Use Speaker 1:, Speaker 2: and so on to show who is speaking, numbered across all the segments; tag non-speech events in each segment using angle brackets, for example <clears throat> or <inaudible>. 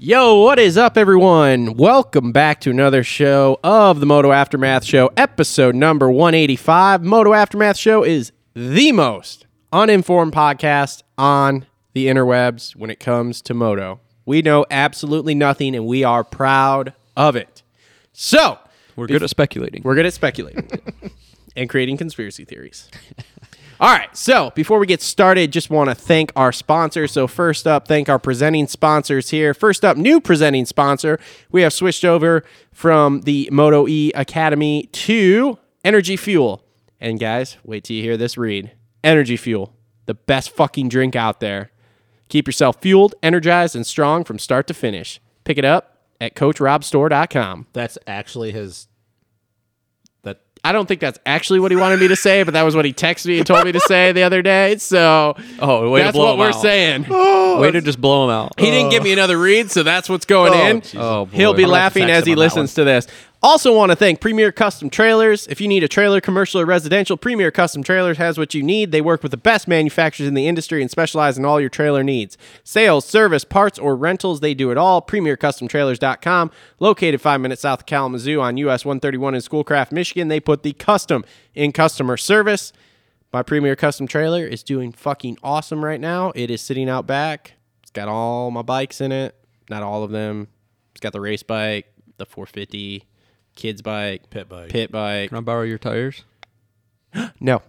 Speaker 1: Yo, what is up, everyone? Welcome back to another show of the Moto Aftermath Show, episode number 185. Moto Aftermath Show is the most uninformed podcast on the interwebs when it comes to Moto. We know absolutely nothing, and we are proud of it. So,
Speaker 2: We're good at speculating.
Speaker 1: we're good at speculating <laughs> and creating conspiracy theories. <laughs> All right, so before we get started, just want to thank our sponsors. So, first up, thank our presenting sponsors here. First up, new presenting sponsor. We have switched over from the Moto E Academy to Energy Fuel. And, guys, wait till you hear this read Energy Fuel, the best fucking drink out there. Keep yourself fueled, energized, and strong from start to finish. Pick it up at CoachRobStore.com.
Speaker 3: That's actually his. That
Speaker 1: I don't think that's actually what he wanted me to say, but that was what he texted me and told me to say the other day. So
Speaker 2: Oh, way to
Speaker 1: that's
Speaker 2: blow
Speaker 1: what
Speaker 2: him
Speaker 1: we're
Speaker 2: out.
Speaker 1: saying.
Speaker 3: Oh,
Speaker 2: Way to just blow him out.
Speaker 1: He didn't give me another read, so that's what's going in.
Speaker 2: Oh, boy.
Speaker 1: He'll be
Speaker 2: I'll have to
Speaker 1: laughing
Speaker 2: text
Speaker 1: as he
Speaker 2: him on that
Speaker 1: listens to this. Also, want to thank Premier Custom Trailers. If you need a trailer, commercial, or residential, Premier Custom Trailers has what you need. They work with the best manufacturers in the industry and specialize in all your trailer needs. Sales, service, parts, or rentals, they do it all. PremierCustomTrailers.com, located five minutes south of Kalamazoo on US 131 in Schoolcraft, Michigan. They put the custom in customer service. My Premier Custom trailer is doing fucking awesome right now. It is sitting out back. It's got all my bikes in it. Not all of them. It's got the race bike, the 450, kids bike,
Speaker 3: Pit bike.
Speaker 1: pit bike.
Speaker 2: Can I borrow your tires?
Speaker 1: No.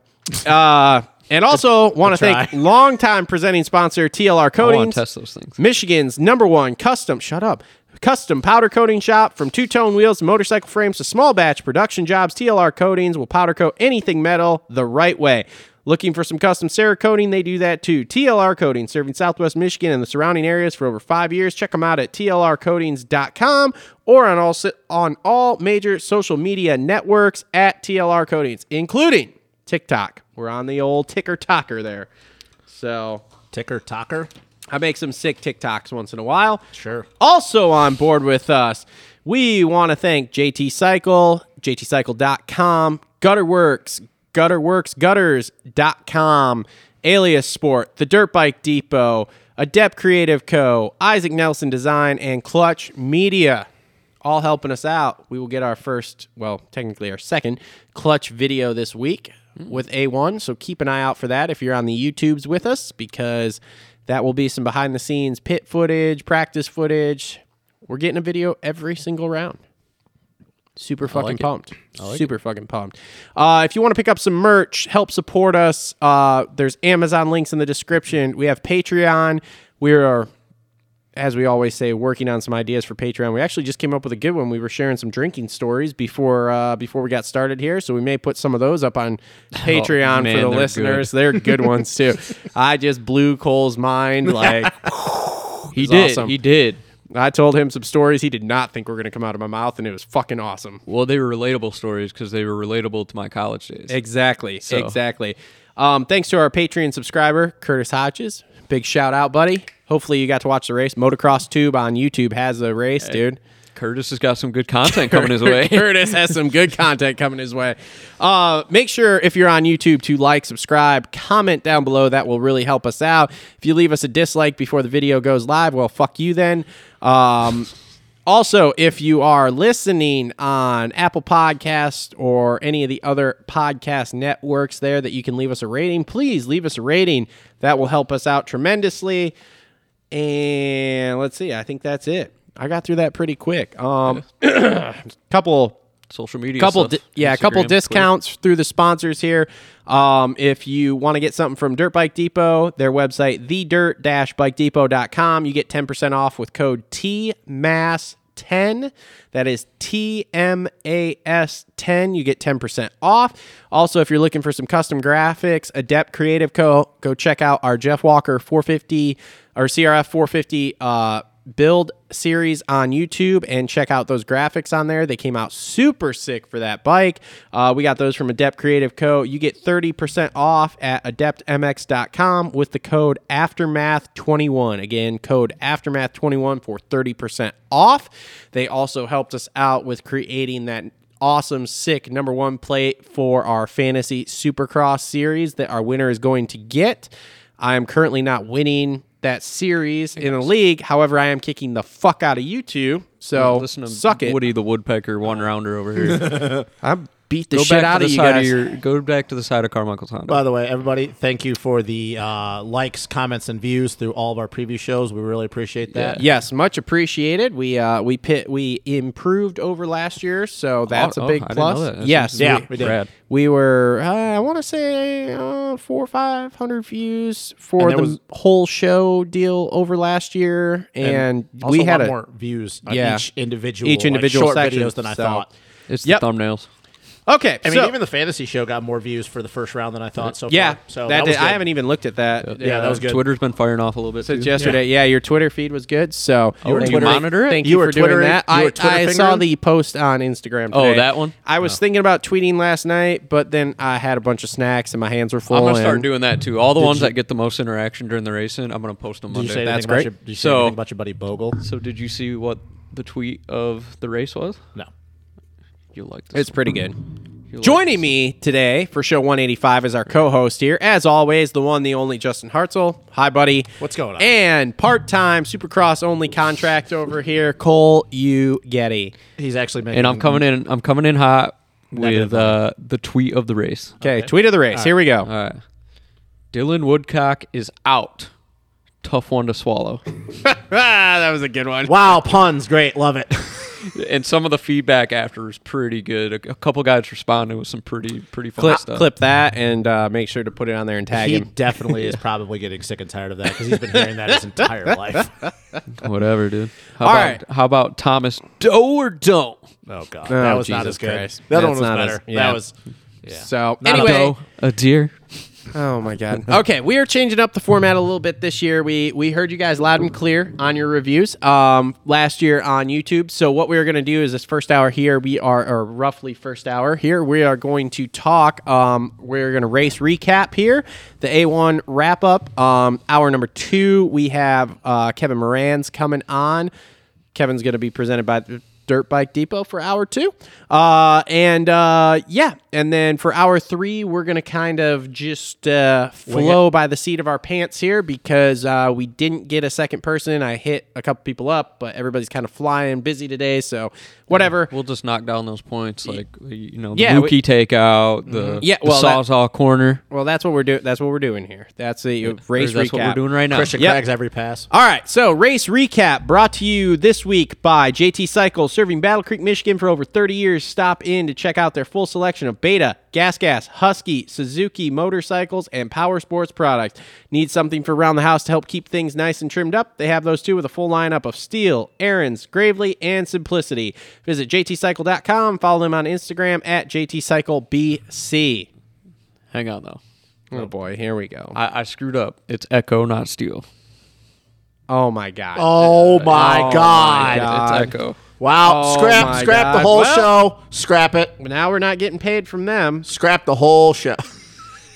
Speaker 1: uh, and also want to thank
Speaker 2: <laughs>
Speaker 1: longtime presenting sponsor TLR
Speaker 2: I want
Speaker 1: Coatings.
Speaker 2: to test those things.
Speaker 1: Michigan's number one custom, shut up, custom powder coating shop from two tone wheels to motorcycle frames to small batch production jobs. TLR Coatings will powder coat anything metal the right way. Looking for some custom Cerakoting? They do that too. TLR Coating, serving Southwest Michigan and the surrounding areas for over five years. Check them out at tlrcoatings.com or on all, si- on all major social media networks at TLR Coatings, including TikTok. We're on the old ticker tocker there. So
Speaker 3: ticker tocker.
Speaker 1: I make some sick TikToks once in a while.
Speaker 3: Sure.
Speaker 1: Also on board with us, we want to thank JT Cycle, jtcycle.com, Gutterworks, Gutterworks, gutters.com, Alias Sport, The Dirt Bike Depot, Adept Creative Co., Isaac Nelson Design, and Clutch Media. All helping us out. We will get our first, well, technically our second clutch video this week with A1. So keep an eye out for that if you're on the YouTubes with us because that will be some behind the scenes pit footage, practice footage. We're getting a video every single round. Super fucking pumped. Super fucking pumped. Uh, if you want to pick up some merch, help support us. Uh, there's Amazon links in the description. We have Patreon. We are, as we always say, working on some ideas for Patreon. We actually just came up with a good one. We were sharing some drinking stories before uh, before we got started here, so we may put some of those up
Speaker 2: <laughs>
Speaker 1: on Patreon
Speaker 2: Oh, man,
Speaker 1: for
Speaker 2: they're
Speaker 1: the
Speaker 2: good.
Speaker 1: listeners. They're good ones
Speaker 2: <laughs>
Speaker 1: too. I just blew Cole's mind like
Speaker 2: He
Speaker 1: It's
Speaker 2: did.
Speaker 1: awesome.
Speaker 2: He did.
Speaker 1: I told him some stories he did not think were going to come out of my mouth, and it was fucking awesome.
Speaker 2: Well, they were relatable stories because they were relatable to my college days.
Speaker 1: Exactly. Exactly. Um, thanks to our Patreon subscriber, Curtis Hodges. Big shout out, buddy. Hopefully you got to watch the race. Motocross Tube on YouTube has the race, dude.
Speaker 2: Curtis has got some good content coming his way.
Speaker 1: <laughs>
Speaker 2: <laughs>
Speaker 1: Curtis has some good content coming his way. Uh, make sure if you're on YouTube to like, subscribe, comment down below. That will really help us out. If you leave us a dislike before the video goes live, well, fuck you then. Um, also, if you are listening on Apple Podcast or any of the other podcast networks there that you can leave us a rating, please leave us a rating. That will help us out tremendously. And let's see, I think that's it. I got through that pretty quick. Um, couple
Speaker 2: Social media.
Speaker 1: couple
Speaker 2: stuff.
Speaker 1: di- yeah a couple
Speaker 2: Instagram,
Speaker 1: discounts through the sponsors here um, if you want to get something from dirt bike depot their website the dirt bike depot.com you get 10% off with code tmas10 that is tmas10 you get 10% off also if you're looking for some custom graphics adept creative co go check out our jeff walker 450 or crf 450 uh, build series on YouTube and check out those graphics on there. They came out super sick for that bike. Uh, we got those from Adept Creative Co. You get 30% off at adeptmx.com with the code Aftermath21. Again, code Aftermath21 for 30% off. They also helped us out with creating that awesome, sick number one plate for our fantasy supercross series that our winner is going to get. I am currently not winning that series in a league. However, I am kicking the fuck out of you two. So
Speaker 2: Listen to
Speaker 1: suck it.
Speaker 2: Woody the Woodpecker, one rounder over <laughs> here.
Speaker 1: I beat the
Speaker 2: go
Speaker 1: shit
Speaker 2: back
Speaker 1: out
Speaker 2: to
Speaker 1: of
Speaker 2: the
Speaker 1: you
Speaker 2: side
Speaker 1: guys.
Speaker 2: of your. Go back to the side of Carmichael's Honda.
Speaker 3: By the way, everybody, thank you for the uh, likes, comments, and views through all of our preview shows. We really appreciate that.
Speaker 1: Yes, much appreciated. We uh we pit we improved over last year, so that's
Speaker 2: oh,
Speaker 1: a big
Speaker 2: I didn't know
Speaker 1: plus.
Speaker 2: that. That's
Speaker 1: Yes,
Speaker 3: Yeah,
Speaker 1: we,
Speaker 3: we did.
Speaker 2: Rad.
Speaker 1: we were uh, I want to say uh, four or five hundred views for
Speaker 3: And
Speaker 1: the
Speaker 3: there was-
Speaker 1: whole show deal over last year, and,
Speaker 3: Also
Speaker 1: we
Speaker 3: a
Speaker 1: had
Speaker 3: lot
Speaker 1: a
Speaker 3: more views on
Speaker 1: Yeah.
Speaker 3: each individual
Speaker 1: Each
Speaker 3: like,
Speaker 1: individual
Speaker 3: short
Speaker 1: section,
Speaker 3: videos than I
Speaker 1: so-
Speaker 3: thought.
Speaker 2: it's
Speaker 1: Yep.
Speaker 2: the thumbnails.
Speaker 1: okay.
Speaker 3: I mean,
Speaker 1: so-
Speaker 3: even the fantasy show got more views for the first round than I thought. So
Speaker 1: yeah,
Speaker 3: far. so
Speaker 1: that,
Speaker 3: that
Speaker 1: did,
Speaker 3: was
Speaker 1: I
Speaker 3: good.
Speaker 1: haven't even looked at that.
Speaker 3: Yeah, that was good.
Speaker 2: Twitter's been firing off a little bit.
Speaker 1: Since
Speaker 2: too.
Speaker 1: yesterday, yeah. your Twitter feed was good. So
Speaker 2: You were
Speaker 1: Thank
Speaker 2: Twitter- monitor it?
Speaker 1: Thank you,
Speaker 3: You were
Speaker 1: for doing
Speaker 3: Twittering-
Speaker 1: that.
Speaker 3: you
Speaker 1: I,
Speaker 3: were Twitter
Speaker 1: I saw
Speaker 3: fingering?
Speaker 1: the post on Instagram.
Speaker 2: Oh,
Speaker 1: today.
Speaker 2: that one?
Speaker 1: I was thinking about tweeting last night, but then I had a bunch of snacks and my hands were full.
Speaker 2: I'm gonna
Speaker 1: and-
Speaker 2: start doing that too. All the ones that get the most interaction during the racing, I'm gonna post them
Speaker 3: Did you
Speaker 2: Monday.
Speaker 3: say
Speaker 1: That's
Speaker 3: anything about
Speaker 1: great.
Speaker 3: your- Did you say
Speaker 2: So-
Speaker 3: anything about your buddy Bogle?
Speaker 2: so did you see what the tweet of the race was?
Speaker 3: No.
Speaker 2: You like this?
Speaker 1: It's pretty good.
Speaker 2: You like
Speaker 1: Joining me today for show 185 is our co-host here, as always, the one, the only Justin Hartzell. Hi, buddy.
Speaker 3: What's going on?
Speaker 1: And part-time Supercross only contract over here, Cole U Getty.
Speaker 3: He's actually making.
Speaker 2: and I'm coming in. I'm coming in hot
Speaker 3: Negative
Speaker 2: with uh, the tweet of the race.
Speaker 1: Okay, tweet of the race. Here we go.
Speaker 2: All right, Dylan Woodcock is out. Tough one to swallow. <laughs>
Speaker 1: ah, that was a good one.
Speaker 3: Wow, puns, great, love it.
Speaker 2: and some of the feedback after was pretty good. A, a couple guys responded with some pretty pretty fun
Speaker 1: Clip,
Speaker 2: stuff.
Speaker 1: clip that and uh, make sure to put it on there and tag
Speaker 3: he
Speaker 1: him. <laughs>
Speaker 3: definitely is probably getting sick and tired of that because he's been hearing that his entire
Speaker 1: <laughs>
Speaker 3: life.
Speaker 2: Whatever, dude. How
Speaker 1: All
Speaker 2: about,
Speaker 1: right.
Speaker 2: How about Thomas Doe or don't?
Speaker 3: Oh god, that was not
Speaker 1: Jesus
Speaker 3: as good.
Speaker 1: Christ.
Speaker 3: That one
Speaker 1: That's
Speaker 3: was
Speaker 1: not
Speaker 3: better.
Speaker 1: as- yeah.
Speaker 3: That was. Yeah.
Speaker 1: So
Speaker 3: Not a
Speaker 1: anyway,
Speaker 2: Doe, a deer.
Speaker 1: Oh my god. <laughs> Okay, we are changing up the format a little bit this year. We we heard you guys loud and clear on your reviews um, last year on YouTube. So what we are going to do is this first hour here, we are or roughly first hour here, we are going to talk. Um, we're going to race recap here, the A1 wrap up. Um, hour number two, we have uh, Kevin Moran's coming on. Kevin's going to be presented by the Dirt Bike Depot for hour two. Uh, and uh, yeah, and then for hour three, we're going to kind of just uh, flow by the seat of our pants here because uh, we didn't get a second person. I hit a couple people up, but everybody's kind of flying busy today. So whatever.
Speaker 2: We'll just knock down those points, like uh, you know, the
Speaker 1: Yeah,
Speaker 2: Mookie
Speaker 1: we- Mm-hmm.
Speaker 2: takeout, the,
Speaker 1: Yeah,
Speaker 2: the
Speaker 1: well, that-
Speaker 2: sawzall corner.
Speaker 1: Well, that's what we're doing. That's what we're doing here. That's a
Speaker 2: Or
Speaker 1: race
Speaker 2: That's what we're
Speaker 1: recap.
Speaker 2: doing right now.
Speaker 3: Christian
Speaker 1: Yep.
Speaker 3: Craig's every pass.
Speaker 1: All right, so race recap brought to you this week by JT Cycle, serving Battle Creek, Michigan for over 30 years. Stop in to check out their full selection of Beta, Gas Gas, Husky, Suzuki motorcycles, and power sports products. Need something for around the house to help keep things nice and trimmed up? They have those too with a full lineup of Steel, Aaron's, Gravely, and Simplicity. Visit jtcycle.com, follow them on Instagram at jtcyclebc.
Speaker 2: Hang on though,
Speaker 1: Oh boy, here we go.
Speaker 2: I, I screwed up. It's Echo, not Steel.
Speaker 1: Oh my god.
Speaker 3: Oh my god!
Speaker 1: God.
Speaker 2: It's Echo.
Speaker 3: Wow,
Speaker 1: Oh
Speaker 3: scrap,
Speaker 1: my
Speaker 3: scrap the
Speaker 1: God.
Speaker 3: whole
Speaker 1: Well-
Speaker 3: show. Scrap it.
Speaker 1: Now we're not getting paid from them.
Speaker 3: Scrap the whole show.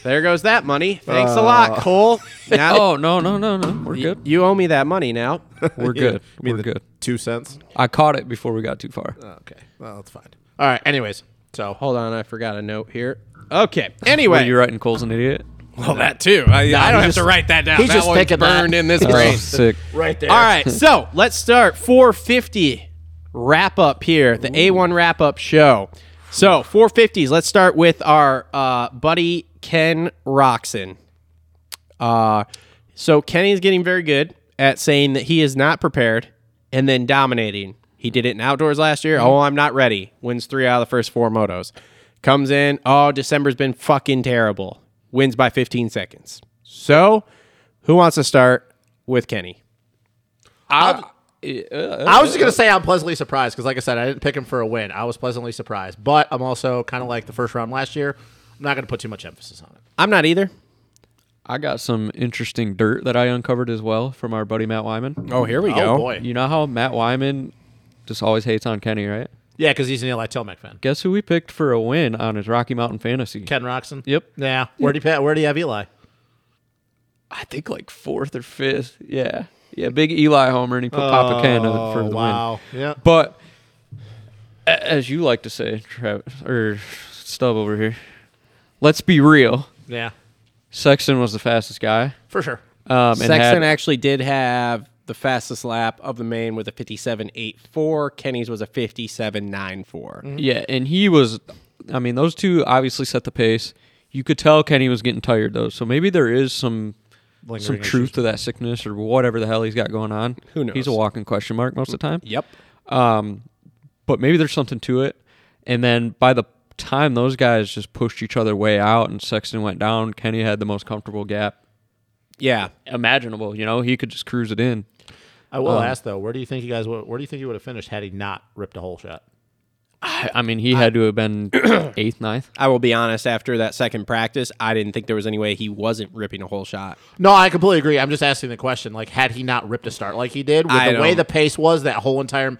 Speaker 1: There goes that money. Thanks a
Speaker 3: Oh.
Speaker 1: lot,
Speaker 3: <laughs>
Speaker 1: Cole. Now
Speaker 2: Oh no no no no, we're good.
Speaker 1: you owe me that money now.
Speaker 2: We're good.
Speaker 3: mean
Speaker 2: We're
Speaker 3: the
Speaker 2: good.
Speaker 3: Two cents. Uh,
Speaker 2: I caught it before we got too far.
Speaker 3: Okay, well that's fine. All right. Anyways, so
Speaker 1: Hold on, I forgot a note here. Okay. Anyway,
Speaker 2: What, you writing Cole's an idiot?
Speaker 1: well that too. I, I don't have
Speaker 3: just-
Speaker 1: to write that down.
Speaker 3: he's
Speaker 1: That
Speaker 3: just
Speaker 1: one's
Speaker 3: picking that.
Speaker 1: burned in this
Speaker 3: <laughs>
Speaker 2: Oh,
Speaker 1: race.
Speaker 2: sick.
Speaker 3: right there.
Speaker 1: All right, so let's start 450 wrap up here, the A1 wrap up show. So 450s. Let's start with our uh, buddy Ken Roxon. Uh, so Kenny's getting very good at saying that he is not prepared and then dominating. He did it in outdoors last year. Oh, I'm not ready. Wins three out of the first four motos. Comes in. Oh, December's been fucking terrible. Wins by 15 seconds. So, who wants to start with Kenny?
Speaker 2: I, uh,
Speaker 3: I was just gonna say I'm pleasantly surprised because, like I said, I didn't pick him for a win. I was pleasantly surprised, but I'm also kind of like the first round last year. I'm not gonna put too much emphasis on it.
Speaker 1: I'm not either.
Speaker 2: I got some interesting dirt that I uncovered as well from our buddy Matt Wyman.
Speaker 1: Oh, here we
Speaker 3: Oh
Speaker 1: go.
Speaker 3: boy,
Speaker 2: You know how Matt Wyman just always hates on Kenny, right?
Speaker 3: yeah, because he's an Eli Telmac fan.
Speaker 2: Guess who we picked for a win on his Rocky Mountain Fantasy?
Speaker 3: Ken Roxon.
Speaker 2: Yep.
Speaker 3: Yeah. Where do you where do you have Eli?
Speaker 2: I think like fourth or fifth. Yeah. Yeah. Big Eli Homer and he put Papa Ken for
Speaker 3: Oh,
Speaker 2: the win.
Speaker 3: wow. Yeah.
Speaker 2: But a- as you like to say, Travis, or Stub over here, let's be real.
Speaker 3: Yeah.
Speaker 2: Sexton was the fastest guy.
Speaker 3: For sure.
Speaker 2: Um, and
Speaker 1: Sexton
Speaker 2: had-
Speaker 1: actually did have the fastest lap of the main with a 57.84. Kenny's was a
Speaker 3: Mm-hmm.
Speaker 1: 57.94.
Speaker 2: Yeah, and he was. I mean, those two obviously set the pace. You could tell Kenny was getting tired though, so maybe there is some some
Speaker 3: Lingering
Speaker 2: truth to that sickness or whatever the hell he's got going on.
Speaker 1: Who knows?
Speaker 2: He's a walking question mark most of the time.
Speaker 1: Yep.
Speaker 2: Um, but maybe there's something to it. And then by the time those guys just pushed each other way out and Sexton went down, Kenny had the most comfortable gap
Speaker 1: Yeah.
Speaker 2: imaginable. You know, he could just cruise it in.
Speaker 3: I will ask though, where do you think you guys? would- Where do you think you would have finished had he not ripped a hole shot?
Speaker 2: I, I mean, he had to have been eighth, ninth.
Speaker 1: I will be honest, after that second practice, I didn't think there was any way he wasn't ripping a whole shot.
Speaker 3: No, I completely agree. I'm just asking the question. Like, had he not ripped a start like he did, with
Speaker 1: I
Speaker 3: the way
Speaker 1: don't-
Speaker 3: the pace was, that whole entire.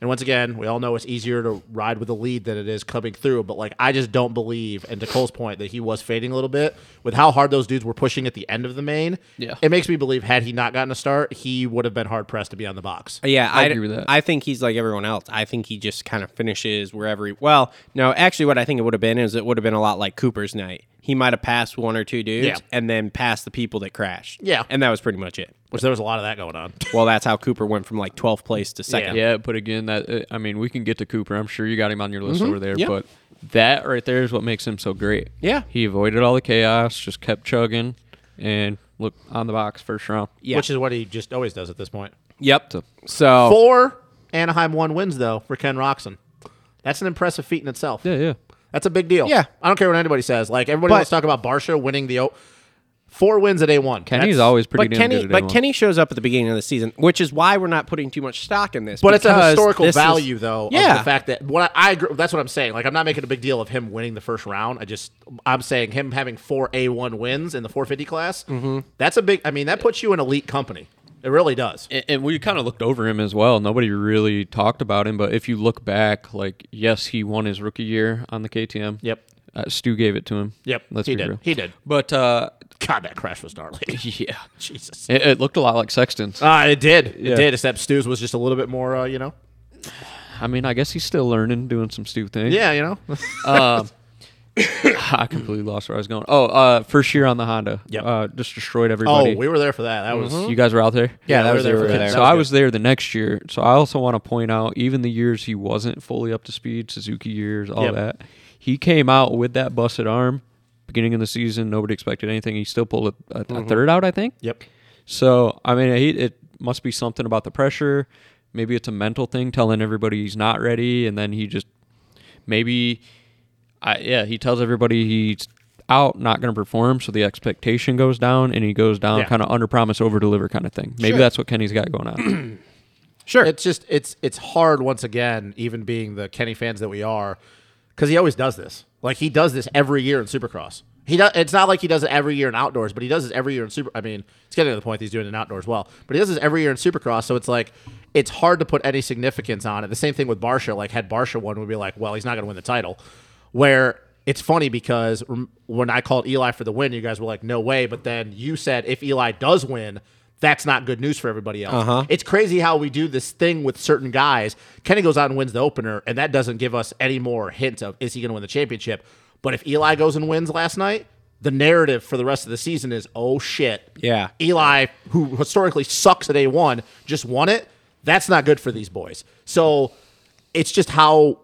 Speaker 3: And once again, we all know it's easier to ride with a lead than it is coming through. But like, I just don't believe, and to Cole's point, that he was fading a little bit with how hard those dudes were pushing at the end of the main.
Speaker 2: Yeah.
Speaker 3: it makes me believe had he not gotten a start, he would have been hard pressed to be on the box.
Speaker 1: Uh, Yeah, I,
Speaker 2: agree with that.
Speaker 1: I think he's like everyone else. I think he just kind of finishes wherever. He, well, no, actually, what I think it would have been is it would have been a lot like Cooper's night. He might have passed one or two dudes
Speaker 3: Yeah.
Speaker 1: and then passed the people that crashed.
Speaker 3: Yeah.
Speaker 1: and that was pretty much it.
Speaker 3: Which there was a lot of that going on. <laughs>
Speaker 1: Well, that's how Cooper went from like 12th place to second.
Speaker 2: Yeah, but again, that uh, I mean, we can get to Cooper. I'm sure you got him on your list over there,
Speaker 1: yeah.
Speaker 2: but that right there is what makes him so great.
Speaker 1: Yeah.
Speaker 2: he avoided all the chaos, just kept chugging, and look on the box first round.
Speaker 1: Yeah.
Speaker 3: Which is what he just always does at this point.
Speaker 1: Yep. So
Speaker 3: Four Anaheim one wins though for Ken Roxon. That's an impressive feat in itself.
Speaker 2: Yeah, yeah.
Speaker 3: That's a big deal.
Speaker 1: Yeah.
Speaker 3: I don't care what anybody says. Like everybody
Speaker 1: But-
Speaker 3: wants to talk about Barsha winning the o- four wins at A one.
Speaker 2: Kenny's always pretty
Speaker 1: but
Speaker 2: damn
Speaker 1: Kenny,
Speaker 2: good at
Speaker 1: but
Speaker 2: A1.
Speaker 1: Kenny shows up at the beginning of the season, which is why we're not putting too much stock in this.
Speaker 3: But it's a
Speaker 1: because
Speaker 3: historical
Speaker 1: this is-
Speaker 3: value, though. Of
Speaker 1: Yeah.
Speaker 3: the fact that what I, I agree, that's what I'm saying. Like I'm not making a big deal of him winning the first round. I just I'm saying him having four A one wins in the 450 class.
Speaker 1: Mm-hmm.
Speaker 3: That's a big. I mean that puts you in elite company. It really does.
Speaker 2: and, and we kind of looked over him as well. Nobody really talked about him, but if you look back, like yes, he won his rookie year on the KTM.
Speaker 3: Yep.
Speaker 2: uh, Stu gave it to him.
Speaker 3: Yep,
Speaker 2: let's
Speaker 3: he
Speaker 2: be
Speaker 3: did.
Speaker 2: real.
Speaker 3: He did.
Speaker 2: But uh,
Speaker 3: God, that crash was gnarly. <laughs>
Speaker 2: yeah,
Speaker 3: Jesus.
Speaker 2: it, it looked a lot like Sexton's.
Speaker 3: Uh, it did. It
Speaker 2: Yeah.
Speaker 3: did. Except Stu's was just a little bit more. Uh, you know.
Speaker 2: I mean, I guess he's still learning, doing some Stu things.
Speaker 3: Yeah. You know.
Speaker 2: Um, <laughs> I completely lost where I was going. Oh, uh, first year on the Honda.
Speaker 3: Yep.
Speaker 2: Uh, just destroyed
Speaker 3: oh,
Speaker 2: everybody.
Speaker 3: we were there for that. That was.
Speaker 1: Mm-hmm.
Speaker 2: you guys were out there?
Speaker 1: Yeah, that
Speaker 3: we
Speaker 1: was
Speaker 3: were
Speaker 1: the- we were
Speaker 3: that.
Speaker 1: there.
Speaker 2: So
Speaker 3: That was
Speaker 2: I
Speaker 3: good.
Speaker 2: was there the next year. So I also want to point out, even the years he wasn't fully up to speed, Suzuki years, all
Speaker 3: Yep.
Speaker 2: that, he came out with that busted arm. Beginning of the season, nobody expected anything. He still pulled a, a, a
Speaker 3: Mm-hmm.
Speaker 2: third out, I think.
Speaker 3: Yep.
Speaker 2: So I mean, he, it must be something about the pressure. Maybe it's a mental thing, telling everybody he's not ready, and then he just maybe, I, yeah, he tells everybody he's out, not going to perform, so the expectation goes down, and he goes down,
Speaker 3: Yeah.
Speaker 2: kind of under promise, over deliver, kind of thing. Maybe
Speaker 1: Sure.
Speaker 2: that's what Kenny's got going on.
Speaker 1: sure.
Speaker 3: It's just it's it's hard once again, even being the Kenny fans that we are, because he always does this. Like he does this every year in Supercross. He does. It's not like he does it every year in outdoors, but he does this every year in Super. I mean, it's getting to the point that he's doing it in outdoors well, but he does this every year in Supercross. So it's like it's hard to put any significance on it. The same thing with Barsha. Like had Barsha won, we'd be like, well, he's not going to win the title. Where it's funny because rem- when I called Eli for the win, you guys were like, no way. But then you said if Eli does win, that's not good news for everybody else. It's crazy how we do this thing with certain guys. Kenny goes out and wins the opener, and that doesn't give us any more hint of is he going to win the championship. But if Eli goes and wins last night, the narrative for the rest of the season is oh shit,
Speaker 1: Yeah.
Speaker 3: Eli, who historically sucks at A1, just won it. That's not good for these boys. So it's just how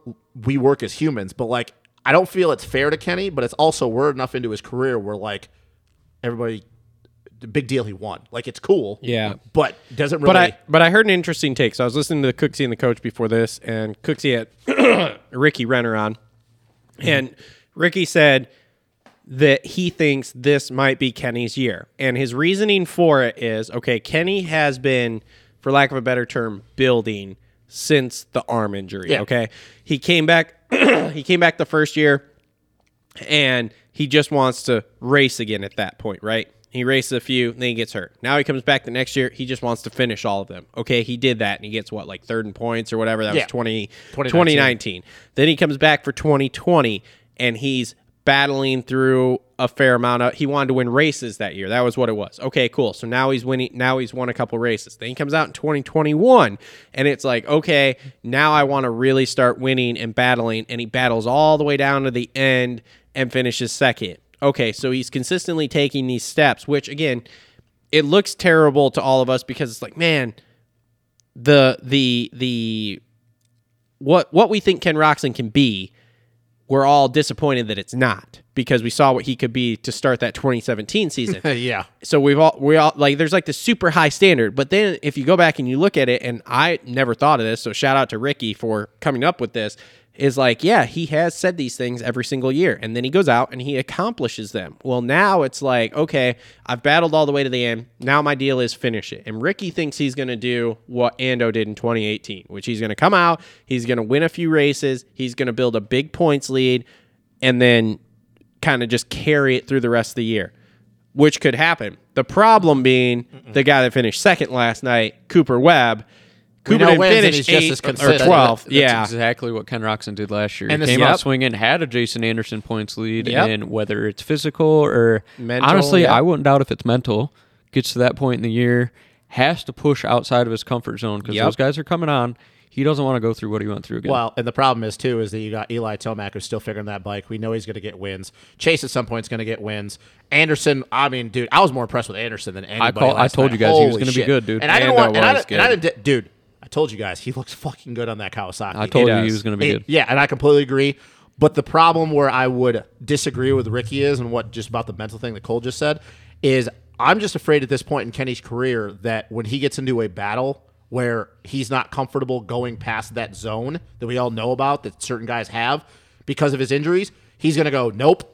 Speaker 3: we work as humans. But like, I don't feel it's fair to Kenny, but it's also we're enough into his career where like everybody, the big deal he won. Like it's cool.
Speaker 1: Yeah.
Speaker 3: But doesn't really.
Speaker 1: But I but I heard an interesting take. So I was listening to the Cooksey and the coach before this, and Cooksey had <coughs> Ricky Renner on, and Ricky said that he thinks this might be Kenny's year, and his reasoning for it is okay. Kenny has been, for lack of a better term, building since the arm injury.
Speaker 3: Yeah.
Speaker 1: Okay, he came back. <clears throat> he came back the first year and he just wants to race again at that point, right? He races a few, then he gets hurt. Now he comes back the next year. He just wants to finish all of them. Okay, he did that, and he gets what like third in points or whatever. That
Speaker 3: Yeah.
Speaker 1: was 20,
Speaker 3: 2019.
Speaker 1: 2019. Then he comes back for 2020, and he's battling through a fair amount of. He wanted to win races that year. That was what it was. Okay, cool. So now he's winning. Now he's won a couple races. Then he comes out in 2021, and it's like, okay, now I want to really start winning and battling. And he battles all the way down to the end and finishes second. Okay, so he's consistently taking these steps, which again, it looks terrible to all of us because it's like, man, the the the what what we think Ken Roxon can be, we're all disappointed that it's not because we saw what he could be to start that 2017 season.
Speaker 3: yeah.
Speaker 1: so we've all we all like there's like this super high standard but then if you go back and you look at it and i never thought of this so shout out to ricky for coming up with this is like yeah he has said these things every single year and then he goes out and he accomplishes them well now it's like okay i've battled all the way to the end now my deal is finish it and ricky thinks he's going to do what ando did in 2018 which he's going to come out he's going to win a few races he's going to build a big points lead and then kind of just carry it through the rest of the year, which could happen. The problem being the guy that finished second last night, Cooper Webb. Cooper
Speaker 3: know
Speaker 1: didn't
Speaker 3: wins and
Speaker 1: finish
Speaker 3: he's just as
Speaker 1: eighth or
Speaker 3: consistent.
Speaker 1: twelfth.
Speaker 2: That's
Speaker 1: Yeah,
Speaker 2: exactly what Ken Roxon did last year.
Speaker 3: And
Speaker 2: he
Speaker 3: this-
Speaker 2: came
Speaker 3: yep.
Speaker 2: out swinging, had a Jason Anderson points lead,
Speaker 1: Yep.
Speaker 2: and whether it's physical or
Speaker 1: Mental,
Speaker 2: honestly,
Speaker 1: yeah.
Speaker 2: I wouldn't doubt if it's mental. Gets to that point in the year, has to push outside of his comfort zone because
Speaker 1: Yep.
Speaker 2: those guys are coming on. He doesn't want to go through what he went through again.
Speaker 3: Well, and the problem is too is that you got Eli Tomac who's still figuring that bike. We know he's going to get wins. Chase at some point is going to get wins. Anderson, I mean, dude, I was more impressed with Anderson than anybody.
Speaker 2: call- I
Speaker 3: last
Speaker 2: told you
Speaker 3: night.
Speaker 2: guys he was
Speaker 3: Holy
Speaker 2: gonna be
Speaker 3: shit.
Speaker 2: good, dude.
Speaker 3: And I didn't
Speaker 2: Ando
Speaker 3: want, and I,
Speaker 2: was
Speaker 3: didn't- and I
Speaker 2: good.
Speaker 3: didn't, dude. I told you guys he looks fucking good on that Kawasaki.
Speaker 2: I told
Speaker 1: He
Speaker 2: you he
Speaker 1: does.
Speaker 2: was going to be
Speaker 3: It-
Speaker 2: good.
Speaker 3: Yeah, and I completely agree. But the problem where I would disagree with Ricky is, and what just about the mental thing that Cole just said, is I'm just afraid at this point in Kenny's career that when he gets into a battle where he's not comfortable going past that zone that we all know about that certain guys have because of his injuries, he's going to go, nope,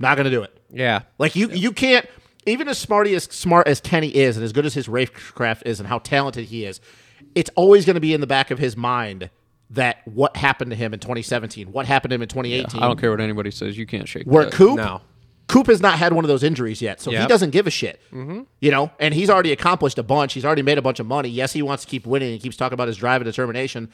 Speaker 3: not going to do it.
Speaker 1: yeah.
Speaker 3: Like you, you can't. Even as smarty as smart as Kenny is, and as good as his racecraft is, and how talented he is, it's always going to be in the back of his mind that what happened to him in 2017, what happened to him in 2018.
Speaker 2: I don't care what anybody says. You can't shake
Speaker 3: Where
Speaker 2: that.
Speaker 3: Coop,
Speaker 1: no.
Speaker 3: Coop has not had one of those injuries yet, so he
Speaker 1: Yep.
Speaker 3: doesn't give a shit. You know, and he's already accomplished a bunch. He's already made a bunch of money. Yes, he wants to keep winning. He keeps talking about his drive and determination,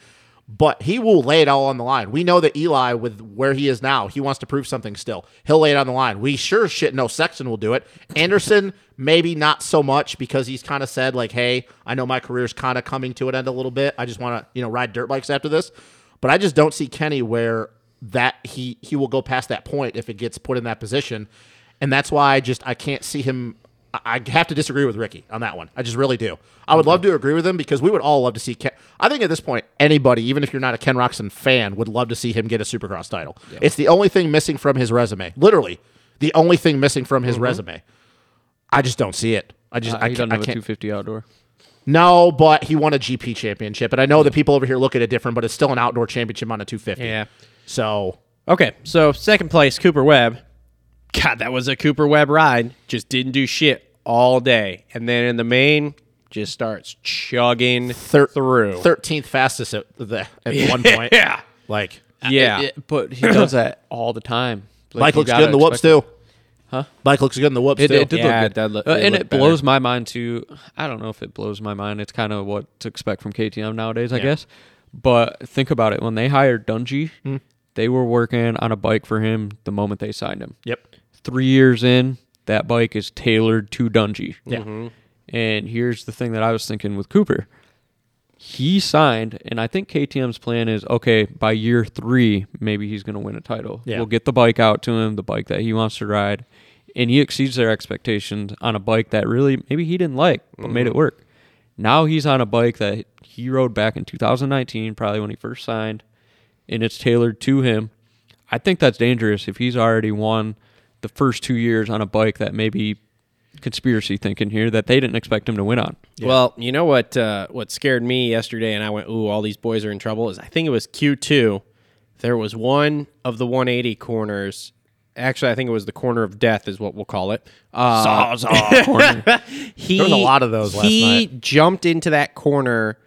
Speaker 3: but he will lay it all on the line. We know that Eli, with where he is now, he wants to prove something still. He'll lay it on the line. We sure as shit know Sexton will do it. Anderson, maybe not so much because he's kind of said like, "Hey, I know my career's kind of coming to an end a little bit. I just want to, you know, ride dirt bikes after this." But I just don't see Kenny where that he he will go past that point if it gets put in that position, and that's why I just I can't see him. I I have to disagree with Ricky on that one. I just really do. I would love to agree with him because we would all love to see. Ken, I think at this point, anybody, even if you're not a Ken Roxon fan, would love to see him get a Supercross title. It's the only thing missing from his resume. Literally, the only thing missing from his resume. I just don't see it. I just
Speaker 2: Uh,
Speaker 3: I
Speaker 2: he
Speaker 3: can't.
Speaker 2: doesn't
Speaker 3: I
Speaker 2: have a
Speaker 3: can't
Speaker 2: 250 outdoor.
Speaker 3: no, but he won a GP championship, and I know that people over here look at it different, but it's still an outdoor championship on a 250.
Speaker 1: Yeah.
Speaker 3: So
Speaker 1: Okay, so second place, Cooper Webb. God, that was a Cooper Webb ride. Just didn't do shit all day, and then in the main, just starts chugging
Speaker 3: thir-
Speaker 1: through.
Speaker 3: thirteenth fastest at, the,
Speaker 1: <laughs>
Speaker 3: at one point.
Speaker 1: Yeah.
Speaker 3: like
Speaker 1: yeah,
Speaker 2: It- it- but he does that all the time. Like,
Speaker 3: Mike
Speaker 2: you
Speaker 3: looks good
Speaker 2: gotta
Speaker 3: in the whoops
Speaker 2: expect it.
Speaker 3: too. Huh? Mike looks good in the whoops
Speaker 2: It,
Speaker 3: too.
Speaker 2: it did
Speaker 1: Yeah,
Speaker 2: look
Speaker 1: it
Speaker 2: good,
Speaker 1: did look-
Speaker 2: Uh,
Speaker 1: it
Speaker 2: and
Speaker 1: looked
Speaker 2: it blows my mind too. I don't know if it blows my mind. It's kind of what to expect from KTM nowadays, I guess. But think about it: when they hired Dungy,
Speaker 1: Hmm.
Speaker 2: they were working on a bike for him the moment they signed him.
Speaker 3: Yep.
Speaker 2: Three years in, that bike is tailored to Dungy.
Speaker 3: Yeah.
Speaker 2: And here's the thing that I was thinking with Cooper. He signed, and I think KTM's plan is okay, by year three, maybe he's going to win a title.
Speaker 3: Yeah.
Speaker 2: We'll get the bike out to him, the bike that he wants to ride. And he exceeds their expectations on a bike that really maybe he didn't like, but made it work. Now he's on a bike that he rode back in 2019, probably when he first signed, and it's tailored to him. I think that's dangerous if he's already won the first two years on a bike that maybe conspiracy thinking here that they didn't expect him to win on.
Speaker 1: Well, you know what? Uh, what scared me yesterday, and I went, "Ooh, all these boys are in trouble." Is I think it was Q two. There was one of the 180 corners. Actually, I think it was the corner of death, is what we'll call it. Uh, <laughs> he,
Speaker 3: There was a lot of those last
Speaker 1: He jumped into that corner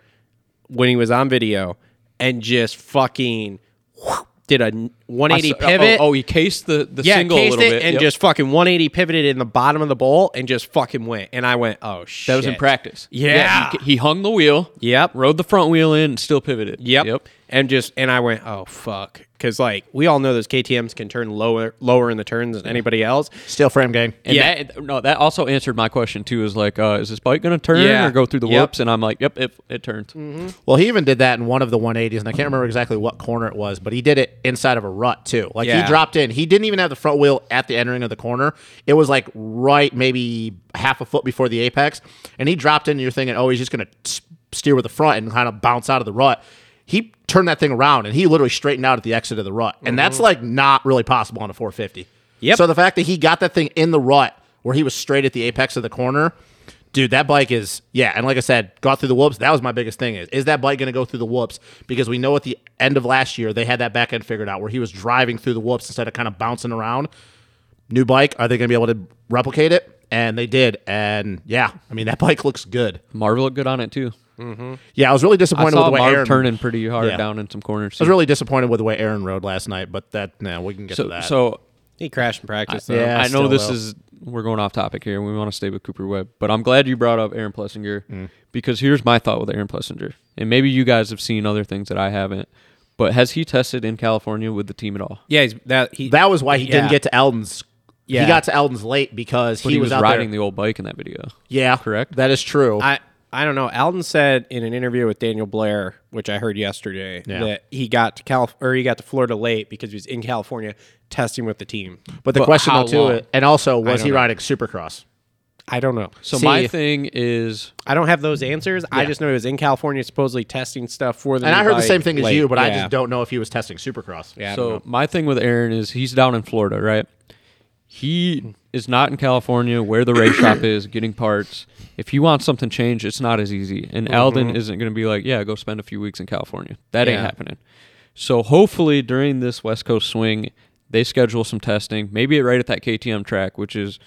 Speaker 1: when he was on video and just fucking whoop, did a 180
Speaker 2: I saw-
Speaker 1: pivot.
Speaker 2: Oh, oh, he cased the, the
Speaker 1: yeah,
Speaker 2: single a
Speaker 1: cased
Speaker 2: little
Speaker 1: it
Speaker 2: bit
Speaker 1: and
Speaker 2: Yep.
Speaker 1: just fucking 180 pivoted in the bottom of the bowl and just fucking went. And I went, "Oh shit!"
Speaker 2: that was in practice.
Speaker 1: Yeah.
Speaker 2: he, he hung the wheel.
Speaker 1: Yep.
Speaker 2: rode the front wheel in, and still pivoted.
Speaker 1: Yep. And just and I went, oh fuck, because like we all know those KTM's can turn lower lower in the turns than anybody else.
Speaker 3: Steel frame gang.
Speaker 2: And
Speaker 1: Yeah.
Speaker 2: that, no, that also answered my question too. Is like, uh, is this bike going to turn
Speaker 1: Yeah.
Speaker 2: or go through the
Speaker 1: Yep. Mm-hmm.
Speaker 2: whoops? And I'm like, yep, it, it turns.
Speaker 3: Well, he even did that in one of the 180s, and I can't remember exactly what corner it was, but he did it inside of a rut too. Like
Speaker 1: Yeah.
Speaker 3: he dropped in. He didn't even have the front wheel at the entering of the corner. It was like right maybe half a foot before the apex, and he dropped in. And you're thinking, oh, he's just gonna s- steer with the front and kind of bounce out of the rut. He turned that thing around and he literally straightened out at the exit of the rut, and that's like not really possible on a 450.
Speaker 1: Mm-hmm. Yep.
Speaker 3: So the fact that he got that thing in the rut where he was straight at the apex of the corner, dude, that bike is yeah. And like I said, got through the whoops. That was my biggest thing is is that bike going to go through the whoops? Because we know at the end of last year they had that back end figured out where he was driving through the whoops instead of kind of bouncing around. New bike, are they going to be able to replicate it? And they did. And yeah, I mean <laughs> that bike looks good.
Speaker 2: Marv looked good on it too.
Speaker 3: Yeah, I was really
Speaker 2: I
Speaker 3: disappointed with
Speaker 2: saw
Speaker 3: the way
Speaker 2: Marv
Speaker 3: Aaron
Speaker 2: turning pretty hard
Speaker 3: Yeah.
Speaker 2: down in some corners.
Speaker 3: I was
Speaker 2: too.
Speaker 3: really disappointed with the way Aaron rode last night, but that now we can get to
Speaker 2: so
Speaker 3: that.
Speaker 2: so
Speaker 1: He crashed in practice. though.
Speaker 3: yeah,
Speaker 2: I know
Speaker 3: still
Speaker 2: this
Speaker 3: though.
Speaker 2: is we're going off topic here. and We want to stay with Cooper Webb, but I'm glad you brought up Aaron Plessinger
Speaker 1: Mm.
Speaker 2: because here's my thought with Aaron Plessinger, and maybe you guys have seen other things that I haven't. But has he tested in California with the team at all?
Speaker 1: Yeah, he's, that he
Speaker 3: That was why he
Speaker 1: Yeah.
Speaker 3: didn't get to Eldon's.
Speaker 1: Yeah.
Speaker 3: He got to Eldon's late because
Speaker 2: But
Speaker 3: he, was, out
Speaker 2: riding
Speaker 3: there.
Speaker 2: the old bike in that video.
Speaker 3: yeah,
Speaker 2: correct?
Speaker 3: That is true.
Speaker 1: I I don't know. Alden said in an interview with Daniel Blair, which I heard yesterday,
Speaker 3: Yeah.
Speaker 1: that he got to Cal or he got to Florida late because he was in California testing with the team.
Speaker 3: but the
Speaker 2: but
Speaker 3: question
Speaker 2: how
Speaker 3: though too,
Speaker 2: long?
Speaker 3: is- and also was
Speaker 1: don't
Speaker 3: he
Speaker 1: know.
Speaker 3: riding Supercross?
Speaker 1: I don't know.
Speaker 2: So
Speaker 1: See,
Speaker 2: my thing is,
Speaker 1: I don't have those answers. I just know he was in California supposedly testing stuff for the
Speaker 3: And I
Speaker 1: new
Speaker 3: heard the
Speaker 1: bike
Speaker 3: same thing as
Speaker 1: late.
Speaker 3: you, but I
Speaker 1: Yeah.
Speaker 3: just don't know if he was testing Supercross.
Speaker 1: Yeah, I don't
Speaker 2: so
Speaker 1: know.
Speaker 2: my thing with Aaron is he's down in Florida, right? He is not in California where the race shop is getting parts. If he wants something changed, it's not as easy. And
Speaker 1: Mm-hmm.
Speaker 2: Alden isn't going to be like, yeah, go spend a few weeks in California. That ain't
Speaker 1: Yeah.
Speaker 2: happening. So hopefully during this West Coast swing, they schedule some testing, maybe right at that KTM track, which is,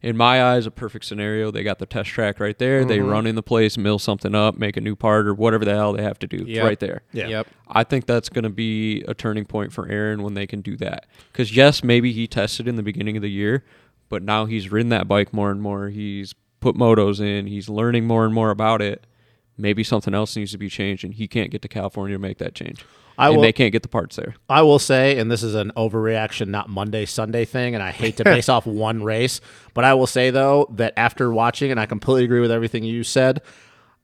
Speaker 2: in my eyes, a perfect scenario. They got the test track right there. They
Speaker 1: Mm-hmm.
Speaker 2: run in the place, mill something up, make a new part, or whatever the hell they have to do. It's
Speaker 1: Yep.
Speaker 2: right there.
Speaker 3: Yeah.
Speaker 1: Yep.
Speaker 2: I think that's going to be a turning point for Aaron when they can do that. Because yes, maybe he tested in the beginning of the year, but now he's ridden that bike more and more. He's put motos in. He's learning more and more about it. Maybe something else needs to be changed, and he can't get to California to make that change.
Speaker 3: I
Speaker 2: and
Speaker 3: will-
Speaker 2: they can't get the parts there.
Speaker 3: I will say, and this is an overreaction, not Monday, Sunday thing, and I hate to base off one race, but I will say though that after watching, and I completely agree with everything you said,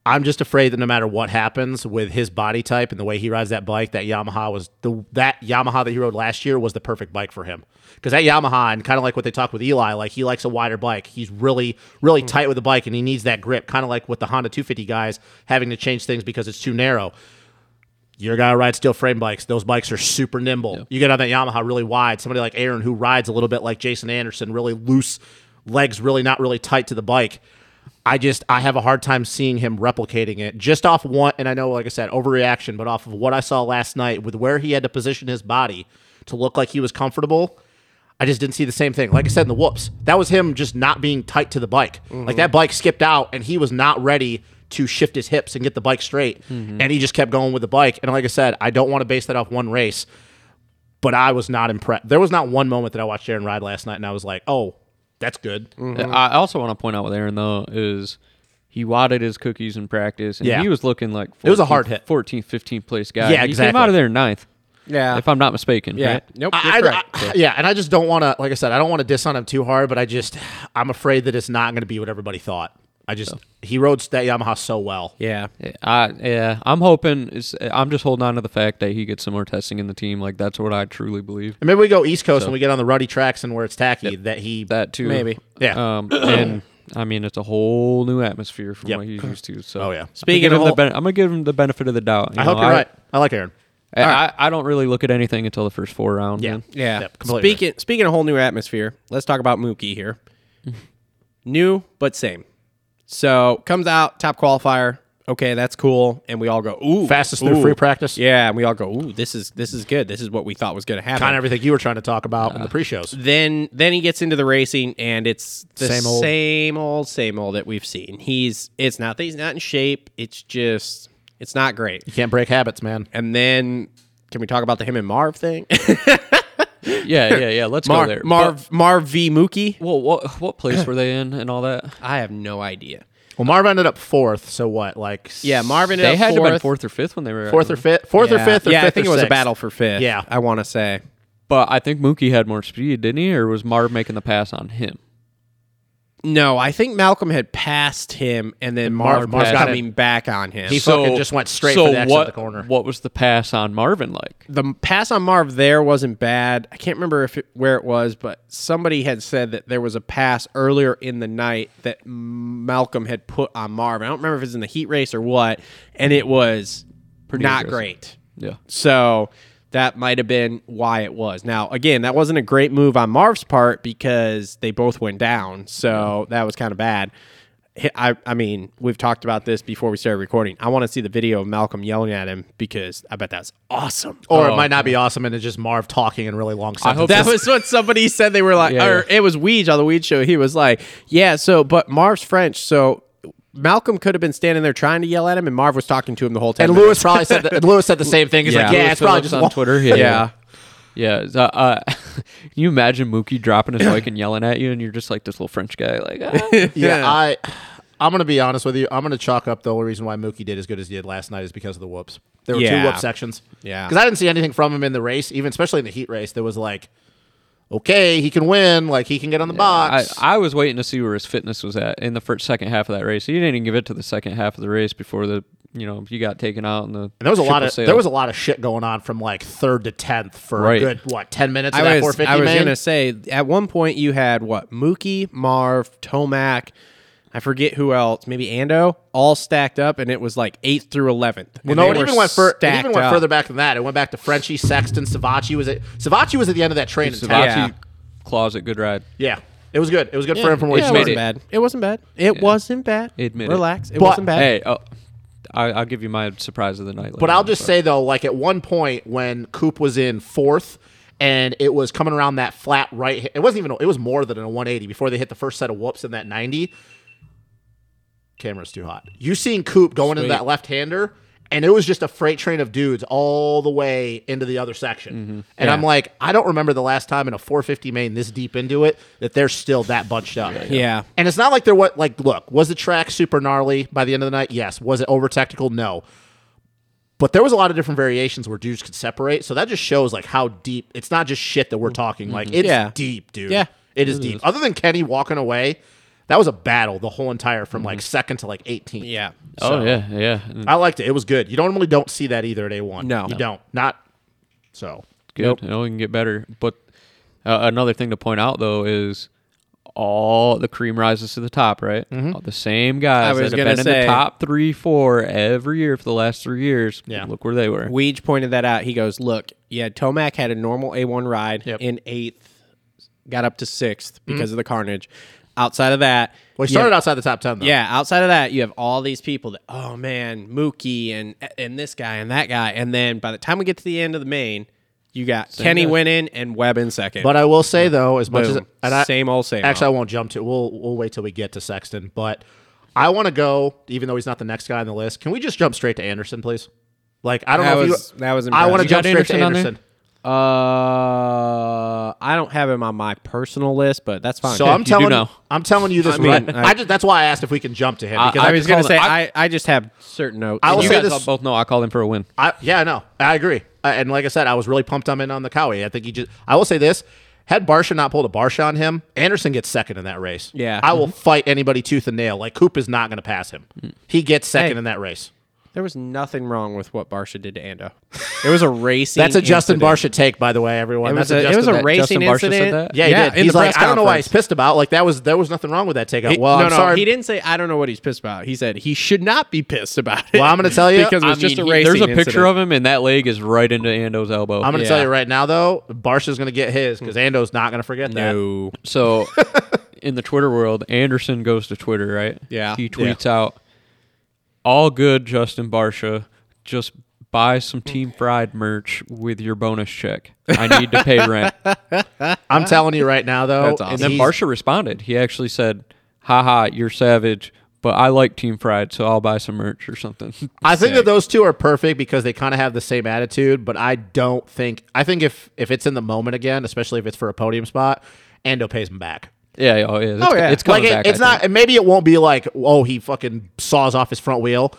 Speaker 3: I'm just afraid that no matter what happens with his body type and the way he rides that bike, that Yamaha was the that Yamaha that he rode last year was the perfect bike for him. Because that Yamaha, and kind of like what they talked with Eli, like he likes a wider bike. He's really, really tight with the bike and he needs that grip, kind of like with the Honda 250 guys having to change things because it's too narrow you're gonna ride steel frame bikes. Those bikes are super nimble. You get on that Yamaha really wide. Somebody like Aaron who rides a little bit like Jason Anderson, really loose legs, really not really tight to the bike. I just I have a hard time seeing him replicating it just off one. And I know, like I said, overreaction, but off of what I saw last night with where he had to position his body to look like he was comfortable. I just didn't see the same thing. Like I said in the whoops, that was him just not being tight to the bike.
Speaker 1: Mm-hmm.
Speaker 3: Like that bike skipped out and he was not ready to shift his hips and get the bike straight.
Speaker 1: Mm-hmm.
Speaker 3: And he just kept going with the bike. And like I said, I don't want to base that off one race, but I was not impressed. There was not one moment that I watched Aaron ride last night and I was like, oh, that's good.
Speaker 1: Mm-hmm.
Speaker 2: I I also want to point out with Aaron though is he wadded his cookies in practice, and
Speaker 3: Yeah.
Speaker 2: he was looking like 14th,
Speaker 3: It was a hard hit.
Speaker 2: 14th, 15th place guy.
Speaker 3: Yeah,
Speaker 2: He came
Speaker 3: exactly.
Speaker 2: out of there ninth,
Speaker 1: yeah,
Speaker 2: if I'm not mistaken.
Speaker 1: yeah.
Speaker 2: right?
Speaker 1: Nope,
Speaker 3: I,
Speaker 1: you're
Speaker 3: I-
Speaker 1: correct.
Speaker 3: I- yeah, and I just don't want to. Like I said, I don't want to diss on him too hard, but I just I'm afraid that it's not going to be what everybody thought. I just he rode that Yamaha so well.
Speaker 1: yeah.
Speaker 2: I yeah, I'm hoping. It's, I'm just holding on to the fact that he gets some more testing in the team. Like that's what I truly believe.
Speaker 3: And maybe we go East Coast and we get on the ruddy tracks and where it's tacky. That he
Speaker 2: That too,
Speaker 1: Maybe.
Speaker 3: Yeah.
Speaker 2: Um, <clears throat> and I mean, it's a whole new atmosphere from
Speaker 3: Yep.
Speaker 2: what he's used to. So,
Speaker 3: Oh, yeah.
Speaker 2: I'm gonna
Speaker 1: Speaking of
Speaker 2: give him
Speaker 1: whole-
Speaker 2: the ben- I'm gonna give him the benefit of the doubt. You
Speaker 3: I
Speaker 2: know,
Speaker 3: hope you're right. I like Aaron.
Speaker 2: I, I, I don't really look at anything until the first four rounds.
Speaker 3: Yeah.
Speaker 2: man.
Speaker 1: Yeah.
Speaker 3: Yep, completely right.
Speaker 1: speaking speaking of whole new atmosphere, let's talk about Mookie
Speaker 3: <laughs>
Speaker 1: here. new but same. So comes out top qualifier. Okay, that's cool, and we all go ooh
Speaker 3: Fastest
Speaker 1: ooh.
Speaker 3: through free practice.
Speaker 1: Yeah, and we all go ooh this is this is good. This is what we thought was going to happen.
Speaker 3: Kind of everything you were trying to talk about in the pre-shows.
Speaker 1: then then he gets into the racing and it's the same
Speaker 3: Same
Speaker 1: old
Speaker 3: old.
Speaker 1: same old, same old that we've seen. He's it's not that he's not in shape. It's just it's not great.
Speaker 3: You can't break habits, man.
Speaker 1: And then can we talk about the him and Marv thing?
Speaker 2: yeah, yeah, yeah. Let's go there.
Speaker 1: Marv <laughs> Marv Marv v Mookie.
Speaker 2: But- well, what what place were they in and all
Speaker 3: <clears throat>
Speaker 2: that?
Speaker 1: I have no idea.
Speaker 3: Well, Marv ended up fourth. So what? Like
Speaker 1: Yeah, Marvin
Speaker 2: They
Speaker 1: ended up
Speaker 2: had to
Speaker 1: fourth,
Speaker 2: have been fourth or fifth when they were
Speaker 3: fourth or fifth, fourth
Speaker 1: yeah.
Speaker 3: or fifth, or
Speaker 1: yeah,
Speaker 3: fifth
Speaker 1: I think
Speaker 3: or
Speaker 1: it was
Speaker 3: sixth.
Speaker 1: a battle for fifth.
Speaker 3: Yeah.
Speaker 1: I want to say.
Speaker 2: But I think Mookie had more speed, didn't he? Or was Marv making the pass on him?
Speaker 1: No, I think Malcolm had passed him, and then Marv,
Speaker 3: Marv
Speaker 1: was
Speaker 3: got
Speaker 1: coming back on him.
Speaker 3: He fucking just went straight
Speaker 2: so
Speaker 3: for the exit of
Speaker 2: what,
Speaker 3: the corner.
Speaker 2: What was the pass on Marvin like?
Speaker 1: the pass on Marv there wasn't bad. I can't remember if it, where it was, but somebody had said that there was a pass earlier in the night that Malcolm had put on Marv. I don't remember if it was in the heat race or what, and it was not
Speaker 2: aggressive.
Speaker 1: great.
Speaker 2: Yeah.
Speaker 1: So that might have been why it was. Now, again, that wasn't a great move on Marv's part because they both went down. So that was kind of bad. Hi- I, I mean, we've talked about this before we started recording. I want to see the video of Malcolm yelling at him because I bet that's awesome.
Speaker 3: or it might not be awesome, and it's just Marv talking in really long sentences.
Speaker 2: Oh, hope
Speaker 1: That was what somebody said. They were like,
Speaker 2: Yeah,
Speaker 1: or it was Weege on the Weege show. He was like, yeah, so, but Marv's French. So Malcolm could have been standing there trying to yell at him, and Marv was talking to him the whole
Speaker 3: <laughs>
Speaker 1: time.
Speaker 3: and Lewis probably said that, Lewis said the same thing. He's like, yeah,
Speaker 2: Louis
Speaker 3: it's probably
Speaker 2: Phillips
Speaker 3: just
Speaker 2: on
Speaker 3: long-
Speaker 2: Twitter. Yeah,
Speaker 1: Yeah.
Speaker 2: yeah. Yeah, so, uh, <laughs> can you imagine Mookie dropping his mic and yelling at you, and you're just like this little French guy, like,
Speaker 3: <laughs>
Speaker 2: ah.
Speaker 3: Yeah,
Speaker 1: Yeah.
Speaker 3: I, I'm gonna be honest with you. I'm gonna chalk up the only reason why Mookie did as good as he did last night is because of the whoops. There were
Speaker 1: Yeah.
Speaker 3: two whoop sections.
Speaker 1: Yeah.
Speaker 3: because I didn't see anything from him in the race, even especially in the heat race. There was like, okay, he can win. Like he can get on the
Speaker 2: I,
Speaker 3: box.
Speaker 2: I was waiting to see where his fitness was at in the first second half of that race. He didn't even give it to the second half of the race before the you know you got taken out in the.
Speaker 3: and there was a lot of there was a lot of shit going on from like third to tenth for a
Speaker 2: Right.
Speaker 3: good what ten minutes. of
Speaker 1: I
Speaker 3: that
Speaker 1: was,
Speaker 3: 450
Speaker 1: I was
Speaker 3: main?
Speaker 1: gonna say at one point you had what Mookie, Marv, Tomac, I forget who else, maybe Ando, all stacked up, and it was like eighth through eleventh.
Speaker 3: Well, no, it even went fur- it even went further back than that. It went back to Frenchie, Sexton, Savachi. Was it Savachi was at the end of that train? in
Speaker 2: Savachi
Speaker 3: town.
Speaker 1: Yeah.
Speaker 2: claws at good ride.
Speaker 3: Yeah, it was good. It was good for him from where
Speaker 1: yeah,
Speaker 3: he
Speaker 1: it
Speaker 3: started.
Speaker 1: wasn't bad. It wasn't bad. It wasn't bad.
Speaker 2: Admit it.
Speaker 1: Relax. It
Speaker 3: But-
Speaker 1: wasn't bad.
Speaker 2: Hey, oh, I, I'll give you my surprise of the night.
Speaker 3: But I'll just say though, like at one point when Coop was in fourth, and it was coming around that flat right. hit- It wasn't even. It was more than a 180 before they hit the first set of whoops in that 90. Camera's too hot. You seen Coop going into that left hander, and it was just a freight train of dudes all the way into the other section.
Speaker 1: Mm-hmm.
Speaker 3: And I'm like, I don't remember the last time in a 450 main this deep into it that they're still that bunched up.
Speaker 1: Yeah.
Speaker 3: And it's not like they're what like look, was the track super gnarly by the end of the night? Yes. Was it over tactical? No. But there was a lot of different variations where dudes could separate. So that just shows like how deep it's not just shit that we're talking. Like it's
Speaker 1: Mm-hmm. Yeah.
Speaker 3: deep, dude.
Speaker 1: Yeah.
Speaker 3: It is deep. Other than Kenny walking away, that was a battle the whole entire from like second to like 18.
Speaker 1: Mm-hmm. Yeah.
Speaker 2: Oh yeah, yeah. And
Speaker 3: I liked it. It was good. You normally don't see that either at A1.
Speaker 1: No.
Speaker 3: You
Speaker 1: No.
Speaker 3: don't. Not so.
Speaker 2: good. You know, we can get better. But uh, another thing to point out though is all the cream rises to the top, right? All the same guys
Speaker 1: Mm-hmm. I was
Speaker 2: that
Speaker 1: gonna
Speaker 2: have been in
Speaker 1: say-
Speaker 2: the top three, four every year for the last three years.
Speaker 3: Yeah.
Speaker 2: look where they were.
Speaker 1: Weege pointed that out. He goes, "Look, yeah, Tomac had a normal A1 ride
Speaker 3: Yep. Mm.
Speaker 1: in eighth, got up to sixth because of the carnage. Outside of that,
Speaker 3: Well, he
Speaker 1: you have
Speaker 3: started outside the top 10 though.
Speaker 1: Yeah, outside of that, you have all these people that oh man, Mookie and and this guy and that guy, and then by the time we get to the end of the main, you got Kenny
Speaker 2: guy.
Speaker 1: went in and Webb in second.
Speaker 3: But I will say though, as much as
Speaker 1: Boom. Same old, same
Speaker 3: Actually, I won't jump to. We'll we'll wait till we get to Sexton. But I want to go, even though he's not the next guy on the list. Can we just jump straight to Anderson, please? Like I don't
Speaker 1: That
Speaker 3: know.
Speaker 1: was-
Speaker 3: if you,
Speaker 1: that was
Speaker 3: I want
Speaker 1: impressive.
Speaker 3: to jump
Speaker 2: You got
Speaker 3: straight
Speaker 2: Anderson
Speaker 3: to
Speaker 2: on there?
Speaker 3: Anderson.
Speaker 1: uh, I don't have him on my personal list, but that's fine.
Speaker 3: So I'm
Speaker 2: do
Speaker 3: telling
Speaker 2: know.
Speaker 3: I'm telling you this.
Speaker 1: mean,
Speaker 3: right- I,
Speaker 1: I-
Speaker 3: just that's why I asked if we can jump to him because I,
Speaker 1: I was
Speaker 3: just
Speaker 1: gonna
Speaker 3: called
Speaker 1: say
Speaker 3: it- I,
Speaker 1: I, I just have certain notes.
Speaker 3: I will
Speaker 2: you
Speaker 3: say
Speaker 2: guys
Speaker 3: this-
Speaker 2: all both know I called him for a win.
Speaker 3: I, yeah, I know. I agree. Uh, and like I said, I was really pumped I'm in on the Cowie. I think he just. I will say this. Had Barsha not pulled a Barsha on him, Anderson gets second in that race.
Speaker 1: Yeah.
Speaker 3: I will fight anybody tooth and nail. Like Coop is not going to pass him. He gets second
Speaker 1: Hey.
Speaker 3: in that race.
Speaker 1: there was nothing wrong with what Barsha did to Ando. <laughs> It was a racing.
Speaker 3: That's a Justin
Speaker 1: incident.
Speaker 3: Barsha take, by the way, everyone.
Speaker 1: It was
Speaker 3: That's
Speaker 1: a, it was a
Speaker 3: Justin-
Speaker 1: racing
Speaker 2: Justin Barsha said
Speaker 1: incident.
Speaker 2: that?
Speaker 3: Yeah, he did.
Speaker 1: in
Speaker 3: he's
Speaker 1: the
Speaker 3: like,
Speaker 1: press
Speaker 3: I don't know why he's
Speaker 1: conference.
Speaker 3: pissed about. Like that was there was nothing wrong with that takeout.
Speaker 1: He-
Speaker 3: well,
Speaker 1: no,
Speaker 3: I'm
Speaker 1: no,
Speaker 3: sorry.
Speaker 1: he didn't say. I don't know what he's pissed about. He said he should not be pissed about it.
Speaker 3: Well, I'm gonna tell you,
Speaker 1: because it was
Speaker 2: I
Speaker 1: just
Speaker 2: mean,
Speaker 1: a
Speaker 2: he-
Speaker 1: racing.
Speaker 2: There's a picture of him, and that leg is right into Ando's elbow.
Speaker 3: I'm gonna
Speaker 1: Yeah. Hmm.
Speaker 3: tell you right now though, Barsha's gonna get his because Ando's not gonna forget that.
Speaker 1: No.
Speaker 2: So, <laughs> in the Twitter world, Anderson goes to Twitter, right?
Speaker 1: Yeah.
Speaker 2: He tweets out, "All good, Justin Barsha. Just buy some Team Fried merch with your bonus check. I need to pay
Speaker 3: <laughs>
Speaker 2: rent."
Speaker 3: I'm telling you right now though.
Speaker 1: That's awesome.
Speaker 2: and then
Speaker 3: he's-
Speaker 2: Barsha responded. He actually said, "Ha ha, you're savage." But I like Team Fried, so I'll buy some merch or something. <laughs>
Speaker 3: I think that those two are perfect because they kind of have the same attitude, but I don't think I think if if it's in the moment again, especially if it's for a podium spot, Ando pays him back.
Speaker 2: yeah, oh yeah, it's,
Speaker 1: yeah.
Speaker 2: it's coming
Speaker 3: like it-
Speaker 2: back.
Speaker 3: it's
Speaker 2: I
Speaker 3: not.
Speaker 2: think.
Speaker 3: and Maybe it won't be like, oh, he fucking saws off his front wheel,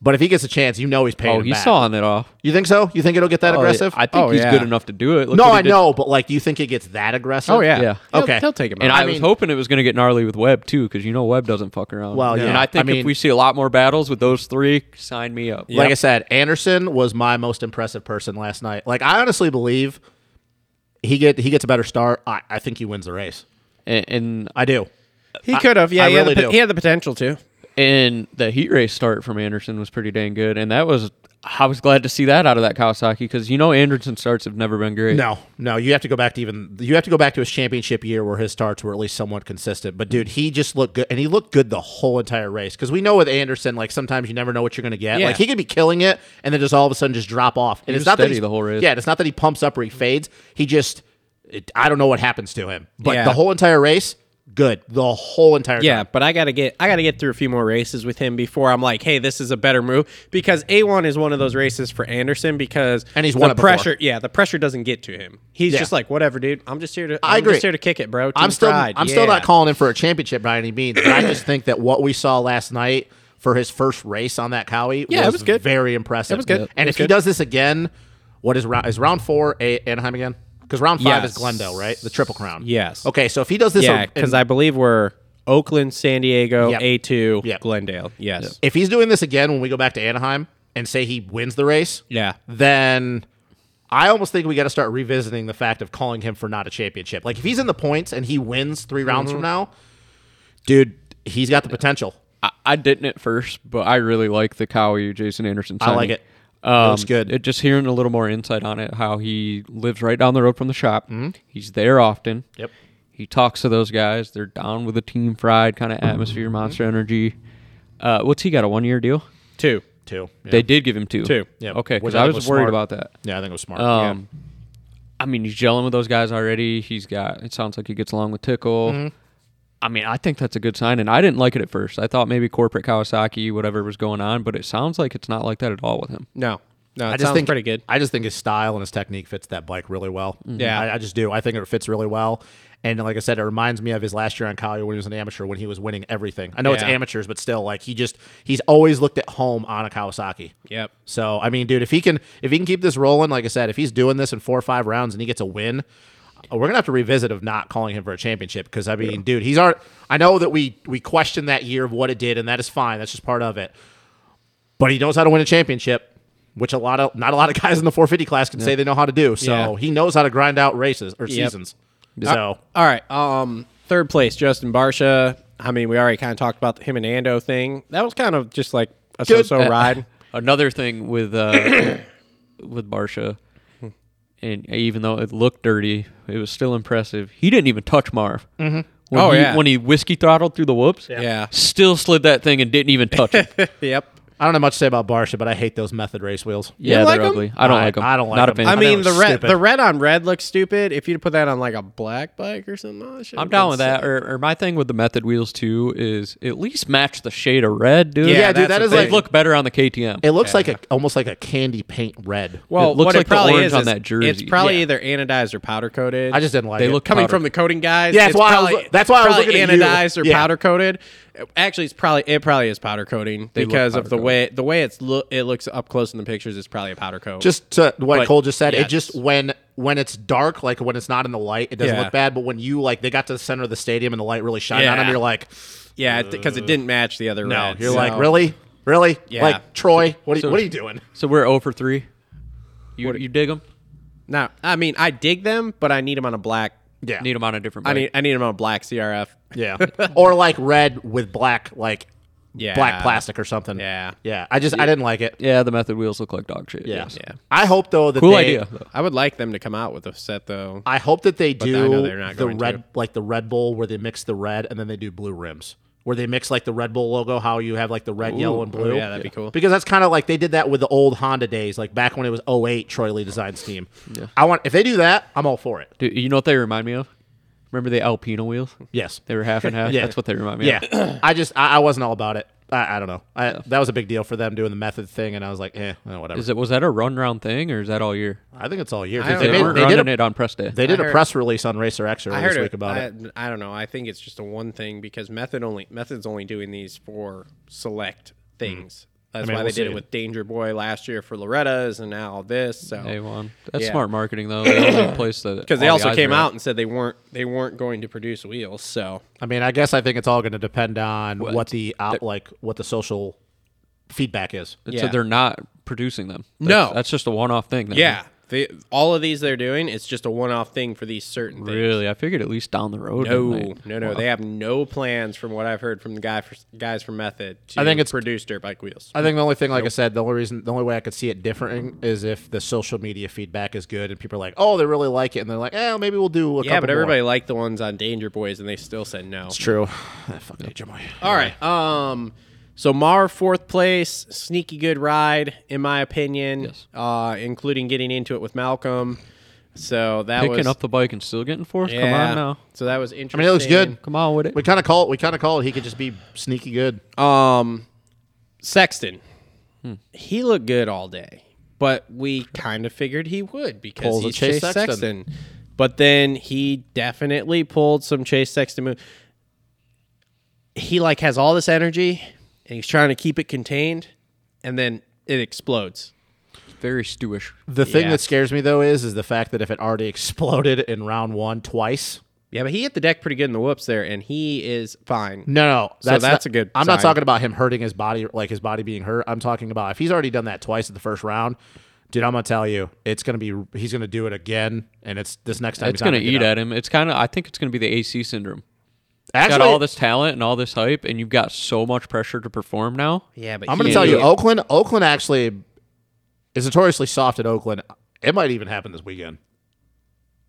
Speaker 3: But if he gets a chance, you know he's paying.
Speaker 2: Oh,
Speaker 3: him
Speaker 2: he's
Speaker 3: back.
Speaker 2: sawing it off.
Speaker 3: You think so? You think it'll get that aggressive? Oh.
Speaker 2: I think
Speaker 1: Oh,
Speaker 2: he's
Speaker 1: yeah.
Speaker 2: good enough to do it. Look
Speaker 3: no,
Speaker 2: what he
Speaker 3: I
Speaker 2: did-
Speaker 3: know, but like, do you think it gets that aggressive?
Speaker 1: Oh yeah,
Speaker 2: Yeah.
Speaker 1: He'll,
Speaker 3: Okay.
Speaker 1: he'll take him.
Speaker 2: And
Speaker 1: out.
Speaker 2: I,
Speaker 3: I
Speaker 2: was
Speaker 3: mean-
Speaker 2: hoping it was going to get gnarly with Webb too, because you know Webb doesn't fuck around.
Speaker 3: Well, yeah.
Speaker 2: And I think
Speaker 3: I mean-
Speaker 2: if we see a lot more battles with those three, sign me up.
Speaker 3: Like I said, Anderson was my most impressive person last night. Like, I honestly believe he get he gets a better start. I, I think he wins the race.
Speaker 2: And, and
Speaker 3: I do.
Speaker 1: he could have. Yeah,
Speaker 3: I
Speaker 1: he,
Speaker 3: really
Speaker 1: had the,
Speaker 3: do.
Speaker 1: po- he had the potential to.
Speaker 2: and the heat race start from Anderson was pretty dang good, and that was I was glad to see that out of that Kawasaki because you know Anderson starts have never been great.
Speaker 3: No, no, you have to go back to even you have to go back to his championship year where his starts were at least somewhat consistent. But dude, he just looked good, and he looked good the whole entire race because we know with Anderson, like sometimes you never know what you're going to get.
Speaker 1: Yeah.
Speaker 3: Like he could be killing it, and then just all of a sudden just drop off. And
Speaker 2: was
Speaker 3: it's not that
Speaker 2: steady
Speaker 3: he's-
Speaker 2: the whole race.
Speaker 3: Yeah, it's not that he pumps up or he fades. He just it, I don't know what happens to him, but
Speaker 1: Yeah.
Speaker 3: the whole entire race, good, the whole entire
Speaker 1: Yeah, but I gotta get I gotta get through a few more races with him before I'm like, hey, this is a better move because A one is one of those races for Anderson because
Speaker 3: And he's
Speaker 1: the
Speaker 3: won it before.
Speaker 1: pressure. Yeah, the pressure doesn't get to him. He's
Speaker 3: Yeah.
Speaker 1: just like, whatever, dude. I'm just here to I'm
Speaker 3: I agree.
Speaker 1: just here to kick it, bro. Team
Speaker 3: I'm still
Speaker 1: pride.
Speaker 3: I'm still
Speaker 1: Yeah.
Speaker 3: not calling him for a championship by any means. But I just think that what we saw last night for his first race on that Cowie
Speaker 1: Yeah, it
Speaker 3: was,
Speaker 1: was good.
Speaker 3: very impressive.
Speaker 1: It was good. It
Speaker 3: And
Speaker 1: was
Speaker 3: if he
Speaker 1: good.
Speaker 3: does this again, what is round is round four a- Anaheim again? Because round five
Speaker 1: Yes.
Speaker 3: is Glendale, right? The triple crown.
Speaker 1: Yes.
Speaker 3: Okay, so if he does this,
Speaker 1: Yeah,
Speaker 3: and
Speaker 1: because I believe we're Oakland, San Diego,
Speaker 3: Yep.
Speaker 1: A two,
Speaker 3: Yep.
Speaker 1: Glendale. Yes.
Speaker 3: if he's doing this again when we go back to Anaheim and say he wins the race,
Speaker 1: Yeah.
Speaker 3: then I almost think we got to start revisiting the fact of calling him for not a championship. Like if he's in the points and he wins three rounds from
Speaker 2: Mm-hmm.
Speaker 3: now, dude, he's got the potential.
Speaker 2: I, I didn't at first, but I really like the Cowie Jason Anderson.
Speaker 3: I like
Speaker 2: signing.
Speaker 3: it.
Speaker 2: Um,
Speaker 3: looks good.
Speaker 2: It, just hearing a little more insight on it, how he lives right down the road from the shop. He's there often.
Speaker 3: Mm-hmm. Yep.
Speaker 2: He talks to those guys. They're down with the team fried kind of atmosphere,
Speaker 3: Mm-hmm.
Speaker 2: monster energy. Uh, what's he got? A one year deal?
Speaker 1: Two.
Speaker 3: Two. Yeah.
Speaker 2: They did give him two.
Speaker 1: Two.
Speaker 3: Yep.
Speaker 2: Okay.
Speaker 3: Which
Speaker 2: Because
Speaker 3: I
Speaker 2: I
Speaker 3: think
Speaker 2: was,
Speaker 3: was
Speaker 2: worried
Speaker 3: smart.
Speaker 2: about that.
Speaker 3: yeah, I think it was smart.
Speaker 2: Um, I mean, he's gelling with those guys already. He's got. It sounds like he gets along with Tickle.
Speaker 3: Mm-hmm.
Speaker 2: I mean, I think that's a good sign, and I didn't like it at first. I thought maybe corporate Kawasaki, whatever was going on, but it sounds like it's not like that at all with him.
Speaker 1: No. No, it
Speaker 3: I just
Speaker 1: sounds
Speaker 3: think
Speaker 1: pretty good. Mm-hmm.
Speaker 3: I just think his style and his technique fits that bike really well.
Speaker 1: Yeah.
Speaker 3: I, I just do. I think it fits really well. And like I said, it reminds me of his last year on Collier when he was an amateur when he was winning everything. I know it's
Speaker 1: Yeah.
Speaker 3: amateurs, but still, like he just he's always looked at home on a Kawasaki.
Speaker 1: Yep.
Speaker 3: So I mean, dude, if he can if he can keep this rolling, like I said, if he's doing this in four or five rounds and he gets a win, uh, we're gonna have to revisit of not calling him for a championship because I mean, dude, he's our. I know that we we questioned that year of what it did, and that is fine. That's just part of it. But he knows how to win a championship, which a lot of not a lot of <laughs> guys in the 450 class can say they know how to do. So
Speaker 1: Yeah.
Speaker 3: he knows how to grind out races or seasons. So
Speaker 1: All right. Um, third place, Justin Barsha. I mean, we already kind of talked about the him and Ando thing. That was kind of just like a so-so <laughs>
Speaker 3: <laughs>
Speaker 1: ride.
Speaker 2: Another thing with uh, <coughs> with Barsha, and even though it looked dirty, it was still impressive. He didn't even touch Marv. Mm-hmm. When
Speaker 1: Oh,
Speaker 2: he,
Speaker 1: yeah.
Speaker 2: when he whiskey throttled through the whoops,
Speaker 1: Yeah.
Speaker 2: still slid that thing and didn't even touch it.
Speaker 1: <laughs> Yep.
Speaker 3: I don't have much to say about Barsha, but I hate those method race wheels.
Speaker 2: yeah, they're
Speaker 1: like 'em?
Speaker 2: ugly. I don't
Speaker 3: I-
Speaker 2: like them.
Speaker 3: I don't like
Speaker 2: Not
Speaker 3: 'em.
Speaker 2: a fan.
Speaker 1: I
Speaker 3: that
Speaker 1: mean,
Speaker 3: was
Speaker 1: the red
Speaker 3: stupid.
Speaker 1: the red on red looks stupid. If you'd put that on like a black bike or something, oh, shit,
Speaker 2: I'm down with
Speaker 1: that's
Speaker 2: that. Or, or my thing with the method wheels too is at least match the shade of red, dude.
Speaker 1: Yeah,
Speaker 3: Yeah, dude,
Speaker 1: that's
Speaker 3: that
Speaker 1: the
Speaker 3: is
Speaker 2: they
Speaker 1: thing.
Speaker 3: like
Speaker 2: look better on the KTM.
Speaker 3: It looks like a almost like a candy paint red.
Speaker 1: Well,
Speaker 2: it looks
Speaker 1: what
Speaker 2: like
Speaker 1: it
Speaker 2: the
Speaker 1: probably
Speaker 2: orange
Speaker 1: is
Speaker 2: on
Speaker 1: is
Speaker 2: that
Speaker 1: It's
Speaker 2: jersey.
Speaker 1: probably
Speaker 2: Yeah.
Speaker 1: either anodized or powder coated.
Speaker 3: I just didn't like
Speaker 2: They
Speaker 3: it.
Speaker 2: look
Speaker 1: coming
Speaker 2: powder.
Speaker 1: from the coating guys.
Speaker 3: Yeah, that's
Speaker 1: it's
Speaker 3: why I was-
Speaker 1: probably,
Speaker 3: that's why I was
Speaker 1: probably
Speaker 3: looking at you.
Speaker 1: anodized or
Speaker 3: Yeah.
Speaker 1: powder coated. Actually, it's probably it probably is powder coating
Speaker 2: look
Speaker 1: because of
Speaker 2: powder
Speaker 1: the
Speaker 2: coated.
Speaker 1: way the way it's look it looks up close in the pictures. It's probably a powder coat.
Speaker 3: just to what
Speaker 1: But,
Speaker 3: Cole just said,
Speaker 1: yes.
Speaker 3: it just when when it's dark, like when it's not in the light, it doesn't
Speaker 1: Yeah.
Speaker 3: look bad. But when you like they got to the center of the stadium and the light really shined on
Speaker 1: Yeah.
Speaker 3: them, you're like,
Speaker 1: yeah, because it didn't match the other.
Speaker 3: no,
Speaker 1: reds,
Speaker 3: you're
Speaker 1: so-
Speaker 3: like really, really,
Speaker 1: Yeah.
Speaker 3: like Troy, what are, you
Speaker 2: so-
Speaker 3: what are you doing?
Speaker 2: so we're 0 for three. You you dig them?
Speaker 1: No, I mean I dig them, but I need them on a black.
Speaker 3: Yeah,
Speaker 2: Need them on a different.
Speaker 1: I
Speaker 2: bike.
Speaker 1: need I need them on a black CRF.
Speaker 3: yeah,
Speaker 1: <laughs>
Speaker 3: or like red with black, like
Speaker 1: Yeah.
Speaker 3: black plastic or something.
Speaker 1: Yeah.
Speaker 3: yeah. I just I didn't like it.
Speaker 2: Yeah, the method wheels look like dog shit.
Speaker 3: Yeah,
Speaker 2: yes.
Speaker 1: Yeah.
Speaker 3: I hope though that
Speaker 2: Cool
Speaker 3: they,
Speaker 2: idea. though.
Speaker 1: I would like them to come out with a set though.
Speaker 3: I hope that they
Speaker 1: I know
Speaker 3: do
Speaker 1: they're not
Speaker 3: the
Speaker 1: going
Speaker 3: red
Speaker 1: to.
Speaker 3: like the Red Bull where they mix the red and then they do blue rims. Where they mix like the Red Bull logo, how you have like the red, yellow, and blue.
Speaker 1: Oh, yeah, that'd be cool.
Speaker 3: Because that's kind of like they did that with the old Honda days, like back when it was 08 Troy Lee Designs team. I want if they do that, I'm all for it.
Speaker 2: Do you know what they remind me of? Remember the Alpina wheels?
Speaker 3: Yes.
Speaker 2: They were half and half.
Speaker 3: Yeah.
Speaker 2: That's what they remind me
Speaker 3: Yeah.
Speaker 2: of.
Speaker 3: I just I, I wasn't all about it. I, I don't know. I, that was a big deal for them doing the method thing, and I was like, eh, eh, whatever.
Speaker 2: Is it was that a run round thing or is that all year?
Speaker 3: I think it's all year.
Speaker 1: I
Speaker 3: They,
Speaker 1: don't
Speaker 2: They
Speaker 1: know.
Speaker 3: made-
Speaker 2: weren't
Speaker 3: they did
Speaker 2: running
Speaker 3: a,
Speaker 2: it on press day.
Speaker 3: they did
Speaker 1: I
Speaker 3: a
Speaker 1: heard-
Speaker 3: press release on Racer X earlier this week about
Speaker 1: I,
Speaker 3: it.
Speaker 1: I don't know. I think
Speaker 3: Mm.
Speaker 1: it's just a one thing because method only methods only doing these for select things. That's
Speaker 4: I mean,
Speaker 1: why they
Speaker 4: we'll
Speaker 1: did
Speaker 4: see.
Speaker 1: it with Danger Boy last year for Loretta's, and now this. So
Speaker 2: A one. That's
Speaker 1: Yeah.
Speaker 2: smart marketing though. They only place that
Speaker 1: because they
Speaker 2: all the
Speaker 1: also
Speaker 2: eyes
Speaker 1: came
Speaker 2: are at.
Speaker 1: out and said they weren't they weren't going to produce wheels. So
Speaker 3: I mean, I guess I think it's all going to depend on what,
Speaker 2: What-
Speaker 3: the out, like what the social feedback is.
Speaker 2: It
Speaker 1: Yeah.
Speaker 2: said they're not producing them.
Speaker 1: No.
Speaker 2: That's- that's just a one-off thing. then.
Speaker 1: yeah, they, all of these they're doing it's just a one off thing for these certain things.
Speaker 2: Really, I figured at least down the road. they
Speaker 1: No,
Speaker 2: might.
Speaker 1: no, no. They have no plans, from what I've heard from the guy for, guys from Method. To
Speaker 3: I think it's-
Speaker 1: produce dirt bike wheels.
Speaker 3: I think the only thing, like I said, the only reason, the only way I could see it differing is if the social media feedback is good and people are like, "Oh, they really like it," and they're like, "Eh, maybe we'll do a
Speaker 1: Yeah,
Speaker 3: couple
Speaker 1: but everybody liked the ones on Danger Boys, and they still said no.
Speaker 3: It's true. Uh, I fucking hate your boy.
Speaker 1: All right. Um. So Mar fourth place, sneaky good ride in my opinion.
Speaker 2: Yes.
Speaker 1: Uh, including getting into it with Malcolm. So that
Speaker 2: Picking
Speaker 1: was
Speaker 2: up the bike and still getting fourth.
Speaker 1: yeah.
Speaker 2: Come on now.
Speaker 1: So that was interesting.
Speaker 3: mean, it looks good.
Speaker 2: Come on with it.
Speaker 3: We kind of call it. We kind of call it. He could just be sneaky good.
Speaker 1: Um, Sexton,
Speaker 3: Hmm.
Speaker 1: he looked good all day, but we kind of figured he would because
Speaker 3: Pulls a
Speaker 1: he's Chase,
Speaker 3: Chase Sexton.
Speaker 1: Sexton. But then he definitely pulled some Chase Sexton move. He like has all this energy, and he's trying to keep it contained, and then it explodes.
Speaker 2: Very stewish.
Speaker 3: The thing
Speaker 1: Yeah.
Speaker 3: that scares me though is is the fact that if it already <laughs> exploded in round one twice.
Speaker 1: Yeah, but he hit the deck pretty good in the whoops there, and he is fine.
Speaker 3: No, no,
Speaker 1: So that's a good
Speaker 3: I'm not
Speaker 1: sign.
Speaker 3: talking about him hurting his body, like his body being hurt. I'm talking about if he's already done that twice in the first round, dude. I'm gonna tell you, it's gonna be he's gonna do it again, and it's this next time.
Speaker 2: It's
Speaker 3: he's not
Speaker 2: gonna
Speaker 3: get
Speaker 2: eat
Speaker 3: up.
Speaker 2: at him. It's kind of. I think it's gonna be the AC syndrome.
Speaker 3: Actually,
Speaker 2: got all this talent and all this hype, and you've got so much pressure to perform now.
Speaker 1: Yeah, but
Speaker 3: I'm gonna
Speaker 1: he-
Speaker 3: tell you, Oakland, Oakland actually is notoriously soft at Oakland. It might even happen this weekend,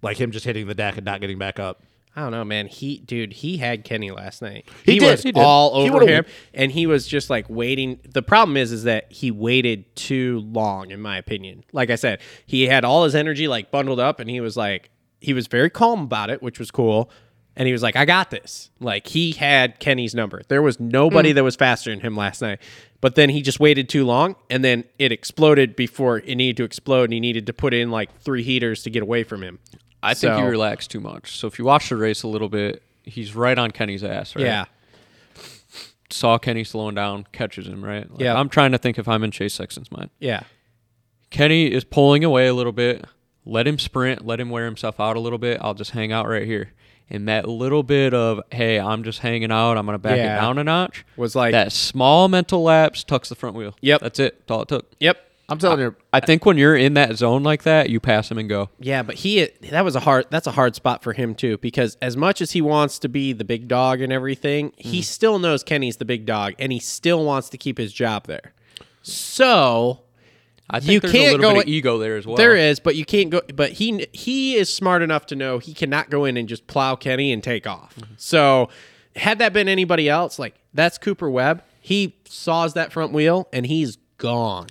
Speaker 3: like him just hitting the deck and not getting back up.
Speaker 1: I don't know, man. He, dude, he had Kenny last night.
Speaker 3: He did.
Speaker 1: was
Speaker 3: He did.
Speaker 1: all
Speaker 3: He
Speaker 1: over
Speaker 3: would've-
Speaker 1: him, and he was just like waiting. The problem is, is that he waited too long, in my opinion. Like I said, he had all his energy like bundled up, and he was like, he was very calm about it, which was cool. And he was like, "I got this." Like he had Kenny's number. There was nobody
Speaker 3: Mm.
Speaker 1: that was faster than him last night. But then he just waited too long, and then it exploded before it needed to explode, and he needed to put in like three heaters to get away from him.
Speaker 2: I think
Speaker 1: So-
Speaker 2: you relax too much. So if you watch the race a little bit, he's right on Kenny's ass. Right?
Speaker 1: Yeah.
Speaker 2: Saw Kenny slowing down, catches him. Right. Like,
Speaker 1: Yeah.
Speaker 2: I'm trying to think if I'm in Chase Sexton's mind.
Speaker 1: Yeah.
Speaker 2: Kenny is pulling away a little bit. Let him sprint. Let him wear himself out a little bit. I'll just hang out right here. And that little bit of hey, I'm just hanging out. I'm gonna back
Speaker 1: Yeah.
Speaker 2: it down a notch.
Speaker 1: Was like-
Speaker 2: that small mental lapse tucks the front wheel.
Speaker 1: Yep.
Speaker 2: that's it. That's all it took.
Speaker 1: Yep.
Speaker 3: I'm telling you,
Speaker 2: I think when you're in that zone like that, you pass him and go.
Speaker 1: Yeah, but he that was a hard that's a hard spot for him too because as much as he wants to be the big dog and everything, he still knows Kenny's the big dog and he still wants to keep his job there. So
Speaker 2: I think
Speaker 1: You
Speaker 2: there's
Speaker 1: can't
Speaker 2: a little
Speaker 1: go-
Speaker 2: bit of ego there as well.
Speaker 1: there is, but you can't go. But he he is smart enough to know he cannot go in and just plow Kenny and take off. So had that been anybody else, like that's Cooper Webb, he saws that front wheel and he's gone.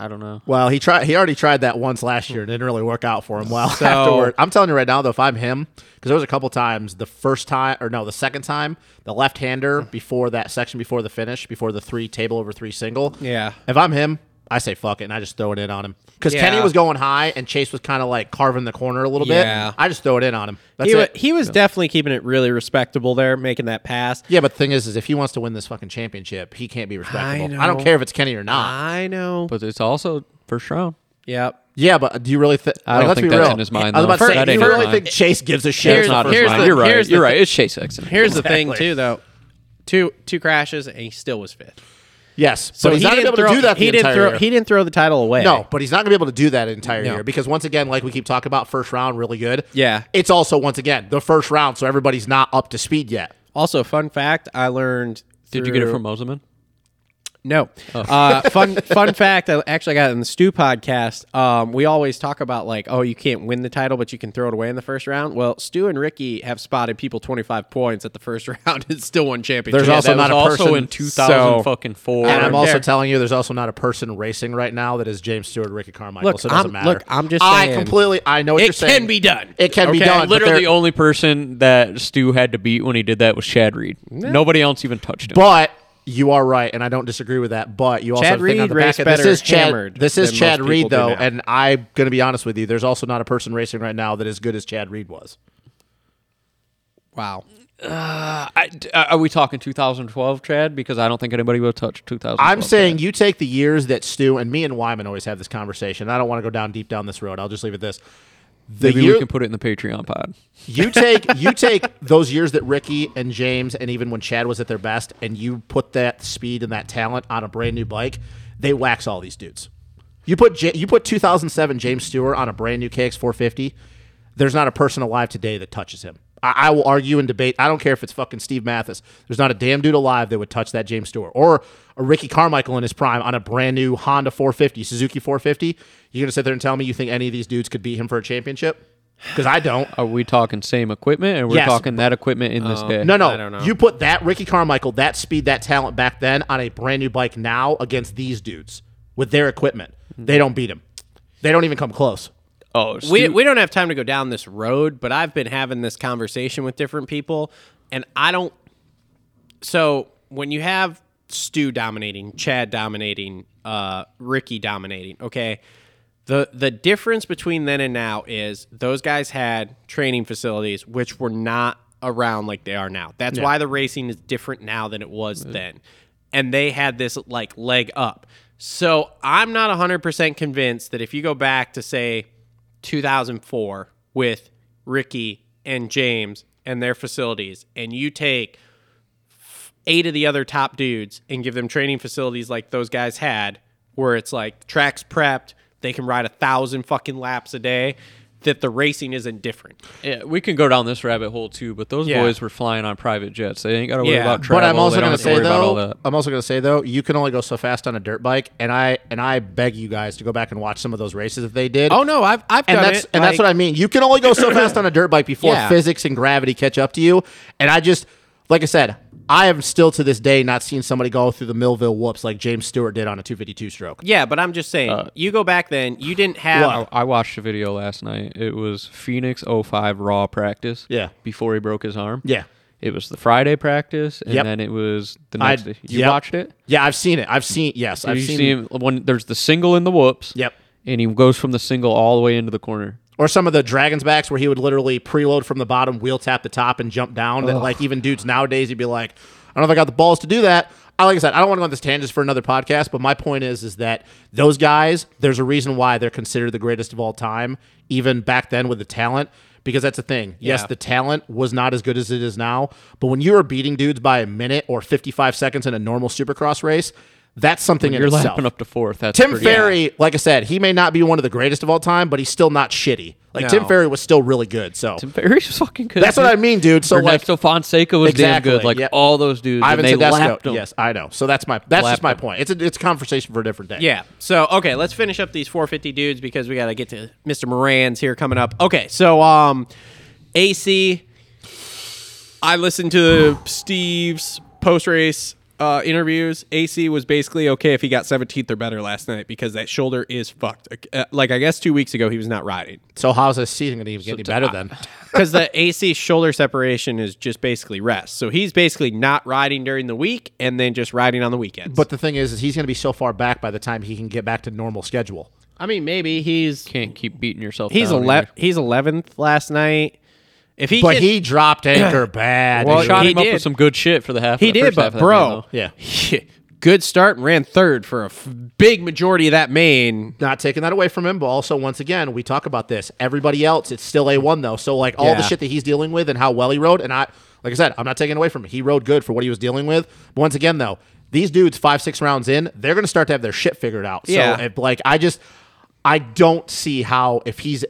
Speaker 2: I don't know.
Speaker 3: well, he tried. He already tried that once last year. and didn't really work out for him well. <laughs> afterward, I'm telling you right now, though, if I'm him, because there was a couple times, the first time or no, the second time, the left-hander before that section, before the finish, before the three table over three single.
Speaker 1: Yeah.
Speaker 3: If I'm him, I say fuck it, and I just throw it in on him because
Speaker 1: Yeah.
Speaker 3: Kenny was going high and Chase was kind of like carving the corner a little
Speaker 1: Yeah.
Speaker 3: bit. I just throw it in on him. That's
Speaker 1: He, wa-
Speaker 3: it.
Speaker 1: he was definitely keeping it really respectable there, making that pass.
Speaker 3: yeah, but the thing is, is if he wants to win this fucking championship, he can't be respectable. I,
Speaker 1: know.
Speaker 3: don't care if it's Kenny or not.
Speaker 1: I know.
Speaker 2: But it's also first round.
Speaker 1: yep.
Speaker 3: yeah, but do you really think?
Speaker 2: I don't think that's in his mind,
Speaker 3: I was
Speaker 2: though.
Speaker 3: about to say,
Speaker 2: That
Speaker 3: do you
Speaker 2: ain't
Speaker 3: really
Speaker 2: his
Speaker 3: think
Speaker 2: mind.
Speaker 3: Chase gives a shit?
Speaker 1: Here's
Speaker 3: It's not
Speaker 1: the-
Speaker 3: his
Speaker 1: here's
Speaker 3: mind.
Speaker 1: the-
Speaker 2: You're right.
Speaker 1: here's
Speaker 2: You're
Speaker 1: the
Speaker 2: right.
Speaker 1: thi-
Speaker 2: It's Chase Exon.
Speaker 1: Here's the
Speaker 3: Exactly.
Speaker 1: thing too, though. Two two crashes and he still was fifth.
Speaker 3: Yes, so but he's not gonna be able
Speaker 1: throw,
Speaker 3: to do that. The
Speaker 1: he didn't
Speaker 3: entire
Speaker 1: throw.
Speaker 3: year.
Speaker 1: He didn't throw the title away.
Speaker 3: no, but he's not gonna be able to do that entire
Speaker 1: No.
Speaker 3: year because once again, like we keep talking about, first round really good.
Speaker 1: Yeah.
Speaker 3: it's also once again the first round, so everybody's not up to speed yet.
Speaker 1: Also, fun fact I learned.
Speaker 2: Did you get it
Speaker 1: through-
Speaker 2: from Moseman?
Speaker 1: No.
Speaker 3: Oh.
Speaker 1: Uh, fun fun fact. I actually got it in the Stew podcast. Um, we always talk about like, oh, you can't win the title, but you can throw it away in the first round. Well, Stu and Ricky have spotted people twenty five points at the first <laughs> round and still won championship.
Speaker 3: There's
Speaker 2: that
Speaker 3: also not
Speaker 2: was also
Speaker 3: a person-
Speaker 2: in 2000 fucking four.
Speaker 3: And I'm
Speaker 1: don't
Speaker 3: also
Speaker 1: care.
Speaker 3: telling you, there's also not a person racing right now that is James Stewart, Ricky Carmichael.
Speaker 1: Look,
Speaker 3: so it doesn't
Speaker 1: I'm-
Speaker 3: matter.
Speaker 1: look, I'm just
Speaker 3: I
Speaker 1: saying,
Speaker 3: completely. I know what
Speaker 1: it
Speaker 3: you're saying.
Speaker 1: can be done.
Speaker 3: It can be
Speaker 1: Okay?
Speaker 3: done. but
Speaker 2: Literally,
Speaker 3: there-
Speaker 2: the only person that Stu had to beat when he did that was Shad Reed. Nobody else even touched him.
Speaker 3: But you are right, and I don't disagree with that. But you also
Speaker 1: Chad
Speaker 3: have to think on
Speaker 1: Reed
Speaker 3: the back
Speaker 1: raced
Speaker 3: end, this
Speaker 1: better
Speaker 3: is Chad.
Speaker 1: hammered
Speaker 3: This is
Speaker 1: than
Speaker 3: Chad
Speaker 1: most
Speaker 3: Reed
Speaker 1: people do
Speaker 3: though,
Speaker 1: now.
Speaker 3: and I'm going to be honest with you. There's also not a person racing right now that is good as Chad Reed was.
Speaker 1: Wow.
Speaker 2: Uh, I, d- are we talking 2012, Chad? Because I don't think anybody will touch 2012.
Speaker 3: I'm saying
Speaker 2: Chad.
Speaker 3: you take the years that Stu and me and Wyman always have this conversation. I don't want to go down deep down this road. I'll just leave it this. The
Speaker 2: maybe
Speaker 3: year,
Speaker 2: we can put it in the Patreon pod.
Speaker 3: you take you take those years that Ricky and James and even when Chad was at their best, and you put that speed and that talent on a brand new bike, they wax all these dudes. You put J- you put 2007 James Stewart on a brand new KX 450. There's not a person alive today that touches him. I, I will argue and debate. I don't care if it's fucking Steve Mathis. There's not a damn dude alive that would touch that James Stewart or a Ricky Carmichael in his prime on a brand new Honda 450, Suzuki 450. You're gonna sit there and tell me you think any of these dudes could beat him for a championship? Because I don't.
Speaker 2: Are we talking same equipment, and we're
Speaker 3: Yes. Oh.
Speaker 2: talking that equipment in this day?
Speaker 3: No, no.
Speaker 1: I don't know.
Speaker 3: You put that Ricky Carmichael, that speed, that talent back then on a brand new bike now against these dudes with their equipment. They don't beat him. They don't even come close.
Speaker 2: Oh,
Speaker 1: we, we don't have time to go down this road, but I've been having this conversation with different people, and I don't. So when you have Stu dominating, Chad dominating, uh, Ricky dominating, okay, the the difference between then and now is those guys had training facilities which were not around like they are now. That's why the racing is different now than it was then. And they had this like leg up. So I'm not 100% convinced that if you go back to say 2004 with Ricky and James and their facilities and you take eight of the other top dudes and give them training facilities like those guys had, where it's like tracks prepped, they can ride a thousand fucking laps a day, that the racing isn't different.
Speaker 2: Yeah, we can go down this rabbit hole too, but those
Speaker 1: Yeah.
Speaker 2: boys were flying on private jets. They ain't got to worry
Speaker 1: Yeah.
Speaker 2: about
Speaker 1: But
Speaker 2: travel.
Speaker 3: but I'm also
Speaker 2: They don't
Speaker 3: going to
Speaker 2: have
Speaker 3: say
Speaker 2: worry about all
Speaker 3: though,
Speaker 2: that.
Speaker 3: I'm also going to say though, you can only go so fast on a dirt bike, and I and I beg you guys to go back and watch some of those races that they did.
Speaker 1: Oh no, I've I've
Speaker 3: and
Speaker 1: done
Speaker 3: that's
Speaker 1: it.
Speaker 3: and that's what I mean. You can only go so fast on a dirt bike before
Speaker 1: Yeah.
Speaker 3: physics and gravity catch up to you. And I just, like I said, I have still to this day not seen somebody go through the Millville whoops like James Stewart did on a 252 stroke.
Speaker 1: yeah, but I'm just saying, you go back then, you didn't have.
Speaker 2: I, I watched a video last night. It was Phoenix 05 Raw practice.
Speaker 3: Yeah.
Speaker 2: Before he broke his arm.
Speaker 3: Yeah.
Speaker 2: It was the Friday practice, and
Speaker 3: Yep.
Speaker 2: then it was the
Speaker 3: I-
Speaker 2: next day. You
Speaker 3: yep.
Speaker 2: watched it?
Speaker 3: Yeah, I've seen it. I've seen yes,
Speaker 2: Did
Speaker 3: I've
Speaker 2: you
Speaker 3: seen,
Speaker 2: see him when there's the single in the whoops?
Speaker 3: Yep.
Speaker 2: And he goes from the single all the way into the corner.
Speaker 3: or some of the dragons backs where he would literally preload from the bottom, wheel tap the top, and jump down. That like even dudes nowadays, you'd be like, I don't know if I got the balls to do that. I like I said, I don't want to go on this tangent for another podcast, but my point is, is that those guys, there's a reason why they're considered the greatest of all time, even back then with the talent. Because that's the thing. Yes,
Speaker 1: Yeah.
Speaker 3: the talent was not as good as it is now, but when you are beating dudes by a minute or 55 seconds in a normal supercross race, that's something in
Speaker 2: You're
Speaker 3: itself.
Speaker 2: lapping up to fourth. That's
Speaker 3: Tim
Speaker 2: pretty-
Speaker 3: Ferry, like I said, he may not be one of the greatest of all time, but he's still not shitty. Like Tim Ferry was still really good. So
Speaker 2: Tim Ferry's fucking good.
Speaker 3: that's what I mean, dude. So like
Speaker 2: Ernesto Fonseca was
Speaker 3: Exactly,
Speaker 2: damn good. Like
Speaker 3: yep.
Speaker 2: all those dudes. and
Speaker 3: Ivan
Speaker 2: they
Speaker 3: Tedesco.
Speaker 2: lapped them.
Speaker 3: Yes, I know. So that's my that's
Speaker 2: Lapped
Speaker 3: just my
Speaker 2: him.
Speaker 3: point. It's a it's a conversation for a different day.
Speaker 1: Yeah. So okay, let's finish up these 450 dudes because we got to get to Mr. Moran's here coming up. Okay, so um, AC, I listened to Steve's post race uh, interviews. AC was basically okay if he got 17th or better last night because that shoulder is fucked. Uh, like I guess two weeks ago he was not riding
Speaker 3: So how's this season gonna even get any better then?
Speaker 1: because the AC shoulder separation is just basically rest. So he's basically not riding during the week and then just riding on the weekends.
Speaker 3: But the thing is, is he's gonna be so far back by the time he can get back to normal schedule.
Speaker 1: I mean, maybe he's
Speaker 2: Can't keep beating yourself.
Speaker 1: He's
Speaker 2: down
Speaker 1: ele-
Speaker 2: either.
Speaker 1: he's eleventh last night. If he
Speaker 3: But
Speaker 1: can-
Speaker 3: he dropped anchor bad.
Speaker 2: Well,
Speaker 3: dude.
Speaker 2: shot
Speaker 1: he
Speaker 2: him up
Speaker 1: did.
Speaker 2: with some good shit for the half.
Speaker 1: he
Speaker 2: the
Speaker 1: did,
Speaker 2: first half
Speaker 1: but
Speaker 2: of that
Speaker 1: bro,
Speaker 2: game,
Speaker 3: Yeah.
Speaker 1: <laughs> good start and ran third for a f- big majority of that main.
Speaker 3: not taking that away from him, but also once again, we talk about this. Everybody else, it's still a one though. So like all the
Speaker 1: Yeah.
Speaker 3: shit that he's dealing with and how well he rode, and I like I said, I'm not taking it away from him. He rode good for what he was dealing with. But once again though, these dudes five, six rounds in, they're gonna start to have their shit figured out.
Speaker 1: Yeah.
Speaker 3: So if, like I just I don't see how if he's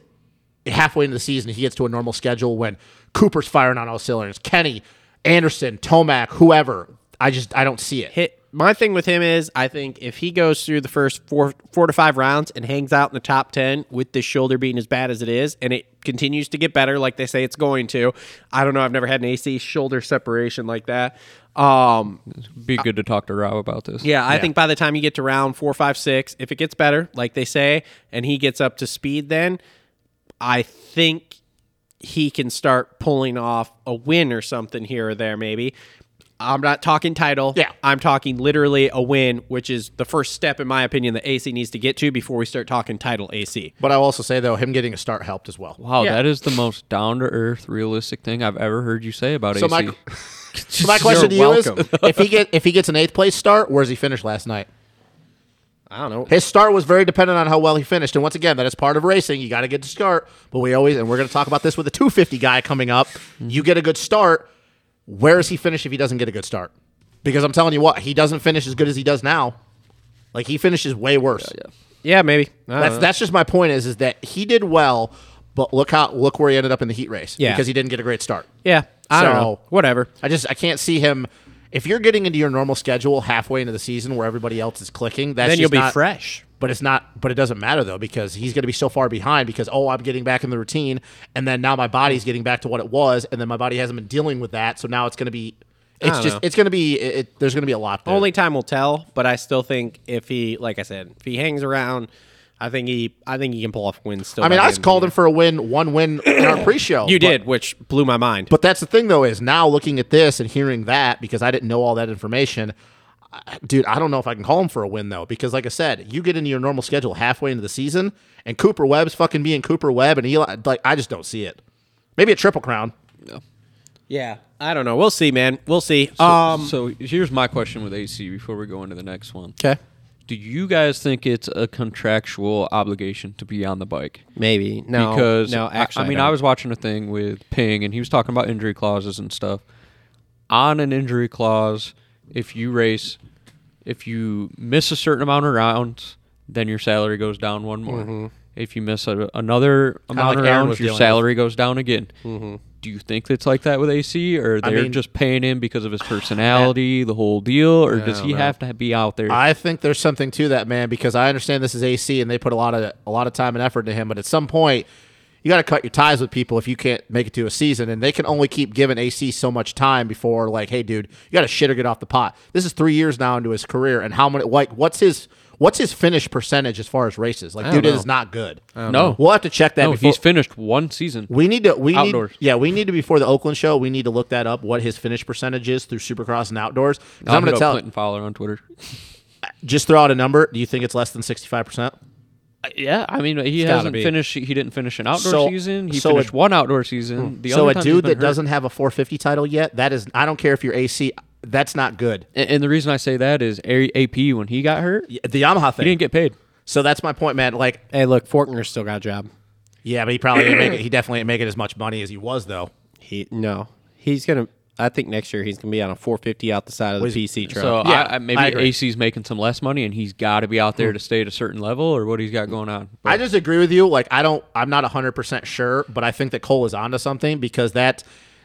Speaker 3: halfway into the season he gets to a normal schedule when Cooper's firing on all cylinders, Kenny, Anderson, Tomac, whoever. I just I don't see it.
Speaker 1: Hit. My thing with him is, I think if he goes through the first four four to five rounds and hangs out in the top ten with this shoulder being as bad as it is, and it continues to get better, like they say it's going to. I don't know. I've never had an AC shoulder separation like that. Um,
Speaker 2: though. Be good to talk to Rob about this.
Speaker 1: Yeah, I think by the time you get to round four, five, six, if it gets better, like they say, and he gets up to speed, then I think he can start pulling off a win or something here or there, maybe. I'm not talking title.
Speaker 5: Yeah.
Speaker 1: I'm talking literally a win, which is the first step, in my opinion, that AC needs to get to before we start talking title AC.
Speaker 5: But I'll also say though, him getting a start helped as well.
Speaker 2: Wow,
Speaker 5: Yeah.
Speaker 2: that is the most down to earth, realistic thing I've ever heard you say about
Speaker 5: So
Speaker 2: AC. <laughs>
Speaker 5: my,
Speaker 3: <laughs>
Speaker 5: so my question to you is:
Speaker 1: welcome.
Speaker 5: if he get if he gets an eighth place start, where's he finish last night?
Speaker 1: I don't know.
Speaker 5: His start was very dependent on how well he finished, and once again, that is part of racing. You got to get the start, but we always and we're going to talk about this with the 250 guy coming up. You get a good start. Where does he finish if he doesn't get a good start? Because I'm telling you what, he doesn't finish as good as he does now. Like he finishes way worse.
Speaker 1: Yeah, maybe. I don't
Speaker 5: That's
Speaker 1: know.
Speaker 5: that's just my point is is that he did well, but look how look where he ended up in the heat race.
Speaker 1: Yeah.
Speaker 5: because he didn't get a great start.
Speaker 1: yeah. I don't
Speaker 5: So-
Speaker 1: know. Whatever.
Speaker 5: I just I can't see him. If you're getting into your normal schedule halfway into the season where everybody else is clicking, that's
Speaker 1: Then
Speaker 5: just
Speaker 1: you'll be
Speaker 5: not-
Speaker 1: fresh.
Speaker 5: But it's not. But it doesn't matter though because he's going to be so far behind because oh I'm getting back in the routine and then now my body's getting back to what it was and then my body hasn't been dealing with that so now it's going to be it's
Speaker 1: don't
Speaker 5: just
Speaker 1: know.
Speaker 5: it's going to be it, it- there's going to be a lot there.
Speaker 1: Only time will tell, but I still think if he, like I said, if he hangs around, I think he, I think he can pull off wins. Still,
Speaker 5: I
Speaker 1: by
Speaker 5: mean
Speaker 1: the
Speaker 5: I
Speaker 1: end
Speaker 5: just
Speaker 1: of the
Speaker 5: called
Speaker 1: year.
Speaker 5: him for a win one win
Speaker 1: <coughs>
Speaker 5: in our pre-show
Speaker 1: You
Speaker 5: but-
Speaker 1: did, which blew my mind.
Speaker 5: But that's the thing, though, is now looking at this and hearing that because I didn't know all that information. I- Dude, I don't know if I can call him for a win though, because like I said, you get into your normal schedule halfway into the season, and Cooper Webb's fucking being Cooper Webb, and Eli, like I just don't see it. Maybe a triple crown.
Speaker 1: yeah, I don't know. We'll see, man. We'll see.
Speaker 2: So-
Speaker 1: um.
Speaker 2: so here's my question with AC before we go into the next one.
Speaker 1: Okay.
Speaker 2: Do you guys think it's a contractual obligation to be on the bike?
Speaker 1: Maybe no.
Speaker 2: because
Speaker 1: no,
Speaker 2: I-
Speaker 1: actually,
Speaker 2: I, mean,
Speaker 1: don't.
Speaker 2: I, was watching a thing with Ping, and he was talking about injury clauses and stuff. On an injury clause, if you race, if you miss a certain amount of rounds, then your salary goes down one more. If you miss a, another amount
Speaker 5: Mm-hmm. like
Speaker 2: of
Speaker 5: Aaron
Speaker 2: rounds,
Speaker 5: was
Speaker 2: your
Speaker 5: dealing Mm-hmm.
Speaker 2: salary goes down again. Do you think it's like that with AC, or they're
Speaker 5: mean-
Speaker 2: just paying him because
Speaker 5: <sighs>
Speaker 2: of his personality, the whole deal, or does he have to be out there?
Speaker 5: I think there's something to that, man, because I understand this is AC and they put a lot of a lot of time and effort into him, but at some point you got to cut your ties with people if you can't make it to a season, and they can only keep giving AC so much time before like, hey, dude, you got to shit or get off the pot. This is three years now into his career, and how many like what's his what's his finish percentage as far as races? Like, dude, it is not good.
Speaker 2: know.
Speaker 5: we'll have to check that.
Speaker 2: no,
Speaker 5: before-
Speaker 2: he's finished one season.
Speaker 5: we need to we
Speaker 2: Outdoors.
Speaker 5: need yeah we need to before the Oakland show we need to look that up what his finish percentage is through Supercross and outdoors. 'Cause I'm going to tell
Speaker 2: Clinton Fowler on Twitter.
Speaker 5: just throw out a number. Do you think it's less than sixty five percent?
Speaker 2: Yeah, I mean, he
Speaker 1: gotta
Speaker 2: hasn't
Speaker 1: be.
Speaker 2: finished. He didn't finish an outdoor
Speaker 5: So-
Speaker 2: season. He
Speaker 5: so
Speaker 2: finished
Speaker 5: a- Hmm.
Speaker 2: one outdoor season. The
Speaker 5: So
Speaker 2: other
Speaker 5: a
Speaker 2: times
Speaker 5: dude
Speaker 2: he's
Speaker 5: that
Speaker 2: been hurt.
Speaker 5: doesn't have a 450 title yet, that is, I don't care if you're AC, that's not good.
Speaker 2: And, and the reason I say that is A- AP when he got hurt,
Speaker 5: Y- The Yamaha
Speaker 2: he
Speaker 5: thing.
Speaker 2: didn't get paid.
Speaker 5: so that's my point, man. Like,
Speaker 1: hey, look, Fortner's still got a job.
Speaker 5: yeah, but he probably didn't make it. He definitely ain't making as much money as he was though.
Speaker 1: He no, he's gonna. I think next year he's gonna be on a 450 out the side of the PC truck.
Speaker 2: So
Speaker 5: Yeah,
Speaker 2: I, I, maybe
Speaker 5: I agree. Hmm.
Speaker 2: AC's making some less money, and he's got to be out there to stay at a certain level or what he's got going on. But
Speaker 5: I just agree with you. Like, I don't, I'm not 100 percent sure, but I think that Cole is onto something because that.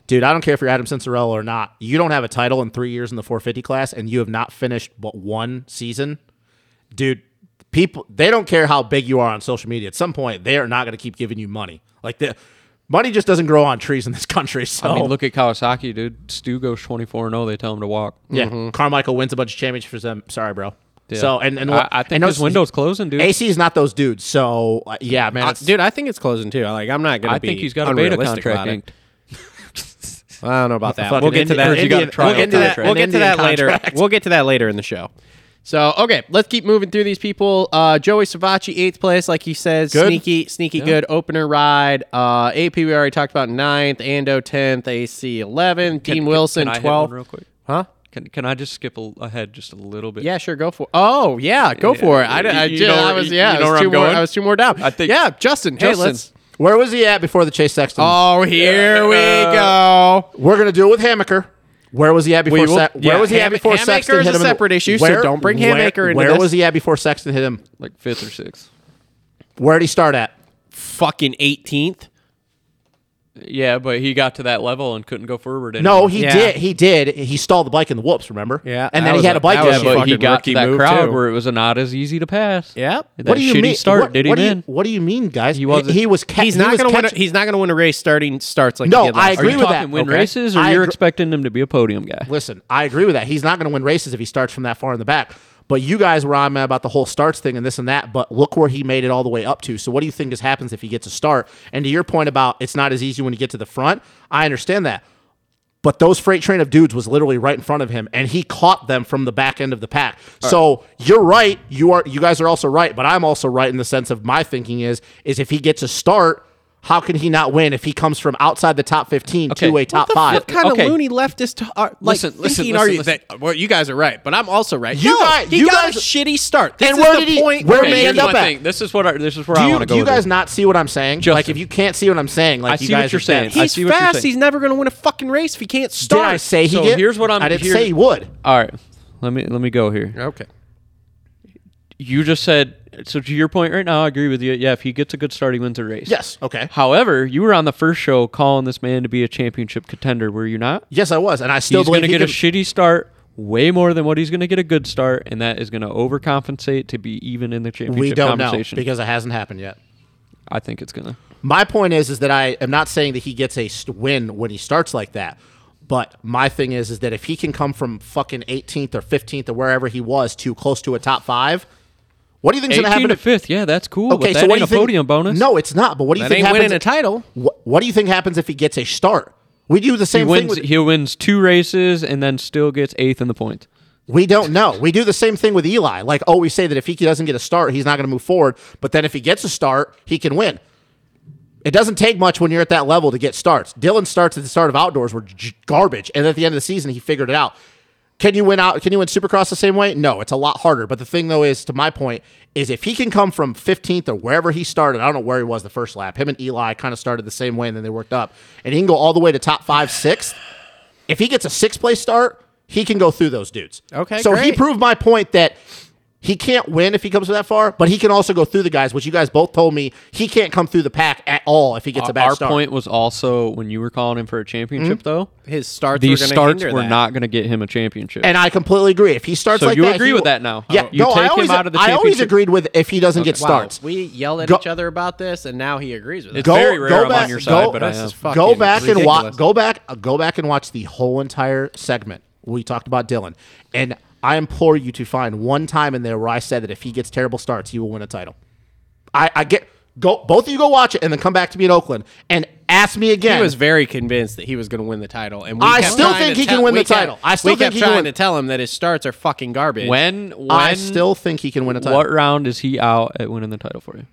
Speaker 5: Dude, I don't care if you're Adam Cincerello or not. You don't have a title in three years in the 450 class, and you have not finished but one season. dude, people they don't care how big you are on social media. At some point, they are not going to keep giving you money. Like the money just doesn't grow on trees in this <laughs> country. So
Speaker 2: I mean, look at Kawasaki, dude. Stu goes twenty four and zero. They tell him to walk.
Speaker 5: yeah, Carmichael wins a bunch of championships for them. Sorry, bro.
Speaker 2: mm-hmm. Yeah.
Speaker 5: So and and
Speaker 2: I, I
Speaker 5: and
Speaker 2: think
Speaker 5: those-
Speaker 2: his window's closing, dude.
Speaker 5: AC is not those dudes. So uh, yeah, man.
Speaker 1: I-
Speaker 5: it's-
Speaker 1: dude, I think it's closing too. Like I'm not gonna.
Speaker 2: I think
Speaker 1: be
Speaker 2: he's got a beta
Speaker 1: unrealistic
Speaker 2: contract
Speaker 1: about it.
Speaker 2: inked.
Speaker 1: I don't know about that.
Speaker 5: fucking
Speaker 1: We'll get to
Speaker 5: Indian-
Speaker 1: that.
Speaker 2: Heard you got a trial
Speaker 1: we'll get to that.
Speaker 2: contract.
Speaker 1: We'll get to that
Speaker 5: Indian
Speaker 1: later.
Speaker 5: contract.
Speaker 1: We'll get to that later in the show. So okay, let's keep moving through these people. Uh, Joey Savacci, eighth place, like he says,
Speaker 5: Good.
Speaker 1: sneaky, sneaky, good opener ride. Uh, AP we already talked about ninth, Ando tenth, AC eleven, Dean Wilson
Speaker 2: Can I hit one real
Speaker 1: twelfth.
Speaker 2: quick?
Speaker 1: Huh?
Speaker 2: Can Can I just skip a, ahead just a little bit?
Speaker 1: Yeah, sure. Go for. Oh, yeah, go for it. I,
Speaker 2: You-
Speaker 1: I,
Speaker 2: you
Speaker 1: ju-
Speaker 2: know-
Speaker 1: I was
Speaker 2: you-
Speaker 1: yeah.
Speaker 2: you
Speaker 1: I was
Speaker 2: know where
Speaker 1: two
Speaker 2: I'm
Speaker 1: more.
Speaker 2: going?
Speaker 1: I was two more down.
Speaker 2: I think-
Speaker 1: Yeah, Justin. Hey,
Speaker 2: Justin.
Speaker 1: let's.
Speaker 5: where was he at before the Chase Sexton?
Speaker 1: Oh, here we
Speaker 2: uh,
Speaker 1: go.
Speaker 5: We're gonna do it with Hamaker. Where was he at before?
Speaker 1: We will-
Speaker 5: Se- where
Speaker 1: yeah,
Speaker 5: was he
Speaker 1: Ham-
Speaker 5: at before
Speaker 1: Hamaker
Speaker 5: Sexton
Speaker 1: is
Speaker 5: hit
Speaker 1: a
Speaker 5: him? in the-
Speaker 1: separate issue, so don't bring
Speaker 5: where-
Speaker 1: Hamaker into
Speaker 5: Where
Speaker 1: this.
Speaker 5: was he at before Sexton hit him?
Speaker 2: like fifth or sixth.
Speaker 5: Where did he start at?
Speaker 1: Fucking eighteenth.
Speaker 2: Yeah, but he got to that level and couldn't go forward. Anymore.
Speaker 5: No, he
Speaker 1: Yeah.
Speaker 5: did. He did. He stalled the bike in the whoops. Remember?
Speaker 1: Yeah,
Speaker 5: And
Speaker 1: that
Speaker 5: then he
Speaker 1: was
Speaker 5: had
Speaker 1: a-
Speaker 5: a bike
Speaker 1: that was
Speaker 2: Yeah,
Speaker 1: a
Speaker 5: issue.
Speaker 2: but he
Speaker 1: fucking
Speaker 2: got
Speaker 1: rookie
Speaker 2: to that
Speaker 1: move,
Speaker 2: crowd
Speaker 1: too.
Speaker 2: where it was not as easy to pass.
Speaker 1: Yep.
Speaker 2: That
Speaker 5: what do you
Speaker 2: shitty
Speaker 5: mean?
Speaker 2: start
Speaker 5: what,
Speaker 2: did
Speaker 5: what
Speaker 2: him
Speaker 5: do you,
Speaker 2: in.
Speaker 5: What do you mean, guys? He
Speaker 2: wasn't-
Speaker 5: He, was. Ca-
Speaker 1: He's
Speaker 5: he
Speaker 1: not
Speaker 5: was
Speaker 1: going to win. A,
Speaker 5: catching-
Speaker 1: he's not going to win a race starting starts like.
Speaker 5: No,
Speaker 1: he did last
Speaker 5: I
Speaker 1: year.
Speaker 2: Are
Speaker 5: agree
Speaker 2: you
Speaker 5: with
Speaker 2: talking
Speaker 5: that.
Speaker 2: win
Speaker 5: Okay.
Speaker 2: races, or
Speaker 5: I
Speaker 2: you're
Speaker 5: agree-
Speaker 2: expecting him to be a podium guy?
Speaker 5: Listen, I agree with that. He's not going to win races if he starts from that far in the back. But you guys were on me about the whole starts thing and this and that. But look where he made it all the way up to. So what do you think is happens if he gets a start? And to your point about it's not as easy when you get to the front, I understand that. But those freight train of dudes was literally right in front of him, and he caught them from the back end of the pack. so you're right. You are. You guys are also right. But I'm also right in the sense of my thinking is is if he gets a start, how can he not win if he comes from outside the top 15
Speaker 2: Okay.
Speaker 5: to a
Speaker 2: What
Speaker 5: top
Speaker 1: the
Speaker 5: five?
Speaker 1: What kind
Speaker 2: Okay.
Speaker 1: of loony leftist are, like,
Speaker 2: Listen,
Speaker 1: thinking
Speaker 2: listen,
Speaker 1: are
Speaker 2: listen,
Speaker 1: you?
Speaker 2: listen.
Speaker 1: That, well, you guys are right, but I'm also right.
Speaker 5: You
Speaker 1: no,
Speaker 5: guys-
Speaker 1: he
Speaker 5: you
Speaker 1: got
Speaker 5: guys-
Speaker 1: a shitty start. This
Speaker 5: And
Speaker 1: is
Speaker 5: where
Speaker 1: the
Speaker 5: did he-
Speaker 1: point.
Speaker 5: where
Speaker 1: we're
Speaker 5: did he
Speaker 1: making.
Speaker 5: end up
Speaker 2: my
Speaker 5: at?
Speaker 2: thing. This is what I, this is where
Speaker 5: Do
Speaker 2: I
Speaker 5: you,
Speaker 2: want to
Speaker 5: do
Speaker 2: go.
Speaker 5: you
Speaker 2: with
Speaker 5: guys
Speaker 2: it.
Speaker 5: not see what I'm saying? Like
Speaker 2: Justin.
Speaker 5: if you can't see what I'm saying,
Speaker 2: I
Speaker 5: like you
Speaker 2: see what
Speaker 5: guys
Speaker 2: you're
Speaker 5: are
Speaker 2: saying.
Speaker 5: saying.
Speaker 2: I
Speaker 1: He's
Speaker 2: see what you're
Speaker 1: fast.
Speaker 2: saying.
Speaker 1: He's never going to win a fucking race if he can't
Speaker 5: Did
Speaker 1: start.
Speaker 5: I say he
Speaker 2: So
Speaker 5: did?
Speaker 2: here's what I'm
Speaker 5: I didn't
Speaker 2: here-
Speaker 5: say he would.
Speaker 2: All right, let me let me go here.
Speaker 1: Okay.
Speaker 2: You just said so. To your point right now, I agree with you. Yeah, if he gets a good start, he wins the race.
Speaker 5: Yes. Okay.
Speaker 2: However, you were on the first show calling this man to be a championship contender, were you not?
Speaker 5: Yes, I was, and I still
Speaker 2: He's going
Speaker 5: believe
Speaker 2: to
Speaker 5: he
Speaker 2: get a
Speaker 5: could-
Speaker 2: shitty start, way more than what he's going to get a good start, and that is going to overcompensate to be even in the championship
Speaker 5: We don't know
Speaker 2: conversation.
Speaker 5: because it hasn't happened yet.
Speaker 2: I think it's going to.
Speaker 5: My point is, is that I am not saying that he gets a st- win when he starts like that. But my thing is, is that if he can come from fucking 18th or 15th or wherever he was to close to a top five, what do you think's
Speaker 2: 18
Speaker 5: going to happen?
Speaker 2: to
Speaker 5: if-
Speaker 2: fifth, yeah, that's cool.
Speaker 5: okay,
Speaker 2: but that
Speaker 5: so what
Speaker 2: ain't
Speaker 5: do you
Speaker 2: a
Speaker 5: think?
Speaker 2: podium bonus.
Speaker 5: No, it's not. But what do you
Speaker 1: That
Speaker 5: think
Speaker 1: ain't
Speaker 5: happens?
Speaker 1: winning a title.
Speaker 5: What, what do you think happens if he gets a start? We do the
Speaker 2: he
Speaker 5: same thing.
Speaker 2: wins.
Speaker 5: With,
Speaker 2: He wins two races and then still gets eighth in the point.
Speaker 5: We don't know. We do the same thing with Eli. Like, oh, we say that if he doesn't get a start, he's not going to move forward. But then if he gets a start, he can win. It doesn't take much when you're at that level to get starts. Dylan starts at the start of outdoors were j- garbage, and at the end of the season, he figured it out. Can you win out? Can you win Supercross the same way? No, it's a lot harder. But the thing though is, to my point, is if he can come from 15th or wherever he started, I don't know where he was the first lap. Him and Eli kind of started the same way, and then they worked up, and he can go all the way to top five, sixth if he gets a sixth place start, he can go through those dudes.
Speaker 1: Okay,
Speaker 5: So he
Speaker 1: great.
Speaker 5: proved my point that he can't win if he comes that far, but he can also go through the guys, which you guys both told me he can't come through the pack at all if he gets a bad
Speaker 2: Our
Speaker 5: start. Mm-hmm.
Speaker 2: point was also when you were calling him for a championship, though.
Speaker 1: His starts
Speaker 2: These
Speaker 1: were gonna
Speaker 2: starts
Speaker 1: hinder
Speaker 2: were
Speaker 1: that.
Speaker 2: not going to get him a championship.
Speaker 5: And I completely agree. If he starts
Speaker 2: So
Speaker 5: like
Speaker 2: you
Speaker 5: that,
Speaker 2: agree
Speaker 5: he
Speaker 2: with
Speaker 5: will-
Speaker 2: that now? Oh,
Speaker 5: Yeah,
Speaker 2: You
Speaker 5: no, I
Speaker 2: take him
Speaker 5: always,
Speaker 2: out of the
Speaker 5: I always
Speaker 2: championship.
Speaker 5: agreed with if he doesn't get starts.
Speaker 1: Wow, we yell at
Speaker 5: Go-
Speaker 1: each other about this, and now he agrees with us.
Speaker 2: It's very rare I'm on your side,
Speaker 5: go-
Speaker 2: but I
Speaker 1: this
Speaker 2: am.
Speaker 1: is fucking
Speaker 5: go back and watch.
Speaker 1: ridiculous.
Speaker 5: Go back. uh, Go back and watch the whole entire segment. We talked about Dylan, and I implore you to find one time in there where I said that if he gets terrible starts, he will win a title. I, I get go. Both of you go watch it, and then come back to me in Oakland and ask me again.
Speaker 1: He was very convinced that he was going to win the title, and we
Speaker 5: I
Speaker 1: kept
Speaker 5: still
Speaker 1: trying
Speaker 5: think
Speaker 1: to
Speaker 5: he can
Speaker 1: tell-
Speaker 5: win
Speaker 1: we
Speaker 5: the
Speaker 1: kept-
Speaker 5: title. I still
Speaker 1: we
Speaker 5: think
Speaker 1: kept
Speaker 5: he can
Speaker 1: trying
Speaker 5: win-
Speaker 1: to tell him that his starts are fucking garbage.
Speaker 2: when when
Speaker 5: I still think he can win a title.
Speaker 2: what round is he out at winning the title for you?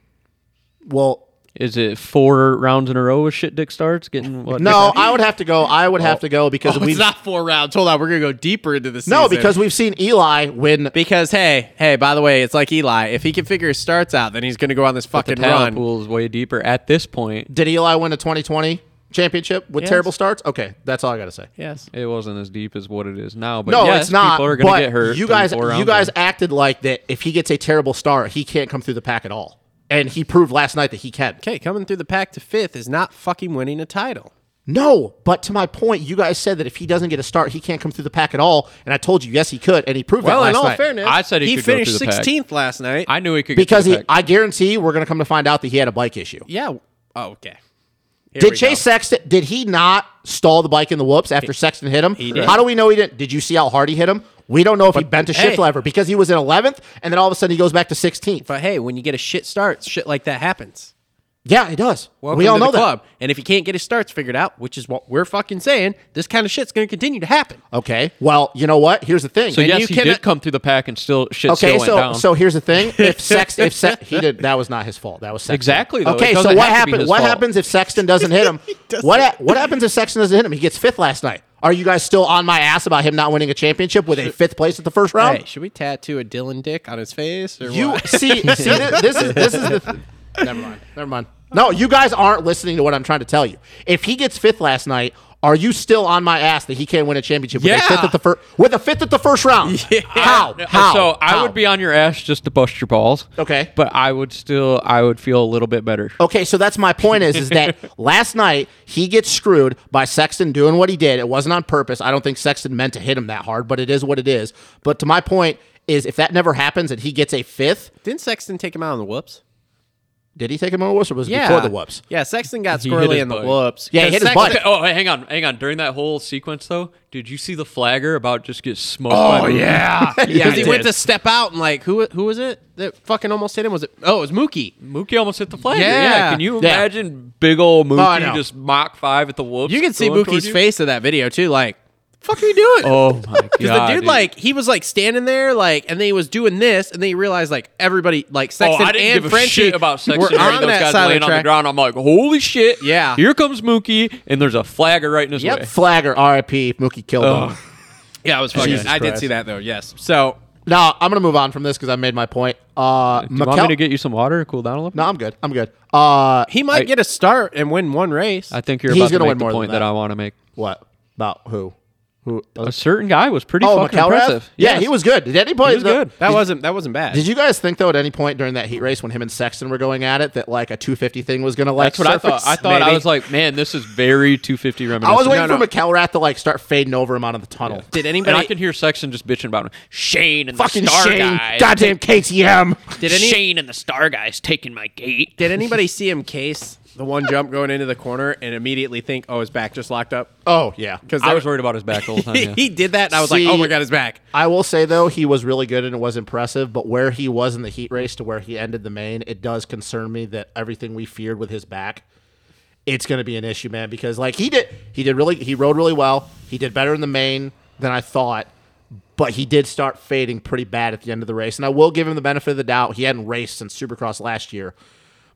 Speaker 5: Well,
Speaker 2: Is it four rounds in a row with shit dick starts
Speaker 5: <laughs>
Speaker 2: getting what?
Speaker 5: no, I would have to go. I would have to go because
Speaker 1: Oh,
Speaker 5: we
Speaker 1: it's not four rounds. Hold on, we're gonna go deeper into the season.
Speaker 5: no because we've seen Eli win.
Speaker 1: because hey, hey, by the way, it's like Eli. If he can figure his starts out, then he's gonna go on this
Speaker 2: the
Speaker 1: fucking run.
Speaker 2: talent pool is way deeper at this point.
Speaker 5: Did Eli win a 2020 championship with terrible starts? Okay, that's all I got to say.
Speaker 1: Yes,
Speaker 2: It wasn't as deep as what it is now, but
Speaker 5: No,
Speaker 2: yes,
Speaker 5: it's not.
Speaker 2: People are going
Speaker 5: but
Speaker 2: to get hurt.
Speaker 5: You
Speaker 2: three,
Speaker 5: guys,
Speaker 2: four rounds
Speaker 5: you guys
Speaker 2: in.
Speaker 5: acted like that. If he gets a terrible start, he can't come through the pack at all. And he proved last night that he can.
Speaker 1: okay, coming through the pack to fifth is not fucking winning a title.
Speaker 5: No, but to my point, you guys said that if he doesn't get a start, he can't come through the pack at all. And I told you, yes, he could, and he proved
Speaker 1: Well,
Speaker 5: that
Speaker 1: in
Speaker 5: last
Speaker 1: all
Speaker 5: night.
Speaker 1: fairness,
Speaker 2: I said he
Speaker 1: he
Speaker 2: could go
Speaker 1: finished
Speaker 2: through the pack.
Speaker 1: 16th last night.
Speaker 2: I knew he could
Speaker 5: because
Speaker 2: get
Speaker 5: he,
Speaker 2: to the pack.
Speaker 5: I guarantee we're going to come to find out that he had a bike issue.
Speaker 1: yeah. Oh, okay. Here
Speaker 5: Did
Speaker 1: we
Speaker 5: Chase
Speaker 1: go.
Speaker 5: Sexton? Did he not stall the bike in the whoops after Sexton hit him?
Speaker 1: did.
Speaker 5: How do we know he didn't? Did you see how hard he hit him? We don't know if he bent a shift
Speaker 1: hey.
Speaker 5: lever because he was in eleventh, and then all of a sudden he goes back to sixteenth.
Speaker 1: But hey, when you get a shit start, shit like that happens.
Speaker 5: Yeah, he does.
Speaker 1: Welcome
Speaker 5: we all
Speaker 1: to the
Speaker 5: know that.
Speaker 1: club. And if he can't get his starts figured out, which is what we're fucking saying, this kind of shit's going to continue to happen.
Speaker 5: Okay. Well, you know what? Here's the thing.
Speaker 2: so
Speaker 1: and
Speaker 2: yes,
Speaker 1: you
Speaker 2: he
Speaker 1: cannot-
Speaker 2: did come through the pack and still shit still
Speaker 5: okay,
Speaker 2: went
Speaker 5: so
Speaker 2: down.
Speaker 5: so here's the thing. If sex, if se- he did, that was not his fault. That was Sexton.
Speaker 2: Exactly, though.
Speaker 5: Okay,
Speaker 2: It
Speaker 5: so
Speaker 2: doesn't
Speaker 5: what
Speaker 2: have to be
Speaker 5: happens?
Speaker 2: his
Speaker 5: What
Speaker 2: fault.
Speaker 5: happens if Sexton doesn't hit him? what ha- what happens if Sexton doesn't hit him? He gets fifth last night. Are you guys still on my ass about him not winning a championship with a fifth place at the first
Speaker 2: Um,
Speaker 5: round?
Speaker 1: Hey, should we tattoo a Dylan dick on his face? Or
Speaker 5: You
Speaker 1: what? <laughs>
Speaker 5: see, see, thi- this is this is the. <laughs> Th- never mind. Never mind. No, you guys aren't listening to what I'm trying to tell you. If he gets fifth last night, are you still on my ass that he can't win a championship with
Speaker 1: Yeah.
Speaker 5: a fifth at the first with a fifth at the first <laughs> round? How? How?
Speaker 2: Uh, so I
Speaker 5: How?
Speaker 2: would be on your ass just to bust your balls.
Speaker 5: Okay. Oh,
Speaker 2: but I would still I would feel a little bit better.
Speaker 5: Okay, so that's my point is is <laughs> that last night he gets screwed by Sexton doing what he did. It wasn't on purpose. I don't think Sexton meant to hit him that hard, but it is what it is. But to my point is if that never happens and he gets a fifth,
Speaker 1: Didn't Sexton take him out on the whoops?
Speaker 5: Did he take him on a whoops or was it
Speaker 1: Yeah.
Speaker 5: before the whoops?
Speaker 1: Yeah, Sexton got
Speaker 2: <laughs> He hit
Speaker 1: squirrely
Speaker 2: his
Speaker 1: in the
Speaker 2: butt.
Speaker 1: whoops.
Speaker 5: Yeah, he
Speaker 1: Because
Speaker 5: hit his
Speaker 1: Sexton-
Speaker 5: butt.
Speaker 2: Okay, oh, hang on, hang on. During that whole sequence, though, did you see the flagger about just get smoked?
Speaker 5: Oh,
Speaker 2: by Mookie?
Speaker 1: Yeah,
Speaker 2: Yes,
Speaker 1: he
Speaker 2: he
Speaker 1: went
Speaker 2: did.
Speaker 1: to step out and like who who was it that fucking almost hit him? Was it oh it was Mookie?
Speaker 2: Mookie almost hit the flagger.
Speaker 1: Yeah.
Speaker 2: Yeah, can you
Speaker 5: Yeah.
Speaker 2: imagine big old
Speaker 5: I
Speaker 2: Mookie
Speaker 5: know.
Speaker 2: just Mach five at the whoops?
Speaker 1: You can see
Speaker 2: going
Speaker 1: Mookie's
Speaker 2: towards you?
Speaker 1: face of that video too. Like, fuck are you doing?
Speaker 2: Oh my god!
Speaker 1: Because the dude, like he was like standing there like, and then he was doing this, and then he realized like everybody like
Speaker 2: Oh,
Speaker 1: Sexton
Speaker 2: I didn't
Speaker 1: and
Speaker 2: give a
Speaker 1: Frenchie
Speaker 2: shit about Sexton.
Speaker 1: were
Speaker 2: or
Speaker 1: on
Speaker 2: those
Speaker 1: that
Speaker 2: guys
Speaker 1: side of
Speaker 2: laying
Speaker 1: the
Speaker 2: on the
Speaker 1: track.
Speaker 2: ground. I'm like, holy shit!
Speaker 1: Yeah.
Speaker 2: here comes Mookie, and there's a flagger right in his
Speaker 5: Yep. Oh.
Speaker 2: way.
Speaker 5: Flagger, R.I.P. Mookie killed him.
Speaker 1: Yeah, it was fucking.
Speaker 5: Jesus
Speaker 1: I did
Speaker 5: Christ.
Speaker 1: see that though. Yes. So
Speaker 5: Now I'm gonna move on from this because I made my point. Uh,
Speaker 2: Do you want me to get you some water? Cool down a little.
Speaker 5: no, I'm good. I'm good. Uh,
Speaker 1: he might get a start and win one race.
Speaker 2: I think you're
Speaker 5: He's
Speaker 2: about to
Speaker 5: gonna
Speaker 2: make
Speaker 5: win
Speaker 2: the
Speaker 5: more than
Speaker 2: point
Speaker 5: that.
Speaker 2: that. I want to make.
Speaker 5: what about who? Who?
Speaker 2: A certain guy was pretty
Speaker 5: Oh,
Speaker 2: fucking
Speaker 5: McElrath?
Speaker 2: impressive.
Speaker 5: Yeah,
Speaker 2: Yes.
Speaker 5: he was good. Did anybody?
Speaker 2: He was good.
Speaker 1: that wasn't that wasn't bad.
Speaker 5: Did you guys think though at any point during that heat race when him and Sexton were going at it that like a 250 thing was gonna like?
Speaker 2: That's what I
Speaker 5: surface?
Speaker 2: thought. I thought I
Speaker 5: Maybe.
Speaker 2: was like, man, this is very 250
Speaker 5: I
Speaker 2: reminiscent.
Speaker 5: was waiting
Speaker 1: No,
Speaker 5: for
Speaker 1: no.
Speaker 5: McElrath to like start fading over him out of the tunnel.
Speaker 1: Did
Speaker 2: And I
Speaker 1: anybody
Speaker 2: can hear Sexton just bitching about him. Shane and
Speaker 5: Fucking
Speaker 2: the star
Speaker 5: Shane,
Speaker 2: guy.
Speaker 5: goddamn KTM.
Speaker 1: did any
Speaker 2: Shane and the star guy's taking my gate.
Speaker 1: did anybody see him case the one jump going into the corner and immediately think oh his back just locked up
Speaker 5: Oh yeah.
Speaker 1: because
Speaker 2: I was worried about his back the whole time. <laughs> yeah.
Speaker 1: he did that and I was
Speaker 5: See-
Speaker 1: like oh my god his back.
Speaker 5: I will say though he was really good and it was impressive, but where he was in the heat race to where he ended the main, it does concern me that everything we feared with his back, it's going to be an issue, man. Because like he did, he did really, he rode really well. He did better in the main than I thought, but he did start fading pretty bad at the end of the race. And I will give him the benefit of the doubt. He hadn't raced since Supercross last year,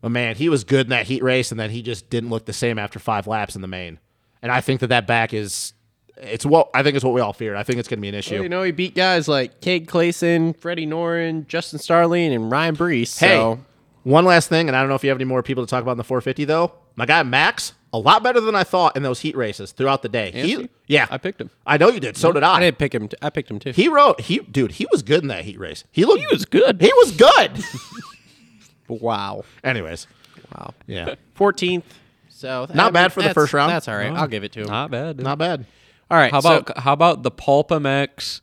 Speaker 5: but man, he was good in that heat race, and then he just didn't look the same after five laps in the main. And I think that that back is. It's what I think it's what we all feared. I think it's going to be an issue.
Speaker 1: You know he beat guys like Cade Clayson, Freddie Norin, Justin Starling, and Ryan Brees.
Speaker 5: Hey,
Speaker 1: So.
Speaker 5: one last thing, and I don't know if you have any more people to talk about in the 450 though. My guy Max, a lot better than I thought in those heat races throughout the day. He-
Speaker 2: Anthony?
Speaker 5: yeah,
Speaker 2: I picked him.
Speaker 5: I know you did. So did
Speaker 1: I
Speaker 5: I.
Speaker 1: did pick him. T- I picked him too.
Speaker 5: He rode. He dude, he was good in that heat race. He looked. He
Speaker 2: was good.
Speaker 5: He was good. <laughs>
Speaker 1: wow.
Speaker 5: Anyways,
Speaker 1: Wow.
Speaker 5: yeah,
Speaker 1: 14th. So
Speaker 5: Not bad for the
Speaker 1: that's-
Speaker 5: first round.
Speaker 1: That's all right. I'll give it to him.
Speaker 2: Not bad. dude.
Speaker 5: not bad.
Speaker 1: all right.
Speaker 2: How
Speaker 1: so-
Speaker 2: about how about the Pulp MX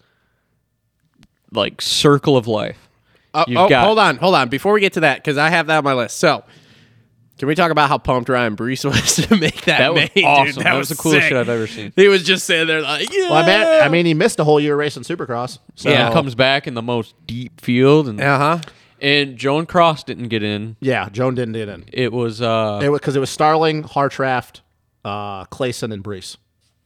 Speaker 2: like circle of life?
Speaker 1: Oh,
Speaker 2: You've
Speaker 1: oh,
Speaker 2: got-
Speaker 1: hold on, hold on. Before we get to that, because I have that on my list. So, can we talk about how pumped Ryan Brees <laughs> was to make that?
Speaker 2: That was
Speaker 1: main, dude?
Speaker 2: awesome. That was the coolest
Speaker 1: sick.
Speaker 2: shit I've ever seen.
Speaker 1: He was just sitting there like, yeah.
Speaker 5: Well, I mean, I mean, he missed a whole year race in Supercross. So
Speaker 2: Yeah, comes back in the most deep field, and
Speaker 1: uh huh.
Speaker 2: and Joan Cross didn't get in.
Speaker 5: yeah, Joan didn't get in.
Speaker 2: It was uh,
Speaker 5: It was because it was Starling, Hartraft, uh, Clayson, and Brees.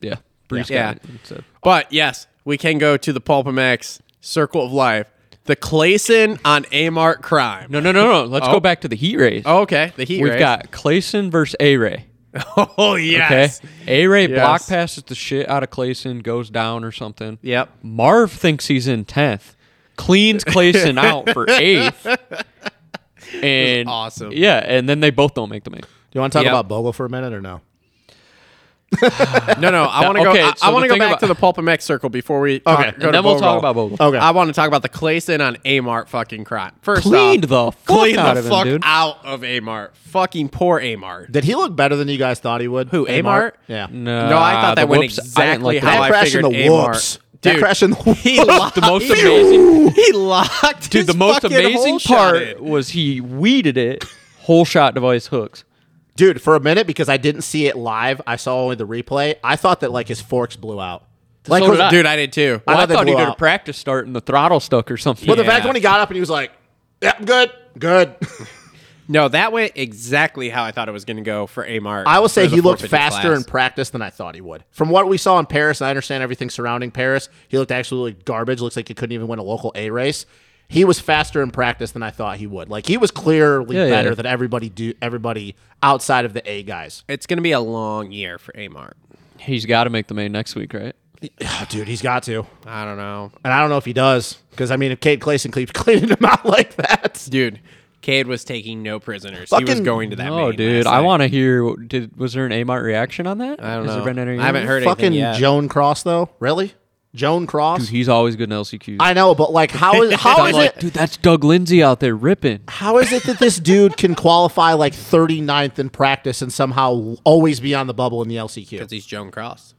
Speaker 2: yeah, Brees
Speaker 1: Yeah.
Speaker 2: got it instead.
Speaker 1: But yes, we can go to the Pulp MX Circle of Life, the Clayson on Amart crime.
Speaker 2: No, no, no, no. Let's go back to the heat race.
Speaker 1: Oh, okay, the heat.
Speaker 2: We've
Speaker 1: race.
Speaker 2: got Clayson versus A Ray.
Speaker 1: <laughs> Oh
Speaker 2: Okay.
Speaker 1: yes.
Speaker 2: A Ray block
Speaker 1: Yes.
Speaker 2: passes the shit out of Clayson, goes down or something.
Speaker 1: Yep.
Speaker 2: Marv thinks he's in tenth, cleans
Speaker 1: <laughs>
Speaker 2: Clayson out for eighth. And
Speaker 1: awesome.
Speaker 2: Yeah, and then they both don't make the main.
Speaker 5: Do you want to talk
Speaker 1: Yep.
Speaker 5: about Bogle for a minute or no?
Speaker 1: No, no. I
Speaker 2: <laughs>
Speaker 1: want to
Speaker 2: Okay,
Speaker 1: go. I,
Speaker 2: so
Speaker 1: I want to
Speaker 2: the
Speaker 1: go
Speaker 2: thing
Speaker 1: back
Speaker 2: about-
Speaker 1: to the Pulp MX Circle before we talk,
Speaker 5: Okay,
Speaker 1: go
Speaker 5: and
Speaker 1: to
Speaker 2: then we'll talk
Speaker 1: Bogle.
Speaker 2: about Bogle.
Speaker 5: Okay.
Speaker 1: I want to talk about the Clayson on Amart fucking crime. First
Speaker 2: Cleaned
Speaker 1: off,
Speaker 2: the fuck
Speaker 1: cleaned
Speaker 2: out
Speaker 1: the
Speaker 2: of him,
Speaker 1: fuck
Speaker 2: dude.
Speaker 1: out of Amart. Fucking poor Amart.
Speaker 5: Did he look better than you guys thought he would? <laughs>
Speaker 1: Who, Amart?
Speaker 5: Yeah.
Speaker 2: No,
Speaker 1: no, Uh, I thought
Speaker 2: the
Speaker 1: that went
Speaker 2: whoops, I didn't
Speaker 1: exactly
Speaker 2: like
Speaker 1: how
Speaker 5: That
Speaker 1: I
Speaker 5: crash
Speaker 1: figured
Speaker 5: in the
Speaker 1: Amart.
Speaker 5: whoops. That
Speaker 1: Dude,
Speaker 5: crash in the
Speaker 1: <laughs> he
Speaker 5: whoops.
Speaker 1: locked
Speaker 2: The most
Speaker 1: Dude,
Speaker 2: amazing-
Speaker 1: He locked.
Speaker 2: Dude, the most amazing part
Speaker 1: It.
Speaker 2: was he weeded it whole shot device hooks.
Speaker 5: Dude, for a minute because I didn't see it live, I saw only the replay. I thought that like his forks blew out. Like,
Speaker 2: did I.
Speaker 1: Dude, I did too.
Speaker 5: I
Speaker 2: Well, I,
Speaker 5: thought they
Speaker 2: thought he
Speaker 5: blew
Speaker 2: did a
Speaker 5: out.
Speaker 2: practice start and the throttle stuck or something.
Speaker 5: But the
Speaker 1: Yeah.
Speaker 5: fact when he got up and he was like, "Yeah, I'm good, good."
Speaker 1: No, that went exactly how I thought it was going to go for Amart.
Speaker 5: I will say
Speaker 1: for the
Speaker 5: he looked
Speaker 1: 450
Speaker 5: faster
Speaker 1: class.
Speaker 5: in practice than I thought he would. From what we saw in Paris, and I understand everything surrounding Paris. He looked absolutely garbage. Looks like he couldn't even win a local A race. He was faster in practice than I thought he would. Like he was clearly
Speaker 2: Yeah, yeah.
Speaker 5: better than everybody do everybody outside of the A guys.
Speaker 1: It's going to be a long year for Amart.
Speaker 2: He's got to make the main next week, right?
Speaker 5: dude, he's got to.
Speaker 1: I don't know,
Speaker 5: And I don't know if he does because I mean, if Cade Clayson keeps <laughs> cleaning him out like that,
Speaker 1: dude. Cade was taking no prisoners. he was
Speaker 5: Fucking-
Speaker 1: going to that.
Speaker 2: Oh,
Speaker 1: main
Speaker 2: dude,
Speaker 1: last
Speaker 2: I
Speaker 1: night.
Speaker 2: want to hear. Did was there an Amart reaction on that?
Speaker 1: I don't
Speaker 2: Has
Speaker 1: know.
Speaker 2: There been any
Speaker 1: I haven't heard
Speaker 5: fucking
Speaker 1: anything yet.
Speaker 5: Joan Cross though, really? Joan Cross?
Speaker 2: He's always good in LCQs.
Speaker 5: I know, but like, how is
Speaker 2: <laughs>
Speaker 5: how
Speaker 2: I'm
Speaker 5: is
Speaker 2: like,
Speaker 5: it?
Speaker 2: dude, that's Doug Lindsay out there ripping.
Speaker 5: How is it that this dude can qualify like 39th in practice and somehow always be on the bubble in the LCQ?
Speaker 1: because he's Joan Cross.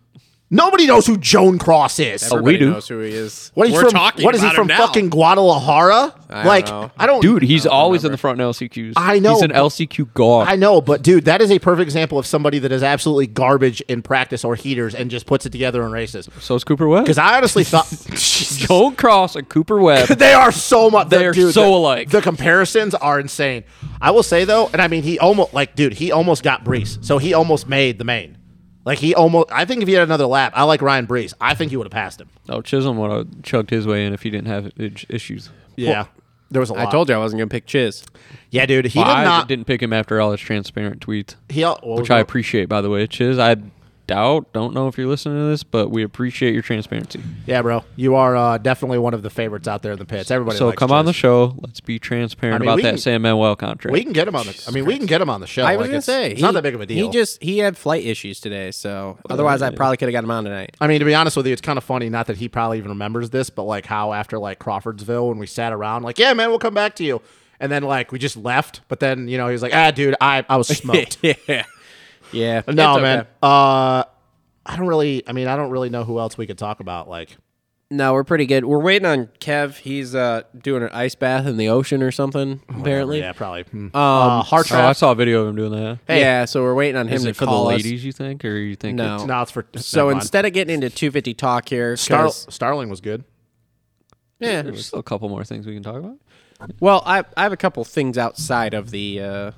Speaker 5: Nobody knows who Joan Cross is.
Speaker 1: Everybody
Speaker 2: do.
Speaker 1: knows who he is.
Speaker 5: Oh, What he's
Speaker 1: We're
Speaker 5: from?
Speaker 1: talking
Speaker 5: what is he
Speaker 1: about
Speaker 5: from?
Speaker 1: him now.
Speaker 5: Fucking Guadalajara?
Speaker 1: I
Speaker 5: like
Speaker 1: don't know.
Speaker 5: I don't,
Speaker 2: Dude, he's always in the front in LCQs.
Speaker 5: I
Speaker 2: He's
Speaker 5: know,
Speaker 2: an
Speaker 5: but-
Speaker 2: LCQ god.
Speaker 5: I know, but dude, that is a perfect example of somebody that is absolutely garbage in practice or heaters and just puts it together and races.
Speaker 2: so is Cooper
Speaker 5: <laughs>
Speaker 2: Webb.
Speaker 5: Because I
Speaker 2: <laughs>
Speaker 5: honestly thought
Speaker 2: Joan Cross and Cooper
Speaker 5: <laughs>
Speaker 2: Webb.
Speaker 5: they are so much.
Speaker 2: They are so alike.
Speaker 5: The comparisons are insane. I will say though, and I mean, he almost like, dude, he almost got Brees, so he almost made the main. Like he almost. I think if he had another lap, I like Ryan Brees. I think he would have passed him.
Speaker 2: oh, Chisholm would have chugged his way in if he didn't have i- issues.
Speaker 5: Yeah, there was a lot.
Speaker 1: I told you I wasn't gonna pick Chiz.
Speaker 5: Yeah, dude, he
Speaker 2: I
Speaker 5: did not.
Speaker 2: didn't pick him after all his transparent tweets,
Speaker 5: he al- oh, what was
Speaker 2: which I
Speaker 5: it?
Speaker 2: appreciate, by the way. Chiz, I doubt, don't know if you're listening to this, but we appreciate your transparency.
Speaker 5: Yeah, bro, you are uh, definitely one of the favorites out there in the pits. Everybody.
Speaker 2: So
Speaker 5: likes
Speaker 2: come on the
Speaker 5: Chase.
Speaker 2: show. Let's be transparent
Speaker 5: I mean, we
Speaker 2: about that
Speaker 5: can-
Speaker 2: Sam Manuel contract.
Speaker 5: We can get him on the. I mean, we can get him on the show.
Speaker 1: I was
Speaker 5: Like,
Speaker 1: gonna
Speaker 5: it's-
Speaker 1: say
Speaker 5: it's
Speaker 1: he-
Speaker 5: not that big of a deal.
Speaker 1: He just he had flight issues today, so otherwise I probably could have got him on
Speaker 5: <laughs>
Speaker 1: tonight.
Speaker 5: I mean, to be honest with you, it's kind of funny. Not that he probably even remembers this, but like how after like Crawfordsville, when we sat around, like, yeah, man, we'll come back to you, and then like we just left. But then you know he was like, ah, dude, I I was smoked.
Speaker 1: yeah, yeah.
Speaker 5: no,
Speaker 1: It's okay.
Speaker 5: man. Uh, I don't really. I mean, I don't really know who else we could talk about. Like,
Speaker 1: No, we're pretty good. We're waiting on Kev. He's uh, doing an ice bath in the ocean or something. Apparently,
Speaker 5: yeah, probably. Um, uh, hard
Speaker 2: Oh, I
Speaker 5: trap.
Speaker 2: saw a video of him doing that.
Speaker 5: Hey.
Speaker 1: yeah. So we're waiting on him
Speaker 2: Is
Speaker 1: to
Speaker 2: it for the
Speaker 1: call us.
Speaker 2: ladies, you think? Or you think
Speaker 1: No.
Speaker 2: it's-
Speaker 5: no, it's for.
Speaker 3: <laughs>
Speaker 1: So
Speaker 5: never mind.
Speaker 1: instead of getting into 250 talk here, 'cause-
Speaker 5: Star- Starling was good.
Speaker 1: yeah.
Speaker 2: there's still a couple more things we can talk about?
Speaker 1: Well, I I have a couple things outside of the uh,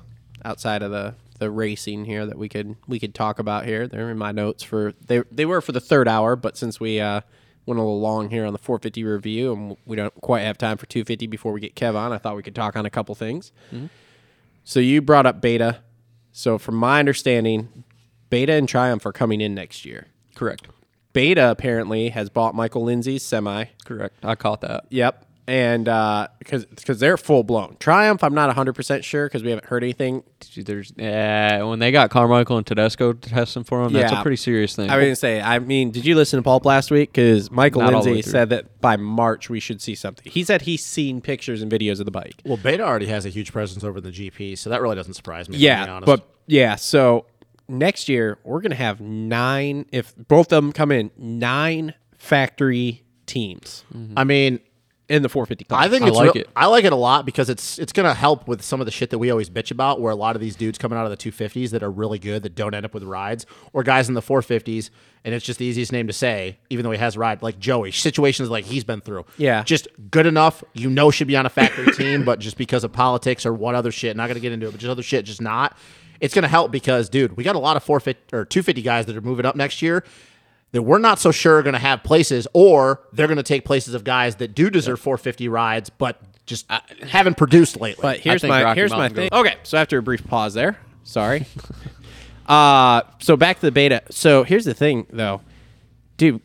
Speaker 1: outside of the the racing here that we could we could talk about here. They're in my notes for they they were for the third hour, but since we uh, went a little long here on the 450 review and we don't quite have time for 250 before we get Kev on, I thought we could talk on a couple things.
Speaker 2: Mm-hmm.
Speaker 1: So you brought up Beta. So from my understanding, Beta and Triumph are coming in next year.
Speaker 2: Correct.
Speaker 1: Beta apparently has bought Michael Lindsay's semi.
Speaker 2: Correct. I caught that.
Speaker 1: Yep. And because because they're full blown Triumph, I'm not 100 percent sure because we haven't heard anything.
Speaker 2: Dude, There's uh, when they got Carmichael and Tedesco testing for him. That's
Speaker 1: Yeah.
Speaker 2: a pretty serious thing.
Speaker 1: I was gonna say, I mean, did you listen to Pulp last week? Because Michael
Speaker 2: Not all the way
Speaker 1: Lindsay
Speaker 2: through.
Speaker 1: said that by March we should see something. He said he's seen pictures and videos of the bike.
Speaker 5: Well, Beta already has a huge presence over the GP, so that really doesn't surprise me. to be
Speaker 1: Yeah,
Speaker 5: honest.
Speaker 1: but yeah, so next year we're gonna have nine. If both of them come in, nine factory teams
Speaker 5: I mean,
Speaker 1: in the 450 class.
Speaker 5: I think
Speaker 2: I
Speaker 5: it's
Speaker 2: like
Speaker 5: real-
Speaker 2: it.
Speaker 5: I like it a lot because it's it's gonna help with some of the shit that we always bitch about, where a lot of these dudes coming out of the 250s that are really good that don't end up with rides, or guys in the 450s, and it's just the easiest name to say, even though he has a ride, like Joey. Situations like he's been through,
Speaker 1: Yeah.
Speaker 5: just good enough. You know, should be on a factory <laughs> team, but just because of politics or what other shit, not gonna get into it, but just other shit, just not. It's gonna help because, dude, we got a lot of 450 or 250 guys that are moving up next year that we're not so sure are going to have places, or they're going to take places of guys that do deserve 450 rides, but just uh, haven't produced lately.
Speaker 1: But here's
Speaker 2: think
Speaker 1: my
Speaker 2: Rocky
Speaker 1: here's
Speaker 2: Mountain
Speaker 1: my thing. Okay, so after a brief pause there, sorry. <laughs> uh so back to the beta. So here's the thing though, dude.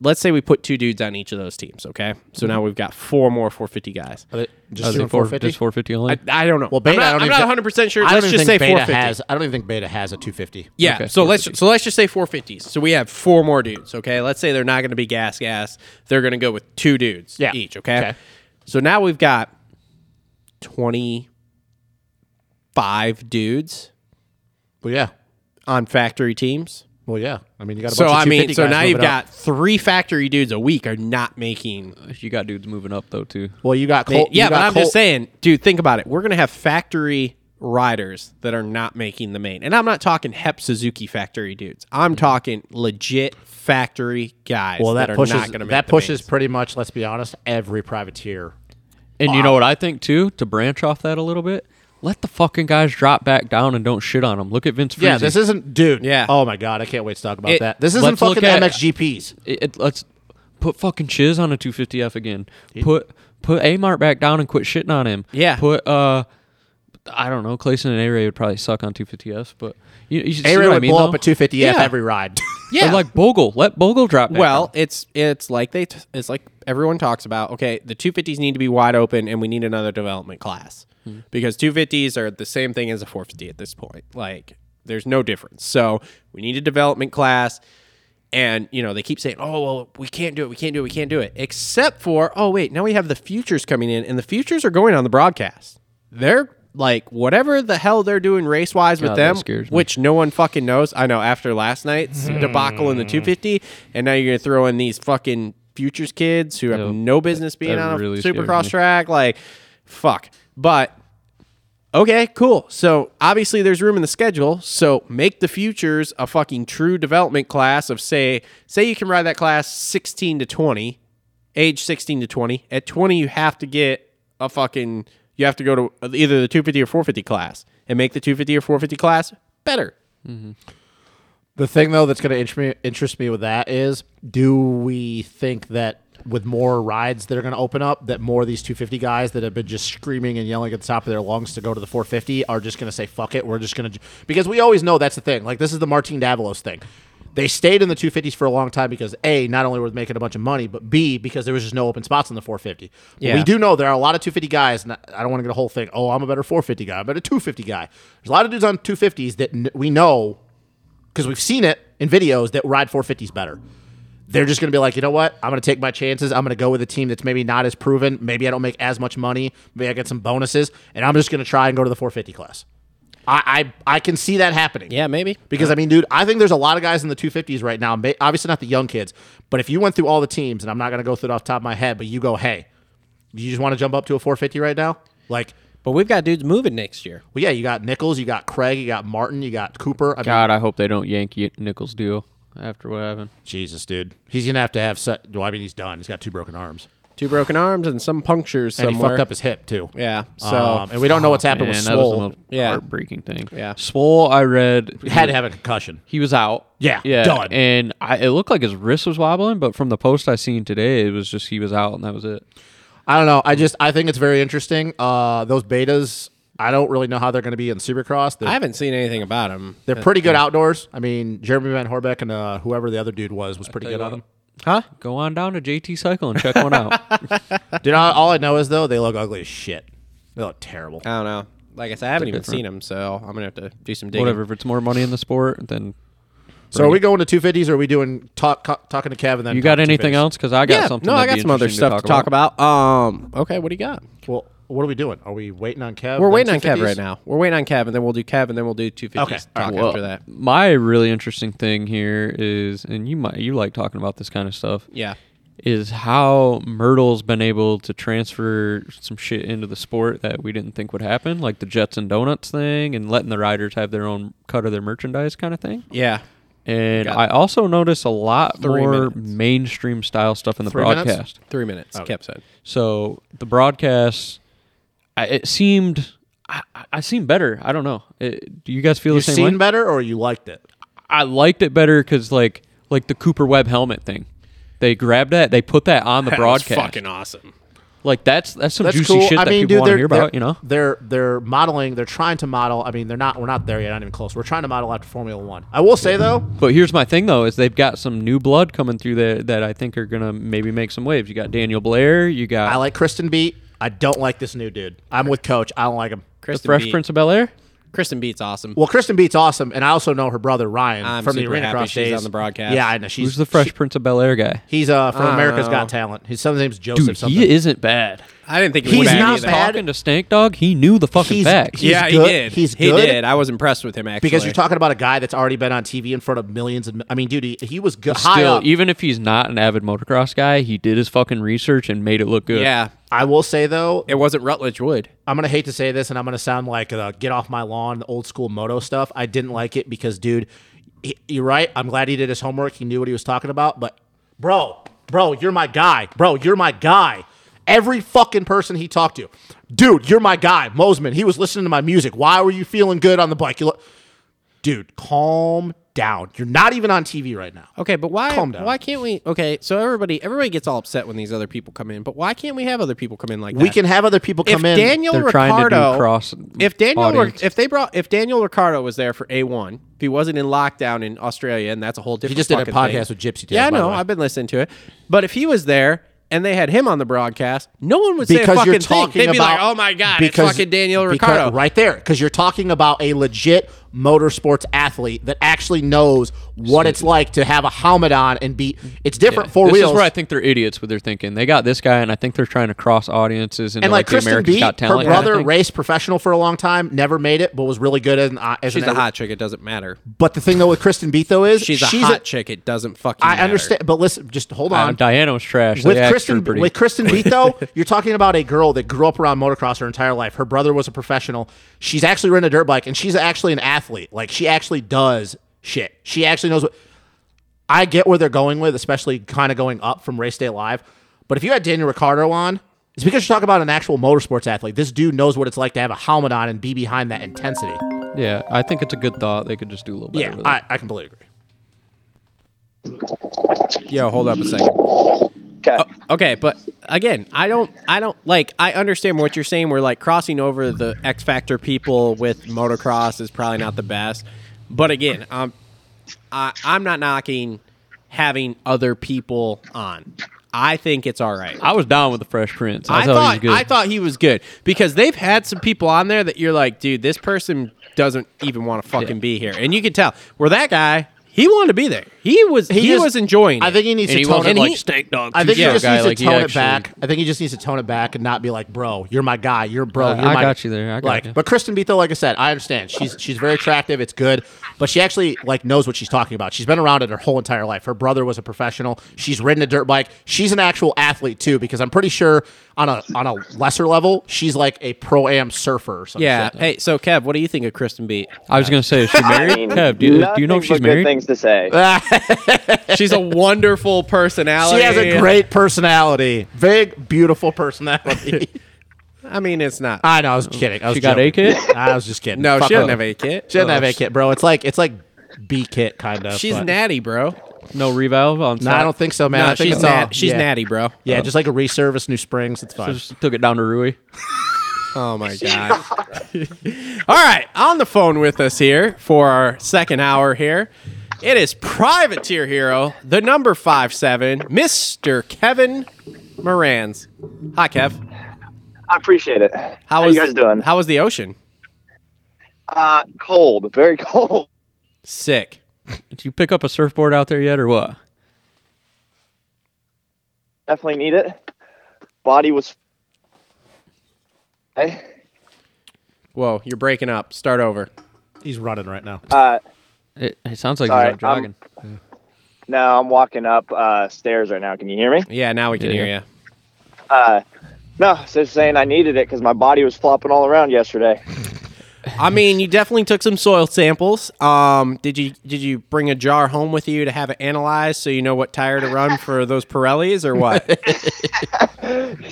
Speaker 1: Let's say we put two dudes on each of those teams. Okay, so now we've got four more 450 guys.
Speaker 5: Are they
Speaker 2: Oh,
Speaker 5: just oh,
Speaker 2: is it
Speaker 5: doing
Speaker 2: four-
Speaker 5: 450.
Speaker 2: just 450 only?
Speaker 1: I, I don't know.
Speaker 5: well,
Speaker 1: I'm
Speaker 5: Beta,
Speaker 1: not,
Speaker 5: I don't
Speaker 1: I'm
Speaker 5: even
Speaker 1: not
Speaker 5: thi-
Speaker 1: 100 percent sure.
Speaker 5: I don't
Speaker 1: Let's
Speaker 5: even
Speaker 1: just
Speaker 5: think
Speaker 1: say
Speaker 5: Beta
Speaker 1: 450.
Speaker 5: has. I don't even think Beta has a 250.
Speaker 1: yeah.
Speaker 2: Okay,
Speaker 1: so let's so let's just say 450s. So we have four more dudes. Okay, let's say they're not going to be gas gas. They're going to go with two dudes
Speaker 5: Yeah.
Speaker 1: each. Okay?
Speaker 5: Okay.
Speaker 1: So now we've got 25 dudes.
Speaker 5: Well, yeah.
Speaker 1: on factory teams.
Speaker 5: Well, yeah. I mean, you got a
Speaker 1: So
Speaker 5: bunch
Speaker 1: I
Speaker 5: of
Speaker 1: mean,
Speaker 5: 250
Speaker 1: so
Speaker 5: guys
Speaker 1: now you've
Speaker 5: moving up.
Speaker 1: got three factory dudes a week are not making.
Speaker 2: you got dudes moving up though too.
Speaker 5: Well, you got Col-
Speaker 1: yeah,
Speaker 5: you
Speaker 1: but
Speaker 5: got
Speaker 1: I'm
Speaker 5: Col-
Speaker 1: just saying, dude. Think about it. We're gonna have factory riders that are not making the main, and I'm not talking Hep Suzuki factory dudes. I'm talking legit factory guys.
Speaker 5: Mm-hmm. Well, that,
Speaker 1: are
Speaker 5: pushes
Speaker 1: not gonna make
Speaker 5: that
Speaker 1: the
Speaker 5: pushes
Speaker 1: mains.
Speaker 5: pretty much. Let's be honest, every privateer.
Speaker 2: And you know what I think too? To branch off that a little bit, let the fucking guys drop back down and don't shit on them. Look at Vince. Friese.
Speaker 5: Yeah, this isn't, dude.
Speaker 1: Yeah.
Speaker 5: Oh my god, I can't wait to talk about
Speaker 1: It-
Speaker 5: that. This isn't
Speaker 2: let's look
Speaker 5: fucking
Speaker 2: at-
Speaker 5: MXGPs.
Speaker 2: It, it- let's put fucking Chiz on a 250F again. Put put Amart back down and quit shitting on him.
Speaker 1: Yeah.
Speaker 2: Put uh, I don't know. Clayson and A Ray would probably suck on 250Fs, but you, you see what
Speaker 5: A-Ray
Speaker 2: I
Speaker 5: would
Speaker 2: mean,
Speaker 5: blow
Speaker 2: though?
Speaker 5: up a 250F
Speaker 2: Yeah.
Speaker 5: every ride. <laughs>
Speaker 2: Or like Bogle. Let Bogle drop. Back
Speaker 1: Well,
Speaker 2: down.
Speaker 1: it's it's like they t- it's like everyone talks about. Okay, the 250s need to be wide open, and we need another development class
Speaker 2: Hmm.
Speaker 1: because 250s are the same thing as a 450 at this point. Like, there's no difference. So we need a development class, and you know they keep saying, "Oh, well, we can't do it. We can't do it. We can't do it." Except for, oh wait, now we have the futures coming in, and the futures are going on the broadcast. They're like whatever the hell they're doing race wise with
Speaker 2: God, that
Speaker 1: them,
Speaker 2: scares me.
Speaker 1: which no one fucking knows. I know after last night's
Speaker 2: Mm-hmm.
Speaker 1: debacle in the 250, and now you're gonna throw in these fucking futures kids who have
Speaker 2: Yep.
Speaker 1: no business being
Speaker 2: that
Speaker 1: on a
Speaker 2: really scares
Speaker 1: supercross
Speaker 2: me.
Speaker 1: track. Like, fuck. But Okay, cool. So obviously there's room in the schedule. So make the futures a fucking true development class of say say you can ride that class 16 to 20, age 16 to 20. At 20 you have to get a fucking you have to go to either the 250 or 450 class and make the 250 or 450 class better.
Speaker 3: The thing though that's going to interest me, interest me with that is, do we think that with more rides that are going to open up, that more of these 250 guys that have been just screaming and yelling at the top of their lungs to go to the 450 are just going to say fuck it, we're just going to because we always know that's the thing. Like this is the Martin Davalos thing. They stayed in the 250s for a long time because a not only were they making a bunch of money, but b because there was just no open spots in the 450. But
Speaker 1: Yeah.
Speaker 3: We do know there are a lot of 250 guys, and I don't want to get a whole thing. Oh, I'm a better 450 guy, I'm a better 250 guy. There's a lot of dudes on 250s that n- we know because we've seen it in videos that ride 450s better. They're just going to be like, you know what? I'm going to take my chances. I'm going to go with a team that's maybe not as proven. Maybe I don't make as much money. Maybe I get some bonuses, and I'm just going to try and go to the 450 class. I I, I can see that happening.
Speaker 1: Yeah, maybe.
Speaker 3: Because I mean, dude, I think there's a lot of guys in the 250s right now. ma- Obviously, not the young kids, but if you went through all the teams, and I'm not going to go through it off the top of my head, but you go, hey, you just want to jump up to a 450 right now? Like,
Speaker 1: But we've got dudes moving next year.
Speaker 3: well, yeah, you got Nichols, you got Craig, you got Martin, you got Cooper. I mean,
Speaker 2: God, I hope they don't Yankee Nichols deal after what happened.
Speaker 3: Jesus, dude, he's gonna have to have. Se- well, I mean, he's done. He's got two broken arms,
Speaker 1: Two broken arms and some punctures
Speaker 3: and
Speaker 1: somewhere.
Speaker 3: he fucked up his hip too.
Speaker 1: Yeah. So
Speaker 3: um, and we don't know what's happened with
Speaker 2: Oh, Man, that was the
Speaker 3: Swole.
Speaker 2: most
Speaker 1: Yeah.
Speaker 2: heartbreaking thing.
Speaker 1: Yeah.
Speaker 2: Swole, I read
Speaker 3: Had to have a concussion.
Speaker 2: he was out.
Speaker 3: Yeah,
Speaker 2: yeah,
Speaker 3: done.
Speaker 2: And I, it looked like his wrist was wobbling, but from the post I seen today, it was just he was out and that was it.
Speaker 3: I don't know. I just I think it's very interesting. Uh, those betas, I don't really know how they're gonna be in Supercross. They're,
Speaker 1: I haven't seen anything about him.
Speaker 3: they're pretty good outdoors. I mean, Jeremy Van Horbeck and uh, whoever the other dude was was pretty good on them.
Speaker 1: Huh?
Speaker 2: Go on down to JT Cycle and check
Speaker 1: <laughs>
Speaker 2: one out.
Speaker 3: Dude, all, all I know is though they look ugly as shit. They look terrible.
Speaker 1: I don't know. Like I said, I haven't even seen him, so I'm gonna have to do some digging.
Speaker 2: Whatever. If it's more money in the sport, then
Speaker 3: So are we going to two fifties or are we doing talk, co- talking to Kev and then
Speaker 2: you got
Speaker 3: talking to
Speaker 2: anything
Speaker 3: 250s?
Speaker 2: else? Because I got something.
Speaker 1: No, I
Speaker 2: that'd
Speaker 1: got
Speaker 2: be
Speaker 1: some other
Speaker 2: interesting
Speaker 1: stuff to talk about. Um, okay, what do you got?
Speaker 3: Well, what are we doing? Are we waiting on Kev?
Speaker 1: We're
Speaker 3: then
Speaker 1: waiting on Kev
Speaker 3: 250s?
Speaker 1: right now. We're waiting on Kev, and then we'll do Kev, and then we'll do 250s
Speaker 3: Okay, all
Speaker 1: talk
Speaker 3: right,
Speaker 1: after that.
Speaker 2: My really interesting thing here is, and you might you like talking about this kind of stuff.
Speaker 1: Yeah.
Speaker 2: is how Myrtle's been able to transfer some shit into the sport that we didn't think would happen, like the Jets and Donuts thing, and letting the riders have their own cut of their merchandise kind of thing.
Speaker 1: Yeah.
Speaker 2: And
Speaker 1: Got
Speaker 2: I also notice a lot
Speaker 1: three
Speaker 2: more
Speaker 1: minutes.
Speaker 2: mainstream style stuff in the
Speaker 3: Three minutes?
Speaker 2: broadcast.
Speaker 1: Three minutes, Kev said.
Speaker 2: So the broadcast, I, it seemed, I, I- I seemed better. I don't know. It, do you guys feel
Speaker 3: You
Speaker 2: the same
Speaker 3: seen
Speaker 2: way?
Speaker 3: better or you liked it?
Speaker 2: I liked it better because like like the Cooper Webb helmet thing. They grabbed that. They put that on the broadcast.
Speaker 1: fucking awesome.
Speaker 2: Like that's that's some
Speaker 3: That's
Speaker 2: juicy
Speaker 3: cool.
Speaker 2: shit
Speaker 3: I
Speaker 2: that people
Speaker 3: mean, dude,
Speaker 2: want to
Speaker 3: they're,
Speaker 2: hear
Speaker 3: they're-
Speaker 2: about, you know?
Speaker 3: they're they're modeling. They're trying to model. I mean, they're not. We're not there yet. Not even close. We're trying to model after Formula One. I will say though,
Speaker 2: But here's my thing though, is they've got some new blood coming through there that I think are gonna maybe make some waves. You got Daniel Blair, you got
Speaker 3: I like Kristen Beat. I don't like this new dude. I'm with Coach. I don't like him.
Speaker 2: the
Speaker 1: Kristen
Speaker 2: Fresh
Speaker 1: Beat.
Speaker 2: Prince of Bel Air.
Speaker 1: Kristen Beat's awesome.
Speaker 3: Well, Kristen Beat's awesome, and I also know her brother Ryan
Speaker 1: I'm
Speaker 3: from the
Speaker 1: super
Speaker 3: arena
Speaker 1: happy
Speaker 3: cross
Speaker 1: she's
Speaker 3: days.
Speaker 1: on the broadcast. Oh.
Speaker 3: Yeah, I know. She's
Speaker 2: Who's the Fresh Prince of Bel Air guy?
Speaker 3: He's uh from
Speaker 1: don't
Speaker 3: America's
Speaker 1: know.
Speaker 3: Got Talent. His son's name's Joseph.
Speaker 2: Dude,
Speaker 3: something.
Speaker 2: he isn't bad.
Speaker 1: I didn't think he
Speaker 3: He's
Speaker 1: was
Speaker 2: When
Speaker 1: bad
Speaker 3: not
Speaker 2: he was
Speaker 1: either.
Speaker 3: bad.
Speaker 2: talking to Stank Dog, he knew the fucking
Speaker 3: He's-
Speaker 2: facts.
Speaker 3: he's-
Speaker 1: yeah, he
Speaker 3: good.
Speaker 1: did.
Speaker 3: He's
Speaker 1: he
Speaker 3: good.
Speaker 1: did. I was impressed with him actually.
Speaker 3: because you're talking about a guy that's already been on TV in front of millions. And I mean, dude, he, he was good. high
Speaker 2: Still,
Speaker 3: up.
Speaker 2: even if he's not an avid motocross guy, he did his fucking research and made it look good.
Speaker 1: Yeah.
Speaker 3: I will say though,
Speaker 1: It wasn't Rutledge Wood.
Speaker 3: I'm gonna hate to say this, and I'm gonna sound like uh, get off my lawn, old school moto stuff. I didn't like it because, dude, he, you're right. I'm glad he did his homework. He knew what he was talking about. But, bro, bro, you're my guy. Bro, you're my guy. Every fucking person he talked to, dude, you're my guy. Mosman, he was listening to my music. Why were you feeling good on the bike? You look, dude, calm down. You're not even on TV right now.
Speaker 1: Okay, but why
Speaker 3: Calm down.
Speaker 1: why can't we Okay, so everybody everybody gets all upset when these other people come in, but why can't we have other people come in like that?
Speaker 3: We can have other people
Speaker 1: if
Speaker 3: come in.
Speaker 1: Daniel
Speaker 2: They're trying to do
Speaker 1: Ricardo
Speaker 2: cross
Speaker 1: if Daniel Ri-
Speaker 2: audience.
Speaker 1: if they brought if Daniel Ricardo was there for A one, if he wasn't in lockdown in Australia, and that's a whole different.
Speaker 3: just did a
Speaker 1: fucking
Speaker 3: podcast
Speaker 1: thing.
Speaker 3: with Gypsy Tales,
Speaker 1: Yeah, I
Speaker 3: by the
Speaker 1: know.
Speaker 3: way.
Speaker 1: I've been listening to it, but if he was there. And they had him on the broadcast. No one would say a
Speaker 3: because
Speaker 1: fucking
Speaker 3: you're
Speaker 1: thing.
Speaker 3: talking
Speaker 1: They'd be
Speaker 3: about
Speaker 1: like, "Oh my god,
Speaker 3: because,
Speaker 1: it's fucking Daniel
Speaker 3: because-
Speaker 1: Ricardo."
Speaker 3: right there because you're talking about a legit motorsports athlete that actually knows what it's like to have a helmet on and be. It's different four
Speaker 2: this
Speaker 3: wheels.
Speaker 2: is where I think they're idiots. What they're thinking. They got this guy, and I think they're trying to cross audiences into,
Speaker 3: and like,
Speaker 2: the
Speaker 3: Kristen
Speaker 2: Americans
Speaker 3: B, her
Speaker 2: Got Talent. kind of
Speaker 3: brother
Speaker 2: thing.
Speaker 3: raced professional for a long time, never made it, but was really good as an uh, as
Speaker 1: She's
Speaker 3: an
Speaker 1: a hot chick. It doesn't matter.
Speaker 3: But the thing though with Kristen B though is
Speaker 1: She's a hot chick. It doesn't fucking.
Speaker 3: I
Speaker 1: matter.
Speaker 3: understand, but listen, just hold
Speaker 2: Um,
Speaker 3: on.
Speaker 2: Diana was trash. They
Speaker 3: with
Speaker 2: axed her
Speaker 3: Kristen
Speaker 2: pretty-
Speaker 3: with
Speaker 2: <laughs>
Speaker 3: Kristen Wiig though, you're talking about a girl that grew up around motocross her entire life. Her brother was a professional. She's actually ridden a dirt bike, and she's actually an athlete. Like she actually does shit. She actually knows what. I get where they're going with, especially kind of going up from race day live. But if you had Daniel Ricardo on, it's because you're talking about an actual motorsports athlete. This dude knows what it's like to have a helmet on and be behind that intensity.
Speaker 2: yeah, I think it's a good thought. They could just do a little better.
Speaker 3: Yeah,
Speaker 2: with it.
Speaker 3: I, I completely agree.
Speaker 1: Yo, hold up a second. Uh,
Speaker 4: Okay.
Speaker 1: Okay, but again, I don't, I don't like. I understand what you're saying. We're like crossing over the X Factor people with motocross is probably not the best. But again, um, I, I'm not knocking having other people on. I think it's all right.
Speaker 2: I was down with the Fresh Prince. I,
Speaker 1: I
Speaker 2: thought,
Speaker 1: thought
Speaker 2: he was good.
Speaker 1: I thought he was good because they've had some people on there that you're like, dude, this person doesn't even want to fucking be here, and you can tell. Where that guy, he wanted to be there. He was he,
Speaker 3: just-
Speaker 1: was enjoying.
Speaker 3: I
Speaker 1: it.
Speaker 3: think he needs
Speaker 2: and
Speaker 3: to
Speaker 2: he
Speaker 3: tone it
Speaker 2: wasn't
Speaker 1: And
Speaker 2: like
Speaker 1: he-
Speaker 2: Snake Dog.
Speaker 3: I think he
Speaker 2: Tuesday
Speaker 3: just
Speaker 2: guy,
Speaker 3: needs to
Speaker 2: like he
Speaker 3: tone it
Speaker 2: actually-
Speaker 3: back. I think he just needs to tone it back and not be like, "Bro, you're my guy. You're bro.
Speaker 2: Uh,
Speaker 3: You're
Speaker 2: I
Speaker 3: my
Speaker 2: got you there. I got
Speaker 3: like,
Speaker 2: you.
Speaker 3: but Kristen Bethel, like I said, I understand. She's she's very attractive. It's good, but she actually like knows what she's talking about. She's been around it her whole entire life. Her brother was a professional. She's ridden a dirt bike. She's an actual athlete too, because I'm pretty sure on a on a lesser level, she's like a pro am surfer. Or something.
Speaker 1: Yeah. Hey, so Kev, what do you think of Kristen
Speaker 3: <laughs>
Speaker 1: Beat?
Speaker 2: <laughs> I was gonna say, is she married?
Speaker 4: I mean,
Speaker 2: Kev, do you, do you know
Speaker 4: nothing
Speaker 2: if she's
Speaker 4: but good
Speaker 2: married?
Speaker 4: things to say.
Speaker 1: She's a wonderful
Speaker 3: Ah, She
Speaker 2: Oh,
Speaker 1: personality.
Speaker 3: has a great personality.
Speaker 2: <laughs>
Speaker 3: Big, beautiful personality.
Speaker 1: I mean, it's not.
Speaker 3: I know. I was kidding. I was
Speaker 2: She got A
Speaker 3: joking.
Speaker 2: kit. <laughs>
Speaker 3: I was just kidding.
Speaker 1: no,
Speaker 3: Fuck
Speaker 1: she doesn't
Speaker 3: off.
Speaker 1: have a kit.
Speaker 3: She doesn't have a kit, bro. It's like it's like B kit kind of.
Speaker 1: She's
Speaker 3: but-
Speaker 1: natty, bro.
Speaker 2: No revalve on.
Speaker 3: No, I don't think so, man.
Speaker 1: No,
Speaker 3: I think
Speaker 1: she's
Speaker 3: it's all-
Speaker 1: nat- she's
Speaker 3: yeah.
Speaker 1: natty, bro.
Speaker 3: Yeah, just like a resurface, New Springs. It's fine.
Speaker 2: Just took it down to Rui.
Speaker 1: Oh my god. All right, on the phone with us here for our second hour here. It is Privateer Hero, the number five seven, Mr. Kevin Moran's. Hi, Kev.
Speaker 4: I appreciate it. How,
Speaker 1: How
Speaker 4: you guys doing?
Speaker 1: How was the ocean?
Speaker 4: Uh, cold, <laughs> very cold.
Speaker 1: Sick.
Speaker 2: Did you pick up a surfboard out there yet, or what?
Speaker 4: Definitely need it. Body was. Hey,
Speaker 1: Whoa, you're breaking up. Start over.
Speaker 3: He's running right now.
Speaker 4: uh,
Speaker 2: It, it sounds like
Speaker 4: Sorry,
Speaker 2: you're jogging.
Speaker 4: no, I'm walking up uh, stairs right now. Can you hear me?
Speaker 1: Yeah, now we can
Speaker 2: Yeah,
Speaker 1: hear
Speaker 2: yeah.
Speaker 1: you.
Speaker 4: Uh, no, it's just saying I needed it because my body was flopping all around yesterday. <laughs>
Speaker 1: I mean, you definitely took some soil samples. Um, did you did you bring a jar home with you to have it analyzed so you know what tire to run for those Pirellis or
Speaker 3: <laughs>
Speaker 1: what?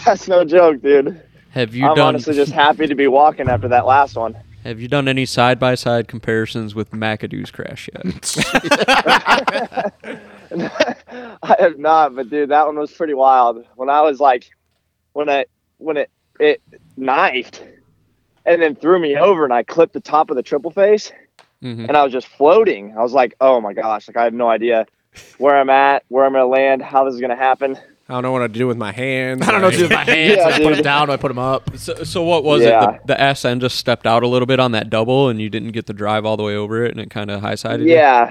Speaker 4: That's no joke, dude.
Speaker 2: have you
Speaker 4: I'm
Speaker 2: done?
Speaker 4: honestly just happy to be walking after that last one.
Speaker 2: Have you done any side by side comparisons with McAdoo's crash yet?
Speaker 4: I have not, but dude, that one was pretty wild. When I was like, when I when it it knifed, and then threw me over, and I clipped the top of the triple face,
Speaker 2: Mhm.
Speaker 4: and I was just floating. I was like, oh my gosh, like I have no idea where I'm at, where I'm gonna land, how this is gonna happen.
Speaker 1: I don't know what to do with my hands.
Speaker 3: I don't know what to do with my hands.
Speaker 4: Yeah,
Speaker 3: Do I put
Speaker 4: dude.
Speaker 3: them down. Do I put them up.
Speaker 2: <laughs> So, so what was
Speaker 4: Yeah.
Speaker 2: it? The, the SN just stepped out a little bit on that double, and you didn't get the drive all the way over it, and it kind of high sided.
Speaker 4: Yeah.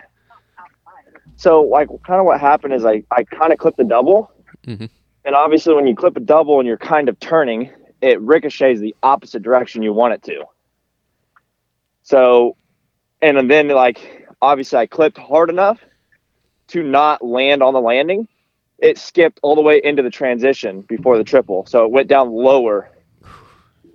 Speaker 4: So like, kind of what happened is I I kind of clipped the double,
Speaker 2: Mhm.
Speaker 4: and obviously when you clip a double and you're kind of turning, it ricochets the opposite direction you want it to. So, and then like obviously I clipped hard enough to not land on the landing. It skipped all the way into the transition before the triple, so it went down lower.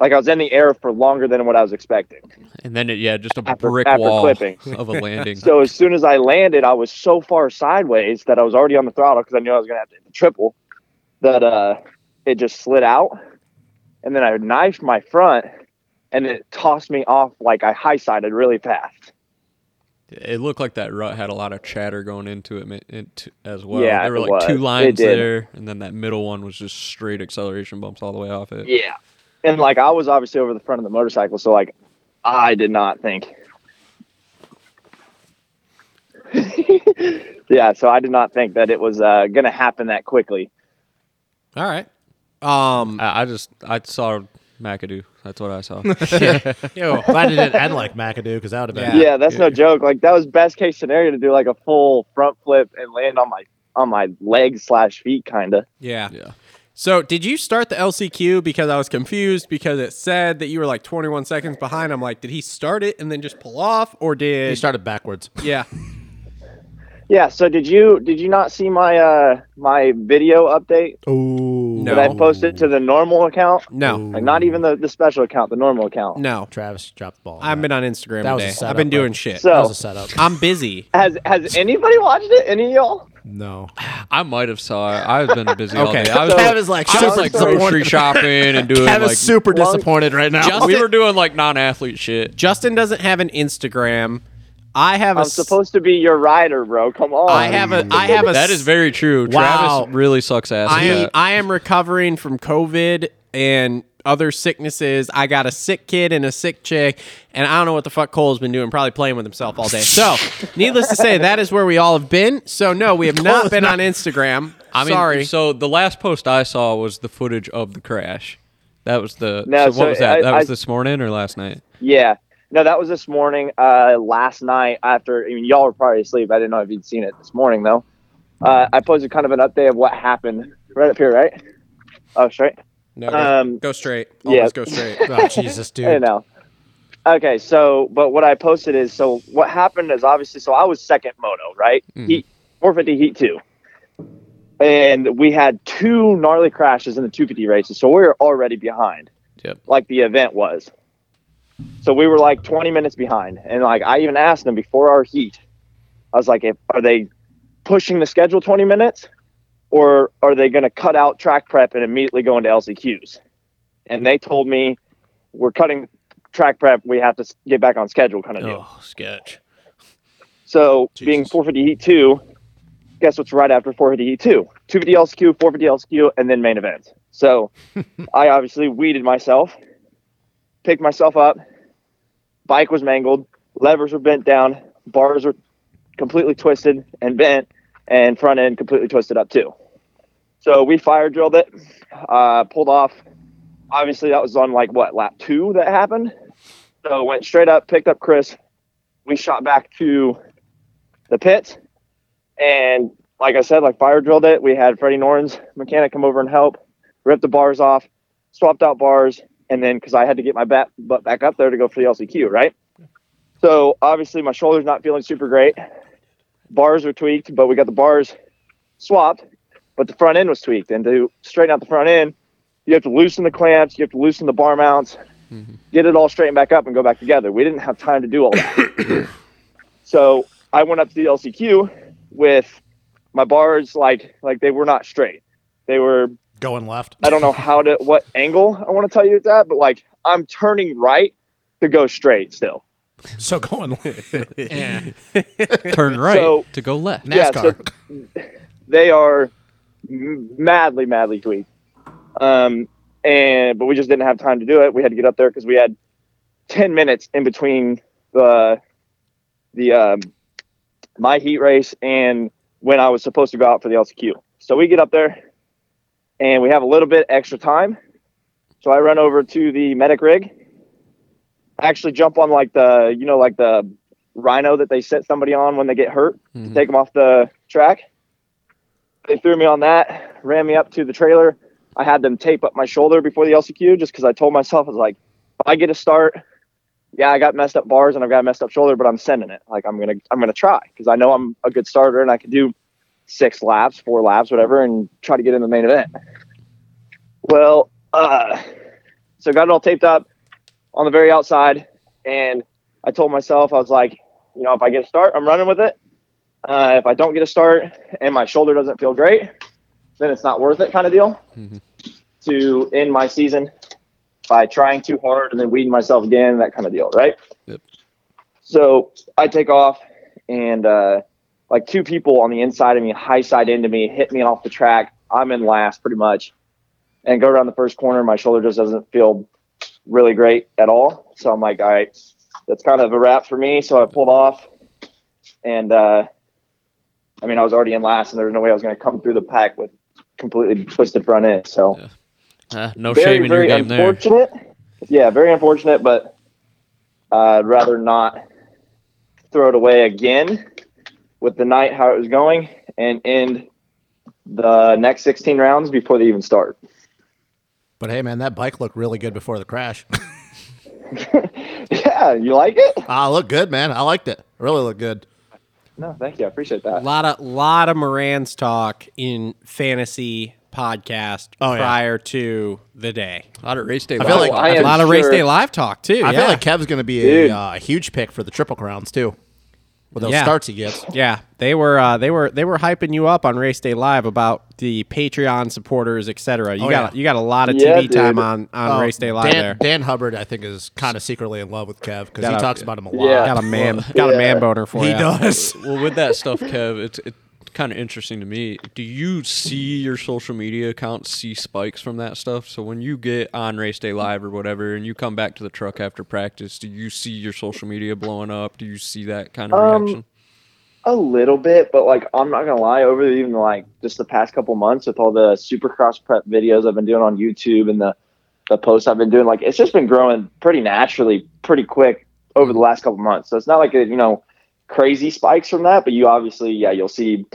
Speaker 4: Like I was in the air for longer than what I was expecting.
Speaker 2: And then it, yeah, just a
Speaker 4: After-
Speaker 2: brick
Speaker 4: after
Speaker 2: wall
Speaker 4: clipping.
Speaker 2: <laughs> of a landing.
Speaker 4: <laughs> So as soon as I landed, I was so far sideways that I was already on the throttle because I knew I was going to have to hit the triple. That uh, it just slid out, and then I knifed my front, and it tossed me off like I high sided really fast.
Speaker 2: It looked like that rut had a lot of chatter going into it, ma- into, as well.
Speaker 4: Yeah,
Speaker 2: there were
Speaker 4: it
Speaker 2: like
Speaker 4: was.
Speaker 2: two
Speaker 4: It
Speaker 2: lines
Speaker 4: did.
Speaker 2: there, and then that middle one was just straight acceleration bumps all the way off it.
Speaker 4: Yeah, and like I was obviously over the front of the motorcycle, so like I did not think. <laughs> yeah, so I did not think that it was uh, going to happen that quickly.
Speaker 3: <laughs>
Speaker 1: All right. Um,
Speaker 2: I, I just I saw McAdoo. That's what
Speaker 1: <laughs>
Speaker 2: I saw.
Speaker 1: Yo,
Speaker 3: Glad it didn't end like McAdoo because that would have been.
Speaker 4: Yeah, that's no joke. Like that was best case scenario to do like a full front flip and land on my on my legs slash feet, kinda.
Speaker 1: yeah.
Speaker 2: yeah.
Speaker 1: So, did you start the LCQ because I was confused because it said that you were like 21 seconds behind? I'm like, did he start it and then just pull off, or did
Speaker 3: He started backwards.
Speaker 1: yeah?
Speaker 4: Yeah. So did you did you not see my uh my video update
Speaker 3: Ooh.
Speaker 1: No.
Speaker 4: that I posted to the normal account?
Speaker 1: No,
Speaker 4: Like not even the, the special account, the normal account.
Speaker 1: no.
Speaker 3: Travis dropped the ball.
Speaker 1: I've been on Instagram
Speaker 3: That was
Speaker 1: today.
Speaker 3: a setup,
Speaker 1: I've been doing
Speaker 3: right?
Speaker 1: shit.
Speaker 4: So-
Speaker 3: That was a setup.
Speaker 1: I'm busy.
Speaker 4: Has has anybody watched it? Any of y'all?
Speaker 3: No.
Speaker 2: I might have saw it. I've been busy all
Speaker 1: Okay.
Speaker 2: day. I was,
Speaker 3: Kevin's like,
Speaker 2: I was
Speaker 4: super
Speaker 2: like
Speaker 4: disappointed. <laughs>
Speaker 2: grocery shopping and doing
Speaker 3: Kevin's
Speaker 2: like
Speaker 3: super
Speaker 4: Long-
Speaker 3: disappointed right now.
Speaker 2: we were doing like non-athlete shit.
Speaker 1: Justin doesn't have an Instagram. I have a
Speaker 4: I'm
Speaker 1: s-
Speaker 4: supposed to be your rider, bro. Come on.
Speaker 1: I have a. I have a.
Speaker 2: That is
Speaker 1: s-
Speaker 2: very true.
Speaker 3: Wow.
Speaker 2: Travis really sucks ass.
Speaker 1: I
Speaker 2: at
Speaker 1: am.
Speaker 2: that.
Speaker 1: I am recovering from COVID and other sicknesses. I got a sick kid and a sick chick, and I don't know what the fuck Cole's been doing. Probably playing with himself all day. So, needless to say, that is where we all have been. So, no, we have not been on Instagram.
Speaker 2: <laughs> I
Speaker 1: I'm
Speaker 2: mean,
Speaker 1: sorry.
Speaker 2: So the last post I saw was the footage of the crash. That was the. so
Speaker 4: No,
Speaker 2: what
Speaker 4: so
Speaker 2: was that?
Speaker 4: I-
Speaker 2: that was
Speaker 4: I-
Speaker 2: this morning or last night?
Speaker 4: Yeah. No, that was this morning. Uh, last night after, I mean, y'all were probably asleep. I didn't know if you'd seen it this morning though. Uh, I posted kind of an update of what happened right up here, right? Oh, straight.
Speaker 1: no,
Speaker 4: um,
Speaker 1: go straight.
Speaker 4: yeah.
Speaker 1: Always go straight. <laughs>
Speaker 3: oh, Jesus, dude.
Speaker 4: <laughs> I know. Okay, so but what I posted is so what happened is obviously so I was second moto, right? Heat 450 heat two. And we had two gnarly crashes in the 250 races, so we were already behind.
Speaker 2: Yep.
Speaker 4: Like the event was. So we were like 20 minutes behind, and like I even asked them before our heat, I was like, if, "Are they pushing the schedule 20 minutes, or are they going to cut out track prep and immediately go into LCQs?" And they told me we're cutting track prep. We have to s- get back on schedule, kind of deal.
Speaker 2: sketch.
Speaker 4: So being 450 heat E two, guess what's right after 450 heat E two? 250 LCQ, 450 LCQ, and then main event. So I obviously weeded myself, picked myself up. Bike was mangled, levers were bent down, bars were completely twisted and bent, and front end completely twisted up too. So we fire drilled it, uh, pulled off. Obviously, that was on like what lap two that happened. So went straight up, picked up Chris. We shot back to the pits. And like I said, like fire drilled it. We had Freddie Norton's mechanic come over and help, rip the bars off, swapped out bars, and then because I had to get my bat, butt back up there to go for the LCQ, right? So obviously my shoulder's not feeling super great. Bars are tweaked, but we got the bars swapped, but the front end was tweaked. And to straighten out the front end, you have to loosen the clamps, you have to loosen the bar mounts, get it all straightened back up and go back together. We didn't have time to do all that. So I went up to the LCQ with my bars like like they were not straight. They were
Speaker 3: Going left.
Speaker 4: I don't know how to what angle I want to tell you it's at, but like I'm turning right to go straight still.
Speaker 3: So going left.
Speaker 2: <laughs> Turn right
Speaker 4: So-
Speaker 2: to go left.
Speaker 4: Yeah,
Speaker 3: NASCAR.
Speaker 4: <laughs> They are m- madly madly tweaked. Um and but we just didn't have time to do it. We had to get up there cuz we had 10 minutes in between the the um my heat race and when I was supposed to go out for the LCQ. So we get up there and we have a little bit extra time. So I run over to the medic rig. I actually jump on like the, you know, like the rhino that they set somebody on when they get hurt to take them off the track. They threw me on that, ran me up to the trailer. I had them tape up my shoulder before the LCQ just because I told myself, I was like, if I get a start, yeah, I got messed up bars and I've got a messed up shoulder, but I'm sending it. Like I'm gonna, I'm gonna try because I know I'm a good starter and I can do six laps, four laps, whatever, and try to get in the main event. Well, uh, so got it all taped up on the very outside, and I told myself I was like, you know, if I get a start, I'm running with it. Uh, if I don't get a start and my shoulder doesn't feel great, then it's not worth it, kind of deal. To end my season by trying too hard and then weeding myself again, that kind of deal, right?
Speaker 2: Yep.
Speaker 4: So I take off, and uh, like two people on the inside of me, high side into me, hit me off the track. I'm in last pretty much, and go around the first corner. My shoulder just doesn't feel really great at all. So I'm like, all right, that's kind of a wrap for me. So I pulled off, and uh, I mean, I was already in last, and there was no way I was going to come through the pack with completely twisted front end. So
Speaker 2: Uh, no
Speaker 4: very,
Speaker 2: shame in your
Speaker 4: very
Speaker 2: game there.
Speaker 4: unfortunate. yeah, very unfortunate, but uh, I'd rather not throw it away again with the night how it was going and end the next 16 rounds before they even start. <laughs>
Speaker 3: But hey, man, that bike looked really good before the crash. <laughs>
Speaker 4: Yeah, you like it?
Speaker 5: Uh,
Speaker 3: Ah, looked good, man. I liked it. Really looked good.
Speaker 4: No, thank you. I appreciate that.
Speaker 1: lot of lot of Moran's talk in fantasy podcast
Speaker 3: Oh, yeah.
Speaker 1: prior to the day.
Speaker 2: A lot of race day.
Speaker 3: I feel
Speaker 2: vibes.
Speaker 3: like
Speaker 4: I
Speaker 1: A
Speaker 4: am
Speaker 1: lot of race
Speaker 4: sure-
Speaker 1: day live talk too.
Speaker 3: I
Speaker 1: yeah.
Speaker 3: feel like Kev's going to be
Speaker 4: Dude.
Speaker 3: a uh, huge pick for the triple crowns too. With those
Speaker 1: Yeah.
Speaker 3: starts he gets.
Speaker 1: yeah, they were uh, they were they were hyping you up on race day live about the Patreon supporters, etc. You
Speaker 3: Oh,
Speaker 1: got
Speaker 3: yeah.
Speaker 1: you got a lot of
Speaker 4: Yeah,
Speaker 1: TV time
Speaker 4: dude.
Speaker 1: on on
Speaker 3: Oh,
Speaker 1: race day live
Speaker 3: Dan,
Speaker 1: there.
Speaker 3: Dan Hubbard, I think, is kind of secretly in love with Kev because he
Speaker 1: Gotta-
Speaker 3: talks about him a lot. <laughs>
Speaker 4: Yeah.
Speaker 1: Got a man got a man boner for
Speaker 3: He
Speaker 1: you.
Speaker 2: <laughs>
Speaker 3: does.
Speaker 2: well, with that stuff, Kev, it's it's kind of interesting to me. Do you see your social media accounts see spikes from that stuff? So when you get on race day live or whatever, and you come back to the truck after practice, do you see your social media blowing up? Do you see that kind of
Speaker 4: Um,
Speaker 2: reaction?
Speaker 4: A little bit, but like I'm not gonna lie, over even like just the past couple months with all the supercross prep videos I've been doing on YouTube and the the posts I've been doing, like it's just been growing pretty naturally, pretty quick over the last couple months. So it's not like a, you know crazy spikes from that, but you obviously yeah you'll see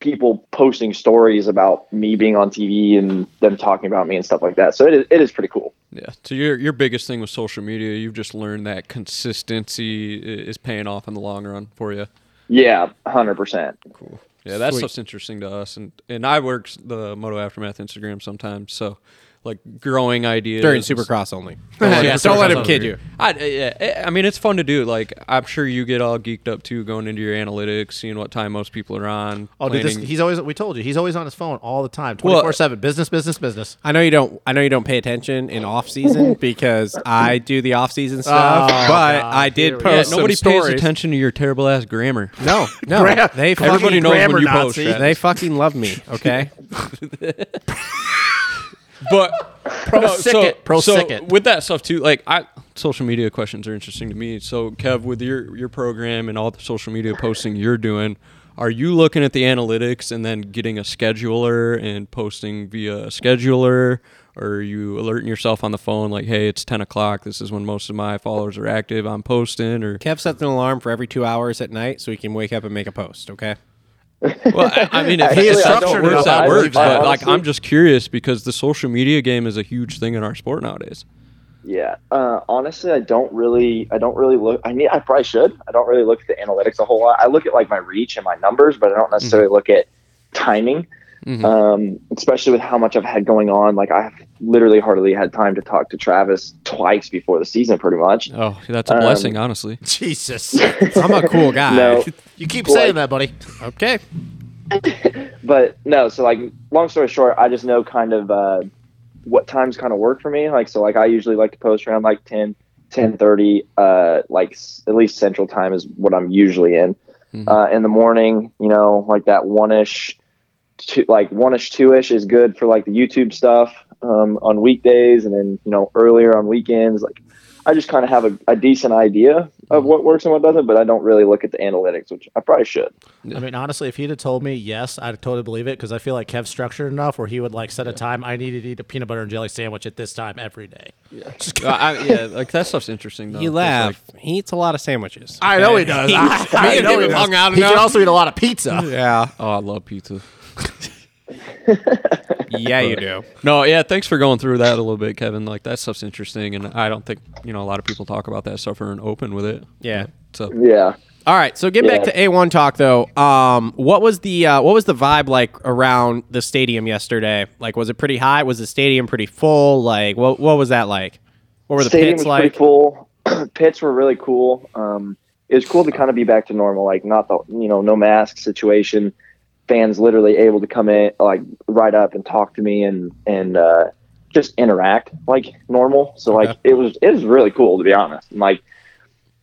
Speaker 4: people posting stories about me being on TV and them talking about me and stuff like that. So it is, it is pretty cool.
Speaker 2: Yeah. So your your biggest thing with social media, you've just learned that consistency i- is paying off in the long run for you.
Speaker 4: Yeah, hundred percent.
Speaker 2: Cool. Yeah, that
Speaker 1: Sweet.
Speaker 2: stuff's interesting to us, and and I work the Moto Aftermath Instagram sometimes, so like growing ideas
Speaker 1: During
Speaker 2: and stuff.
Speaker 1: Supercross only.
Speaker 2: Yeah,
Speaker 1: don't let him
Speaker 2: sometimes
Speaker 1: kid
Speaker 2: I'm
Speaker 1: you.
Speaker 2: I, I- yeah, I mean, it's fun to do. Like, I'm sure you get all geeked up too, going into your analytics, seeing what time most people are on.
Speaker 3: Oh, dude, this,
Speaker 2: planning-
Speaker 3: he's always. We told you, he's always on his phone all the time,
Speaker 2: Well-
Speaker 3: twenty four seven. Business, business, business.
Speaker 1: I know you don't. I know you don't pay attention in off season because I do the off season stuff.
Speaker 3: Oh,
Speaker 1: but
Speaker 3: God.
Speaker 1: I did
Speaker 3: Here we go.
Speaker 1: post
Speaker 2: yeah,
Speaker 1: some
Speaker 2: nobody pays
Speaker 1: stories.
Speaker 2: attention to your terrible ass grammar.
Speaker 1: No, no,
Speaker 3: Gra-
Speaker 1: they
Speaker 2: Everybody
Speaker 1: fucking
Speaker 2: knows
Speaker 3: grammar
Speaker 2: when you post.
Speaker 3: Nazi.
Speaker 2: that.
Speaker 1: They fucking love me. Okay.
Speaker 2: but <laughs> pro
Speaker 3: sick it, pro sick it.
Speaker 2: with that stuff too like i social media questions are interesting to me so kev with your your program and all the social media posting you're doing are you looking at the analytics and then getting a scheduler and posting via a scheduler or are you alerting yourself on the phone like hey it's 10 o'clock this is when most of my followers are active i'm posting <laughs> or
Speaker 1: Kev sets an alarm for every two hours at night so he can wake up and make a post. Okay.
Speaker 2: Well, I, I <laughs> mean, if
Speaker 4: Really,
Speaker 2: it
Speaker 4: I don't
Speaker 2: structured works,
Speaker 4: know.
Speaker 2: that
Speaker 4: I-
Speaker 2: works.
Speaker 4: I
Speaker 2: But like,
Speaker 4: honestly-
Speaker 2: I'm just curious because the social media game is a huge thing in our sport nowadays.
Speaker 4: Yeah. Uh, honestly, I don't really, I don't really look. I need, I probably should. I don't really look at the analytics a whole lot. I look at like my reach and my numbers, but I don't necessarily look at timing. Um, especially with how much I've had going on. Like I've literally hardly had time to talk to Travis twice before the season, pretty much.
Speaker 2: Oh, that's a blessing, honestly.
Speaker 3: Jesus,
Speaker 1: I'm a
Speaker 4: <laughs>
Speaker 1: cool guy.
Speaker 4: No,
Speaker 3: you keep
Speaker 4: Boy.
Speaker 3: saying that, buddy.
Speaker 1: Okay.
Speaker 4: but no so like long story short i just know kind of uh, what times kind of work for me like so like i usually like to post around like 10 10 uh like s- at least central time is what i'm usually in uh, in the morning you know like that one-ish two, like one-ish two-ish is good for like the youtube stuff um, on weekdays and then you know earlier on weekends like i just kind of have a, a decent idea of what works and what doesn't but i don't really look at the analytics which i probably should
Speaker 3: I mean, honestly, if he'd have told me yes, I'd totally believe it because I feel like Kev's structured enough where he would like set a time. I needed to eat a peanut butter and jelly sandwich at this time every day.
Speaker 2: Uh, <laughs> I, yeah, like that stuff's interesting. Though.
Speaker 1: You
Speaker 2: 'cause,
Speaker 1: laugh. he eats a lot of sandwiches. <laughs>
Speaker 3: Oh, I know he does. <laughs> I,
Speaker 1: and him have hung out
Speaker 3: He can
Speaker 1: enough.
Speaker 3: also eat a lot of pizza.
Speaker 1: yeah.
Speaker 2: Like, oh, I love pizza.
Speaker 1: Yeah, you do.
Speaker 2: No, yeah, thanks for going through that a little bit, Kevin. Like that stuff's interesting, and I don't think you know a lot of people talk about that stuff or are open with it.
Speaker 1: Yeah.
Speaker 2: So
Speaker 4: yeah
Speaker 1: All right. So get back
Speaker 4: Yeah.
Speaker 1: to A1 talk though. Um, what was the uh, what was the vibe like around the stadium yesterday? Like, was it pretty high? Was the stadium pretty full? Like, what what was that like? What were the
Speaker 4: stadium
Speaker 1: pits
Speaker 4: was
Speaker 1: like?
Speaker 4: pretty full. <clears throat> pits were really cool. Um, it was cool to kind of be back to normal, like not the you know no mask situation. Fans literally able to come in, like right up and talk to me and and uh, just interact like normal. So like it was it was really cool to be honest. And, like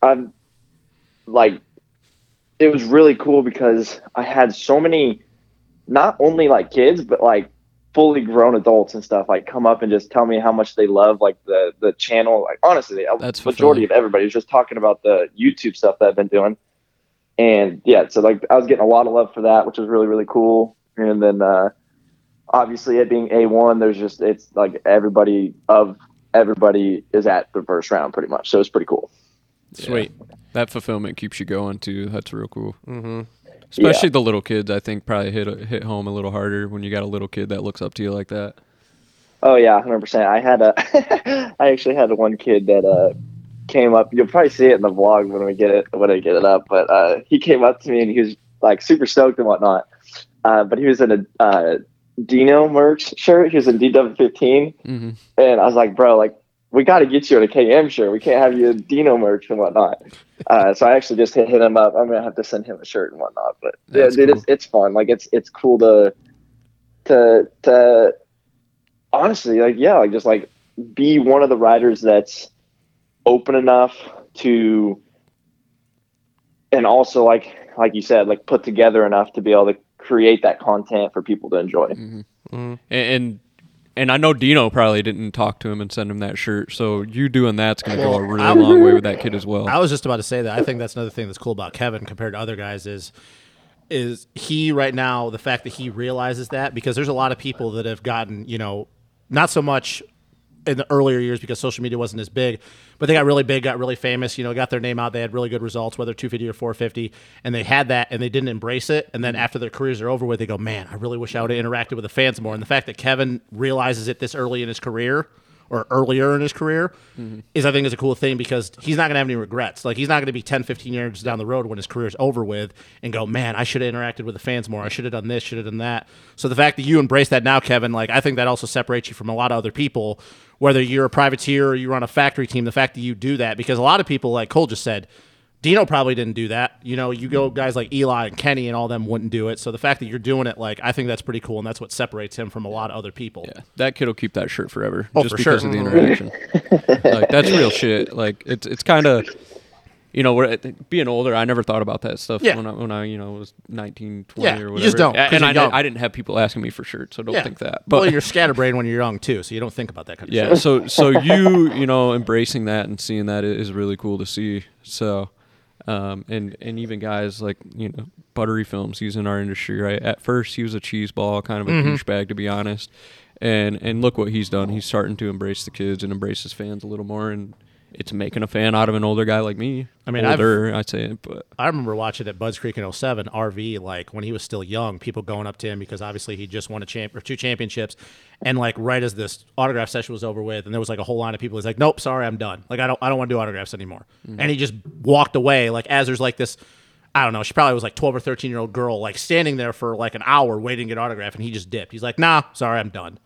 Speaker 4: I'm like it was really cool because I had so many not only like kids but like fully grown adults and stuff like come up and just tell me how much they love like the the channel like honestly a
Speaker 2: That's
Speaker 4: majority of everybody was just talking about the youtube stuff that i've been doing and yeah so like i was getting a lot of love for that which was really really cool and then uh obviously it being a1 there's just it's like everybody of everybody is at the first round pretty much. So it's pretty cool.
Speaker 1: Sweet.
Speaker 2: That fulfillment keeps you going too. That's real cool. Mm-hmm.
Speaker 4: Yeah.
Speaker 2: Especially the little kids, I think, probably hit hit home a little harder when you got a little kid that looks up to you like that.
Speaker 4: Oh yeah, hundred percent. I had a, <laughs> I actually had one kid that uh came up. You'll probably see it in the vlog when we get it when I get it up. But uh, he came up to me and he was like super stoked and whatnot. Uh, but he was in a uh, Dino merch shirt. He was in DW15,
Speaker 2: Mm-hmm.
Speaker 4: and I was like, bro, like we got to get you in a KM shirt. We can't have you in Dino merch
Speaker 2: <laughs>
Speaker 4: and whatnot. Uh, so I actually just hit, hit him up. I'm gonna have to send him a shirt and whatnot. But yeah,
Speaker 2: That's
Speaker 4: dude,
Speaker 2: cool.
Speaker 4: it's it's fun. Like it's it's cool to to to honestly, like yeah, like just like be one of the riders that's open enough to and also like like you said, like put together enough to be able to create that content for people to enjoy.
Speaker 2: And, and and I know Dino probably didn't talk to him and send him that shirt. So you doing that's going to go a really long way with that kid as well.
Speaker 3: I was just about to say that. I think that's another thing that's cool about Kevin compared to other guys is is he right now the fact that he realizes that because there's a lot of people that have gotten you know not so much in the earlier years because social media wasn't as big but they got really big got really famous you know got their name out they had really good results whether 250 or 450 and they had that and they didn't embrace it and then after their careers are over with they go man i really wish i would have interacted with the fans more and the fact that kevin realizes it this early in his career or earlier in his career is I think is a cool thing because he's not going to have any regrets. Like he's not going to be 10, 15 years down the road when his career's over with and go, "Man, I should have interacted with the fans more. I should have done this, should have done that." So the fact that you embrace that now, Kevin, like I think that also separates you from a lot of other people whether you're a privateer or you're on a factory team, the fact that you do that because a lot of people like Cole just said, Dino probably didn't do that. You know, you go guys like Eli and Kenny and all them wouldn't do it. So the fact that you're doing it, like, I think that's pretty cool, and that's what separates him from a lot of other people.
Speaker 2: Yeah, that kid will keep that shirt forever
Speaker 3: Oh,
Speaker 2: just
Speaker 3: for
Speaker 2: because
Speaker 3: sure.
Speaker 2: of the interaction. like that's real shit. Like it's it's kind of you know we're, being older. I never thought about that stuff
Speaker 3: Yeah.
Speaker 2: when I when I you know was 19, 20
Speaker 3: Yeah,
Speaker 2: or
Speaker 3: you
Speaker 2: whatever.
Speaker 3: just don't, 'cause
Speaker 2: And
Speaker 3: you're
Speaker 2: I,
Speaker 3: young.
Speaker 2: didn't, I didn't have people asking me for shirts, so don't
Speaker 3: Yeah.
Speaker 2: think that.
Speaker 3: well,
Speaker 2: But
Speaker 3: you're scatterbrained when you're young too, so you don't think about that kind of <laughs>
Speaker 2: yeah,
Speaker 3: shit.
Speaker 2: so so you you know embracing that and seeing that is really cool to see. So. Um, and and even guys like you know buttery films he's in our industry right at first he was a cheese ball kind of a
Speaker 3: Mm-hmm.
Speaker 2: douchebag to be honest and and look what he's done he's starting to embrace the kids and embrace his fans a little more and it's making a fan out of an older guy like me
Speaker 3: I mean, I've-
Speaker 2: older I'd say but
Speaker 3: I remember watching at Bud's Creek in 07, RV, like when he was still young, people going up to him because obviously he just won a champ or two championships. And like right as this autograph session was over with, and there was like a whole line of people, he's like, Nope, sorry, I'm done. Like I don't I don't want to do autographs anymore. And he just walked away, like as there's like this I don't know, she probably was like twelve or thirteen year old girl, like standing there for like an hour waiting to get autograph, and he just dipped. He's like, Nah, sorry, I'm done.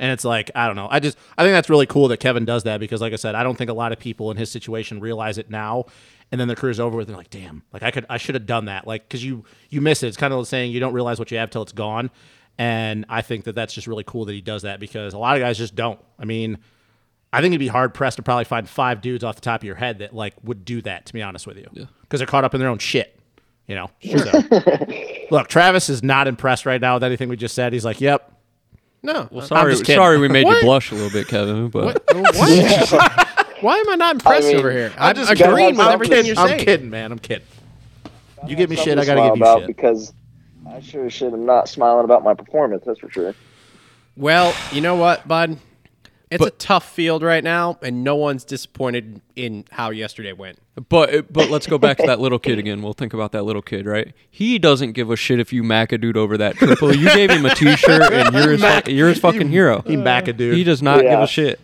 Speaker 3: And it's like, I don't know. I just, I think that's really cool that Kevin does that because, like I said, I don't think a lot of people in his situation realize it now. And then their career's over with. And they're like, damn, like I could, I should have done that. Like, cause you, you miss it. It's kind of saying you don't realize what you have till it's gone. And I think that that's just really cool that he does that because a lot of guys just don't. I mean, I think it'd be hard pressed to probably find five dudes off the top of your head that like would do that. To be honest with you, because they're caught up in their own shit. You know. So, look, Travis is not impressed right now with anything we just said. He's like, "Yep,
Speaker 1: No.
Speaker 2: well, sorry
Speaker 3: just kidding.
Speaker 2: sorry we made you
Speaker 1: What?
Speaker 2: blush a little bit Kevin but
Speaker 1: Why am I not impressed
Speaker 4: I mean,
Speaker 1: over here?
Speaker 4: I
Speaker 1: I'm
Speaker 4: just gotta
Speaker 1: agreeing
Speaker 4: have
Speaker 1: with
Speaker 4: something-
Speaker 1: everything you're
Speaker 3: I'm
Speaker 1: saying.
Speaker 3: kidding, man. I'm kidding. You give me shit, I
Speaker 4: Something to
Speaker 3: gotta
Speaker 4: smile
Speaker 3: give
Speaker 4: about
Speaker 3: you shit.
Speaker 4: because I sure should am not smiling about my performance. That's for sure.
Speaker 1: Well, you know what, bud? It's a
Speaker 2: But-
Speaker 1: tough field right now, and no one's disappointed in how yesterday went.
Speaker 2: But but let's go back to that little kid again. We'll think about that little kid, right? He doesn't give a shit if you mac a dude over that triple. You gave him a T-shirt, and you're his, fu- you're his fucking hero.
Speaker 3: He back a dude.
Speaker 2: He does not give
Speaker 4: Yeah.
Speaker 2: a shit,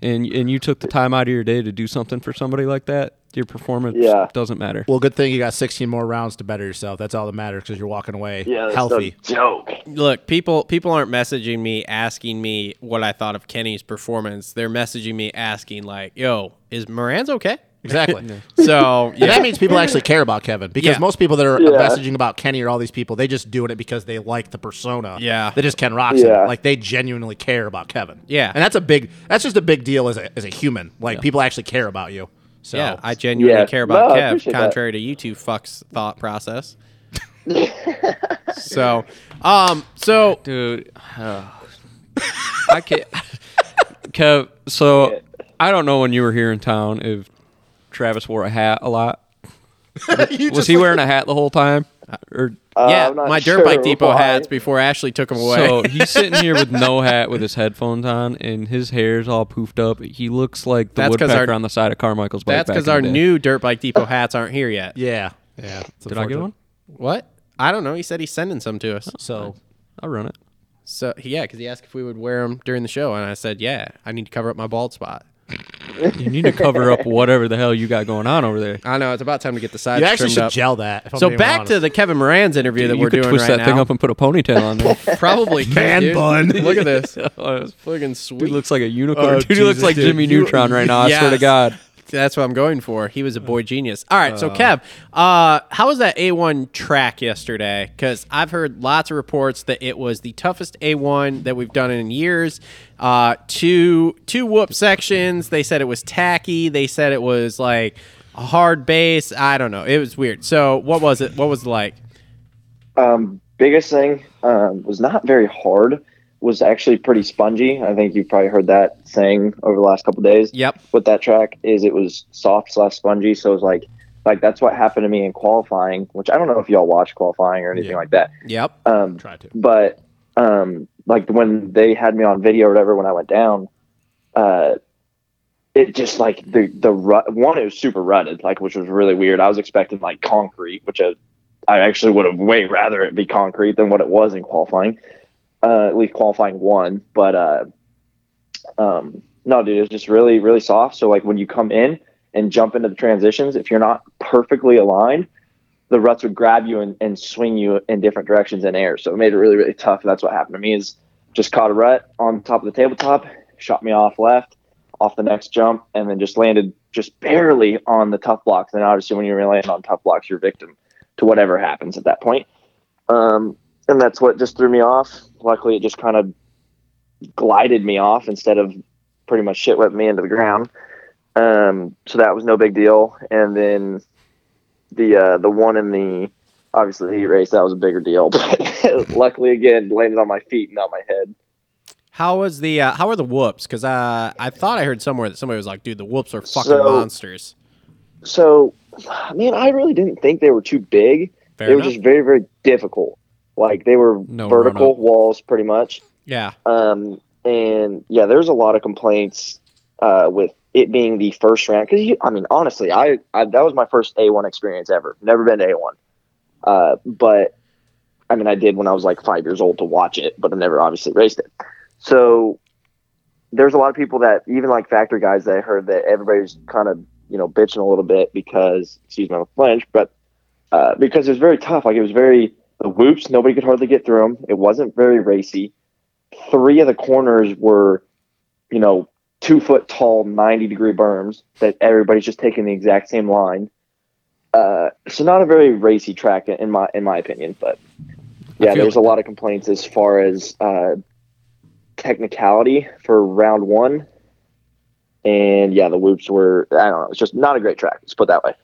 Speaker 2: and and you took the time out of your day to do something for somebody like that. Your performance
Speaker 4: Yeah.
Speaker 2: doesn't matter.
Speaker 3: well, good thing you got 16 more rounds to better yourself. That's all that matters because you're walking away
Speaker 4: Yeah, that's
Speaker 3: healthy.
Speaker 4: a joke.
Speaker 1: Look, people people aren't messaging me asking me what I thought of Kenny's performance. They're messaging me asking like, "Yo, is Moran's <laughs> okay?"
Speaker 5: <laughs>
Speaker 3: Exactly.
Speaker 1: So
Speaker 3: And
Speaker 1: yeah,
Speaker 3: that means people actually care about Kevin because
Speaker 1: Yeah.
Speaker 3: most people that are
Speaker 4: Yeah.
Speaker 3: messaging about Kenny or all these people, they just doing it because they like the persona.
Speaker 1: Yeah.
Speaker 3: They just Ken Roxon.
Speaker 4: Yeah.
Speaker 3: Like they genuinely care about Kevin.
Speaker 1: Yeah.
Speaker 3: And that's a big, that's just a big deal as a, as a human. Like people actually care about you. So
Speaker 1: yeah, I genuinely
Speaker 4: Yeah.
Speaker 1: care about
Speaker 4: No, I
Speaker 1: Kev,
Speaker 4: appreciate that.
Speaker 1: contrary to you two fucks' thought
Speaker 4: <laughs>
Speaker 1: process. so, um, so
Speaker 2: dude. I can't. Kev, so I don't know when you were here in town if Travis wore a hat a lot.
Speaker 3: You
Speaker 2: Was
Speaker 3: just
Speaker 2: he
Speaker 3: like-
Speaker 2: wearing a hat the whole time? Or
Speaker 4: Uh,
Speaker 1: yeah,
Speaker 4: I'm not
Speaker 1: my
Speaker 4: sure
Speaker 1: dirt bike depot
Speaker 4: why.
Speaker 1: hats before Ashley took them away.
Speaker 2: so he's sitting here with no hat, with his headphones on, and his hair's all poofed up. He looks like the
Speaker 1: That's 'cause our-
Speaker 2: woodpecker on the side of Carmichael's bike.
Speaker 1: That's
Speaker 2: back
Speaker 1: because
Speaker 2: in
Speaker 1: our
Speaker 2: the day.
Speaker 1: new dirt bike depot hats aren't here yet.
Speaker 3: Yeah. Yeah. it's
Speaker 2: Did I get
Speaker 3: unfortunate.
Speaker 2: one?
Speaker 1: What? I don't know. He said he's sending some to us.
Speaker 3: So
Speaker 2: I'll run it.
Speaker 1: So yeah, because he asked if we would wear them during the show, and I said, "Yeah, I need to cover up my bald spot."
Speaker 2: You need to cover up whatever the hell you got going on over
Speaker 1: <laughs>
Speaker 2: there.
Speaker 1: I know it's about time to get the sides
Speaker 3: you actually
Speaker 1: trimmed
Speaker 3: should
Speaker 1: up.
Speaker 3: gel that. If I'm
Speaker 1: so
Speaker 3: being
Speaker 1: back to
Speaker 3: honest.
Speaker 1: the Kevin Moran's interview that
Speaker 2: you
Speaker 1: we're
Speaker 2: could
Speaker 1: doing
Speaker 2: twist
Speaker 1: right
Speaker 2: that
Speaker 1: now.
Speaker 2: thing up and put a ponytail
Speaker 1: <laughs>
Speaker 2: on there. <laughs>
Speaker 1: Probably could,
Speaker 3: Man
Speaker 1: dude.
Speaker 3: bun.
Speaker 1: Look at this.
Speaker 2: Oh, that's-
Speaker 1: Fucking sweet.
Speaker 2: dude looks like a unicorn. <laughs>
Speaker 3: Oh,
Speaker 2: dude, he looks
Speaker 3: Jesus,
Speaker 2: like
Speaker 3: dude.
Speaker 2: Jimmy
Speaker 3: You-
Speaker 2: Neutron right now. I swear to
Speaker 1: Yes.
Speaker 2: God.
Speaker 1: That's what I'm going for. He was a boy genius. All right, so Kev, uh, how was that A1 track yesterday? Because I've heard lots of reports that it was the toughest A1 that we've done in years. Uh, two two whoop sections. They said it was tacky. They said it was like a hard bass. I don't know. It was weird. So what was it? What was it like?
Speaker 4: Um, biggest thing um, was not very hard. Was actually pretty spongy. I think you've probably heard that saying over the last couple days.
Speaker 1: Yep.
Speaker 4: With that track is it was soft slash spongy, so it was like like that's what happened to me in qualifying, which I don't know if y'all watch qualifying or anything
Speaker 3: Yeah.
Speaker 4: like that.
Speaker 1: Yep.
Speaker 4: Um,
Speaker 3: try to.
Speaker 4: but um, like when they had me on video or whatever when I went down, uh, it just like the the rut, one it was super rutted like which was really weird. I was expecting like concrete, which I, I actually would have way rather it be concrete than what it was in qualifying, uh, at least qualifying one. But uh, um, no, dude, it was just really really soft. So like when you come in and jump into the transitions, if you're not perfectly aligned the ruts would grab you and, and swing you in different directions in air. So it made it really, really tough. And that's what happened to me is just caught a rut on top of the tabletop, shot me off left, off the next jump, and then just landed just barely on the tough blocks. And obviously when you land on tough blocks, you're victim to whatever happens at that point. Um, and that's what just threw me off. Luckily it just kind of glided me off instead of pretty much shit whipping me into the ground. Um, so that was no big deal. And then the uh, the one in the obviously the heat race that was a bigger deal, <laughs> but luckily again landed on my feet and not my head.
Speaker 1: How was the uh, how are the whoops? Because uh, I thought I heard somewhere that somebody was like, "Dude, the whoops are fucking
Speaker 4: So-
Speaker 1: monsters."
Speaker 4: So, I mean, I really didn't think they were too big.
Speaker 1: Fair
Speaker 4: they
Speaker 1: enough.
Speaker 4: were just very very difficult. Like they were
Speaker 2: No
Speaker 4: vertical
Speaker 2: run-up.
Speaker 4: walls pretty much.
Speaker 1: yeah.
Speaker 4: Um, and yeah, there's a lot of complaints uh, with it being the first round because I mean, honestly, I, I that was my first A1 experience ever. Never been to A1, uh, but I mean, I did when I was like five years old to watch it, but I never obviously raced it. So there's a lot of people that even like factory guys that I heard that everybody's kind of you know bitching a little bit because excuse my French, but uh, because it was very tough. Like it was very the whoops, nobody could hardly get through them. It wasn't very racy three of the corners were, you know, two foot tall, 90 degree berms that everybody's just taking the exact same line. Uh, so not a very racy track in my, in my opinion, but yeah,
Speaker 2: feel-
Speaker 4: there's a lot of complaints as far as, uh, technicality for round one. And yeah, the whoops were, I don't know. It's just not a great track. Let's put it that way.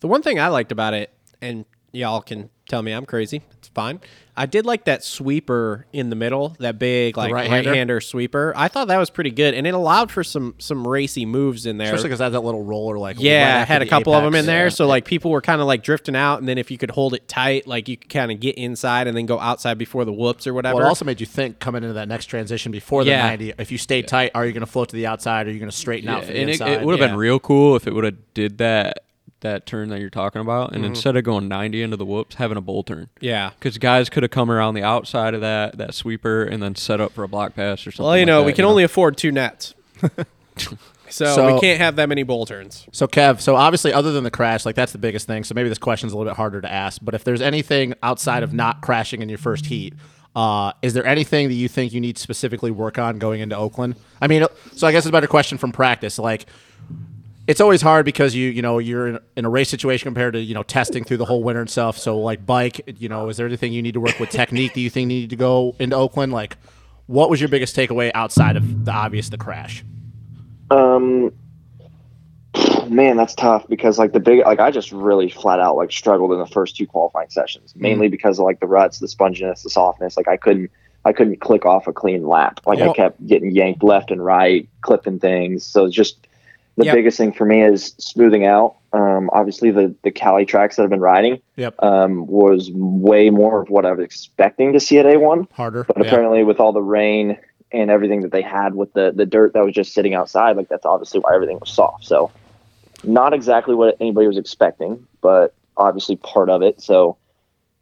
Speaker 1: The one thing I liked about it, and y'all can tell me I'm crazy, it's fine. I did like that sweeper in the middle, that big like
Speaker 3: right-hander?
Speaker 1: right-hander sweeper. I thought that was pretty good, and it allowed for some some racy moves in there.
Speaker 3: Especially because I had that little roller, like
Speaker 1: yeah,
Speaker 3: right
Speaker 1: I
Speaker 3: after
Speaker 1: had a
Speaker 3: the
Speaker 1: couple of
Speaker 3: apex.
Speaker 1: them in there,
Speaker 3: Yeah.
Speaker 1: so like people were kind of like drifting out, and then if you could hold it tight, like you could kind of get inside and then go outside before the whoops or whatever.
Speaker 3: Well, it also made you think coming into that next transition before the
Speaker 1: Yeah.
Speaker 3: 90. If you stay tight, are you going to float to the outside? Are you going to straighten out for the
Speaker 2: and it,
Speaker 3: inside?
Speaker 2: it would have
Speaker 1: yeah.
Speaker 2: been real cool if it would have did that that turn that you're talking about, and instead of going 90 into the whoops, having a bull turn.
Speaker 1: Mm-hmm. yeah.
Speaker 2: Because guys could have come around the outside of that that sweeper and then set up for a block pass or something.
Speaker 1: Well, you
Speaker 2: like
Speaker 1: know,
Speaker 2: that,
Speaker 1: we can only afford two
Speaker 3: <laughs>
Speaker 1: nets, so,
Speaker 3: So-
Speaker 1: we can't have that many bowl turns.
Speaker 3: So Kev, so obviously other than the crash, like that's the biggest thing. So maybe this question's a little bit harder to ask, but if there's anything outside of not crashing in your first heat, uh, is there anything that you think you need to specifically work on going into Oakland? I mean, so I guess it's a better question from practice. Like it's always hard because you you know you're in, in a race situation compared to you know testing through the whole winter and stuff. So like bike, you know, is there anything you need to work with technique that you think you need to go into Oakland? Like, what was your biggest takeaway outside of the obvious, the crash?
Speaker 4: Um, man, that's tough because like the big like I just really flat out like struggled in the first two qualifying sessions, mainly because of like the ruts, the sponginess, the softness. Like I couldn't I couldn't click off a clean lap. Like I
Speaker 3: Yeah.
Speaker 4: kept getting yanked left and right, clipping things. So it's just The
Speaker 1: Yep.
Speaker 4: biggest thing for me is smoothing out. Um, obviously, the the Cali tracks that I've been riding
Speaker 3: Yep.
Speaker 4: um, was way more of what I was expecting to see at A1.
Speaker 3: Harder.
Speaker 4: But
Speaker 3: Yeah.
Speaker 4: apparently, with all the rain and everything that they had with the the dirt that was just sitting outside, like that's obviously why everything was soft. So, not exactly what anybody was expecting, but obviously part of it. So,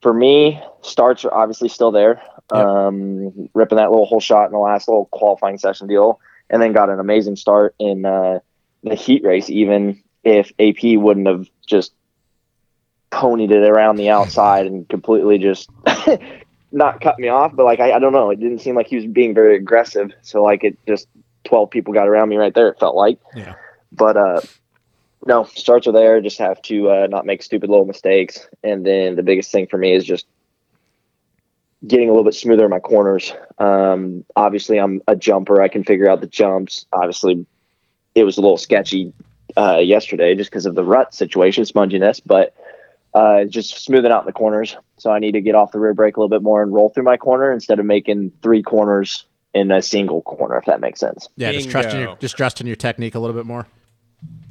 Speaker 4: for me, starts are obviously still there.
Speaker 3: Yep.
Speaker 4: Um, ripping that little whole shot in the last little qualifying session deal, and then got an amazing start in uh, the heat race. Even if AP wouldn't have just ponied it around the outside and completely just not cut me off, but like I, I don't know, it didn't seem like he was being very aggressive. So like it just twelve people got around me right there. It felt like.
Speaker 3: Yeah.
Speaker 4: But uh, no starts are there. Just have to uh, not make stupid little mistakes, and then the biggest thing for me is just getting a little bit smoother in my corners. Um, obviously, I'm a jumper. I can figure out the jumps. Obviously, it was a little sketchy uh, yesterday just because of the rut situation, sponginess, but uh, just smoothing out the corners. So I need to get off the rear brake a little bit more and roll through my corner instead of making three corners in a single corner, if that makes sense.
Speaker 3: Yeah, just trusting your
Speaker 1: Bingo.
Speaker 3: just trusting your technique a little bit more.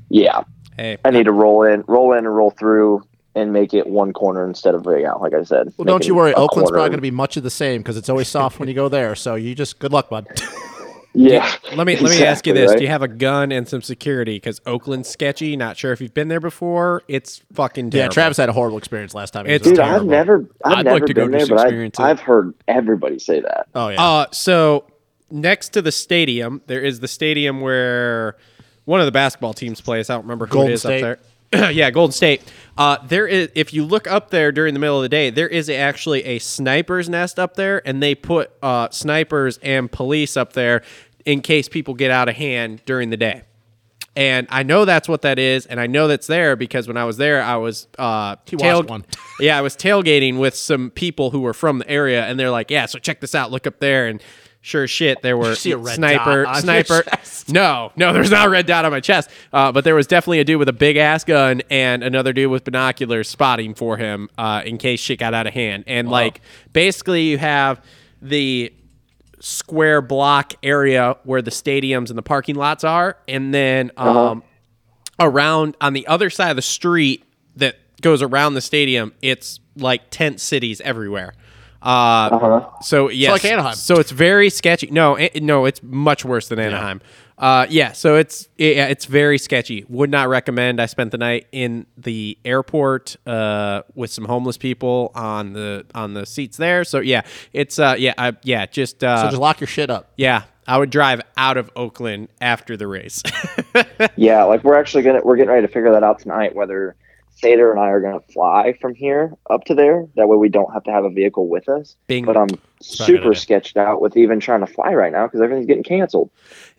Speaker 4: Yeah,
Speaker 1: Hey,
Speaker 4: I need to roll in, roll in, and roll through. And make it one corner instead of yeah, like I said.
Speaker 3: Well, don't
Speaker 4: making
Speaker 3: you worry.
Speaker 4: a
Speaker 3: Oakland's
Speaker 4: corner.
Speaker 3: probably going to be much of the same because it's always soft when you go there. So you just good
Speaker 1: <laughs>
Speaker 3: luck, bud.
Speaker 4: Yeah.
Speaker 1: let me let me ask you
Speaker 4: Exactly,
Speaker 1: this:
Speaker 4: right?
Speaker 1: Do you have a gun and some security? Because Oakland's sketchy. Not sure if you've been there before. It's fucking
Speaker 3: yeah,
Speaker 1: terrible.
Speaker 3: Travis had a horrible experience last time. He
Speaker 1: It's-
Speaker 3: was
Speaker 4: Dude,
Speaker 3: there.
Speaker 4: I've never, I've
Speaker 2: I'd
Speaker 4: never
Speaker 2: like to go
Speaker 4: been there,
Speaker 2: just
Speaker 4: but
Speaker 2: experience it.
Speaker 4: I, I've heard everybody say that.
Speaker 3: oh yeah,
Speaker 1: Uh, so next to the stadium, there is the stadium where one of the basketball teams plays. I don't remember who
Speaker 3: Golden
Speaker 1: it is
Speaker 3: State.
Speaker 1: up there. <clears throat> yeah, Golden State. Uh, there is if you look up there during the middle of the day, there is actually a sniper's nest up there, and they put uh, snipers and police up there in case people get out of hand during the day. And I know that's what that is, and I know that's there because when I was there, I was uh,
Speaker 3: He watched one.
Speaker 1: <laughs> yeah, I was tailgating with some people who were from the area, and they're like, "Yeah, so check this out. Look up there." And sure as shit, there were
Speaker 3: see a red
Speaker 1: sniper,
Speaker 3: dot on your
Speaker 1: sniper.
Speaker 3: <laughs>
Speaker 1: No, no, there's not a red dot on my chest, uh, but there was definitely a dude with a big ass gun and another dude with binoculars spotting for him uh, in case shit got out of hand. And like, basically, you have the square block area where the stadiums and the parking lots are, and then um, around on the other side of the street that goes around the stadium, it's like tent cities everywhere. Uh, So yes,
Speaker 3: like Anaheim.
Speaker 1: So it's very sketchy. No, a- no, it's much worse than Anaheim. Uh, yeah, so it's yeah, it's very sketchy. Would not recommend. I spent the night in the airport uh, with some homeless people on the on the seats there. So yeah, it's uh, yeah, I, yeah, just uh,
Speaker 3: so just lock your shit up.
Speaker 1: yeah. I would drive out of Oakland after the race. <laughs>
Speaker 4: Yeah, like we're actually gonna we're getting ready to figure that out tonight whether Sater and I are gonna fly from here up to there. That way we don't have to have a vehicle with us.
Speaker 1: Bing.
Speaker 4: But I'm
Speaker 3: not a good
Speaker 4: super
Speaker 3: idea.
Speaker 4: sketched out with even trying to fly right now because everything's getting canceled.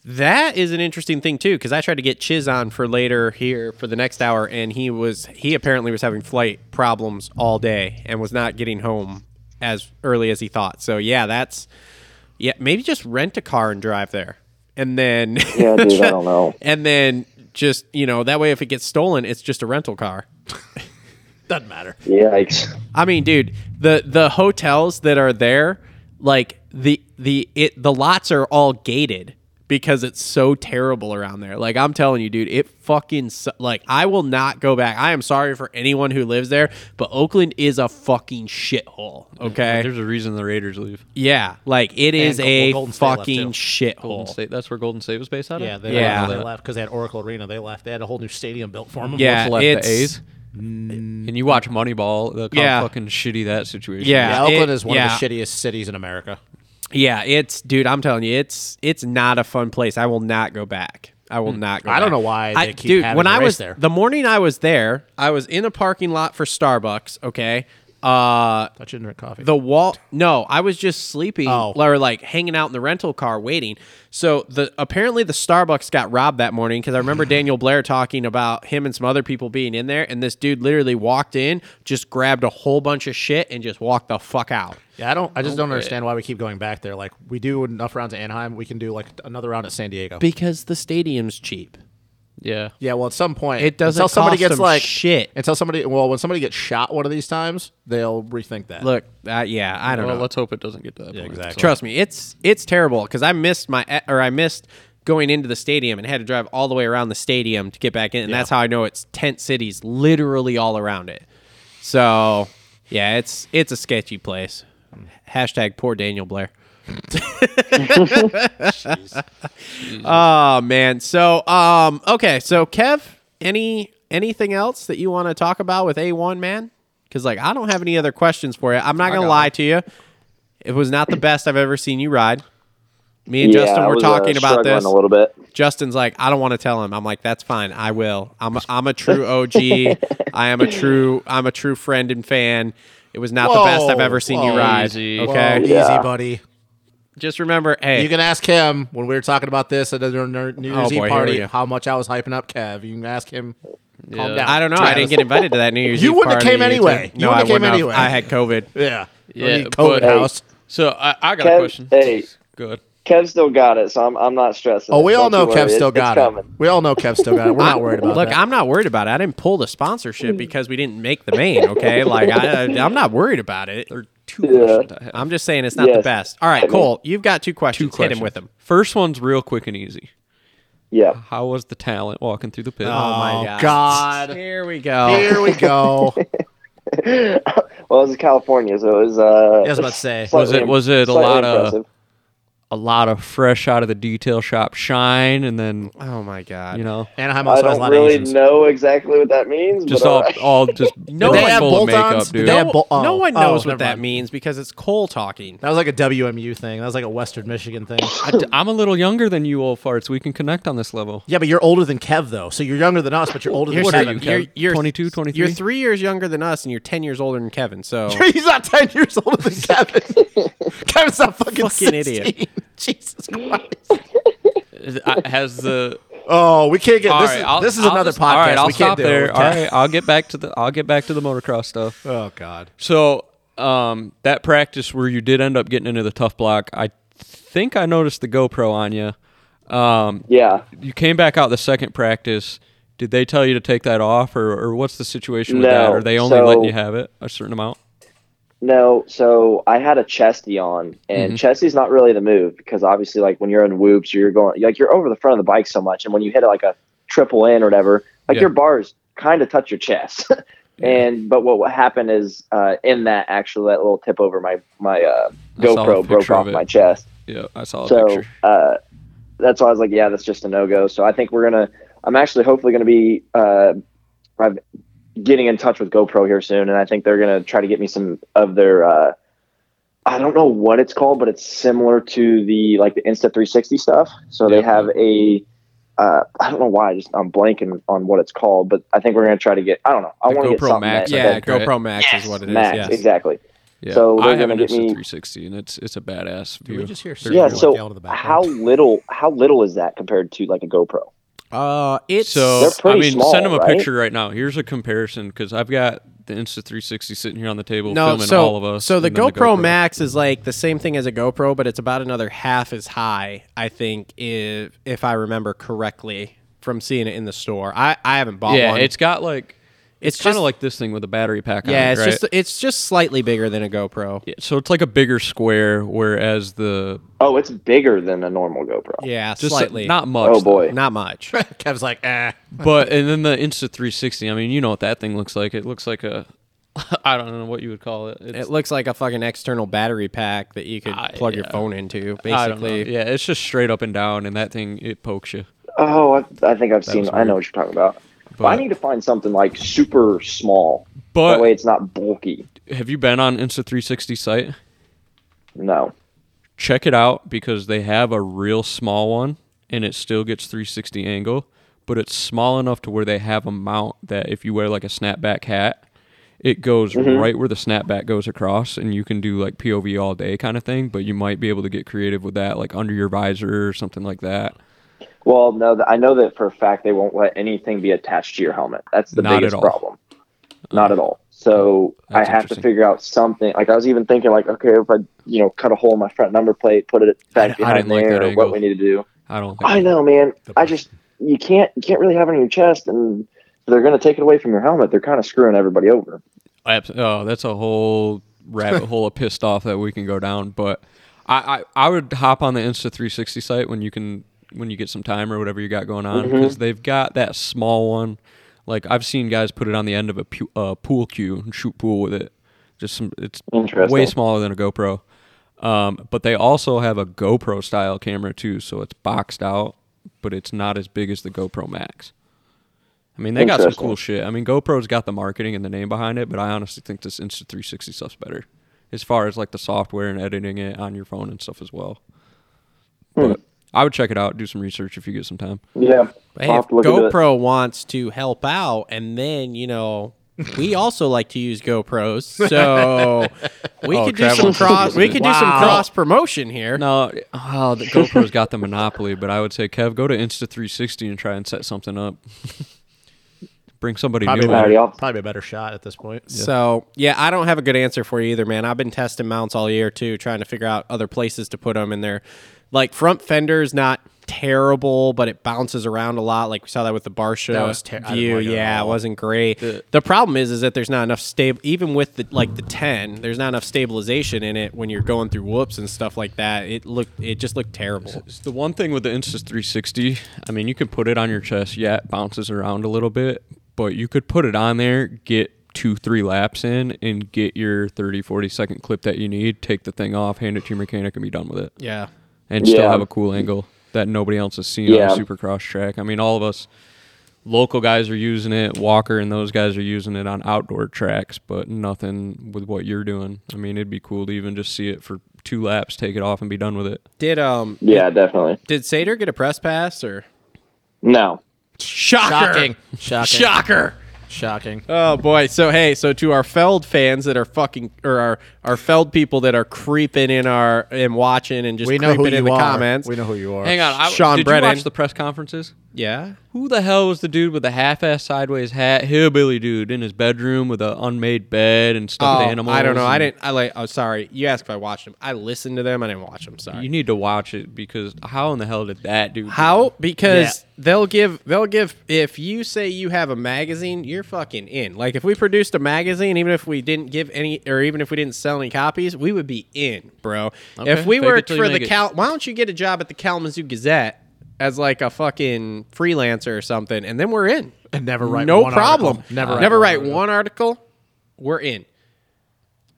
Speaker 1: That is an interesting thing too, because I tried to get Chiz on for later here for the next hour, and he was he apparently was having flight problems all day and was not getting home as early as he thought. So yeah, that's yeah, maybe just rent a car and drive there, and then
Speaker 4: Yeah,
Speaker 1: <laughs>
Speaker 4: dude, I don't know.
Speaker 1: and then just you know that way if it gets stolen, it's just a rental car.
Speaker 3: Doesn't matter.
Speaker 4: Yikes.
Speaker 1: I mean, dude, the the hotels that are there, like the the it the lots are all gated because it's so terrible around there. Like I'm telling you, dude, it fucking su- like I will not go back. I am sorry for anyone who lives there, but Oakland is a fucking shithole. Okay,
Speaker 2: There's a reason the Raiders leave.
Speaker 1: yeah, like it is
Speaker 3: Gol-
Speaker 1: a
Speaker 3: Golden State left,
Speaker 1: fucking
Speaker 3: too.
Speaker 2: Golden
Speaker 1: shithole.
Speaker 2: State. That's where Golden State was based out of.
Speaker 3: Yeah, they,
Speaker 1: Yeah.
Speaker 3: they left because they had Oracle Arena. They left. They had a whole new stadium built for them.
Speaker 1: Yeah,
Speaker 2: left
Speaker 1: it's Mm.
Speaker 2: the A's. And you watch Moneyball. Look how
Speaker 1: Yeah.
Speaker 2: fucking shitty that situation.
Speaker 1: Yeah.
Speaker 3: Yeah,
Speaker 1: it-
Speaker 3: Oakland is one
Speaker 1: yeah.
Speaker 3: of the shittiest cities in America.
Speaker 1: yeah, it's dude, I'm telling you, it's it's not a fun place. I will not go back. I will not go
Speaker 3: Hmm. I
Speaker 1: back.
Speaker 3: don't know why they keep having
Speaker 1: when
Speaker 3: the
Speaker 1: I
Speaker 3: race
Speaker 1: was
Speaker 3: there.
Speaker 1: The morning I was there, I was in a parking lot for Starbucks, okay? Uh
Speaker 3: I shouldn't drink coffee.
Speaker 1: the wall No, I was just sleeping
Speaker 3: Oh.
Speaker 1: or like hanging out in the rental car waiting. So the apparently the Starbucks got robbed that morning cuz I
Speaker 3: <laughs>
Speaker 1: remember Daniel Blair talking about him and some other people being in there and this dude literally walked in, just grabbed a whole bunch of shit and just walked the fuck out.
Speaker 3: yeah, I don't. I just don't understand why we keep going back there. Like we do enough rounds at Anaheim, we can do like another round at San Diego.
Speaker 1: Because the stadium's cheap.
Speaker 2: yeah.
Speaker 3: yeah, well, at some point
Speaker 1: It doesn't
Speaker 3: until somebody
Speaker 1: cost
Speaker 3: gets
Speaker 1: them
Speaker 3: like
Speaker 1: shit.
Speaker 3: Until somebody, well, when somebody gets shot one of these times, they'll rethink that.
Speaker 1: Look, uh, yeah, I don't
Speaker 2: Well,
Speaker 1: know.
Speaker 2: let's hope it doesn't get to that. Yeah, point.
Speaker 3: exactly.
Speaker 1: Trust me, it's it's terrible because I missed my e, or I missed going into the stadium and had to drive all the way around the stadium to get back in. And that's how I know it's tent cities literally all around it. So yeah, it's it's a sketchy place. Hashtag poor Daniel Blair. Oh man. So um okay, so Kev, any anything else that you want to talk about with A1 man? Cuz like I don't have any other questions for you. I'm not going to lie to you. It was not the best I've ever seen you ride. Me and Justin
Speaker 4: I
Speaker 1: were
Speaker 4: was, uh,
Speaker 1: talking about
Speaker 4: struggling
Speaker 1: this.
Speaker 4: a little bit.
Speaker 1: Justin's like, I don't want to tell him. I'm like, that's fine. I will. I'm a, I'm a true OG. I am a true I'm a true friend and fan. It was not the best I've
Speaker 3: Whoa,
Speaker 1: ever seen you
Speaker 3: whoa,
Speaker 1: ride.
Speaker 2: easy.
Speaker 1: Okay.
Speaker 3: Whoa,
Speaker 4: Yeah.
Speaker 3: easy, buddy.
Speaker 1: Just remember, hey,
Speaker 3: You can ask him when we were talking about this at the New
Speaker 1: Oh,
Speaker 3: Year's
Speaker 1: boy,
Speaker 3: Eve
Speaker 1: here we
Speaker 3: party
Speaker 1: go.
Speaker 3: how much I was hyping up Kev. You can ask him. Calm
Speaker 2: Yeah.
Speaker 3: down.
Speaker 1: I don't know. I didn't
Speaker 3: Travis.
Speaker 1: get invited to that New Year's
Speaker 3: You
Speaker 1: Eve
Speaker 3: wouldn't have
Speaker 1: party
Speaker 3: came
Speaker 1: either.
Speaker 3: anyway. You
Speaker 1: No,
Speaker 3: wouldn't
Speaker 1: I
Speaker 3: have came
Speaker 1: wouldn't have.
Speaker 3: anyway.
Speaker 1: I had COVID.
Speaker 3: Yeah.
Speaker 2: Yeah,
Speaker 3: Need COVID
Speaker 2: but-
Speaker 3: house.
Speaker 2: So I, I got
Speaker 4: Kev-
Speaker 2: a question.
Speaker 4: hey.
Speaker 2: Good.
Speaker 4: Kev still got it, so I'm, I'm not stressing.
Speaker 3: Oh,
Speaker 4: it.
Speaker 3: we all know
Speaker 4: Don't you worry.
Speaker 3: Kev still
Speaker 4: It-
Speaker 3: got
Speaker 4: it's
Speaker 3: it.
Speaker 4: coming.
Speaker 3: We all know Kev still got it.
Speaker 1: <laughs>
Speaker 3: We're not worried about
Speaker 1: Look,
Speaker 3: that.
Speaker 1: I'm not worried about it. I didn't pull the sponsorship because we didn't make the main. Okay, like I, I, I'm not worried about it.
Speaker 2: There are two
Speaker 4: Yeah.
Speaker 2: questions I have.
Speaker 1: I'm just saying it's not the
Speaker 4: Yes.
Speaker 1: best. All right, Cole, you've got two questions.
Speaker 2: two questions.
Speaker 1: Hit him with them.
Speaker 2: First one's real quick and easy.
Speaker 4: Yeah.
Speaker 2: How was the talent walking through the pit?
Speaker 1: Oh, my
Speaker 3: Oh,
Speaker 1: God.
Speaker 3: God.
Speaker 1: Here we go.
Speaker 3: Here we go.
Speaker 4: Well, it was in California, so it was. Uh,
Speaker 3: I was about to say.
Speaker 4: slightly
Speaker 2: Was it-
Speaker 4: im-
Speaker 2: was it a
Speaker 4: slightly
Speaker 2: lot of-
Speaker 4: impressive.
Speaker 2: A lot of fresh out of the detail shop shine, and then
Speaker 1: Oh my God.
Speaker 2: you
Speaker 3: <laughs>
Speaker 2: know,
Speaker 3: <laughs> Anaheim
Speaker 4: I
Speaker 3: also has a
Speaker 4: don't
Speaker 3: lot
Speaker 4: really
Speaker 3: of Asians.
Speaker 4: know exactly what that means.
Speaker 2: just
Speaker 4: but uh,
Speaker 2: all,
Speaker 4: alright.
Speaker 2: all
Speaker 3: <laughs>
Speaker 2: just
Speaker 1: No
Speaker 2: they're
Speaker 1: one- They have
Speaker 2: full of
Speaker 3: bolt-ons?
Speaker 2: makeup, dude.
Speaker 3: They have
Speaker 1: no,
Speaker 3: bo- oh,
Speaker 1: no one knows
Speaker 3: oh,
Speaker 1: what
Speaker 3: never
Speaker 1: that
Speaker 3: mind.
Speaker 1: means because it's Cole talking.
Speaker 3: That was like a WMU thing. That was like a Western Michigan thing.
Speaker 2: I, am a little younger than you, old farts. We can connect on this level.
Speaker 3: yeah, but you're older than Kev though, so you're younger than us, but you're older than
Speaker 1: You're,
Speaker 2: are
Speaker 3: Kevin.
Speaker 2: you,
Speaker 1: you're,
Speaker 2: Kev? 22, 23?
Speaker 1: You're three years younger than us, and you're ten years older than Kevin.
Speaker 3: <laughs>
Speaker 1: So
Speaker 3: <laughs> He's not ten years older
Speaker 2: <laughs>
Speaker 3: than Kevin. Kevin's not fucking,
Speaker 1: Fucking idiot.
Speaker 3: 16. Jesus Christ.
Speaker 2: I- Has
Speaker 3: <laughs>
Speaker 2: the
Speaker 3: Oh, we can't get
Speaker 2: all
Speaker 3: this.
Speaker 2: right,
Speaker 3: is,
Speaker 2: I'll-
Speaker 3: this is
Speaker 2: I'll
Speaker 3: another
Speaker 2: just-
Speaker 3: podcast.
Speaker 2: All right, I'll
Speaker 3: we can't
Speaker 2: stop
Speaker 3: do
Speaker 2: there.
Speaker 3: it.
Speaker 2: All right, I'll get back to the I'll get back to the motocross stuff.
Speaker 3: Oh God.
Speaker 2: So, um, that practice where you did end up getting into the tough block, I think I noticed the GoPro on you. Um,
Speaker 4: Yeah.
Speaker 2: you came back out the second practice. Did they tell you to take that off, or, or what's the situation with
Speaker 4: No,
Speaker 2: that? Are they only letting
Speaker 4: so-
Speaker 2: you have it a certain amount?
Speaker 4: No, so I had a chesty on, and
Speaker 2: Mm-hmm.
Speaker 4: chesty's not really the move because obviously, like when you're in whoops, you're going like you're over the front of the bike so much, and when you hit like a triple in or whatever, like
Speaker 2: Yeah.
Speaker 4: your bars kind of touch your chest. <laughs> and but what, what happened is uh, in that actually that little tip over my my uh,
Speaker 2: I saw a
Speaker 4: GoPro broke
Speaker 2: picture of
Speaker 4: off
Speaker 2: it.
Speaker 4: my chest,
Speaker 2: Yeah, I saw a
Speaker 4: so
Speaker 2: picture.
Speaker 4: uh, that's why I was like, yeah, that's just a no go. So I think we're gonna, I'm actually hopefully gonna be. Uh, I've getting in touch with GoPro here soon, and I think they're gonna try to get me some of their. Uh, I don't know what it's called, but it's similar to the like the Insta 360 stuff. So
Speaker 2: Yeah.
Speaker 4: they have a. Uh, I don't know why. I just I'm blanking on what it's called, but I think we're gonna try to get. I don't know. I
Speaker 2: The
Speaker 4: want to get
Speaker 2: GoPro
Speaker 4: something.
Speaker 2: Max,
Speaker 4: that-
Speaker 2: I
Speaker 1: yeah,
Speaker 2: think, right?
Speaker 1: GoPro Max is what it is.
Speaker 4: Max,
Speaker 1: yes.
Speaker 4: exactly.
Speaker 2: Yeah,
Speaker 4: so
Speaker 2: I have
Speaker 4: they're gonna
Speaker 2: an
Speaker 4: get
Speaker 2: Insta
Speaker 4: me-
Speaker 2: 360, and it's it's a badass view.
Speaker 3: we just hear
Speaker 2: There's
Speaker 3: Yeah,
Speaker 4: Yeah.
Speaker 2: no-
Speaker 3: like yelled
Speaker 4: So
Speaker 3: in the background.
Speaker 4: how little how little is that compared to like a GoPro?
Speaker 1: Uh, it's
Speaker 2: so
Speaker 4: They're
Speaker 2: I
Speaker 4: pretty
Speaker 2: mean,
Speaker 4: small,
Speaker 2: send them a
Speaker 4: right?
Speaker 2: picture right now. Here's a comparison because I've got the Insta 360 sitting here on the table,
Speaker 1: no,
Speaker 2: filming
Speaker 1: so
Speaker 2: all of us.
Speaker 1: so the
Speaker 2: and then
Speaker 1: GoPro, Max is like the same thing as a GoPro, but it's about another half as high. I think if if I remember correctly from seeing it in the store. I I haven't bought
Speaker 2: Yeah,
Speaker 1: one.
Speaker 2: it's got like it's,
Speaker 1: It's
Speaker 2: kind
Speaker 1: just-
Speaker 2: of like this thing with a battery pack. on
Speaker 1: yeah,
Speaker 2: it,
Speaker 1: it's
Speaker 2: right?
Speaker 1: just it's just slightly bigger than a GoPro.
Speaker 2: Yeah, so it's like a bigger square, whereas the
Speaker 4: Oh, it's bigger than a normal GoPro.
Speaker 1: Yeah,
Speaker 2: just uh,
Speaker 1: slightly.
Speaker 2: not much.
Speaker 4: Oh
Speaker 2: though.
Speaker 4: boy.
Speaker 1: not
Speaker 2: <laughs>
Speaker 1: much.
Speaker 3: Kev's like, eh.
Speaker 2: But and then the Insta 360. I mean, you know what that thing looks like? It looks like a <laughs> I don't know what you would call it. It's,
Speaker 1: It looks like a fucking external battery pack that you could
Speaker 2: I-
Speaker 1: plug your
Speaker 2: Ah, yeah.
Speaker 1: phone into.
Speaker 2: I don't know.
Speaker 1: Basically,
Speaker 2: yeah, it's just straight up and down, and that thing it pokes you.
Speaker 4: Oh, I, I think I've seen.
Speaker 2: was
Speaker 4: I know what you're talking about. But, I
Speaker 2: But-
Speaker 4: need to find something like super small.
Speaker 2: But-
Speaker 4: that way it's not bulky.
Speaker 2: Have you been on Insta 360 site?
Speaker 4: No.
Speaker 2: Check it out because they have a real small one, and it still gets 360 angle, but it's small enough to where they have a mount that if you wear like a snapback hat. It goes
Speaker 1: Mm-hmm.
Speaker 2: right where the snapback goes across, and you can do like POV all day kind of thing. But you might be able to get creative with that, like under your visor or something like that.
Speaker 4: Well, no. th- I know that for a fact they won't let anything be attached to your helmet. That's the
Speaker 2: Not at
Speaker 4: biggest
Speaker 2: all.
Speaker 4: problem. Not at all. So I
Speaker 2: That's
Speaker 4: have to
Speaker 2: interesting.
Speaker 4: figure out something. Like I was even thinking, like, okay, if I, you know, cut a hole in my front number plate, put it
Speaker 2: I- I
Speaker 4: back behind
Speaker 2: didn't like
Speaker 4: there,
Speaker 2: that
Speaker 4: or what
Speaker 2: angle.
Speaker 4: we need to do.
Speaker 2: I don't. Think
Speaker 4: I know, man. I just you can't you can't really have it on your chest, and if they're gonna take it away from your helmet. They're kind of screwing everybody over.
Speaker 2: Abs- Oh, that's a whole rabbit
Speaker 4: <laughs>
Speaker 2: hole of pissed off that we can go down. But I, I, I would hop on the Insta 360 site when you can when you get some time or whatever you got going on
Speaker 4: Mm-hmm.
Speaker 2: because they've got that small one. Like I've seen guys put it on the end of a pu- uh, pool cue and shoot pool with it. Just some, it's way
Speaker 4: Interesting.
Speaker 2: smaller than a GoPro. Um, but they also have a GoPro style camera too, so it's boxed out, but it's not as big as the GoPro Max. I mean, they got some
Speaker 4: Interesting.
Speaker 2: cool shit. I mean, GoPro's got the marketing and the name behind it, but I honestly think this Insta360 stuff's better as far as like the software and editing it on your phone and stuff as well. But I would check it out, do some research if you get some time.
Speaker 4: Yeah.
Speaker 1: Hey, if
Speaker 4: I'll have to look into it.
Speaker 1: GoPro wants to help out, and then you know
Speaker 4: <laughs>
Speaker 1: we also like to use GoPros, so we
Speaker 4: Oh,
Speaker 1: could do some
Speaker 2: travel
Speaker 1: cross. We could do some
Speaker 3: Wow.
Speaker 1: cross promotion here.
Speaker 2: No, oh, the GoPro's got the monopoly, but I would say, Kev, go to Insta360 and try and set something up. <laughs> Bring somebody
Speaker 3: Probably,
Speaker 2: new.
Speaker 4: not.
Speaker 2: in.
Speaker 3: better,
Speaker 4: y'all.
Speaker 3: probably a better shot at this point.
Speaker 1: So yeah, I don't have a good answer for you either, man. I've been testing mounts all year too, trying to figure out other places to put them, and they're like front fender's not terrible, but it bounces around a lot. Like we saw that with the Barsha
Speaker 3: That was ter- I didn't
Speaker 1: view.
Speaker 3: like it at
Speaker 1: Yeah, it
Speaker 3: all.
Speaker 1: wasn't great. The, problem is, is that there's not enough stable. Even with the like the ten, there's not enough stabilization in it when you're going through whoops and stuff like that. It looked, it just looked terrible.
Speaker 2: It's the one thing with the Insta 360, I mean, you can put it on your chest. Yeah, it bounces around a little bit, but you could put it on there, get two, three laps in, and get your 30, 40 second clip that you need, take the thing off, hand it to your mechanic, and be done with it.
Speaker 1: Yeah.
Speaker 2: And still
Speaker 4: Yeah.
Speaker 2: have a cool angle that nobody else has seen
Speaker 4: Yeah.
Speaker 2: on a supercross track. I mean, all of us local guys are using it, Walker and those guys are using it on outdoor tracks, but nothing with what you're doing. I mean, it'd be cool to even just see it for two laps, take it off, and be done with it.
Speaker 1: Did um
Speaker 4: Yeah, definitely.
Speaker 1: did Sater get a press pass or
Speaker 4: No.
Speaker 1: shocker?
Speaker 3: Shocking. Shocking.
Speaker 1: Shocker.
Speaker 3: Shocking.
Speaker 1: Oh boy! So hey, so to our Feld fans that are fucking, or our our Feld people that are creeping in our and watching and just
Speaker 3: We know
Speaker 1: creeping
Speaker 3: who
Speaker 1: in the
Speaker 3: you are.
Speaker 1: comments.
Speaker 3: We know who you are.
Speaker 2: Hang on, I,
Speaker 1: Sean
Speaker 2: did you
Speaker 1: Brennan.
Speaker 2: watch the press conferences?
Speaker 1: Yeah,
Speaker 2: Who the hell was the dude with the half-ass sideways hat, hillbilly dude in his bedroom with an unmade bed and
Speaker 1: oh,
Speaker 2: stuffed animals?
Speaker 1: I don't know. I
Speaker 2: and-
Speaker 1: didn't. I like. Oh, sorry. You asked if I watched them. I listened to them. I didn't watch them. Sorry.
Speaker 2: You need to watch it because how in the hell did that dude?
Speaker 1: How? Because they'll give they'll give if you say you have a magazine, you're fucking in. Like if we produced a magazine, even if we didn't give any or even if we didn't sell any copies, we would be in, bro. if we
Speaker 2: fake it
Speaker 1: worked
Speaker 2: till you
Speaker 1: for the
Speaker 2: make it.
Speaker 1: Cal why don't you get a job at the Kalamazoo Gazette as like a fucking freelancer or something, and then we're in.
Speaker 3: And never write
Speaker 1: No
Speaker 3: one
Speaker 1: problem. Uh,
Speaker 3: article. Never write
Speaker 1: never
Speaker 3: one
Speaker 1: write
Speaker 3: article.
Speaker 1: one article. We're in.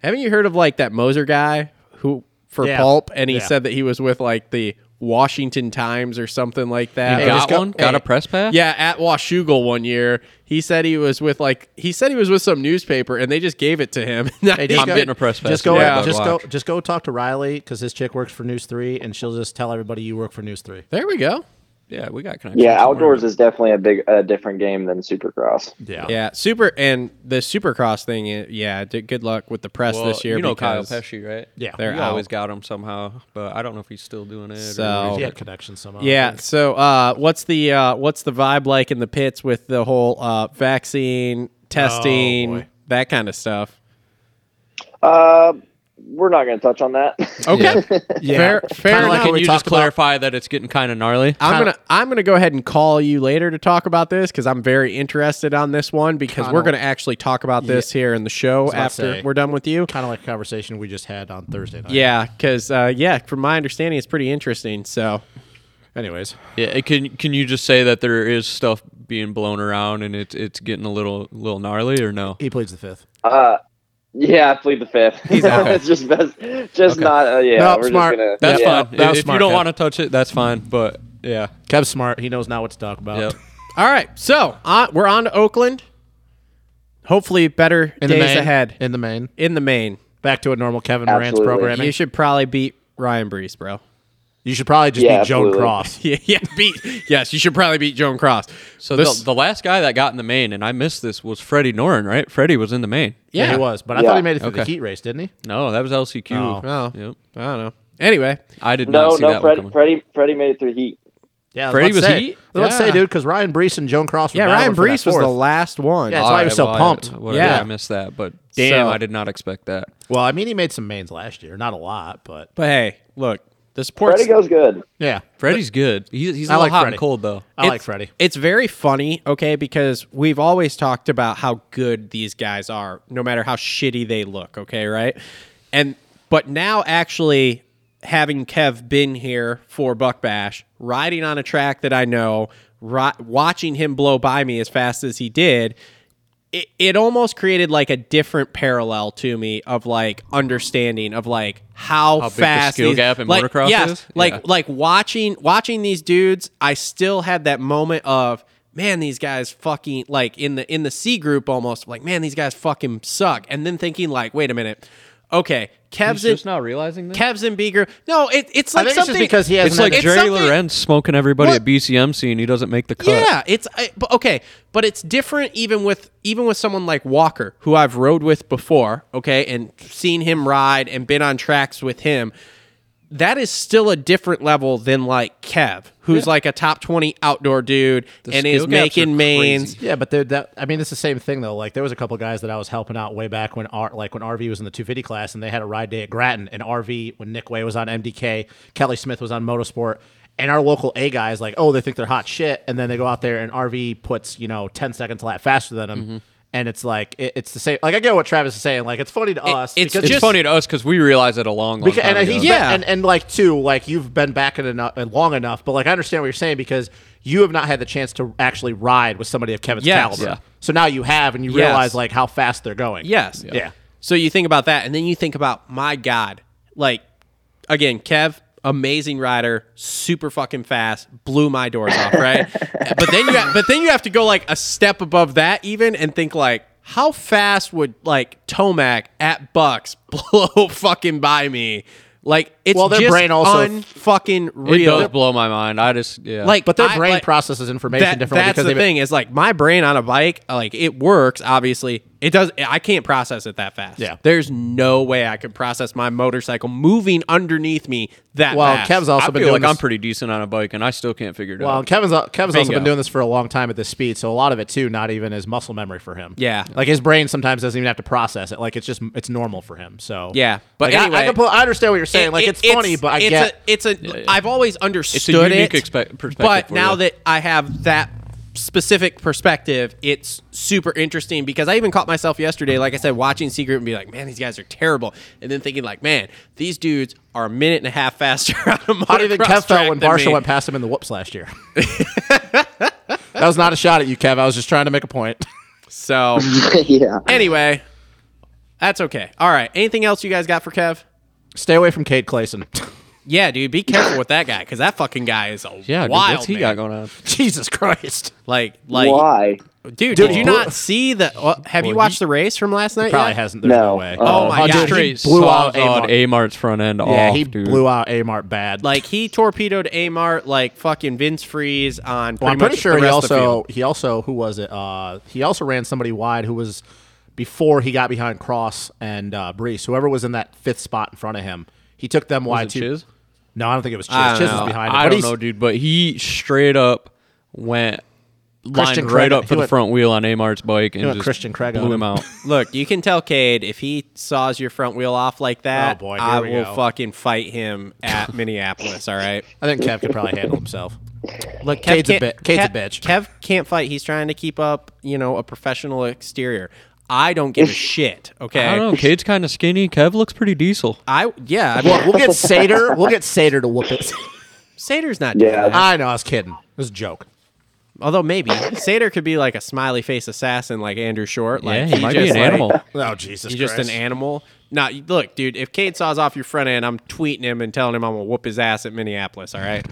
Speaker 1: Haven't you heard of like that Moser guy who for
Speaker 3: Yeah.
Speaker 1: pulp and he
Speaker 3: Yeah.
Speaker 1: said that he was with like the Washington Times or something like that.
Speaker 2: He
Speaker 1: Or
Speaker 2: got
Speaker 1: just
Speaker 2: one? Got a press pass?
Speaker 1: Yeah, at Washougal one year, he said he was with like he said he was with some newspaper and they just gave it to him. <laughs>
Speaker 2: I'm getting a press pass.
Speaker 3: Just go,
Speaker 2: today,
Speaker 1: Yeah.
Speaker 2: but
Speaker 3: just go,
Speaker 2: watch.
Speaker 3: just go talk to Riley because his chick works for News Three, and she'll just tell everybody you work for News Three.
Speaker 1: there we go.
Speaker 2: Yeah, we got connections.
Speaker 4: Yeah, outdoors is definitely a big, a different game than Supercross.
Speaker 1: Yeah, super and the Supercross thing. eh, Yeah, d- good luck with the press
Speaker 2: Well,
Speaker 1: this year.
Speaker 2: you know Kyle
Speaker 1: because-
Speaker 2: Pesci, right?
Speaker 3: Yeah.
Speaker 1: They're
Speaker 2: we
Speaker 1: out.
Speaker 2: always got him somehow, but I don't know if he's still doing it.
Speaker 1: So-
Speaker 3: He had connections somehow.
Speaker 1: Yeah. So, uh, what's the uh, what's the vibe like in the pits with the whole uh, vaccine testing,
Speaker 3: boy.
Speaker 1: that kind of stuff?
Speaker 4: Uh, we're not going to touch on that.
Speaker 1: <laughs> Okay.
Speaker 3: <laughs> Yeah.
Speaker 1: Fair. Fair
Speaker 3: Kinda like
Speaker 1: enough.
Speaker 3: what
Speaker 2: can
Speaker 3: we
Speaker 2: you
Speaker 3: talked
Speaker 2: just
Speaker 3: about-
Speaker 2: clarify that it's getting kind of gnarly?
Speaker 1: I'm gonna I'm gonna go ahead and call you later to talk about this because I'm very interested on this one because we're gonna actually talk about this here in the show
Speaker 3: about to
Speaker 1: after
Speaker 3: say.
Speaker 1: we're done with you.
Speaker 3: Kind of like a conversation we just had on Thursday night.
Speaker 1: Yeah, because uh, yeah, from my understanding, it's pretty interesting. So
Speaker 3: Anyways,
Speaker 2: Yeah, it can can you just say that there is stuff being blown around and it's it's getting a little little gnarly or no?
Speaker 3: he pleads the fifth.
Speaker 4: yeah, I plead the fifth. <laughs> it's just best, just not. Uh, yeah,
Speaker 3: No,
Speaker 4: we're
Speaker 3: smart.
Speaker 4: just gonna.
Speaker 2: That's
Speaker 4: yeah.
Speaker 2: fine.
Speaker 3: that was
Speaker 2: if
Speaker 3: smart,
Speaker 2: you don't
Speaker 3: Kev.
Speaker 2: want to touch it, that's fine. But yeah,
Speaker 3: Kev's smart. He knows now what to talk about.
Speaker 2: yep.
Speaker 1: all right, so uh, we're on to Oakland. Hopefully, better
Speaker 3: In the
Speaker 1: days
Speaker 3: main,
Speaker 1: ahead
Speaker 3: In the main.
Speaker 1: in the main.
Speaker 3: Back to a normal Kevin Moran's
Speaker 4: Absolutely.
Speaker 3: programming.
Speaker 1: You
Speaker 3: You,
Speaker 1: should probably beat Ryan Brees, bro.
Speaker 3: should probably just
Speaker 4: Yeah,
Speaker 3: be Joan
Speaker 4: absolutely.
Speaker 1: <laughs>
Speaker 3: Cross.
Speaker 1: Yeah, yeah, beat. yes, you should probably beat Joan Cross.
Speaker 2: So
Speaker 1: This-
Speaker 2: the, the last guy that got in the main, and I missed this, was Freddie Noren, right? Freddie was in the main.
Speaker 1: yeah,
Speaker 3: he was. But I
Speaker 4: Yeah.
Speaker 3: thought he made it through the
Speaker 2: Okay.
Speaker 3: heat race, didn't he?
Speaker 2: No, that was LCQ.
Speaker 1: Oh,
Speaker 2: Yep.
Speaker 1: I don't know. Anyway,
Speaker 2: I did
Speaker 4: No,
Speaker 2: not see
Speaker 4: no,
Speaker 2: that one
Speaker 4: Freddie,
Speaker 2: coming.
Speaker 4: Freddie, Freddie made it through heat.
Speaker 3: Yeah,
Speaker 2: Freddie
Speaker 3: let's
Speaker 2: was
Speaker 3: say,
Speaker 2: heat?
Speaker 3: Let's
Speaker 1: Yeah.
Speaker 3: say, dude, because Ryan Brees and Joan Cross. Were
Speaker 1: yeah, Ryan
Speaker 3: battling for that
Speaker 1: Brees was
Speaker 3: fourth.
Speaker 1: the last one.
Speaker 3: Yeah, that's why he was so
Speaker 2: All right, well,
Speaker 3: pumped.
Speaker 2: I, whatever,
Speaker 1: Yeah.
Speaker 2: I missed that, but damn,
Speaker 1: So-
Speaker 2: I did not expect that.
Speaker 3: well, I mean, he made some mains last year, not a lot, but
Speaker 1: but hey, look, the sports.
Speaker 4: Freddie goes good.
Speaker 3: yeah,
Speaker 2: Freddie's good. He's he's a
Speaker 3: I
Speaker 2: little
Speaker 3: like
Speaker 2: hot
Speaker 3: Freddie.
Speaker 2: and cold though.
Speaker 3: I like
Speaker 1: It's-
Speaker 3: Freddie.
Speaker 1: It's very funny, okay, because we've always talked about how good these guys are, no matter how shitty they look, okay, right? And but now actually having Kev been here for Buck Bash, riding on a track that I know, ri- watching him blow by me as fast as he did, it, it almost created like a different parallel to me of like understanding of like how,
Speaker 2: How big the
Speaker 1: fast
Speaker 2: skill
Speaker 1: these-
Speaker 2: gap in
Speaker 1: like,
Speaker 2: motocross
Speaker 1: yes,
Speaker 2: is?
Speaker 1: Like
Speaker 2: Yeah.
Speaker 1: like watching watching these dudes, I still had that moment of man, these guys fucking like in the in the C group almost like man, these guys fucking suck. And then thinking like, wait a minute, okay, Kev's in,
Speaker 2: just now realizing that.
Speaker 1: Kev's in B group. No, it, it's like
Speaker 3: think it's just
Speaker 1: something
Speaker 3: because he hasn't
Speaker 2: It's like
Speaker 3: It's
Speaker 2: Jerry
Speaker 1: something-
Speaker 2: Lorenz smoking everybody
Speaker 1: What?
Speaker 2: at BCMC and he doesn't make the cut.
Speaker 1: Yeah, it's I, but okay, but it's different even with even with someone like Walker, who I've rode with before, okay, and seen him ride and been on tracks with him. That is still a different level than like Kev, who's like a top twenty outdoor dude and
Speaker 2: skill
Speaker 1: is
Speaker 2: gaps
Speaker 1: making
Speaker 2: are
Speaker 1: mains.
Speaker 2: crazy.
Speaker 3: Yeah, but they're that. I mean, it's the same thing though. Like there was a couple guys that I was helping out way back when, R, like when RV was in the 250 class, and they had a ride day at Grattan. And RV when Nick Way was on MDK, Kelly Smith was on Motorsport, and our local A guys like, oh, they think they're hot shit, and then they go out there and RV puts you know 10 seconds a lap faster than
Speaker 1: Mm-hmm.
Speaker 3: them. And it's like it, it's the same. Like I get what Travis is saying. Like it's funny to us.
Speaker 1: it's
Speaker 3: because
Speaker 2: It's
Speaker 1: just-
Speaker 2: funny to us because we realize it a long, long
Speaker 3: Beca-
Speaker 2: time
Speaker 3: and uh,
Speaker 2: ago.
Speaker 3: he's
Speaker 1: Yeah.
Speaker 3: yeah, and, and like too, like you've been back in enough, and long enough, but like I understand what you're saying because you have not had the chance to actually ride with somebody of Kevin's
Speaker 1: Yes.
Speaker 3: caliber.
Speaker 1: Yeah.
Speaker 3: So now you have, and you
Speaker 1: Yes.
Speaker 3: realize like how fast they're going.
Speaker 1: Yes.
Speaker 3: Yeah. Yeah.
Speaker 1: So you think about that, and then you think about my God, like again, Kev, amazing rider, super fucking fast, blew my doors off, right? but then you, ha- but then you have to go like a step above that even, and think like, how fast would like Tomac at Bucks <laughs> blow fucking by me? Like it's
Speaker 3: Well, their
Speaker 1: just
Speaker 3: brain also-
Speaker 1: fucking
Speaker 2: it
Speaker 1: real.
Speaker 2: does blow my mind. I just yeah.
Speaker 1: Like,
Speaker 3: But their
Speaker 1: I-
Speaker 3: brain
Speaker 1: like-
Speaker 3: processes information
Speaker 1: that-
Speaker 3: differently
Speaker 1: That's
Speaker 3: because
Speaker 1: the
Speaker 3: they've
Speaker 1: thing is like my brain on a bike, like it works. Obviously, it does. I can't process it that fast.
Speaker 3: Yeah.
Speaker 1: there's no way I could process my motorcycle moving underneath me that.
Speaker 3: Well,
Speaker 1: fast.
Speaker 3: Kev's
Speaker 2: I
Speaker 3: also been
Speaker 2: feel
Speaker 3: doing
Speaker 2: like I'm
Speaker 3: this,
Speaker 2: pretty decent on a bike and I still can't figure it
Speaker 3: well,
Speaker 2: out.
Speaker 3: Kevin's uh, Kevin's also
Speaker 2: Bingo.
Speaker 3: been doing this for a long time at this speed, so a lot of it too, not even as muscle memory for him.
Speaker 1: Yeah.
Speaker 3: like his brain sometimes doesn't even have to process it. Like it's just it's normal for him. So
Speaker 1: Yeah. But
Speaker 3: Like, I-
Speaker 1: anyway-
Speaker 3: I, compl- I understand what you're saying.
Speaker 1: It-
Speaker 3: like
Speaker 1: it-
Speaker 3: it's funny, but I
Speaker 1: it's
Speaker 3: get
Speaker 1: a, it's a. have always understood
Speaker 2: unique
Speaker 1: it,
Speaker 2: expe- perspective
Speaker 1: But
Speaker 2: for
Speaker 1: now
Speaker 2: you.
Speaker 1: that I have that specific perspective, it's super interesting because I even caught myself yesterday, like I said, watching Secret and be like, man, these guys are terrible, and then thinking like, man, these dudes are a minute and a half faster <laughs> on a
Speaker 3: How do you think
Speaker 1: motocross
Speaker 3: Kev
Speaker 1: track
Speaker 3: felt when
Speaker 1: than
Speaker 3: Barsha
Speaker 1: me.
Speaker 3: went past him in the whoops last year? <laughs> that was not a shot at you, Kev. I was just trying to make a point. <laughs>
Speaker 1: So
Speaker 4: <laughs> yeah.
Speaker 1: anyway, that's okay. All right. Anything else you guys got for Kev?
Speaker 3: Stay away from Cade Clayson. <laughs>
Speaker 1: Yeah, dude, be careful with that guy because that fucking guy is a
Speaker 2: yeah, dude,
Speaker 1: wild
Speaker 2: what's he
Speaker 1: man.
Speaker 2: got going on?
Speaker 3: Jesus Christ.
Speaker 1: Like, like,
Speaker 4: Why?
Speaker 1: dude,
Speaker 3: Dude,
Speaker 1: did you
Speaker 3: bl-
Speaker 1: not see the? uh, have you watched the race from last night?
Speaker 3: Probably
Speaker 1: yet?
Speaker 3: hasn't. There's no,
Speaker 4: No.
Speaker 3: way.
Speaker 4: Oh,
Speaker 1: Oh my
Speaker 2: He
Speaker 1: god,
Speaker 2: straight
Speaker 3: blew out
Speaker 2: sawzalled
Speaker 3: Amart.
Speaker 2: Amart's front end
Speaker 3: yeah,
Speaker 2: off,
Speaker 3: he
Speaker 2: dude.
Speaker 3: blew out Amart bad.
Speaker 1: Like he torpedoed Amart like fucking Vince Freeze on.
Speaker 3: Well, I'm
Speaker 1: pretty
Speaker 3: pretty
Speaker 1: much
Speaker 3: sure
Speaker 1: the
Speaker 3: he
Speaker 1: rest of the
Speaker 3: also
Speaker 1: field.
Speaker 3: he also who was it? Uh, he also ran somebody wide who was before he got behind Cross and uh, Brees. Whoever was in that fifth spot in front of him, he took them wide
Speaker 2: it
Speaker 3: too.
Speaker 2: Chiz?
Speaker 3: No, I don't think it was Chiz.
Speaker 1: I don't
Speaker 3: Chiz was
Speaker 1: know.
Speaker 3: behind. Him,
Speaker 2: I
Speaker 3: but
Speaker 2: don't
Speaker 3: he's-
Speaker 2: know, dude, but he straight up went
Speaker 3: Christian
Speaker 2: lined right
Speaker 3: Craig-
Speaker 2: up
Speaker 3: he
Speaker 2: for the
Speaker 3: went-
Speaker 2: front wheel on Amart's bike and
Speaker 3: went
Speaker 2: just
Speaker 3: Christian Craig on
Speaker 2: blew him
Speaker 3: him.
Speaker 2: out.
Speaker 1: Look, you can tell Cade if he saws your front wheel off like that.
Speaker 3: Oh, boy, here
Speaker 1: I
Speaker 3: we
Speaker 1: will
Speaker 3: go.
Speaker 1: fucking fight him
Speaker 3: <laughs>
Speaker 1: at Minneapolis. All right.
Speaker 3: I think Kev could probably handle himself.
Speaker 1: Look, Kev
Speaker 3: Cade's a
Speaker 1: can't-
Speaker 3: bi- Cade's a
Speaker 1: Kev-
Speaker 3: bitch.
Speaker 1: Kev can't fight. He's trying to keep up, you know, a professional exterior. I don't give a shit. Okay.
Speaker 2: I don't know. Cade's kind of skinny. Kev looks pretty diesel.
Speaker 1: I- yeah. I mean,
Speaker 3: Well,
Speaker 4: <laughs>
Speaker 3: we'll get Sater. We'll get Sater to whoop <laughs> it.
Speaker 1: Sater's not. Doing
Speaker 4: Yeah.
Speaker 1: that.
Speaker 3: I know. I was kidding. It was a joke.
Speaker 1: Although maybe Sater could be like a smiley face assassin, like Andrew Short. Like
Speaker 2: Yeah, he might be
Speaker 1: just,
Speaker 2: an
Speaker 1: like-
Speaker 2: animal.
Speaker 3: Oh Jesus!
Speaker 1: He's just an animal. Now, you- look, dude, if Cade saws off your front end, I'm tweeting him and telling him I'm going to whoop his ass at Minneapolis, all right?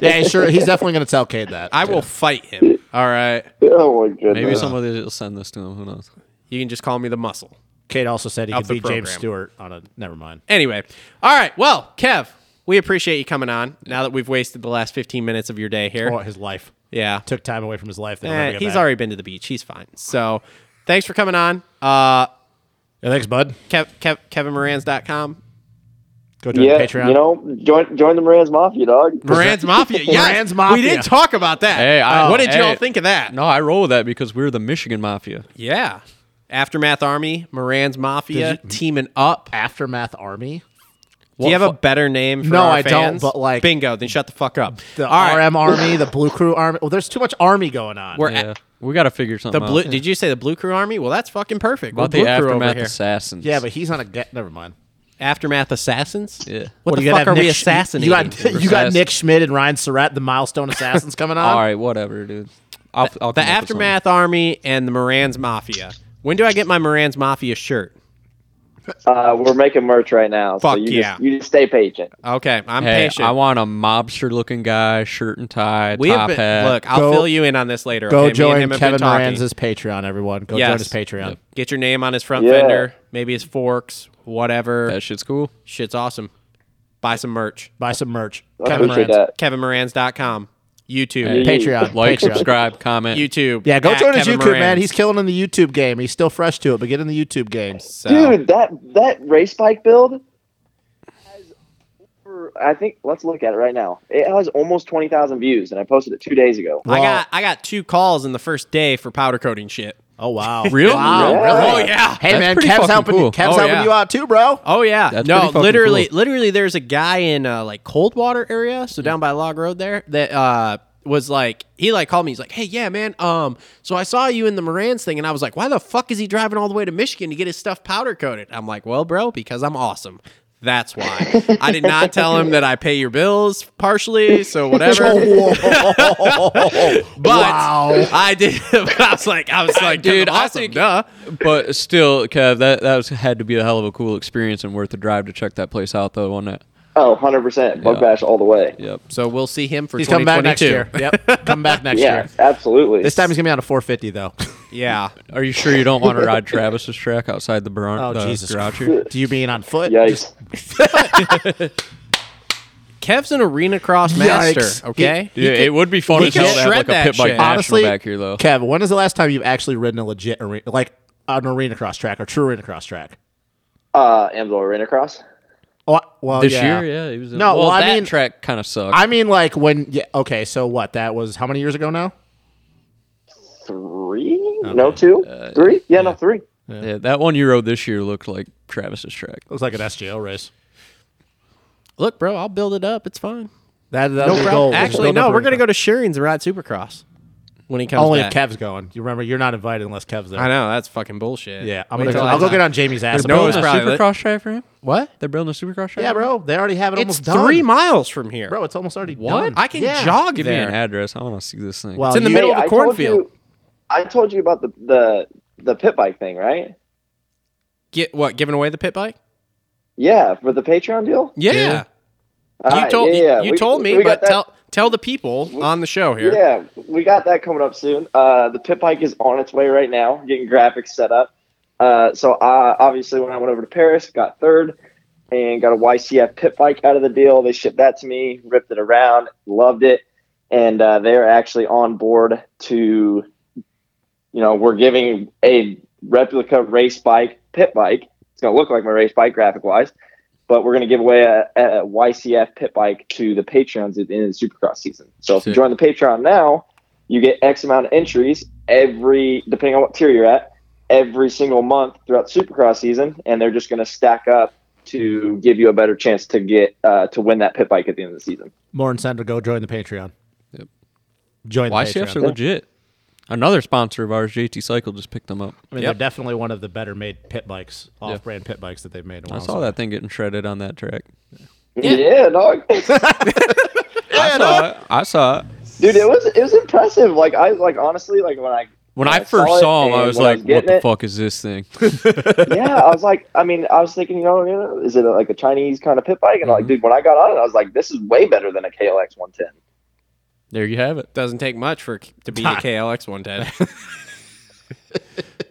Speaker 3: yeah, sure. He's definitely gonna tell Cade that.
Speaker 1: I will fight him, all right?
Speaker 4: Oh my goodness.
Speaker 2: Maybe somebody will send this to him. Who knows?
Speaker 1: You can just call me the muscle.
Speaker 3: Cade also said he
Speaker 1: Out
Speaker 3: could
Speaker 1: the
Speaker 3: beat James
Speaker 1: program.
Speaker 3: Stewart on a. Never mind.
Speaker 1: Anyway, all right. Well, Kev, we appreciate you coming on now that we've wasted the last 15 minutes of your day here.
Speaker 3: Or his life
Speaker 1: yeah.
Speaker 3: took time away from his life. That he'll never
Speaker 1: Eh,
Speaker 3: get
Speaker 1: he's
Speaker 3: back.
Speaker 1: already been to the beach. He's fine. So thanks for coming on. Uh,
Speaker 3: Yeah, thanks, bud.
Speaker 1: Kev, Kev, KevinMorans.com.
Speaker 3: Go join
Speaker 4: yeah,
Speaker 3: the Patreon.
Speaker 4: you know, join join the Moran's Mafia, dog.
Speaker 1: Moran's
Speaker 3: <laughs>
Speaker 1: Mafia. Yes,
Speaker 3: Moran's Mafia.
Speaker 1: We didn't talk about that.
Speaker 2: Hey, I-
Speaker 1: what did
Speaker 2: hey.
Speaker 1: y'all think of that?
Speaker 2: No, I roll with that because we're the Michigan Mafia.
Speaker 1: Yeah. Aftermath Army, Moran's Mafia teaming up.
Speaker 3: Aftermath Army.
Speaker 1: Do you have a better name for
Speaker 3: No,
Speaker 1: our
Speaker 3: I don't,
Speaker 1: fans?
Speaker 3: but, like-
Speaker 1: Bingo, then shut the fuck up.
Speaker 3: The
Speaker 1: All right.
Speaker 3: RM Army, the Blue Crew Army. Well, there's too much army going on.
Speaker 1: We're
Speaker 2: Yeah,
Speaker 1: at
Speaker 2: <laughs> we got to figure
Speaker 1: the
Speaker 2: something
Speaker 1: blue
Speaker 2: out.
Speaker 1: did you say the blue crew army? Well that's fucking perfect.
Speaker 2: About
Speaker 1: We're
Speaker 2: the
Speaker 1: Blue Crew over
Speaker 2: aftermath
Speaker 1: here.
Speaker 2: assassins.
Speaker 3: yeah, but he's on a. Get, never mind.
Speaker 1: Aftermath assassins.
Speaker 2: Yeah.
Speaker 1: What,
Speaker 3: What,
Speaker 1: the
Speaker 3: you gotta
Speaker 1: fuck
Speaker 3: have
Speaker 1: are we
Speaker 3: Nick Sch-
Speaker 1: assassinating?
Speaker 3: <laughs> You got you got
Speaker 2: Assassin.
Speaker 3: Nick Schmidt and Ryan Surratt,
Speaker 1: <laughs>
Speaker 3: the Milestone Assassins, coming on.
Speaker 2: All right, whatever, dude.
Speaker 1: the
Speaker 2: I'll, I'll come up with something.
Speaker 1: aftermath army and the Moran's Mafia. When do I get my Moran's Mafia shirt?
Speaker 4: Uh, we're making merch right now.
Speaker 1: Fuck
Speaker 4: so you
Speaker 1: yeah.
Speaker 4: Just, you just stay patient.
Speaker 1: Okay, I'm
Speaker 2: Hey,
Speaker 1: patient.
Speaker 2: I want a mobster-looking guy, shirt and tie,
Speaker 1: we have
Speaker 2: top
Speaker 1: been,
Speaker 2: hat.
Speaker 1: look. I'll
Speaker 3: Go-
Speaker 1: fill you in on this later. okay?
Speaker 3: Go
Speaker 1: Me and him
Speaker 3: join
Speaker 1: have been
Speaker 3: Kevin
Speaker 1: talking.
Speaker 3: Moran's Patreon, everyone. Go
Speaker 1: Yes.
Speaker 3: join his Patreon.
Speaker 2: Yep.
Speaker 1: Get your name on his front
Speaker 4: Yeah.
Speaker 1: fender, maybe his forks, whatever.
Speaker 2: that shit's cool.
Speaker 1: Shit's awesome. Buy some merch.
Speaker 3: Buy some merch.
Speaker 4: I
Speaker 3: Kevin
Speaker 4: appreciate
Speaker 3: Moran's.
Speaker 4: that.
Speaker 1: KevinMorans.com. YouTube.
Speaker 2: Hey.
Speaker 3: Patreon.
Speaker 2: Like, <laughs>
Speaker 3: Patreon.
Speaker 2: subscribe, comment.
Speaker 1: YouTube.
Speaker 3: Yeah, go
Speaker 1: at
Speaker 3: join his
Speaker 1: Kevin
Speaker 3: YouTube, man.
Speaker 1: Moran's.
Speaker 3: He's killing in the YouTube game. He's still fresh to it, but get in the YouTube game.
Speaker 1: So,
Speaker 4: Dude, that that race bike build has over, I think let's look at it right now. It has almost twenty thousand views, and I posted it two days ago.
Speaker 1: I got I got two calls in the first day for powder coating shit.
Speaker 3: Oh <laughs> wow.
Speaker 1: Really?
Speaker 3: Wow.
Speaker 4: Yeah.
Speaker 1: Oh yeah.
Speaker 3: Hey
Speaker 2: That's
Speaker 3: man,
Speaker 2: pretty
Speaker 3: Kev's
Speaker 2: fucking
Speaker 3: helping
Speaker 2: cool.
Speaker 3: Kev's
Speaker 1: Oh,
Speaker 3: helping
Speaker 1: yeah.
Speaker 3: you out too, bro.
Speaker 1: Oh yeah.
Speaker 2: That's
Speaker 1: no,
Speaker 2: pretty fucking
Speaker 1: literally literally there's a guy in uh, like Coldwater area, so down by Log Road there that uh was like he like called me he's like hey yeah man um so i saw you in the moran's thing and i was like why the fuck is he driving all the way to michigan to get his stuff powder coated i'm like well bro because i'm awesome that's why i did not tell him that i pay your bills partially so whatever <laughs> but
Speaker 3: wow.
Speaker 1: i did <laughs> i was like i was like dude
Speaker 2: Dude, I
Speaker 1: awesome,
Speaker 2: think-
Speaker 1: duh.
Speaker 2: But still, Kev, that that was, had to be a hell of a cool experience and worth the drive to check that place out, though, wasn't it?
Speaker 4: Oh, 100 percent bug
Speaker 2: Yeah.
Speaker 4: bash all the way.
Speaker 2: Yep.
Speaker 1: so we'll see him for
Speaker 3: He's coming back next
Speaker 1: 2022
Speaker 3: year. Yep. Come back next
Speaker 4: Yeah,
Speaker 3: year.
Speaker 4: absolutely.
Speaker 3: This time he's gonna be on a 450 though.
Speaker 1: <laughs> <laughs> yeah
Speaker 2: Are you sure you don't want to ride Travis's track outside the barn?
Speaker 3: Oh
Speaker 2: the
Speaker 3: Jesus
Speaker 2: garage
Speaker 3: Christ.
Speaker 2: here?
Speaker 3: Do you mean on foot?
Speaker 4: Yikes.
Speaker 3: Just-
Speaker 1: Kev's an arena cross master.
Speaker 3: Yikes.
Speaker 1: Okay.
Speaker 2: Yeah, it would be fun
Speaker 1: he
Speaker 2: as
Speaker 1: can
Speaker 2: hell to have
Speaker 1: shred
Speaker 2: like a
Speaker 1: that
Speaker 2: pit bike
Speaker 1: shit.
Speaker 2: national
Speaker 3: Honestly,
Speaker 2: back here, though.
Speaker 3: Kev, when is the last time you've actually ridden a legit arena, like an arena cross track or true arena cross track?
Speaker 4: uh, Amsoil arena cross.
Speaker 3: Oh, well,
Speaker 2: this
Speaker 3: yeah.
Speaker 2: year, yeah, it was.
Speaker 3: No, well,
Speaker 2: well,
Speaker 3: I
Speaker 2: that
Speaker 3: mean-
Speaker 2: track kind of sucked.
Speaker 3: I mean, like when. Yeah, okay, so what? That was how many years ago now?
Speaker 4: Three? No, two? three? Yeah, no, three.
Speaker 2: Yeah, that one you rode this year looked like Travis's track.
Speaker 3: It was like an SGL race.
Speaker 1: Look, bro, I'll build it up. It's fine.
Speaker 3: That, that was the
Speaker 1: Bro,
Speaker 3: goal. was
Speaker 1: actually,
Speaker 3: build up
Speaker 1: no, we're
Speaker 3: arena
Speaker 1: gonna
Speaker 3: cross.
Speaker 1: go to Sheeran's and ride Supercross when he comes.
Speaker 3: Only
Speaker 1: back.
Speaker 3: if Kev's going. You remember, you're not invited unless Kev's there.
Speaker 1: I know that's fucking bullshit.
Speaker 3: Yeah, I'm
Speaker 1: Wait
Speaker 3: gonna go,
Speaker 1: till
Speaker 3: I'll
Speaker 1: I-
Speaker 3: go get on Jamie's ass.
Speaker 1: No,
Speaker 2: Building
Speaker 1: it's
Speaker 2: a
Speaker 1: probably lit.
Speaker 2: supercross track for him.
Speaker 1: What?
Speaker 2: They're building a supercross track.
Speaker 3: yeah, bro, they already have it
Speaker 1: It's
Speaker 3: almost done.
Speaker 1: three miles from here.
Speaker 3: bro. It's almost already
Speaker 2: What?
Speaker 3: done.
Speaker 1: I can
Speaker 3: Yeah.
Speaker 1: jog
Speaker 2: Give
Speaker 1: there.
Speaker 2: me an address. I want to see this thing.
Speaker 3: Well,
Speaker 1: It's in the
Speaker 3: you-
Speaker 1: middle of
Speaker 4: Hey,
Speaker 1: the
Speaker 4: I told
Speaker 1: cornfield.
Speaker 4: you- I told you about the the the pit bike thing, right?
Speaker 1: Get what? Giving away the pit bike?
Speaker 4: Yeah, for the Patreon deal.
Speaker 1: Yeah.
Speaker 2: Yeah.
Speaker 1: You
Speaker 4: Alright,
Speaker 1: told
Speaker 4: yeah, yeah.
Speaker 1: you
Speaker 4: We-
Speaker 1: told me,
Speaker 4: we
Speaker 1: but
Speaker 4: got that-
Speaker 1: tell tell the people on the show here.
Speaker 4: Yeah, we got that coming up soon. Uh, the pit bike is on its way right now, getting graphics set up. Uh, so I, obviously, when I went over to Paris, got third and got a YCF pit bike out of the deal. They shipped that to me, ripped it around, loved it, and uh, they're actually on board to, you know, we're giving a replica race bike pit bike. It's gonna look like my race bike graphic wise. But we're going to give away a, a YCF pit bike to the Patreons at the end of the Supercross season. So if you
Speaker 2: Sick.
Speaker 4: join join the Patreon now, you get X amount of entries every, depending on what tier you're at, every single month throughout Supercross season, and they're just going to stack up to give you a better chance to get uh, to win that pit bike at the end of the season.
Speaker 3: more incentive to go join the Patreon.
Speaker 2: Yep.
Speaker 3: Join the
Speaker 2: YCFs
Speaker 3: Patreon.
Speaker 2: are legit. Another sponsor of ours, JT Cycle, just picked them up.
Speaker 3: I mean,
Speaker 1: Yep.
Speaker 3: they're definitely one of the better made pit bikes, off brand pit bikes that they've made. in a
Speaker 2: I
Speaker 3: while,
Speaker 2: saw
Speaker 3: so-
Speaker 2: that thing getting shredded on that track.
Speaker 4: Yeah, dog.
Speaker 2: <laughs> I saw it. I saw it.
Speaker 4: Dude, it was it was impressive. Like I like honestly, like when I
Speaker 2: When
Speaker 4: when
Speaker 2: I first
Speaker 4: it
Speaker 2: saw him, I
Speaker 4: and
Speaker 2: was
Speaker 4: when
Speaker 2: like, "What
Speaker 4: getting
Speaker 2: the
Speaker 4: it,
Speaker 2: fuck is this thing?"
Speaker 4: yeah, I was like, I mean, I was thinking, you know, you know, is it like a Chinese kind of pit bike?
Speaker 3: Mm-hmm.
Speaker 4: And like, dude, when I got on it, I was like, this is way better than a KLX 110.
Speaker 2: there you have it.
Speaker 1: Doesn't take much for to be a KLX
Speaker 4: <laughs>
Speaker 1: 110.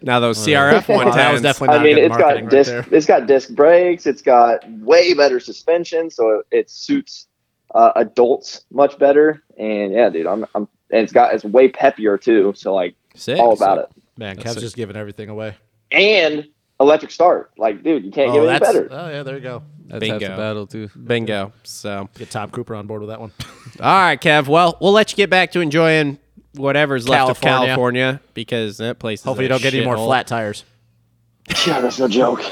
Speaker 1: now those CRF
Speaker 3: Wow,
Speaker 4: <laughs>
Speaker 1: 110s.
Speaker 3: that was definitely not
Speaker 4: I mean,
Speaker 3: good
Speaker 4: it's
Speaker 3: marketing
Speaker 4: got
Speaker 3: right
Speaker 4: disc.
Speaker 3: there.
Speaker 4: it's got disc brakes. It's got way better suspension, so it, it suits uh, adults much better. And yeah, dude, I'm, I'm. And it's got it's way peppier too. So like,
Speaker 1: sick.
Speaker 4: all about it.
Speaker 3: Man,
Speaker 2: That's
Speaker 3: Kev's
Speaker 2: it.
Speaker 3: just giving everything away.
Speaker 4: And electric start, like, dude, you can't get
Speaker 3: oh,
Speaker 4: any
Speaker 3: that's,
Speaker 4: better.
Speaker 3: <laughs> oh, yeah, there you go.
Speaker 2: That's half
Speaker 1: Bingo.
Speaker 2: the battle too.
Speaker 1: Bingo. So
Speaker 3: Get Tom Cooper on board with that one.
Speaker 1: All right, Kev. Well, we'll let you get back to enjoying whatever's left of
Speaker 3: California.
Speaker 1: California because that place. Is
Speaker 3: Hopefully,
Speaker 1: a
Speaker 3: you don't get any more
Speaker 1: shithole.
Speaker 3: flat tires.
Speaker 4: yeah, that's no joke.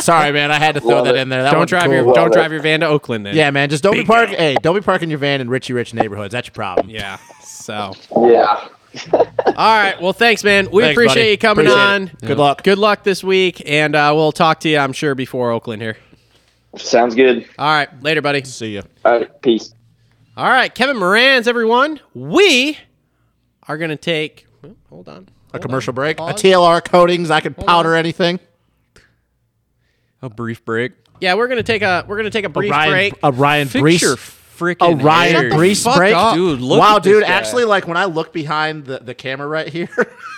Speaker 3: Sorry, man, I had to throw
Speaker 4: Love
Speaker 3: that
Speaker 4: it.
Speaker 3: in there. That
Speaker 1: Don't
Speaker 3: one's
Speaker 1: drive
Speaker 3: cool.
Speaker 1: your
Speaker 4: Well,
Speaker 1: don't
Speaker 4: that-
Speaker 1: drive your van to Oakland then.
Speaker 3: Yeah, man, just don't be parking. Hey, don't be parking your van in Richie Rich neighborhoods. That's your problem.
Speaker 1: yeah. So,
Speaker 4: Yeah.
Speaker 1: all right. Well, thanks, man. We
Speaker 3: Thanks,
Speaker 1: appreciate
Speaker 3: buddy.
Speaker 1: you coming
Speaker 3: Appreciate
Speaker 1: on.
Speaker 3: it. Good luck.
Speaker 1: Good luck this week, and uh, we'll talk to you, I'm sure, before Oakland here.
Speaker 6: Sounds good.
Speaker 1: All right, later, buddy.
Speaker 5: See ya.
Speaker 6: All right, peace.
Speaker 1: All right, Kevin Moran's everyone. We are gonna take. well, Hold on.
Speaker 3: A commercial break. A TLR coatings. I could powder anything.
Speaker 2: A brief break.
Speaker 1: Yeah, we're gonna take a we're gonna take a brief break.
Speaker 3: uh,
Speaker 5: A Ryan
Speaker 2: Fix
Speaker 5: Brees.
Speaker 2: your
Speaker 5: a
Speaker 2: freaking
Speaker 5: Ryan
Speaker 2: hair.
Speaker 5: Brees
Speaker 2: Fuck
Speaker 5: break.
Speaker 2: off, dude. Look
Speaker 3: wow,
Speaker 2: at this
Speaker 3: dude.
Speaker 2: guy.
Speaker 3: Actually, like when I look behind the, the camera right here,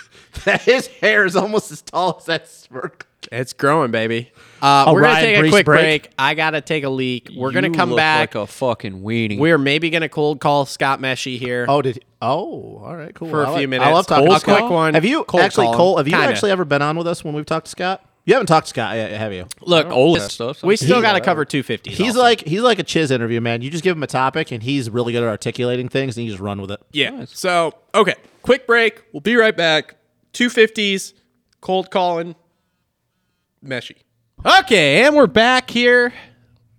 Speaker 3: <laughs> that his hair is almost as tall as that smirk.
Speaker 1: It's growing, baby. Uh,
Speaker 5: A
Speaker 1: we're gonna
Speaker 5: Ryan
Speaker 1: take a
Speaker 5: Brees
Speaker 1: quick break.
Speaker 5: break?
Speaker 1: I gotta take a leak. We're gonna
Speaker 2: You
Speaker 1: come
Speaker 2: look
Speaker 1: back.
Speaker 2: like a fucking weenie.
Speaker 1: we're maybe gonna cold call Scott Meshy here.
Speaker 3: Oh, did he? Oh, all right, cool.
Speaker 1: For a
Speaker 3: I
Speaker 1: few
Speaker 3: like-
Speaker 1: minutes.
Speaker 3: I love talking
Speaker 1: Cold
Speaker 3: to Scott.
Speaker 1: call? Quick one.
Speaker 3: Have you
Speaker 1: Cold
Speaker 3: actually,
Speaker 1: call him.
Speaker 3: Cole? Have you
Speaker 1: Kinda.
Speaker 3: actually ever been on with us when we've talked to Scott? You haven't talked to Scott yet, have you?
Speaker 1: Look,
Speaker 3: oh,
Speaker 2: old
Speaker 1: s-
Speaker 2: stuff.
Speaker 1: We still
Speaker 2: He-
Speaker 1: gotta cover two fifty.
Speaker 3: He's like he's like a Chiz interview man. You just give him a topic, and he's really good at articulating things, and you just run with it.
Speaker 1: Yeah. So, okay, quick break. We'll be right back. 250s, cold calling, Meshy. Okay, and we're back here.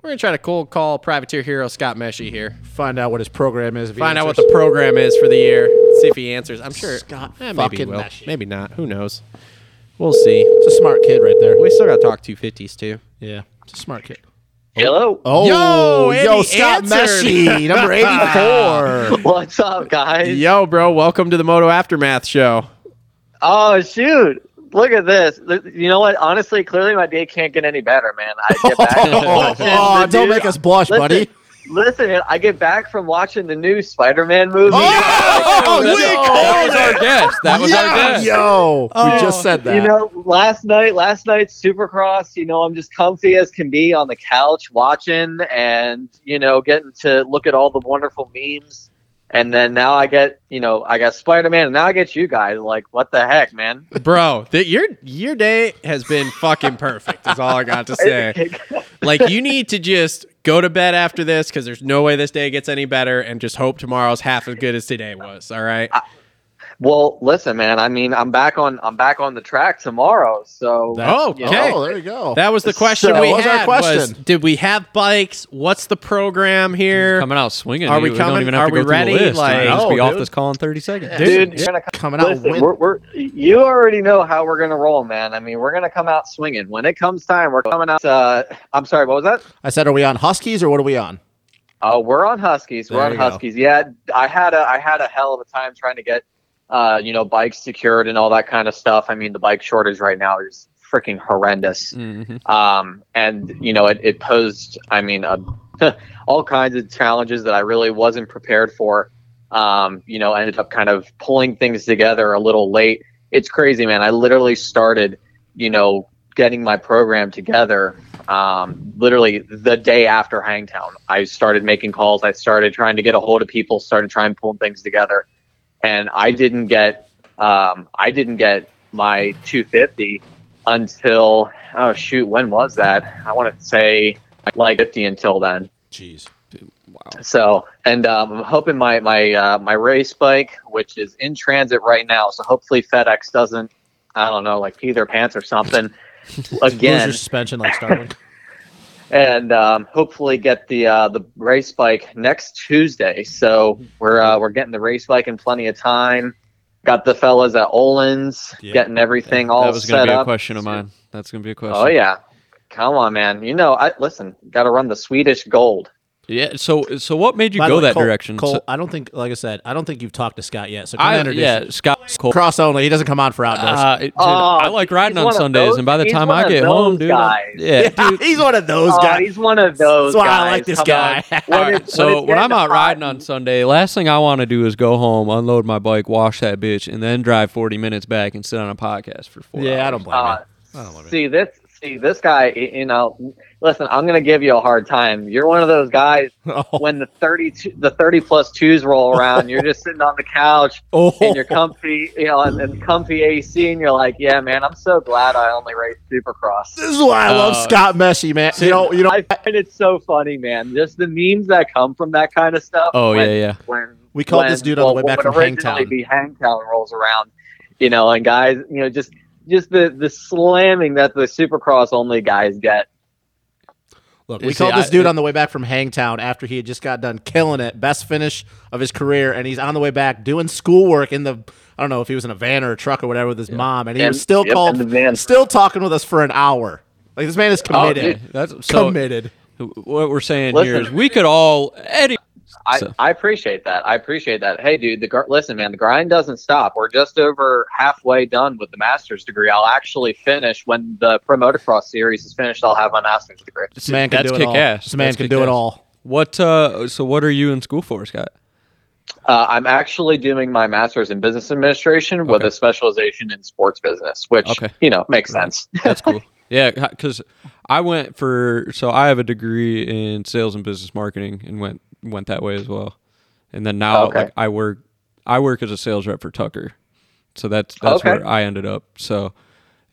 Speaker 1: We're going to try to cold call privateer hero Scott Meshy here.
Speaker 3: Find out what his program is. if he
Speaker 1: Find out what
Speaker 3: answers.
Speaker 1: the program is for the year. See if he answers. I'm sure.
Speaker 3: Scott
Speaker 1: Eh, maybe he
Speaker 3: fucking
Speaker 1: will.
Speaker 3: Meshy.
Speaker 1: Maybe not. Who knows? We'll see.
Speaker 3: It's a smart kid right there.
Speaker 1: We still got to talk 250s, too.
Speaker 3: Yeah, it's a smart kid.
Speaker 6: Hello.
Speaker 3: Oh,
Speaker 1: Yo, and
Speaker 3: yo,
Speaker 1: he
Speaker 3: Scott
Speaker 1: answered.
Speaker 2: <laughs>
Speaker 3: Meshy,
Speaker 1: <laughs>
Speaker 3: number eighty-four.
Speaker 6: What's up, guys?
Speaker 1: Yo, bro, welcome to the Moto Aftermath show.
Speaker 6: Oh shoot! Look at this. Th- You know what? Honestly, clearly my day can't get any better, man. I get back.
Speaker 3: <laughs>
Speaker 6: from
Speaker 3: oh,
Speaker 6: watching the
Speaker 3: don't
Speaker 6: new-
Speaker 3: make us blush,
Speaker 6: Listen,
Speaker 3: buddy.
Speaker 6: Listen, man, I get back from watching the new Spider-Man movie.
Speaker 3: Oh,
Speaker 2: That's-
Speaker 3: we
Speaker 2: that was our guest. That was our
Speaker 3: Yeah,
Speaker 2: guest.
Speaker 3: yo, we just said that.
Speaker 6: You know, last night, last night's Supercross. You know, I'm just comfy as can be on the couch watching, and you know, getting to look at all the wonderful memes. And then now I get, you know, I got Spider-Man, and now I get you guys. Like, what the heck, man?
Speaker 1: Bro, th- your your day has been fucking perfect. Is all I got to
Speaker 6: <laughs>
Speaker 1: say. Like you need to just go to bed after this because there's no way this day gets any better, and just hope tomorrow's half as good as today was. All right.
Speaker 6: Well, listen, man. I mean, I'm back on. I'm back on the track tomorrow. So
Speaker 3: That-
Speaker 1: Oh,
Speaker 6: you
Speaker 1: okay.
Speaker 3: Oh, there you go.
Speaker 1: That was the question
Speaker 6: So-
Speaker 1: we
Speaker 6: That
Speaker 3: was our
Speaker 1: had. Was,
Speaker 3: question.
Speaker 1: did we have bikes? What's the program here?
Speaker 2: Coming out swinging.
Speaker 1: Are
Speaker 2: dude.
Speaker 1: we
Speaker 2: We
Speaker 1: coming?
Speaker 2: don't even have
Speaker 1: Are
Speaker 2: to
Speaker 1: we
Speaker 2: go through
Speaker 1: ready?
Speaker 2: the list.
Speaker 1: Like-
Speaker 2: We'll just be
Speaker 3: No,
Speaker 2: off
Speaker 3: dude.
Speaker 2: this call in 30 seconds.
Speaker 6: dude, you're gonna
Speaker 3: coming out.
Speaker 6: Listen,
Speaker 3: win.
Speaker 6: we're, we're you already know how we're gonna roll, man. I mean, we're gonna come out swinging. When it comes time, we're coming out. Uh, I'm sorry, what was that?
Speaker 3: I said, are we on Huskies or what are we on?
Speaker 6: Oh, we're on Huskies. We're
Speaker 3: There
Speaker 6: on
Speaker 3: you go.
Speaker 6: Huskies. Yeah, I had a I had a hell of a time trying to get, uh, you know, bikes secured and all that kind of stuff. I mean, the bike shortage right now is freaking horrendous.
Speaker 2: Mhm.
Speaker 6: Um, and you know, it, it posed, I mean, a, <laughs> all kinds of challenges that I really wasn't prepared for. Um, you know, ended up kind of pulling things together a little late. It's crazy, man. I literally started, you know, getting my program together um, literally the day after Hangtown. I started making calls. I started trying to get a hold of people. Started trying pulling things together, and I didn't get, um, I didn't get my 250 until oh shoot, when was that? I want to say like 50 until then.
Speaker 5: Jeez.
Speaker 6: So, and um, I'm hoping my my uh, my race bike, which is in transit right now, so hopefully FedEx doesn't, I don't know, like pee their pants
Speaker 2: <laughs>
Speaker 6: or something
Speaker 3: Lose
Speaker 6: again,
Speaker 3: your suspension like Starling.
Speaker 6: and um, hopefully get the uh, the race bike next Tuesday. So we're uh, we're getting the race bike in plenty of time. Got the fellas at Olin's
Speaker 5: Yeah.
Speaker 6: getting everything all
Speaker 2: That was
Speaker 6: set
Speaker 2: going to be a
Speaker 6: up.
Speaker 2: question of mine. That's going to be a question.
Speaker 6: Oh yeah, come on, man. You know, I listen. Got to run the Swedish gold.
Speaker 2: Yeah. So, so what made <laughs> you
Speaker 3: By the
Speaker 2: go
Speaker 3: way,
Speaker 2: that
Speaker 3: Cole-
Speaker 2: direction?
Speaker 3: Cole,
Speaker 2: So-
Speaker 3: I don't think, like I said, I don't think you've talked to Scott yet. So come
Speaker 2: I,
Speaker 3: introduce.
Speaker 2: yeah, <laughs> Scott. Cole.
Speaker 3: Cross only. He doesn't come on for outdoors.
Speaker 2: Uh, it- dude,
Speaker 6: Oh,
Speaker 2: I like riding
Speaker 6: he's
Speaker 2: on
Speaker 6: one of
Speaker 2: Sundays,
Speaker 6: those-
Speaker 2: and by the
Speaker 6: he's
Speaker 2: time
Speaker 6: one
Speaker 2: I
Speaker 6: of
Speaker 2: get home,
Speaker 6: those
Speaker 2: dude, I'm-
Speaker 6: guys.
Speaker 3: <laughs>
Speaker 2: yeah, dude,
Speaker 3: he's one of those
Speaker 6: Oh,
Speaker 3: guys.
Speaker 6: he's one of those.
Speaker 3: That's why
Speaker 6: guys.
Speaker 3: I like this
Speaker 6: Come
Speaker 3: guy.
Speaker 6: on.
Speaker 2: All
Speaker 6: <laughs> When
Speaker 2: right,
Speaker 6: it's- when
Speaker 2: so
Speaker 6: it's
Speaker 2: when I'm
Speaker 6: getting
Speaker 2: out
Speaker 6: hot
Speaker 2: riding on
Speaker 6: and-
Speaker 2: Sunday, last thing I want to do is go home, unload my bike, wash that bitch, and then drive 40 minutes back and sit on a podcast for four.
Speaker 3: yeah, I
Speaker 2: hours.
Speaker 3: don't blame
Speaker 6: uh,
Speaker 3: you.
Speaker 6: see this. See this guy. y- You know, listen. I'm gonna give you a hard time. You're one of those guys.
Speaker 3: <laughs> Oh.
Speaker 6: When the thirty, two- the thirty plus twos roll around, you're just sitting on the couch
Speaker 3: Oh,
Speaker 6: in your comfy, you know, and, and comfy AC, and you're like, "Yeah, man, I'm so glad I only raced Supercross."
Speaker 3: this is why I love
Speaker 2: Uh,
Speaker 3: Scott Meshy, man. you know, you know,
Speaker 6: I find it so funny, man. Just the memes that come from that kind of stuff.
Speaker 2: Oh
Speaker 6: when,
Speaker 2: yeah, yeah.
Speaker 6: When
Speaker 3: We called
Speaker 6: when-
Speaker 3: this dude on the
Speaker 6: well,
Speaker 3: way back
Speaker 6: what
Speaker 3: from
Speaker 6: would originally
Speaker 3: Hangtown.
Speaker 6: Be Hangtown rolls around, you know, and guys, you know, just just the the slamming that the Supercross only guys get.
Speaker 3: look,
Speaker 2: You
Speaker 3: we
Speaker 2: see,
Speaker 3: called this
Speaker 2: I-
Speaker 3: dude
Speaker 2: it-
Speaker 3: on the way back from Hangtown after he had just got done killing it, best finish of his career, and he's on the way back doing schoolwork in the. I don't know if he was in a van or a truck or whatever with his mom, and he
Speaker 6: And-
Speaker 3: was still
Speaker 6: yep,
Speaker 3: called,
Speaker 6: in the van. Oh,
Speaker 3: still talking with us for an hour. Like this man is committed,
Speaker 2: That's so.
Speaker 3: committed.
Speaker 2: What we're saying here
Speaker 4: Listen.
Speaker 2: is we could all Eddie.
Speaker 6: I,
Speaker 2: So-
Speaker 6: I appreciate that. I appreciate that. Hey, dude, the gr- listen, man, the grind doesn't stop. We're just over halfway done with the master's degree. I'll actually finish when the Pro Motocross series is finished. I'll have my master's degree.
Speaker 3: This man can
Speaker 2: That's
Speaker 3: do it
Speaker 2: kick
Speaker 3: all.
Speaker 2: ass.
Speaker 3: This man
Speaker 2: That's
Speaker 3: can
Speaker 2: kick
Speaker 3: do
Speaker 2: ass.
Speaker 3: it all.
Speaker 2: What? Uh, so what are you in school for, Scott?
Speaker 6: Uh, I'm actually doing my master's in business administration with
Speaker 2: Okay.
Speaker 6: a specialization in sports business, which
Speaker 2: Okay.
Speaker 6: you know makes sense.
Speaker 2: That's cool. yeah, because I went for so I have a degree in sales and business marketing and went went that way as well. And then now
Speaker 6: Okay.
Speaker 2: like I work I work as a sales rep for Tucker. So that's that's
Speaker 6: Okay.
Speaker 2: where I ended up. So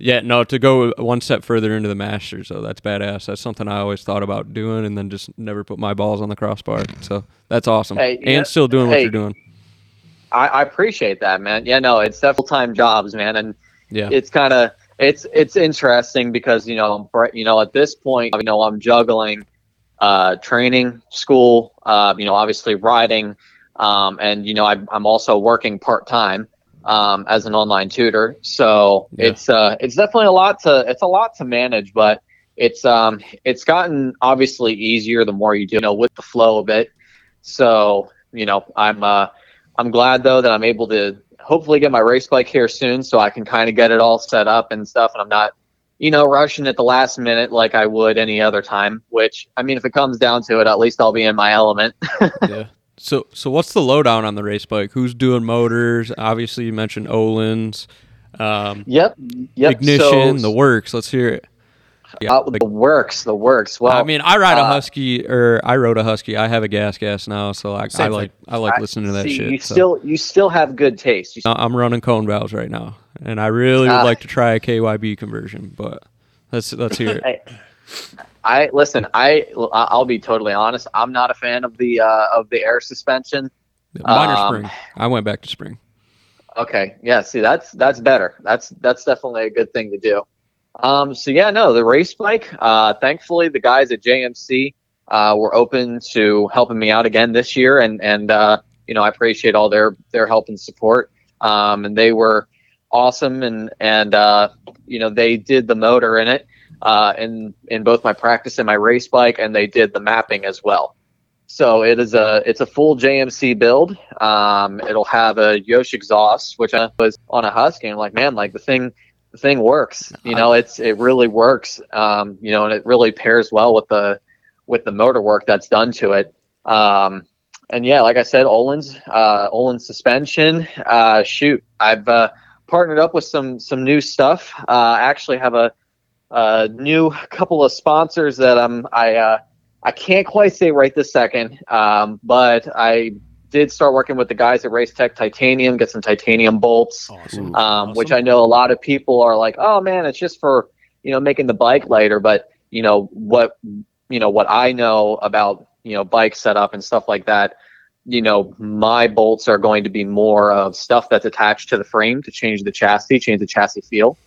Speaker 2: yeah, no, to go one step further into the masters though, that's badass. That's something I always thought about doing and then just never put my balls on the crossbar. So that's awesome.
Speaker 6: Hey,
Speaker 2: and
Speaker 6: yeah,
Speaker 2: still doing what
Speaker 6: hey.
Speaker 2: you're doing.
Speaker 6: I, I appreciate that, man. Yeah, no, it's full time jobs, man, and
Speaker 2: Yeah.
Speaker 6: it's kind of it's it's interesting because you know br- you know at this point you know I'm juggling uh, training school uh, you know obviously riding um, and you know I'm, I'm also working part time um, as an online tutor so
Speaker 2: Yeah.
Speaker 6: it's uh, it's definitely a lot to it's a lot to manage but it's um it's gotten obviously easier the more you do you know with the flow of it so you know I'm uh, I'm glad though that I'm able to hopefully get my race bike here soon so I can kind of get it all set up and stuff and I'm not you know rushing at the last minute like I would any other time which I mean if it comes down to it at least I'll be in my element <laughs>
Speaker 2: yeah. So so what's the lowdown on the race bike? Who's doing motors? Obviously you mentioned Olin's. Um,
Speaker 6: yep yep
Speaker 2: ignition,
Speaker 6: so,
Speaker 2: the works. Let's hear it. Yeah,
Speaker 6: uh,
Speaker 2: like-
Speaker 6: the works the works well
Speaker 2: I mean, I ride a
Speaker 6: uh,
Speaker 2: husky, or I rode a husky. I have a gas gas now, so I, I
Speaker 3: Same
Speaker 2: like I like
Speaker 6: I-
Speaker 2: listening to that
Speaker 6: see,
Speaker 2: shit.
Speaker 6: you
Speaker 2: so.
Speaker 6: still you still have good taste You-
Speaker 2: I- I'm running cone valves right now, and I really would
Speaker 6: Ah.
Speaker 2: like to try a KYB conversion, but let's let's hear
Speaker 6: <laughs>
Speaker 2: it.
Speaker 6: I listen. I I'll be totally honest. I'm not a fan of the uh, of the air suspension.
Speaker 2: Minor
Speaker 6: um,
Speaker 2: spring. I went back to spring.
Speaker 6: Okay. Yeah. See, that's that's better. That's that's definitely a good thing to do. Um. So yeah, no, the race bike. Uh, thankfully, the guys at JMC uh, were open to helping me out again this year, and and uh, you know I appreciate all their their help and support. Um, and they were awesome, and and uh, you know they did the motor in it, uh, in in both my practice and my race bike, and they did the mapping as well. So it is a it's a full JMC build. Um, it'll have a Yosh exhaust, which I was on a Husky. And I'm like, man, like the thing, the thing works. You know, it's it really works. Um, you know, and it really pairs well with the with the motor work that's done to it. Um, and yeah, like I said, Olin's uh, Olin's suspension. Uh, shoot, I've uh, partnered up with some some new stuff. Uh, I actually have a, a new couple of sponsors that I'm I. Uh, I can't quite say right this second, um, but I did start working with the guys at Race Tech Titanium, get some titanium bolts,
Speaker 3: Awesome.
Speaker 6: um, which I know a lot of people are like, "Oh man, it's just for you know making the bike lighter." But you know what you know what I know about you know bike setup and stuff like that. You know, my bolts are going to be more of stuff that's attached to the frame to change the chassis, change the chassis feel.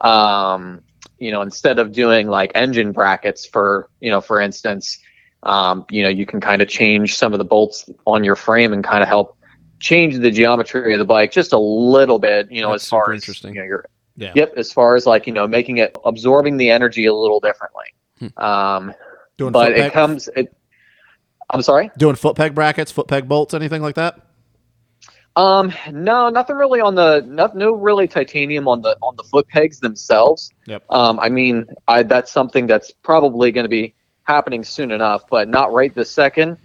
Speaker 6: Um, you know, instead of doing like engine brackets for you know, for instance, um, you know, you can kind of change some of the bolts on your frame and kind of help change the geometry of the bike just a little bit, you know,
Speaker 2: That's
Speaker 6: as far
Speaker 2: super
Speaker 6: as
Speaker 2: interesting.
Speaker 6: you know, your
Speaker 3: Yeah.
Speaker 6: yep, as far as like, you know, making it absorbing the energy a little differently.
Speaker 2: Hmm.
Speaker 6: Um,
Speaker 3: Doing
Speaker 6: but
Speaker 3: foot
Speaker 6: it
Speaker 3: peg-
Speaker 6: comes it i'm sorry
Speaker 3: doing foot peg brackets, foot peg bolts, anything like that.
Speaker 6: um no nothing really on the no, no really titanium on the on the foot pegs themselves
Speaker 3: Yep.
Speaker 6: um i mean i that's something that's probably going to be happening soon enough but not right this second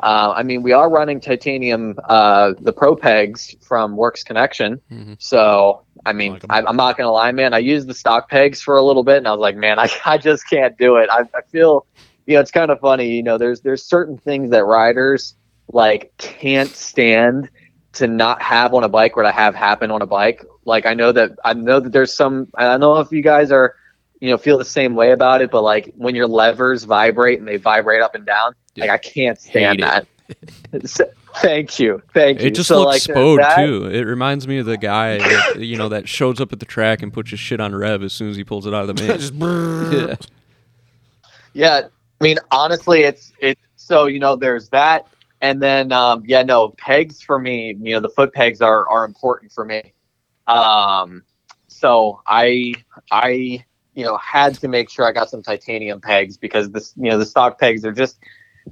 Speaker 6: uh, i mean we are running titanium uh the pro pegs from works connection
Speaker 2: Mhm.
Speaker 6: so i mean
Speaker 3: Mm-hmm. Like 'em.
Speaker 6: I, i'm not gonna lie man i used the stock pegs for a little bit and i was like man i, <laughs> I just can't do it I, I feel you know, it's kind of funny. You know, there's there's certain things that riders like can't stand to not have on a bike or to have happen on a bike. Like I know that I know that there's some. I don't know if you guys are, you know, feel the same way about it, but like when your levers vibrate and they vibrate up and down, like I can't stand
Speaker 2: Hate
Speaker 6: that. <laughs> So- thank you, thank you.
Speaker 2: It just
Speaker 6: So,
Speaker 2: looks
Speaker 6: like, uh,
Speaker 2: spode
Speaker 6: that-
Speaker 2: too. It reminds me of the guy, that, you know, that shows up at the track and puts his shit on rev as soon as he pulls it
Speaker 6: <laughs>
Speaker 2: out of the main.
Speaker 3: Just brrrr.
Speaker 2: Yeah.
Speaker 6: Yeah, I mean, honestly, it's it's so you know, there's that, and then um, yeah, no pegs for me. You know, the foot pegs are are important for me. Um, so I I you know, had to make sure I got some titanium pegs because this, you know, the stock pegs are just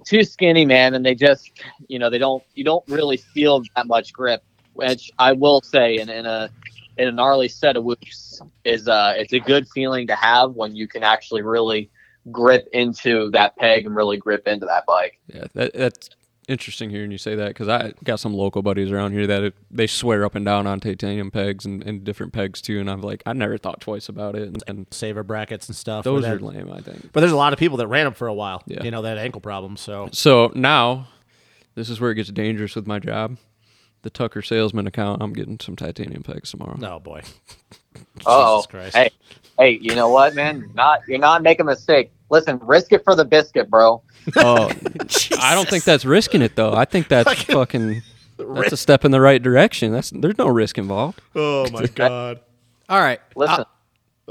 Speaker 6: too skinny, man, and they just, you know, they don't, you don't really feel that much grip. Which I will say, in, in a in a gnarly set of whoops, is uh, it's a good feeling to have when you can actually really grip into that peg and really grip into that bike.
Speaker 2: Yeah, that, that's interesting hearing you say that because I got some local buddies around here that it, they swear up and down on titanium pegs and, and different pegs too, and I'm like, I never thought twice about it, and, and
Speaker 3: saver brackets and stuff.
Speaker 2: those
Speaker 3: but
Speaker 2: are
Speaker 3: that-
Speaker 2: lame, I think.
Speaker 3: But there's a lot of people that ran them for a while.
Speaker 2: Yeah.
Speaker 3: You know, that ankle problem. So
Speaker 2: So now, this is where it gets dangerous with my job. The Tucker salesman account. I'm getting some titanium pegs tomorrow.
Speaker 3: no boy.
Speaker 6: Oh,
Speaker 3: Christ.
Speaker 6: hey, hey, you know what, man? You're not you're not making a mistake. Listen, risk it for the biscuit, bro.
Speaker 2: Oh, <laughs> I don't think that's risking it though. I think that's <laughs> fucking. That's a step in the right direction. That's there's no risk involved.
Speaker 3: Oh my god.
Speaker 1: All right.
Speaker 6: Listen,
Speaker 1: Oh,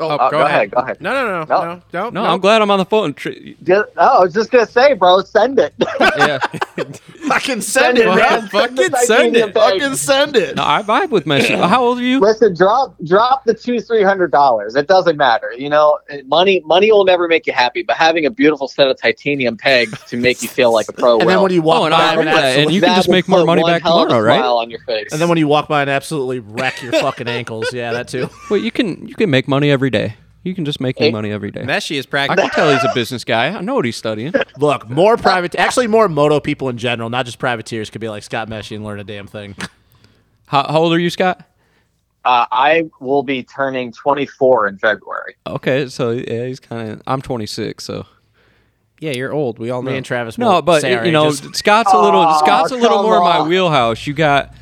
Speaker 2: Ah,
Speaker 6: Oh, go ahead, go ahead.
Speaker 1: No, no, no,
Speaker 6: No.
Speaker 1: no, no.
Speaker 2: No, I'm glad I'm on the phone. Tr-
Speaker 6: just, oh, I was just gonna say, bro, send it. <laughs>
Speaker 2: <laughs> Yeah,
Speaker 3: Fucking send it,
Speaker 1: Well,
Speaker 3: bro. <laughs>
Speaker 6: Send
Speaker 1: fucking
Speaker 6: the
Speaker 1: send it.
Speaker 6: titanium bag.
Speaker 3: Fucking send it.
Speaker 2: no, I vibe with my. How old are you?
Speaker 6: Listen, drop drop the two three hundred dollars. It doesn't matter. You know, money money will never make you happy, but having a beautiful set of titanium pegs to make you feel like a pro.
Speaker 3: And then
Speaker 6: will.
Speaker 3: when you walk
Speaker 2: Oh, and
Speaker 3: by
Speaker 2: I
Speaker 3: an
Speaker 2: heard that, and
Speaker 3: absolute-
Speaker 2: you can
Speaker 6: That
Speaker 2: just
Speaker 6: will
Speaker 2: make more
Speaker 6: put
Speaker 2: money
Speaker 6: one
Speaker 2: back
Speaker 6: hell of a
Speaker 2: tomorrow, right?
Speaker 6: Smile on your face.
Speaker 3: and then when you walk by and absolutely
Speaker 2: <laughs>
Speaker 3: wreck your fucking ankles. Yeah, that too.
Speaker 2: Well, you can you can make money every day. You can just make me money every day.
Speaker 1: Meshi is
Speaker 2: I
Speaker 1: practicing.
Speaker 2: can tell he's a business guy. I know what he's
Speaker 3: <laughs>
Speaker 2: studying.
Speaker 3: Look, more private actually more moto people in general, not just privateers, could be like Scott Meshi and learn a damn thing.
Speaker 2: How, how old are you, Scott?
Speaker 6: uh, I will be turning twenty four in February.
Speaker 2: Okay, so yeah, he's kind of. I'm 26, so
Speaker 1: <laughs> Yeah, you're old. We all know.
Speaker 3: Me and Travis.
Speaker 2: no,
Speaker 3: won't
Speaker 2: but
Speaker 3: say our
Speaker 2: you know,
Speaker 3: ages.
Speaker 2: Scott's a little
Speaker 6: Aw,
Speaker 2: Scott's a little
Speaker 6: come
Speaker 2: more in my
Speaker 6: on.
Speaker 2: wheelhouse. You got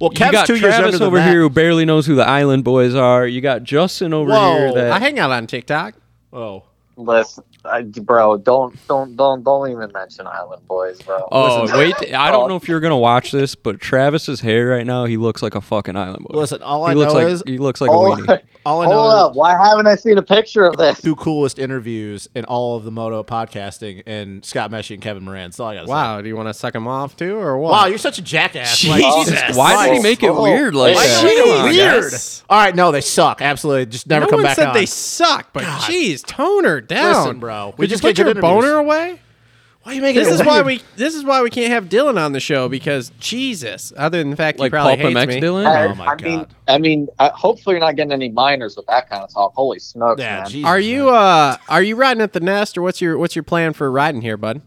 Speaker 3: well,
Speaker 2: you got
Speaker 3: Kev's two years
Speaker 2: Travis
Speaker 3: younger
Speaker 2: over
Speaker 3: than that.
Speaker 2: here who barely knows who the Island Boys are. You got Justin over
Speaker 3: Whoa.
Speaker 2: here that
Speaker 1: I hang out on TikTok.
Speaker 3: Oh,
Speaker 6: Listen, uh, bro, don't don't don't don't even mention Island Boys, bro.
Speaker 2: Oh
Speaker 6: Listen,
Speaker 2: wait! I
Speaker 6: Oh.
Speaker 2: don't know if you're gonna watch this, but Travis's hair right now—he looks like a fucking island boy.
Speaker 3: Listen, all
Speaker 2: he
Speaker 3: I
Speaker 2: looks
Speaker 3: know
Speaker 2: like
Speaker 3: is-
Speaker 2: he looks like a
Speaker 6: Hold,
Speaker 2: weenie.
Speaker 3: all I know
Speaker 6: hold
Speaker 3: is-
Speaker 6: up! Why haven't I seen a picture of this?
Speaker 3: two coolest interviews in all of the moto podcasting and Scott Meshi and Kevin Moran. That's all I got to say.
Speaker 1: Wow, do you want to suck him off too, or what?
Speaker 3: Wow, you're such a jackass.
Speaker 1: Jesus
Speaker 3: Like,
Speaker 2: Why did he
Speaker 6: Oh,
Speaker 2: make it
Speaker 6: oh,
Speaker 2: weird like
Speaker 6: why
Speaker 2: that?
Speaker 6: did he make it
Speaker 2: Come on,
Speaker 1: weird?
Speaker 2: guys.
Speaker 3: weird. All right, no, they suck. Absolutely. Just never
Speaker 1: no
Speaker 3: come
Speaker 1: one
Speaker 3: back
Speaker 1: said
Speaker 3: on.
Speaker 1: they suck, but jeez, tone her down,
Speaker 3: Listen, bro,
Speaker 1: Could
Speaker 3: we
Speaker 1: you
Speaker 3: just
Speaker 1: put
Speaker 3: get
Speaker 1: your
Speaker 3: good interviews.
Speaker 1: boner away.
Speaker 3: why are you making
Speaker 1: This
Speaker 3: it
Speaker 1: is why
Speaker 3: weird?
Speaker 1: we. This is why we can't have Dylan on the show because Jesus. Other than the fact
Speaker 2: Like
Speaker 1: he probably
Speaker 2: Pulp MX
Speaker 1: hates me.
Speaker 2: Dylan?
Speaker 3: Oh, my
Speaker 6: I mean,
Speaker 3: God.
Speaker 6: I mean, uh, hopefully you're not getting any minors with that kind of talk. Holy smokes,
Speaker 3: Yeah,
Speaker 6: man!
Speaker 3: Jesus,
Speaker 1: Are you
Speaker 3: man.
Speaker 1: uh are you riding at the nest or what's your what's your plan for riding here, bud?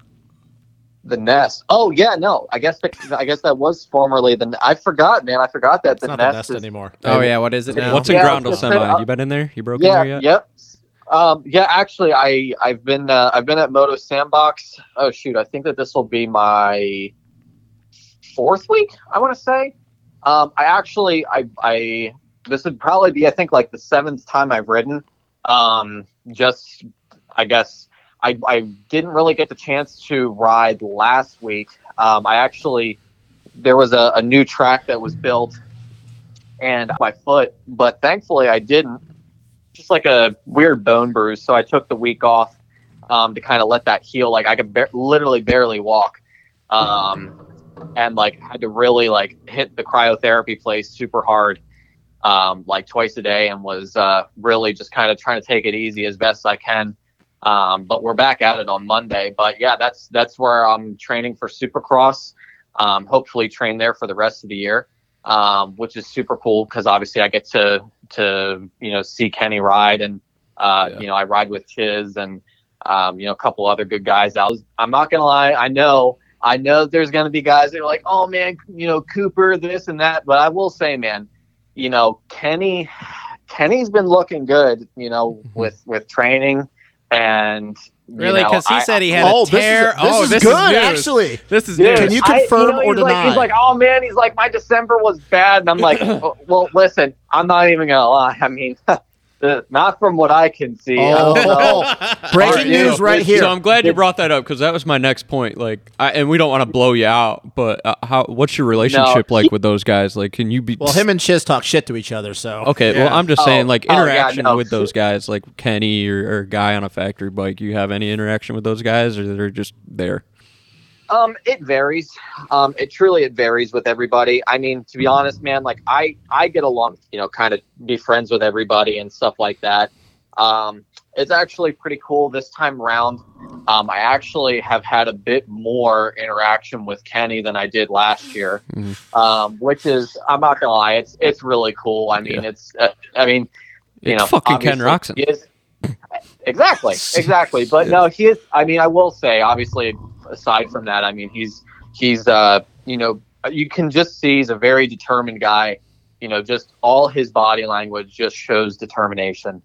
Speaker 6: The nest. Oh yeah, no. I guess the, I guess that was formerly the. I forgot, man. I forgot that
Speaker 3: It's
Speaker 6: the
Speaker 3: not
Speaker 6: nest,
Speaker 3: the best
Speaker 6: is.
Speaker 3: anymore.
Speaker 1: Oh yeah, what is it now?
Speaker 2: What's in
Speaker 6: Yeah,
Speaker 2: Groundle
Speaker 6: it's-
Speaker 2: semi? You been in there? You broke
Speaker 6: Yeah.
Speaker 2: in there yet?
Speaker 6: Yep. Um, yeah, actually, I I've been uh, I've been at Moto Sandbox. Oh shoot, I think that this will be my fourth week. I want to say. Um, I actually I I this would probably be I think like the seventh time I've ridden. Um, just I guess I I didn't really get the chance to ride last week. Um, I actually there was a, a new track that was built and my foot, but thankfully I didn't just like a weird bone bruise. So I took the week off um, to kind of let that heal. Like I could bar- literally barely walk, um, and like had to really like hit the cryotherapy place super hard, um, like twice a day, and was uh, really just kind of trying to take it easy as best I can. Um, but we're back at it on Monday. But yeah, that's that's where I'm training for Supercross. Um, hopefully, train there for the rest of the year, um, which is super cool because obviously I get to to you know see Kenny ride and uh,
Speaker 2: Yeah.
Speaker 6: you know I ride with Chiz and um, you know a couple other good guys. I was, I'm not gonna lie, I know I know there's gonna be guys that are like, oh man, you know Cooper this and that, but I will say, man, you know Kenny Kenny's been looking good, you know
Speaker 2: Mhm.
Speaker 6: with with training and you
Speaker 1: Mm-hmm. Really?
Speaker 6: know,
Speaker 1: Because
Speaker 6: I-
Speaker 1: he said he had
Speaker 3: Oh,
Speaker 1: a tear.
Speaker 3: this is, this
Speaker 1: oh,
Speaker 3: is
Speaker 1: this
Speaker 3: good,
Speaker 1: news.
Speaker 3: actually.
Speaker 1: This is
Speaker 6: Dude,
Speaker 1: news.
Speaker 3: Can you
Speaker 6: I-
Speaker 3: confirm
Speaker 6: know,
Speaker 3: or
Speaker 6: he's like-
Speaker 3: deny?
Speaker 6: he's like, oh man, he's like, my December was bad, and
Speaker 3: <clears throat>
Speaker 6: I'm like, well, well, listen, I'm not even gonna lie. I mean, <laughs> the- not from what I can see. I don't know.
Speaker 3: Oh, breaking
Speaker 6: Alright,
Speaker 3: news
Speaker 6: yeah.
Speaker 3: right here.
Speaker 2: So I'm glad you brought that up because that was my next point. Like, I, and we don't want to blow you out, but uh, how? What's your relationship like with those guys? Like, can you be?
Speaker 3: well, him and Chiz talk shit to each other, so
Speaker 2: Okay, well, I'm just
Speaker 6: Oh,
Speaker 2: saying, like
Speaker 6: oh, yeah,
Speaker 2: interaction
Speaker 6: no.
Speaker 2: with those guys, like Kenny or, or guy on a factory bike. You have any interaction with those guys, or they're just there?
Speaker 6: <laughs> Um, it varies. Um, it truly it varies with everybody. I mean, to be honest, man, like I I get along, you know, kind of be friends with everybody and stuff like that. Um, it's actually pretty cool this time round. Um, I actually have had a bit more interaction with Kenny than I did last year,
Speaker 2: Mhm.
Speaker 6: um, which is I'm not gonna lie, it's it's really cool. I mean, it's uh, I mean, you
Speaker 2: It's
Speaker 6: know,
Speaker 2: fucking Ken
Speaker 6: obviously
Speaker 2: Roxon.
Speaker 6: he is-
Speaker 2: <laughs>
Speaker 6: exactly, exactly. But no, he is. I mean, I will say, obviously, aside from that, I mean, he's he's uh, you know, you can just see he's a very determined guy. You know, just all his body language just shows determination.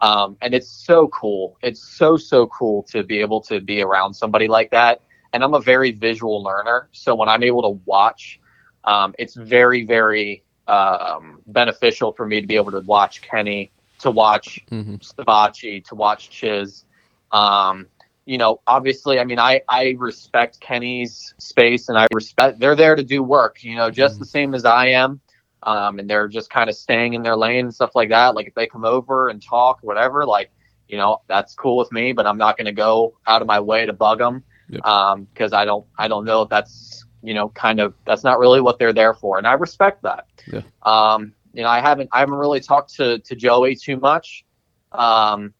Speaker 6: Um, and it's so cool. It's so so cool to be able to be around somebody like that. And I'm a very visual learner, so when I'm able to watch, um, it's very very um, beneficial for me to be able to watch Kenny, to watch
Speaker 2: hmm
Speaker 6: Stavachi, to watch Chiz. Um, you know, obviously, I mean, I, I respect Kenny's space and I respect they're there to do work, you know, just the same as I am. Um, and they're just kind of staying in their lane and stuff like that. Like if they come over and talk, whatever, like, you know, that's cool with me, but I'm not going to go out of my way to bug them.
Speaker 2: Yep.
Speaker 6: Um, cause I don't, I don't know if that's, you know, kind of, that's not really what they're there for. And I respect that.
Speaker 2: Yeah.
Speaker 6: Um, you know, I haven't, I haven't really talked to, to Joey too much um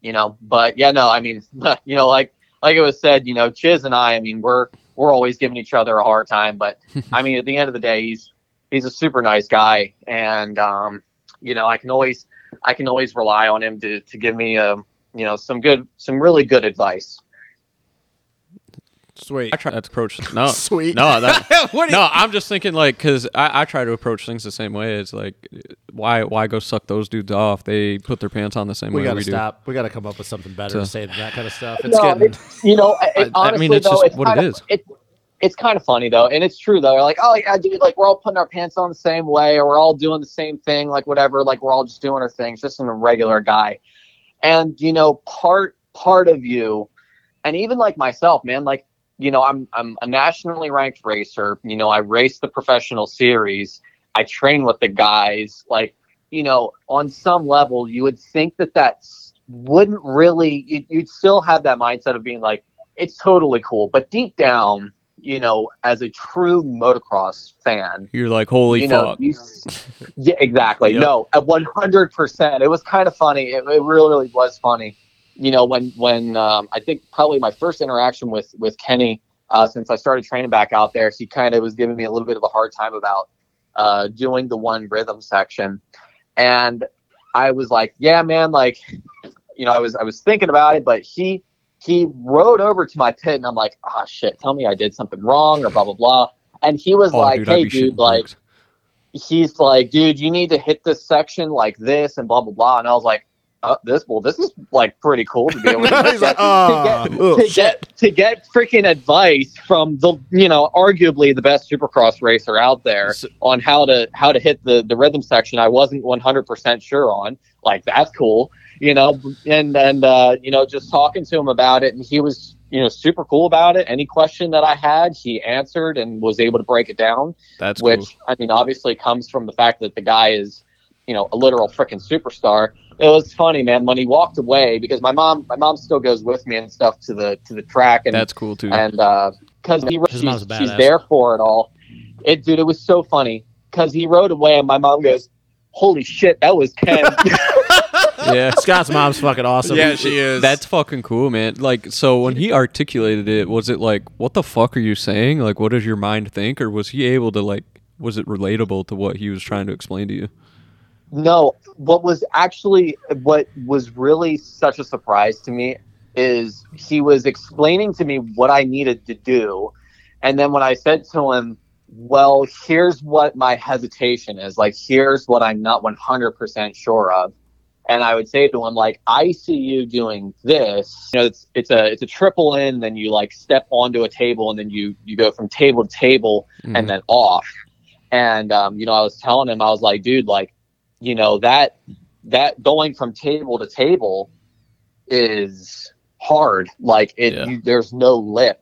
Speaker 6: you know but yeah no i mean <laughs> you know like like it was said you know chiz and i i mean we're we're always giving each other a hard time
Speaker 2: <laughs>
Speaker 6: but i mean at the end of the day he's he's a super nice guy and um you know i can always i can always rely on him to to give me um you know some good some really good advice
Speaker 1: Sweet.
Speaker 2: I try to approach
Speaker 6: <laughs>
Speaker 2: no <laughs>
Speaker 3: Sweet. <laughs>
Speaker 2: no that,
Speaker 1: what
Speaker 2: no. I'm just thinking like because I, I try to approach things the same way. It's like why why go suck those dudes off? They put their pants on the same
Speaker 3: We
Speaker 2: way
Speaker 3: gotta
Speaker 2: we
Speaker 3: stop. We gotta come up with something better
Speaker 2: So-
Speaker 3: to say than that kind of stuff. It's <laughs>
Speaker 6: No,
Speaker 3: getting.
Speaker 6: you know, it,
Speaker 2: I- I
Speaker 6: honestly,
Speaker 2: mean, it's
Speaker 6: though,
Speaker 2: just
Speaker 6: it's
Speaker 2: what it
Speaker 6: kind
Speaker 2: is.
Speaker 6: Of, it, it's kind of funny though, and it's true though. Like, oh yeah, dude, like we're all putting our pants on the same way, or we're all doing the same thing, like whatever. Like we're all just doing our things, just an irregular guy. And you know, part part of you, and even like myself, man, like you know, I'm I'm a nationally ranked racer. You know, I race the professional series. I train with the guys. Like, you know, on some level, you would think that that's wouldn't really. You'd, you'd still have that mindset of being like, it's totally cool. But deep down, you know, as a true motocross fan,
Speaker 2: do. You're like holy
Speaker 6: you know,
Speaker 2: fuck.
Speaker 6: you, yeah, exactly.
Speaker 2: Yep.
Speaker 6: No, at one hundred percent. It was kind of funny. It, it really, really was funny. You know, when when um, I think probably my first interaction with with Kenny uh, since I started training back out there, she kind of was giving me a little bit of a hard time about uh, doing the one rhythm section, and I was like, yeah, man, like, you know, I was I was thinking about it, but he he rode over to my pit, and I'm like, ah, shit, tell me I did something wrong or blah blah blah, and he was
Speaker 2: Oh,
Speaker 6: like,
Speaker 2: dude, I'd
Speaker 6: hey,
Speaker 2: be
Speaker 6: dude,
Speaker 2: shitting
Speaker 6: like
Speaker 2: bricks.
Speaker 6: he's like, dude, you need to hit this section like this and blah blah blah. And I was like, oh, this well, this is like pretty cool to be
Speaker 3: <laughs>
Speaker 6: able <laughs> to,
Speaker 3: He's like,
Speaker 6: get,
Speaker 3: "Ah,
Speaker 6: to, get, to get to get freaking advice from the you know arguably the best supercross racer out there
Speaker 2: So-
Speaker 6: on how to how to hit the the rhythm section. I wasn't one hundred percent sure on. Like that's cool, you know. And and uh, you know, just talking to him about it, and he was you know super cool about it. Any question that I had, he answered and was able to break it down
Speaker 2: That's
Speaker 6: which
Speaker 2: cool.
Speaker 6: I mean, obviously comes from the fact that the guy is, you know, a literal freaking superstar. It was funny, man, when he walked away because my mom, my mom still goes with me and stuff to the to the track and
Speaker 2: That's cool too.
Speaker 6: and because he
Speaker 3: His
Speaker 6: she's,
Speaker 3: mom's a
Speaker 6: she's
Speaker 3: badass.
Speaker 6: there for it all. It dude, it was so funny because he rode away and my mom goes, "Holy shit, that was Ken."
Speaker 2: <laughs> yeah.
Speaker 3: Scott's mom's fucking awesome.
Speaker 1: Yeah, she is.
Speaker 2: That's fucking cool, man. Like, so when he articulated it, was it like, what the fuck are you saying? Like, what does your mind think? Or was he able to, like, was it relatable to what he was trying to explain to you?
Speaker 6: No, what was actually what was really such a surprise to me is he was explaining to me what I needed to do. And then when I said to him, well, here's what my hesitation is, like, here's what I'm not 100% sure of. And I would say to him, like, I see you doing this. You know, it's, it's a it's a triple in, then you like step onto a table, and then you you go from table to table, and then off. And um, you know, I was telling him, I was like, dude, like, you know, that that going from table to table is hard. Like, it
Speaker 2: Yeah.
Speaker 6: you, there's no lip.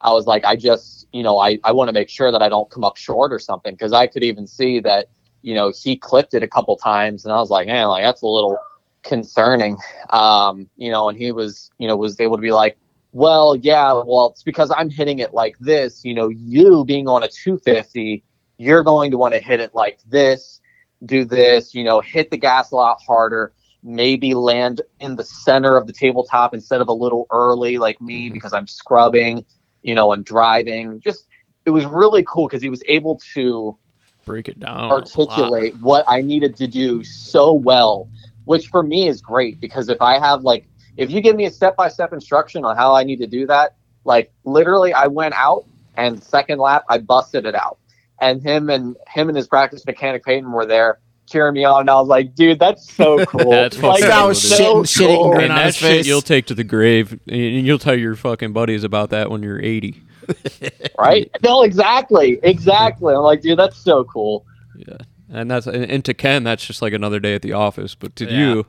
Speaker 6: I was like, I just, you know, I I want to make sure that I don't come up short or something because I could even see that, you know, he clipped it a couple times, and I was like, man, like that's a little concerning. Um, you know, and he was, you know, was able to be like well, yeah, well, it's because I'm hitting it like this. You know, you being on a 250, you're going to want to hit it like this, do this, you know, hit the gas a lot harder. maybe land in the center of the tabletop instead of a little early like me because I'm scrubbing, you know, and driving. Just it was really cool because he was able to
Speaker 2: break it down. a lot.
Speaker 6: articulate what I needed to do so well, which for me is great because if I have like if you give me a step by step instruction on how I need to do that, like literally I went out and second lap I busted it out. And him and him and his practice mechanic Peyton were there cheering me on and I was like, dude, that's <laughs> so cool.
Speaker 2: That's
Speaker 6: like,
Speaker 2: fucking
Speaker 6: that
Speaker 2: cool,
Speaker 6: was
Speaker 2: dude.
Speaker 6: so
Speaker 3: Shitting- shitting
Speaker 6: cool.
Speaker 3: grin
Speaker 2: And
Speaker 3: on
Speaker 2: that
Speaker 3: his
Speaker 2: shit
Speaker 3: face.
Speaker 2: you'll take to the grave, and you'll tell your fucking buddies about that when you're 80.
Speaker 6: right? No, exactly, exactly. I'm like, dude, that's so cool.
Speaker 2: And that's and, and to Ken, that's just like another day at the office. But to
Speaker 1: Yeah.
Speaker 2: you,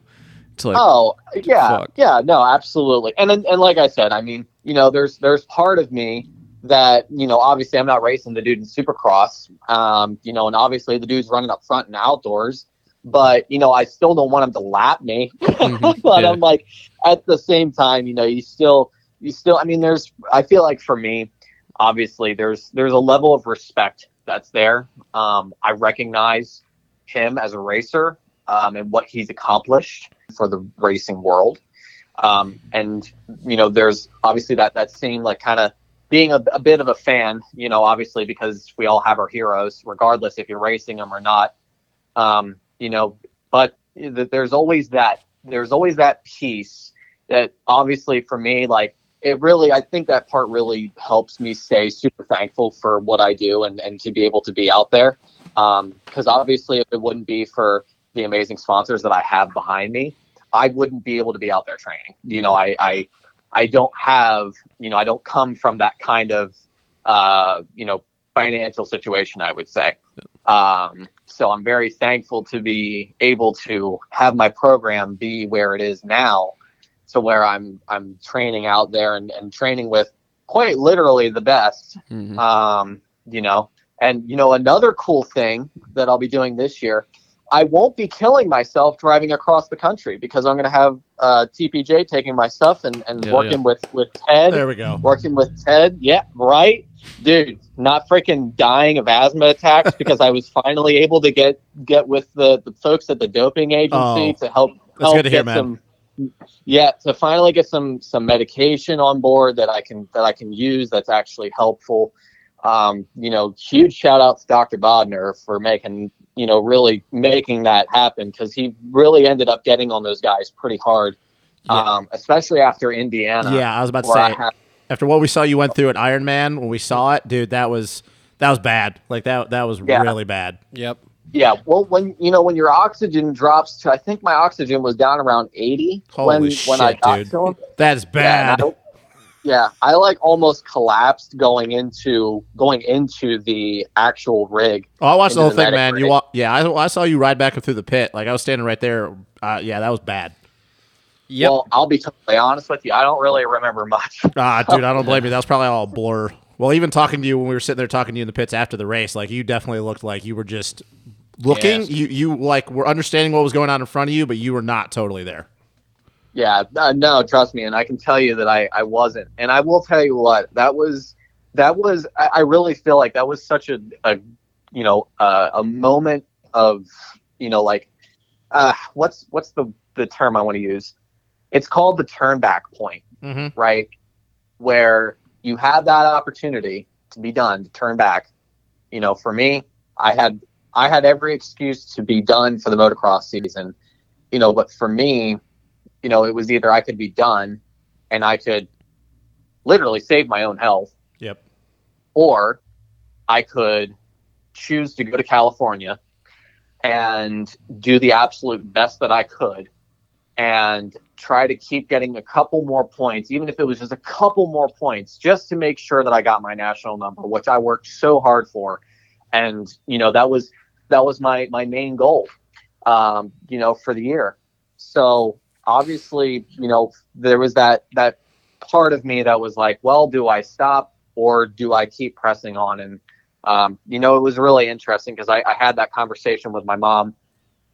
Speaker 2: it's like
Speaker 6: oh yeah
Speaker 2: fuck.
Speaker 6: yeah no absolutely and then- and like i said i mean you know there's there's part of me that you know obviously i'm not racing the dude in supercross um you know and obviously the dude's running up front and outdoors but you know i still don't want him to lap me <laughs>
Speaker 2: Mhm,
Speaker 6: but
Speaker 2: yeah.
Speaker 6: i'm like at the same time you know you still you still i mean there's i feel like for me obviously there's there's a level of respect that's there um i recognize him as a racer um, and what he's accomplished for the racing world. Um, and you know, there's obviously that that same like kind of being a, a bit of a fan, you know, obviously because we all have our heroes, regardless if you're racing them or not. Um, you know, but th- there's always that there's always that piece that obviously for me, like it really, I think that part really helps me stay super thankful for what I do and and to be able to be out there. Because obviously, if it wouldn't be for the amazing sponsors that I have behind me, I wouldn't be able to be out there training. You know, I I, I don't have you know I don't come from that kind of uh, you know financial situation. I would say. Um, so I'm very thankful to be able to have my program be where it is now, to where I'm I'm training out there and, and training with quite literally the best
Speaker 2: Mhm.
Speaker 6: um, you know, and you know another cool thing that I'll be doing this year, I won't be killing myself driving across the country because I'm going to have uh, TPJ taking my stuff and, and
Speaker 2: Yeah,
Speaker 6: working
Speaker 2: yeah.
Speaker 6: with with Ted,
Speaker 3: There we go.
Speaker 6: working with Ted. Yeah, right, dude. Not freaking dying of asthma attacks because I was
Speaker 3: <laughs>
Speaker 6: finally able to get get with the, the folks at the doping agency
Speaker 3: Oh,
Speaker 6: to help.
Speaker 3: that's
Speaker 6: help
Speaker 3: good to hear,
Speaker 6: get
Speaker 3: man.
Speaker 6: Some, yeah, to finally get some some medication on board that I can that I can use that's actually helpful. Um, you know, huge shout out to Dr. Bodner for making you know really making that happen because he really ended up getting on those guys pretty hard, um, especially after Indiana.
Speaker 3: Yeah, I was about to
Speaker 6: where I
Speaker 3: say
Speaker 6: had
Speaker 3: after what we saw you went through at Iron Man when we saw it, dude, that was that was bad. Like that that was
Speaker 6: Yeah.
Speaker 3: really bad.
Speaker 1: Yep.
Speaker 6: Yeah, well, when you know when your oxygen drops to, I think my oxygen was down around eighty
Speaker 3: Holy
Speaker 6: when when I
Speaker 3: shit,
Speaker 6: got
Speaker 3: dude.
Speaker 6: to him.
Speaker 3: That's
Speaker 6: Yeah,
Speaker 3: bad.
Speaker 6: and I, yeah, I like almost collapsed going into going into the actual rig.
Speaker 3: Oh, I watched the whole
Speaker 6: into the
Speaker 3: thing,
Speaker 6: medic
Speaker 3: man. You
Speaker 6: rig.
Speaker 3: walk, yeah, I, I saw you ride back up through the pit. Like I was standing right there. Uh, yeah, that was bad.
Speaker 1: Yep.
Speaker 6: Well, I'll be totally honest with you, I don't really remember <laughs> much.
Speaker 3: Ah,
Speaker 1: Oh.
Speaker 3: dude, I don't blame you. That was probably all a blur. Well, even talking to you when we were sitting there talking to you in the pits after the race, like you definitely looked like you were just looking.
Speaker 1: Gassed.
Speaker 3: You you like were understanding what was going on in front of you, but you were not totally there.
Speaker 6: Yeah, uh, no, trust me, and I can tell you that I I wasn't, and I will tell you what that was. That was I, I really feel like that was such a, a you know uh, a moment of you know like uh, what's what's the the term I want to use? It's called the turn back point,
Speaker 3: Mm-hmm.
Speaker 6: right? Where you have that opportunity to be done to turn back. You know, for me, I had I had every excuse to be done for the motocross season. You know, but for me, you know, it was either I could be done and I could literally save my own health,
Speaker 3: Yep.
Speaker 6: or I could choose to go to California and do the absolute best that I could and try to keep getting a couple more points, even if it was just a couple more points, just to make sure that I got my national number, which I worked so hard for. And, you know, that was that was my my main goal um, you know, for the year. So obviously, you know, there was that that part of me that was like, well, do I stop or do I keep pressing on? And um, you know, it was really interesting because I, I had that conversation with my mom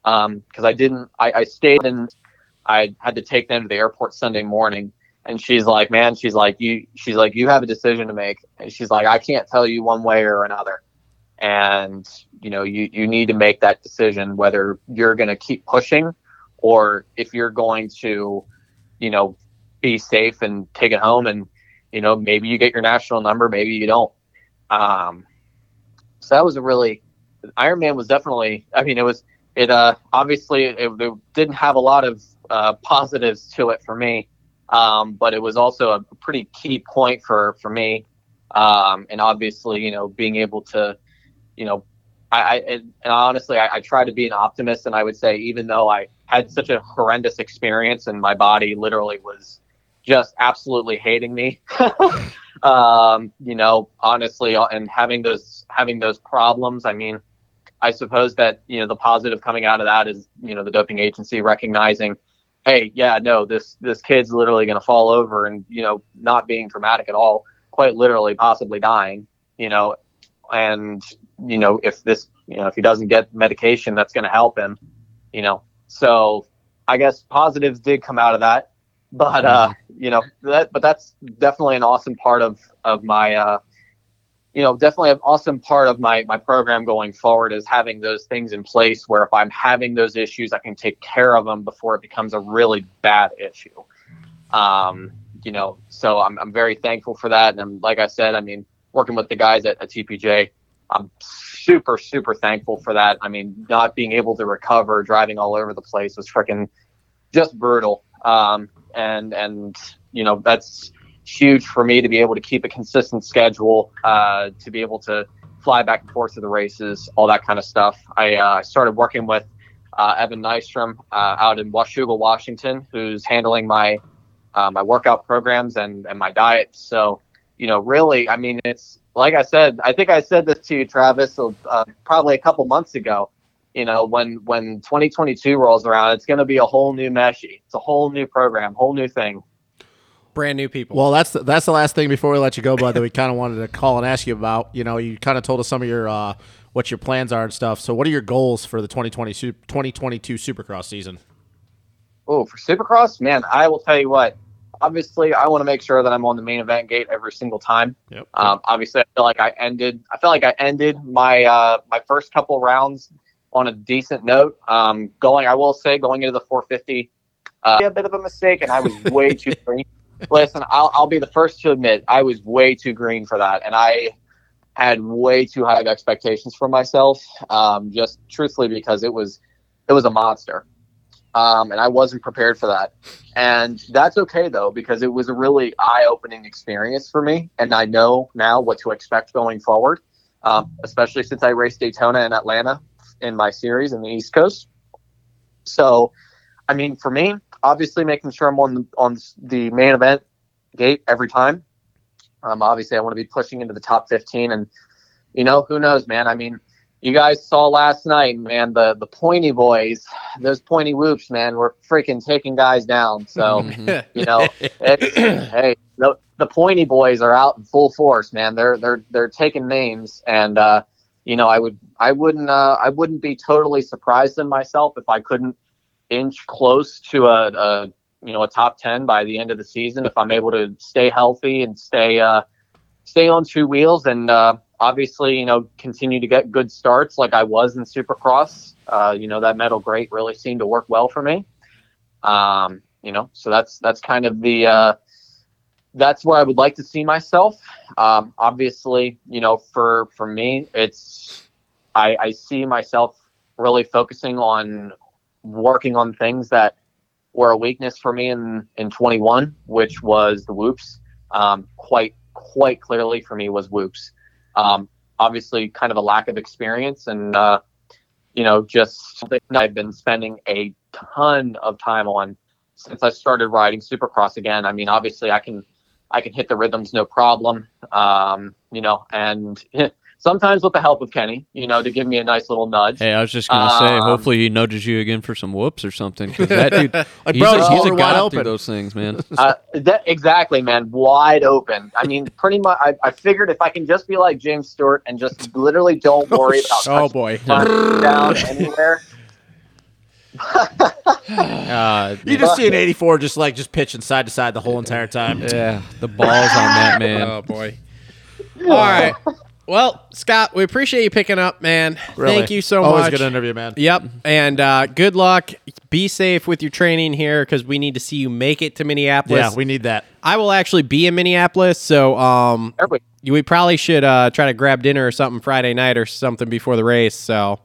Speaker 6: because I didn't. I, I stayed and I had to take them to the airport Sunday morning. And she's like, man, she's like, you, she's like, you have a decision to make. And she's like, I can't tell you one way or another. And you know, you you need to make that decision whether you're going to keep pushing or if you're going to, you know, be safe and take it home, and you know maybe you get your national number, maybe you don't. Um, so that was a really Ironman was definitely. I mean, it was it uh, obviously it, it didn't have a lot of uh, positives to it for me, um, but it was also a pretty key point for for me, um, and obviously you know being able to, you know, I, I and and honestly I, I try to be an optimist, and I would say even though I had such a horrendous experience and my body literally was just absolutely hating me. um, you know, honestly, uh, and having those having those problems. I mean, I suppose that you know the positive coming out of that is you know the doping agency recognizing, hey, yeah, no, this this kid's literally going to fall over and you know not being dramatic at all, quite literally possibly dying. You know, and you know if this you know if he doesn't get medication, that's going to help him. You know, so I guess positives did come out of that but uh you know that but that's definitely an awesome part of of my uh you know definitely an awesome part of my my program going forward is having those things in place where if i'm having those issues i can take care of them before it becomes a really bad issue um you know so i'm, I'm very thankful for that and I'm, like i said i mean working with the guys at, at tpj i'm super super thankful for that i mean not being able to recover driving all over the place was freaking just brutal um and and you know that's huge for me to be able to keep a consistent schedule uh, to be able to fly back and forth to the races all that kind of stuff i uh, started working with uh, evan nystrom uh, out in washougal washington who's handling my uh, my workout programs and and my diet so you know really i mean it's like i said i think i said this to you travis uh, probably a couple months ago you know, when when 2022 rolls around, it's going to be a whole new meshy. It's a whole new program, whole new thing.
Speaker 1: Brand new <laughs> people.
Speaker 3: Well, that's the, that's the last thing before we let you go, bud. That we kind of wanted to call and ask you about. You know, you kind of told us some of your uh, what your plans are and stuff. So, what are your goals for the 2020 2022 Supercross season?
Speaker 6: Oh, for Supercross, man, I will tell you what. Obviously, I want to make sure that I'm on the main event gate every single time.
Speaker 3: Yep.
Speaker 6: Um, obviously, I feel like I ended. I feel like I ended my uh, my first couple rounds on a decent note. Um, going, I will say, going into the 450, uh, a bit of a mistake, and I was way too green. Listen, I'll, I'll be the first to admit I was way too green for that, and I had way too high of expectations for myself. Um, just truthfully, because it was it was a monster, um, and I wasn't prepared for that. And that's okay though, because it was a really eye opening experience for me, and I know now what to expect going forward. um, especially since I raced Daytona and Atlanta in my series in the East Coast. So, I mean, for me, obviously making sure I'm on the, on the main event gate every time. Um, obviously, I want to be pushing into the top 15, and you know, who knows, man. I mean, you guys saw last night, man. The the pointy boys, those pointy whoops, man, were freaking taking guys down.
Speaker 3: Oh.
Speaker 6: So,
Speaker 2: Mm-hmm.
Speaker 3: mm-hmm.
Speaker 6: you know, it's, hey, the, the pointy boys are out in full force, man. They're they're they're taking names, and uh, you know, I would, I wouldn't, uh, I wouldn't be totally surprised in myself if I couldn't inch close to a, a, you know, a top ten by the end of the season if I'm able to stay healthy and stay, uh, stay on two wheels and uh, obviously, you know, continue to get good starts like I was in Supercross. Uh, you know, that metal grate really seemed to work well for me. Um, you know, so that's that's kind of the. Uh, that's where I would like to see myself. Um, obviously, you know, for for me, it's I, I see myself really focusing on working on things that were a weakness for me in in 21, which was the whoops. Um, quite quite clearly for me was whoops. Um, obviously, kind of a lack of experience and uh, you know just something I've been spending a ton of time on since I started riding Supercross again. I mean, obviously, I can I can hit the rhythms no problem. Um, you know, and <laughs> sometimes with the help of Kenny, you know, to give me a nice little nudge.
Speaker 2: Hey, I was just gonna
Speaker 3: Um,
Speaker 2: say, hopefully he nudges you again for some whoops or something. 'cause that
Speaker 3: <laughs>
Speaker 2: dude,
Speaker 3: Like,
Speaker 2: he's,
Speaker 3: bro,
Speaker 2: a,
Speaker 3: these
Speaker 2: he's
Speaker 3: are
Speaker 2: a
Speaker 3: wide
Speaker 2: god
Speaker 3: open.
Speaker 2: through those things,
Speaker 3: <laughs>
Speaker 2: man.
Speaker 6: Uh, that exactly, man. Wide open. I mean, pretty much. I, I figured if I can just be like James Stewart and just
Speaker 3: <laughs>
Speaker 6: literally don't worry about
Speaker 1: oh
Speaker 6: touching
Speaker 1: boy.
Speaker 6: the down anywhere.
Speaker 2: God,
Speaker 3: You just see an 84 just like just pitching side to side the whole entire time. <laughs>
Speaker 2: yeah, the balls on that man.
Speaker 1: Oh boy. All right. Well, Scott, we appreciate you picking up, man.
Speaker 3: Really.
Speaker 1: Thank you so
Speaker 3: Always
Speaker 1: much.
Speaker 3: good interview, man.
Speaker 1: Yep. And uh, good luck. Be safe with your training here because we need to see you make it to Minneapolis.
Speaker 3: Yeah, we need that.
Speaker 1: I will actually be in Minneapolis, so um,
Speaker 6: Perfect.
Speaker 1: we probably should uh, try to grab dinner or something Friday night or something before the race. So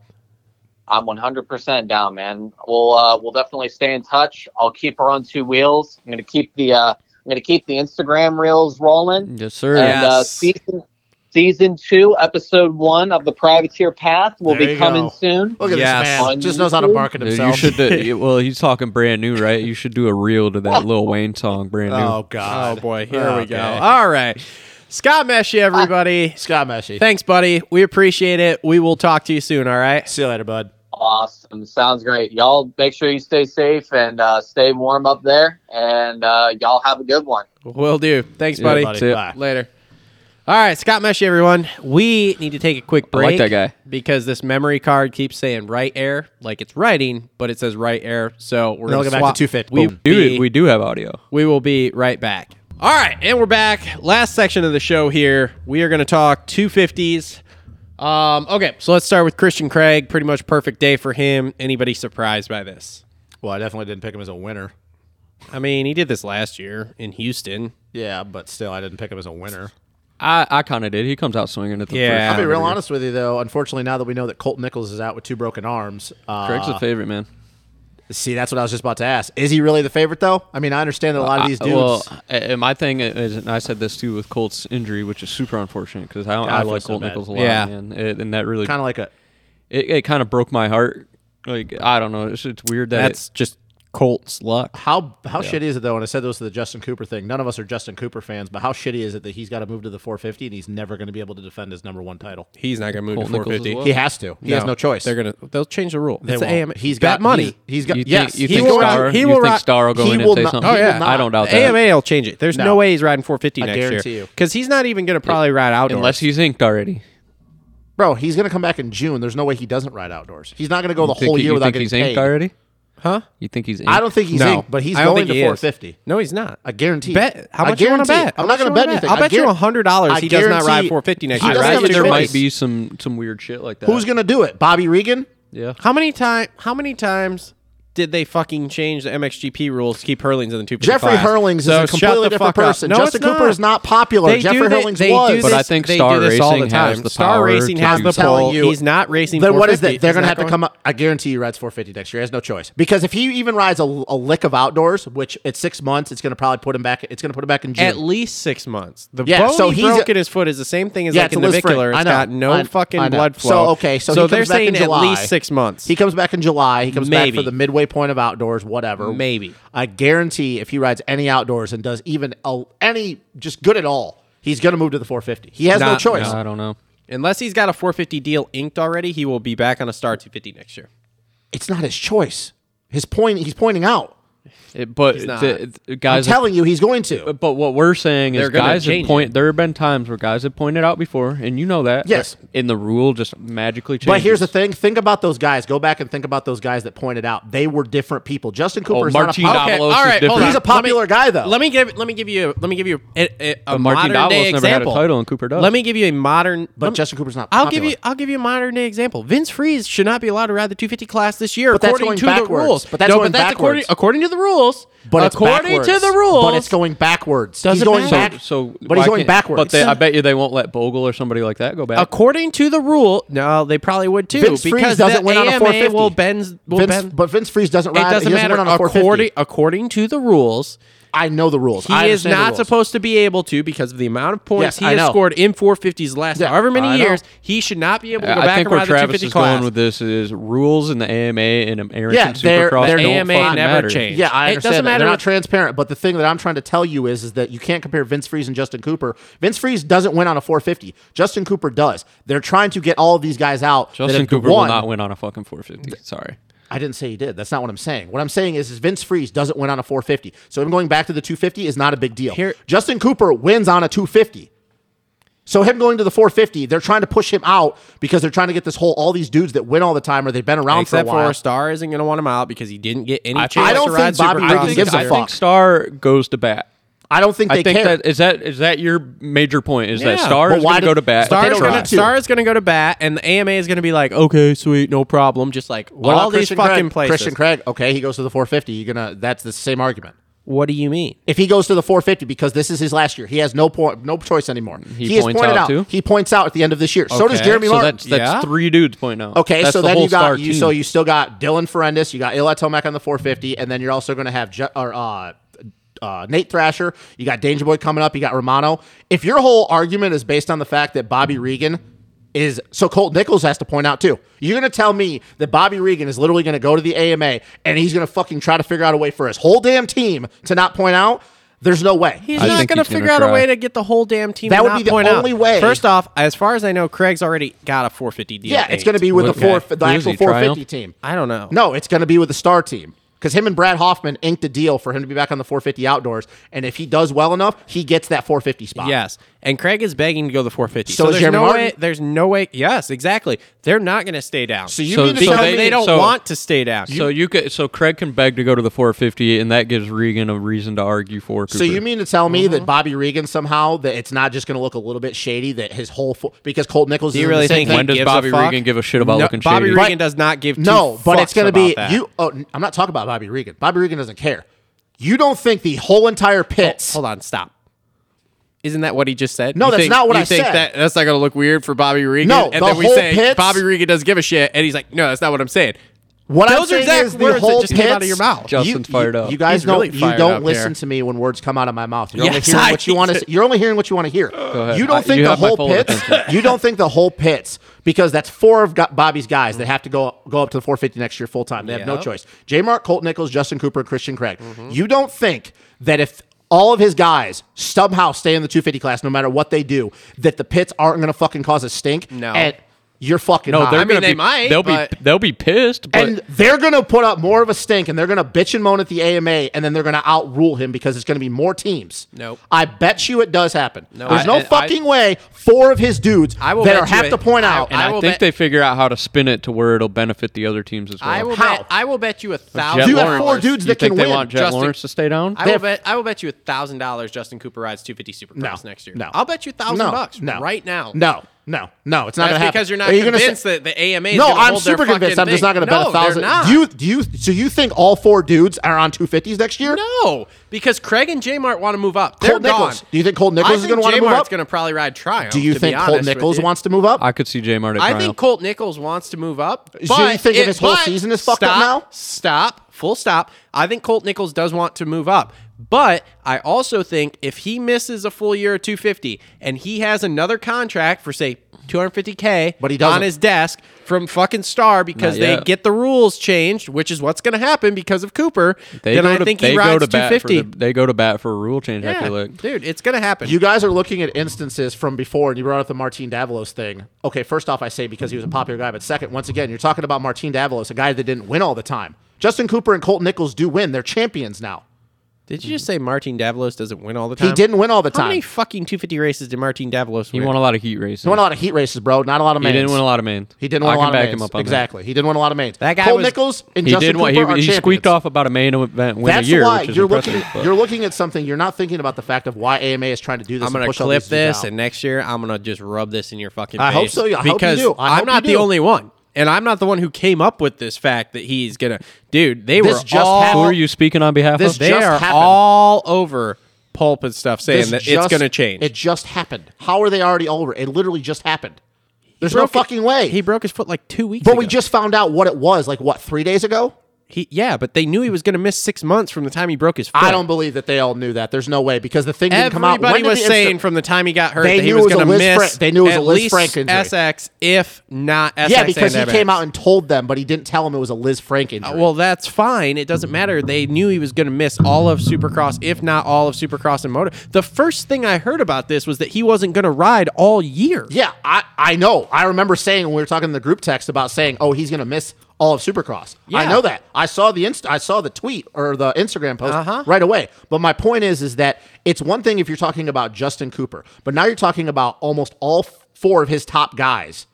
Speaker 6: I'm 100% down, man. We'll uh, we'll definitely stay in touch. I'll keep her on two wheels. I'm gonna keep the uh, I'm gonna keep the Instagram reels rolling.
Speaker 2: Yes, sir.
Speaker 6: And uh,
Speaker 1: Yes.
Speaker 6: season season two, episode one of the Privateer Path will
Speaker 3: There
Speaker 6: be
Speaker 3: you
Speaker 6: coming
Speaker 3: go.
Speaker 6: soon.
Speaker 3: Look at
Speaker 1: Yes.
Speaker 3: this man.
Speaker 6: On
Speaker 3: Just knows how to
Speaker 6: YouTube?
Speaker 3: market
Speaker 2: Dude,
Speaker 3: himself.
Speaker 2: you should. Do, well, he's talking brand new, right? You should do a reel to that Lil Wayne song, brand new.
Speaker 3: <laughs> Oh
Speaker 1: oh
Speaker 3: God.
Speaker 1: boy, here we go.
Speaker 3: Okay.
Speaker 1: All right, Scott Meshi,
Speaker 6: <laughs>
Speaker 1: everybody.
Speaker 3: Scott Meshy.
Speaker 1: Thanks, buddy. We appreciate it. We will talk to you soon. All right.
Speaker 3: See you later, bud.
Speaker 6: Awesome. Sounds great. Y'all make sure you stay safe and uh, stay warm up there. And uh, y'all have a good one.
Speaker 1: Will do. Thanks,
Speaker 2: Yeah,
Speaker 1: buddy.
Speaker 2: buddy. See ya.
Speaker 3: Bye.
Speaker 1: Later. All right, Scott Meshi, everyone. We need to take a quick
Speaker 2: I
Speaker 1: break.
Speaker 2: like that guy.
Speaker 1: Because this memory card keeps saying right air, like it's writing, but it says right air. So we're going
Speaker 3: Then we'll
Speaker 1: to
Speaker 3: get back
Speaker 1: swap.
Speaker 3: to 250.
Speaker 1: We,
Speaker 3: Boom.
Speaker 2: Dude,
Speaker 1: be-
Speaker 2: we do have audio.
Speaker 1: we will be right back. All right, and we're back. Last section of the show here. We are going to talk 250s. Um, okay, so let's start with Christian Craig. Pretty much perfect day for him. Anybody surprised by this?
Speaker 3: Well, I definitely didn't pick him as a winner.
Speaker 1: I mean, he did this last year in Houston.
Speaker 3: Yeah, but still, I didn't pick him as a winner.
Speaker 2: I, I kind of did. He comes out swinging at the
Speaker 1: Yeah.
Speaker 2: first.
Speaker 1: I'll
Speaker 3: I'll be real
Speaker 2: round.
Speaker 3: honest with you, though. Unfortunately, now that we know that Colt Nichols is out with two broken arms, uh,
Speaker 2: Craig's a favorite, man.
Speaker 3: see, that's what I was just about to ask. Is he really the favorite, though? I mean, I understand that a lot of these
Speaker 2: I-
Speaker 3: dudes.
Speaker 2: Well, a- and my thing is, and I said this too with Colt's injury, which is super unfortunate because I, don't-
Speaker 3: God
Speaker 2: I like
Speaker 3: bless him,
Speaker 2: Colt
Speaker 3: man.
Speaker 2: Nichols a lot,
Speaker 1: Yeah.
Speaker 2: man. It- and that really
Speaker 3: kind of like a
Speaker 2: it, it kind of broke my heart. Like I don't know, it's, it's weird that
Speaker 1: That's just Colts luck.
Speaker 3: how how shitty is it though? And I said this to the Justin Cooper thing. None of us are Justin Cooper fans, but how shitty is it that he's got to move to the 450 and he's never going to be able to defend his number one title?
Speaker 1: He's not going to move
Speaker 2: Colt
Speaker 1: to
Speaker 2: Nichols as
Speaker 1: 450.
Speaker 2: well.
Speaker 3: He has to. He has no choice.
Speaker 1: They're gonna. They'll change the rule.
Speaker 3: They
Speaker 1: It's the
Speaker 3: won't.
Speaker 1: AMA.
Speaker 3: He's
Speaker 1: Bet
Speaker 3: got
Speaker 1: money.
Speaker 3: He's, he's got
Speaker 2: You
Speaker 3: yes.
Speaker 2: think, you
Speaker 3: he
Speaker 2: think
Speaker 3: will
Speaker 1: not-
Speaker 2: Star?
Speaker 3: ride-
Speaker 1: he
Speaker 2: you
Speaker 1: will
Speaker 2: think
Speaker 1: not-
Speaker 2: Star will go
Speaker 3: he
Speaker 2: in
Speaker 3: will
Speaker 2: and say
Speaker 3: not-
Speaker 2: something?
Speaker 3: he will not.
Speaker 2: I don't doubt that.
Speaker 1: AMA will change it. There's no,
Speaker 3: No.
Speaker 1: way he's riding 450
Speaker 3: I
Speaker 1: next
Speaker 3: guarantee
Speaker 1: year
Speaker 3: you.
Speaker 1: because he's not even going to probably ride outdoors.
Speaker 2: Unless he's inked already.
Speaker 3: bro. He's going to come back in June. There's no way he doesn't ride outdoors. He's not going to go the
Speaker 2: You think
Speaker 3: whole
Speaker 2: he-
Speaker 3: year
Speaker 2: you
Speaker 3: without
Speaker 2: think
Speaker 3: getting
Speaker 2: he's inked
Speaker 3: paid.
Speaker 2: already?
Speaker 1: huh?
Speaker 2: You think he's inked?
Speaker 3: I don't think he's
Speaker 1: no,
Speaker 3: inked, but he's
Speaker 1: I don't
Speaker 3: going to
Speaker 1: think he is.
Speaker 3: 450.
Speaker 1: No, he's not.
Speaker 3: I guarantee.
Speaker 1: Bet how
Speaker 3: I
Speaker 1: much you want to
Speaker 3: guarantee.
Speaker 1: bet. How
Speaker 3: I'm
Speaker 1: much
Speaker 3: not going
Speaker 1: you
Speaker 3: to
Speaker 1: wanna
Speaker 3: bet anything.
Speaker 1: I'll
Speaker 3: I
Speaker 1: bet you
Speaker 3: guarantee-
Speaker 1: hundred dollars
Speaker 3: I
Speaker 1: he does not ride
Speaker 3: guarantee-
Speaker 1: 450 next
Speaker 3: he
Speaker 1: year.
Speaker 3: doesn't
Speaker 1: Right?
Speaker 3: have a
Speaker 1: It's
Speaker 2: there
Speaker 1: your
Speaker 3: choice.
Speaker 2: might
Speaker 1: choice.
Speaker 2: be some some weird shit like that.
Speaker 3: Who's going to do it? Bobby Regan.
Speaker 2: Yeah.
Speaker 1: How many time? How many times? Did they fucking change the MXGP rules to keep Hurlings in the two?
Speaker 3: Jeffrey Hurlings
Speaker 1: so
Speaker 3: is a
Speaker 1: shut
Speaker 3: completely
Speaker 1: the
Speaker 3: different
Speaker 1: fuck up.
Speaker 3: person.
Speaker 1: No,
Speaker 3: Justin
Speaker 1: it's not.
Speaker 3: Cooper is not popular.
Speaker 1: They do
Speaker 3: Jeffrey
Speaker 1: thi-
Speaker 3: Hurlings
Speaker 1: they do
Speaker 3: was.
Speaker 1: this-
Speaker 2: But I think
Speaker 1: they
Speaker 2: Star
Speaker 1: do this all the
Speaker 2: Racing has
Speaker 1: time.
Speaker 2: the
Speaker 1: Star
Speaker 2: power
Speaker 1: Racing
Speaker 2: to-
Speaker 1: has
Speaker 2: I'm
Speaker 1: the
Speaker 3: telling
Speaker 1: pull.
Speaker 3: you-
Speaker 1: He's not racing.
Speaker 3: Then what is
Speaker 1: 450.
Speaker 3: that? They're
Speaker 1: He's
Speaker 3: going to
Speaker 1: not
Speaker 3: have to come up. I guarantee you rides 450 next year. He has no choice because if he even rides a, a lick of outdoors, which at six months, it's going to probably put him back. It's going to put him back in June.
Speaker 1: At least six months. The
Speaker 3: Yeah,
Speaker 1: bone
Speaker 3: so
Speaker 1: he
Speaker 3: he's-
Speaker 1: broke in his foot is the same thing as
Speaker 3: Yeah,
Speaker 1: like
Speaker 3: it's
Speaker 1: a
Speaker 3: a Liz Frank.
Speaker 1: navicular.
Speaker 3: I
Speaker 1: It's
Speaker 3: know.
Speaker 1: got no
Speaker 3: I know.
Speaker 1: fucking
Speaker 3: I know.
Speaker 1: blood
Speaker 3: So,
Speaker 1: flow.
Speaker 3: okay,
Speaker 1: so
Speaker 3: so he comes
Speaker 1: they're
Speaker 3: back
Speaker 1: saying
Speaker 3: in
Speaker 1: at
Speaker 3: July.
Speaker 1: least six months.
Speaker 3: he comes back in July. He comes
Speaker 1: Maybe.
Speaker 3: back for the midway point of outdoors, whatever.
Speaker 1: Maybe.
Speaker 3: I guarantee if he rides any outdoors and does even a, any just good at all, he's going to move to the 450. He has no
Speaker 1: Not-
Speaker 3: choice.
Speaker 2: I don't know.
Speaker 1: Unless he's got a 450 deal inked already, he will be back on a star 250 next year.
Speaker 3: It's not his choice. His point, he's pointing out.
Speaker 2: It, but
Speaker 1: not.
Speaker 2: the- the
Speaker 3: I'm
Speaker 2: guys,
Speaker 3: telling you, he's going to.
Speaker 2: But what we're saying is,
Speaker 1: They're gonna
Speaker 2: guys have
Speaker 1: change
Speaker 2: point. There have been times where guys have pointed out before, and you know that.
Speaker 3: Yes.
Speaker 2: And the rule just magically changes.
Speaker 3: But here's the thing: think about those guys. Go back and think about those guys that pointed out they were different people. Justin Cooper is not a
Speaker 2: Martin
Speaker 3: pop-
Speaker 2: Dav- Avalos is different.
Speaker 1: Oh, hold on.
Speaker 3: He's a
Speaker 1: Let me-
Speaker 3: popular guy, though.
Speaker 1: Let me give let me give you let me give you a, a, a
Speaker 2: But Martin
Speaker 1: modern day
Speaker 2: Davalos never had a
Speaker 1: example.
Speaker 2: title and Cooper does.
Speaker 1: Let me give you a modern.
Speaker 3: But
Speaker 1: let me-
Speaker 3: Justin Cooper's not
Speaker 1: I'll
Speaker 3: popular.
Speaker 1: give you I'll give you a modern day example. Vince Freeze should not be allowed to ride the 250 class this year
Speaker 3: But that's
Speaker 1: according
Speaker 3: going
Speaker 1: to
Speaker 3: backwards.
Speaker 1: the rules.
Speaker 3: But that's
Speaker 1: no,
Speaker 3: going
Speaker 1: but that's according,
Speaker 3: backwards.
Speaker 1: according to the rules.
Speaker 3: but it's
Speaker 1: according to
Speaker 3: backwards.
Speaker 1: the rules,
Speaker 3: but it's going backwards.
Speaker 1: Does
Speaker 3: he's
Speaker 1: it
Speaker 3: going
Speaker 1: matter?
Speaker 3: back.
Speaker 2: So,
Speaker 3: but he's
Speaker 2: why
Speaker 3: going
Speaker 2: can't-
Speaker 3: backwards.
Speaker 2: But they, I bet you they won't let Bogle or somebody like that go
Speaker 1: Oh,
Speaker 2: back.
Speaker 1: According to the rule, no, they probably would too.
Speaker 3: Vince Freeze
Speaker 1: because
Speaker 3: doesn't
Speaker 1: the
Speaker 3: win on a
Speaker 1: AMA
Speaker 3: 450.
Speaker 1: will bend. Will
Speaker 3: Vince,
Speaker 1: bend.
Speaker 3: but Vince Freeze doesn't ride.
Speaker 1: it doesn't
Speaker 3: he
Speaker 1: matter.
Speaker 3: Win on a 450.
Speaker 1: according according to the rules,
Speaker 3: I know the rules.
Speaker 1: he
Speaker 3: I
Speaker 1: is
Speaker 3: understand the
Speaker 1: not
Speaker 3: rules.
Speaker 1: supposed to be able to because of the amount of points
Speaker 3: Yes,
Speaker 1: he
Speaker 3: I
Speaker 1: has
Speaker 3: know.
Speaker 1: scored in 450s last
Speaker 3: Yeah,
Speaker 1: however many
Speaker 3: I know.
Speaker 1: years. He should not be able to go
Speaker 2: I
Speaker 1: back
Speaker 2: think
Speaker 1: and
Speaker 2: where
Speaker 1: ride the
Speaker 2: Travis
Speaker 1: 250
Speaker 2: is
Speaker 1: class.
Speaker 2: going with this is rules in the AMA and American
Speaker 3: Yeah, they're-
Speaker 2: Supercross
Speaker 3: they're-
Speaker 2: don't
Speaker 1: AMA
Speaker 2: fucking
Speaker 1: never
Speaker 2: matter.
Speaker 1: changed.
Speaker 3: Yeah, I
Speaker 1: It
Speaker 3: understand.
Speaker 1: doesn't
Speaker 3: that.
Speaker 1: matter
Speaker 3: They're not
Speaker 1: what-
Speaker 3: transparent. But the thing that I'm trying to tell you is, is that you can't compare Vince Freeze and Justin Cooper. Vince Freeze doesn't win on a 450. Justin Cooper does. They're trying to get all of these guys out. that
Speaker 2: Justin
Speaker 3: if you
Speaker 2: Cooper will
Speaker 3: won-
Speaker 2: not win on a fucking 450. Sorry.
Speaker 3: I didn't say he did. That's not what I'm saying. What I'm saying is, is Vince Freeze doesn't win on a 450. So him going back to the 250 is not a big deal.
Speaker 1: Here-
Speaker 3: Justin Cooper wins on a 250. So him going to the 450, they're trying to push him out because they're trying to get this whole all these dudes that win all the time or they've been around
Speaker 1: Except
Speaker 3: for a while.
Speaker 1: for Star isn't going to want him out because he didn't get any chance
Speaker 3: I don't
Speaker 1: to ride
Speaker 3: think Bobby
Speaker 1: Supercross
Speaker 3: Riggs
Speaker 1: this
Speaker 3: gives a
Speaker 1: year.
Speaker 2: I think
Speaker 3: fuck.
Speaker 2: Star goes to bat.
Speaker 5: I don't think they
Speaker 2: I think
Speaker 5: care.
Speaker 2: that is that is that your major point is that
Speaker 1: Yeah.
Speaker 2: Star
Speaker 5: But
Speaker 2: is
Speaker 5: why
Speaker 2: going to
Speaker 5: did-
Speaker 2: go to bat.
Speaker 5: Star
Speaker 2: They
Speaker 1: Star is,
Speaker 5: try.
Speaker 1: gonna,
Speaker 5: Too.
Speaker 1: Star is gonna go to bat, and the AMA is gonna be like, okay, sweet, no problem. Just like
Speaker 5: What about
Speaker 1: all these
Speaker 5: Christian
Speaker 1: fucking
Speaker 5: Craig?
Speaker 1: places.
Speaker 5: Christian Craig, okay, he goes to the 450. You're gonna. That's the same argument.
Speaker 1: what do you mean?
Speaker 5: If he goes to the 450 because this is his last year, he has no point, no choice anymore. He, has
Speaker 2: points
Speaker 5: pointed
Speaker 2: out,
Speaker 5: out.
Speaker 2: too?
Speaker 5: He points out at the end of this year. So does
Speaker 1: Okay,
Speaker 5: Jeremy
Speaker 2: so
Speaker 5: Martin.
Speaker 2: that's that's
Speaker 1: Yeah.
Speaker 2: three dudes point now.
Speaker 5: Okay,
Speaker 2: That's
Speaker 5: so
Speaker 2: the
Speaker 5: then
Speaker 2: whole
Speaker 5: you
Speaker 2: Star
Speaker 5: got you.
Speaker 2: team.
Speaker 5: So you still got Dylan Ferendis. You got Eli Tomac on the 450, and then you're also going to have Je- or, uh, uh, Nate Thrasher. You got Danger Boy coming up. You got Romano. If your whole argument is based on the fact that Bobby Regan is so Colt Nichols has to point out too. You're going to tell me that Bobby Regan is literally going to go to the AMA and he's going to fucking try to figure out a way for his whole damn team to not point out. There's no way.
Speaker 1: He's
Speaker 2: I
Speaker 1: not
Speaker 2: think
Speaker 1: gonna
Speaker 2: he's gonna
Speaker 1: figure out a
Speaker 2: try.
Speaker 1: way to get the whole damn team.
Speaker 5: That
Speaker 1: to
Speaker 5: would
Speaker 1: not
Speaker 5: be the
Speaker 1: point out.
Speaker 5: only way.
Speaker 1: First off, as far as I know, Craig's already got a 450 deal.
Speaker 5: yeah, it's
Speaker 1: inked.
Speaker 5: going to be with the
Speaker 2: Okay.
Speaker 5: four, the
Speaker 2: Who is
Speaker 5: actual
Speaker 2: he,
Speaker 5: 450 team.
Speaker 1: I don't know.
Speaker 5: No, it's going to be with the star team because him and Brad Hoffman inked a deal for him to be back on the 450 outdoors. And if he does well enough, he gets that 450 spot.
Speaker 1: Yes, and Craig is begging to go to the 450.
Speaker 5: So
Speaker 1: So,
Speaker 5: is
Speaker 1: there's
Speaker 5: Jeremy
Speaker 1: no
Speaker 5: Martin.
Speaker 1: way. There's no way. Yes, exactly. They're not going to stay down.
Speaker 5: So you
Speaker 2: So-
Speaker 5: mean to
Speaker 2: so
Speaker 5: tell
Speaker 1: they,
Speaker 5: me
Speaker 1: they don't
Speaker 2: so-
Speaker 1: want to stay down.
Speaker 2: So you could so Craig can beg to go to the 450, and that gives Regan a reason to argue for. Cooper.
Speaker 5: So you mean to tell me
Speaker 1: Uh-huh.
Speaker 5: that Bobby Regan somehow that it's not just going to look a little bit shady that his whole fo- because Colt Nichols
Speaker 1: Do you
Speaker 5: is in
Speaker 1: really
Speaker 5: the same
Speaker 1: think he
Speaker 2: When
Speaker 5: thing.
Speaker 2: does
Speaker 1: gives
Speaker 2: Bobby
Speaker 1: a fuck?
Speaker 2: Regan give a shit about
Speaker 1: No,
Speaker 2: looking
Speaker 1: Bobby
Speaker 2: shady?
Speaker 1: Regan does not give two
Speaker 5: no, but it's
Speaker 1: going to
Speaker 5: be you. Oh, n- I'm not talking about Bobby Regan. Bobby Regan doesn't care. You don't think the whole entire pits?
Speaker 1: Hold on, stop. Isn't that what he just said?
Speaker 5: No,
Speaker 1: You
Speaker 5: that's
Speaker 1: think-
Speaker 5: not what
Speaker 1: you
Speaker 5: I
Speaker 1: think
Speaker 5: said.
Speaker 1: That, that's not going to look weird for Bobby Regan.
Speaker 5: No,
Speaker 1: and
Speaker 5: the
Speaker 1: then we
Speaker 5: whole
Speaker 1: say
Speaker 5: pits-
Speaker 1: Bobby Regan doesn't give a shit, and he's like, "No, that's not what I'm saying."
Speaker 5: What I'm
Speaker 1: Those are
Speaker 5: saying
Speaker 1: exact
Speaker 5: is the
Speaker 1: words that
Speaker 5: whole
Speaker 1: just came out of
Speaker 5: pits-
Speaker 1: your mouth.
Speaker 2: Justin's
Speaker 5: you,
Speaker 2: fired
Speaker 5: you,
Speaker 2: up.
Speaker 5: You guys
Speaker 1: He's
Speaker 5: don't.
Speaker 1: really
Speaker 5: you
Speaker 1: fired
Speaker 5: don't
Speaker 1: up
Speaker 5: listen
Speaker 1: here.
Speaker 5: to me when words come out of my mouth. You're
Speaker 1: Yes,
Speaker 5: only hearing
Speaker 1: I
Speaker 5: what you want
Speaker 1: hate
Speaker 5: to. You're only hearing what you want to hear.
Speaker 2: ahead.
Speaker 5: You don't
Speaker 2: I-
Speaker 5: think
Speaker 2: you
Speaker 5: the
Speaker 2: have my
Speaker 5: whole
Speaker 2: full
Speaker 5: pits. you don't think the whole pits because that's four of Go- Bobby's guys that have to go go up to the 450 next year full time. They have no
Speaker 1: Yep. Mm-hmm.
Speaker 5: choice. J. Mark, Colt Nichols, Justin Cooper, and Christian Craig. You don't think that if all of his guys somehow stay in the 250 class, no matter what they do, that the pits aren't going to fucking cause a stink.
Speaker 1: No.
Speaker 5: and you're fucking.
Speaker 2: no,
Speaker 5: hot.
Speaker 2: Oh, they're
Speaker 1: I mean,
Speaker 2: gonna
Speaker 1: they
Speaker 2: be,
Speaker 1: might,
Speaker 2: They'll
Speaker 1: but-
Speaker 2: be they'll be pissed. But
Speaker 5: and they're going to put up more of a stink and they're going to bitch and moan at the AMA and then they're going to outrule him because it's going to be more teams.
Speaker 1: Nope.
Speaker 5: I bet you it does happen. There's
Speaker 2: I-
Speaker 5: no
Speaker 2: and I-
Speaker 5: fucking way four of his dudes
Speaker 1: I will
Speaker 5: that
Speaker 1: bet
Speaker 5: are
Speaker 1: you
Speaker 5: have
Speaker 1: it-
Speaker 5: to point
Speaker 1: I-
Speaker 5: out.
Speaker 1: and
Speaker 2: I,
Speaker 1: will
Speaker 2: think
Speaker 1: bet-
Speaker 2: they figure out how to spin it to where it'll benefit the other teams as well.
Speaker 1: I will
Speaker 5: How?
Speaker 1: bet. I will bet you a
Speaker 2: Jet
Speaker 1: thousand.
Speaker 5: you have
Speaker 2: Lawrence.
Speaker 5: four dudes
Speaker 2: you
Speaker 5: that
Speaker 2: think
Speaker 5: can
Speaker 2: they
Speaker 5: win.
Speaker 2: want Jet
Speaker 1: Justin-
Speaker 2: Lawrence to stay down?
Speaker 1: I will
Speaker 5: have-
Speaker 1: bet. I will bet you a thousand dollars. Justin Cooper rides 250 Supercross
Speaker 5: No,
Speaker 1: next year.
Speaker 5: no.
Speaker 1: I'll bet you a thousand
Speaker 5: no,
Speaker 1: bucks
Speaker 5: no,
Speaker 1: right now.
Speaker 5: No, no, no. It's not
Speaker 1: That's
Speaker 5: going to happen.
Speaker 1: because you're not
Speaker 5: Are you gonna
Speaker 1: convinced
Speaker 5: say-
Speaker 1: that the AMA. Is
Speaker 5: no,
Speaker 1: gonna
Speaker 5: I'm
Speaker 1: hold their
Speaker 5: super
Speaker 1: fucking
Speaker 5: convinced. I'm just
Speaker 1: thing.
Speaker 5: not going to bet
Speaker 1: No,
Speaker 5: a thousand.
Speaker 1: they're not.
Speaker 5: Do you, do you, so you think all four dudes are on 250s next year?
Speaker 1: No, because Craig and J Mart want to move up. They're
Speaker 5: Colt Nichols.
Speaker 1: gone.
Speaker 5: Do you think Colt Nichols
Speaker 1: I
Speaker 5: is
Speaker 1: think
Speaker 5: gonna wanna move
Speaker 1: J-Mart's
Speaker 5: up?
Speaker 1: going to probably ride triumph.
Speaker 5: Do you
Speaker 1: to be
Speaker 5: think Colt
Speaker 1: honest with
Speaker 5: Nichols
Speaker 1: you.
Speaker 5: wants to move up?
Speaker 2: I could see J Mart at
Speaker 1: I
Speaker 2: Triumph.
Speaker 1: think Colt Nichols wants to move up.
Speaker 5: you
Speaker 1: but
Speaker 5: think of
Speaker 1: it-
Speaker 5: his whole
Speaker 1: but-
Speaker 5: season is fucked up
Speaker 1: stop,
Speaker 5: now?
Speaker 1: Stop. Full stop. I think Colt Nichols does want to move up, but I also think if he misses a full year of 250 and he has another contract for say 250k,
Speaker 5: But he doesn't.
Speaker 1: on his desk from fucking Star because
Speaker 2: Not
Speaker 1: they
Speaker 2: yet.
Speaker 1: get the rules changed, which is what's going to happen because of Cooper.
Speaker 2: they
Speaker 1: then
Speaker 2: go
Speaker 1: I
Speaker 2: to,
Speaker 1: think
Speaker 2: they
Speaker 1: he
Speaker 2: go
Speaker 1: rides
Speaker 2: to bat for
Speaker 1: 250.
Speaker 2: the, they go to bat for a rule change. I
Speaker 1: yeah,
Speaker 2: feel like
Speaker 1: dude, it's going to happen.
Speaker 5: You guys are looking at instances from before, and you brought up the Martin Davalos thing. Okay, first off, I say because he was a popular guy, but second, once again, you're talking about Martin Davalos, a guy that didn't win all the time. Justin Cooper and Colt Nichols do win; they're champions now.
Speaker 1: Did you just say Martin Davalos doesn't win all the time?
Speaker 5: He didn't win all the
Speaker 1: How
Speaker 5: time.
Speaker 1: many
Speaker 5: He
Speaker 1: fucking 250 races did Martin Davalos
Speaker 2: he
Speaker 1: win?
Speaker 2: won a lot of heat races.
Speaker 5: won a lot of heat races, bro. Not a lot of
Speaker 2: He
Speaker 5: mains.
Speaker 2: didn't win a lot of mains.
Speaker 5: He didn't win
Speaker 2: I
Speaker 5: a
Speaker 2: can
Speaker 5: lot
Speaker 2: back
Speaker 5: of mains.
Speaker 2: him up on that.
Speaker 5: exactly. He didn't win a lot of mains.
Speaker 1: That guy
Speaker 5: Colt
Speaker 1: was-
Speaker 5: Nichols and
Speaker 2: He
Speaker 5: Justin
Speaker 2: did.
Speaker 5: Cooper
Speaker 2: win-
Speaker 5: are
Speaker 2: He, he squeaked
Speaker 5: champions.
Speaker 2: off about a main event win
Speaker 5: That's
Speaker 2: a year,
Speaker 5: why
Speaker 2: which is
Speaker 5: you're
Speaker 2: impressive,
Speaker 5: looking.
Speaker 2: but-
Speaker 5: You're looking at something. You're not thinking about the fact of why AMA is trying to do this.
Speaker 1: I'm
Speaker 5: and
Speaker 1: gonna
Speaker 5: push all
Speaker 1: clip
Speaker 5: these dudes
Speaker 1: this,
Speaker 5: out.
Speaker 1: and next year I'm gonna just rub this in your fucking.
Speaker 5: I hope
Speaker 1: face.
Speaker 5: so, yeah, I hope you
Speaker 1: because
Speaker 5: do. I
Speaker 1: am
Speaker 5: hope
Speaker 1: not
Speaker 5: you
Speaker 1: the
Speaker 5: do.
Speaker 1: only one, and I'm not the one who came up with this fact that he's gonna. Dude, they
Speaker 5: This
Speaker 1: were
Speaker 5: just
Speaker 1: all
Speaker 5: happened.
Speaker 2: Who are you speaking on behalf
Speaker 5: This
Speaker 2: of?
Speaker 1: they
Speaker 5: just
Speaker 1: are
Speaker 5: happened.
Speaker 1: all over pulp and stuff saying
Speaker 5: This
Speaker 1: that
Speaker 5: just-
Speaker 1: it's gonna change.
Speaker 5: It just happened. How are they already over? It literally just happened. There's no
Speaker 1: broke it-
Speaker 5: fucking way.
Speaker 1: he broke his foot like two weeks.
Speaker 5: but
Speaker 1: ago.
Speaker 5: we just found out what it was like what three days ago.
Speaker 1: he, yeah, but they knew he was gonna miss six months from the time he broke his foot.
Speaker 5: I don't believe that they all knew that. There's no way because the thing didn't come out. When
Speaker 1: Everybody
Speaker 5: did
Speaker 1: was
Speaker 5: the Insta-
Speaker 1: saying from the time he got hurt
Speaker 5: They
Speaker 1: that he
Speaker 5: knew
Speaker 1: was
Speaker 5: it was a
Speaker 1: going to
Speaker 5: Liz
Speaker 1: miss.
Speaker 5: Fra- they knew it was a
Speaker 1: at
Speaker 5: Liz
Speaker 1: least
Speaker 5: Frank injury.
Speaker 1: SX, if not SX.
Speaker 5: yeah, because he
Speaker 1: and
Speaker 5: came
Speaker 1: MX.
Speaker 5: out and told them, but he didn't tell them it was a Liz Frank injury.
Speaker 1: Uh, Well, that's fine. It doesn't matter. They knew he was going to miss all of Supercross, if not all of Supercross and Motor. The first thing I heard about this was that he wasn't going to ride all year.
Speaker 5: yeah, I I know. I remember saying when we were talking in the group text about saying, oh, he's gonna miss all of Supercross. I
Speaker 1: Yeah.
Speaker 5: know that. I saw the inst- I saw the tweet or the Instagram post
Speaker 1: Uh-huh.
Speaker 5: right away. But my point is, is that it's one thing if you're talking about Justin Cooper, but now you're talking about almost all f- four of his top guys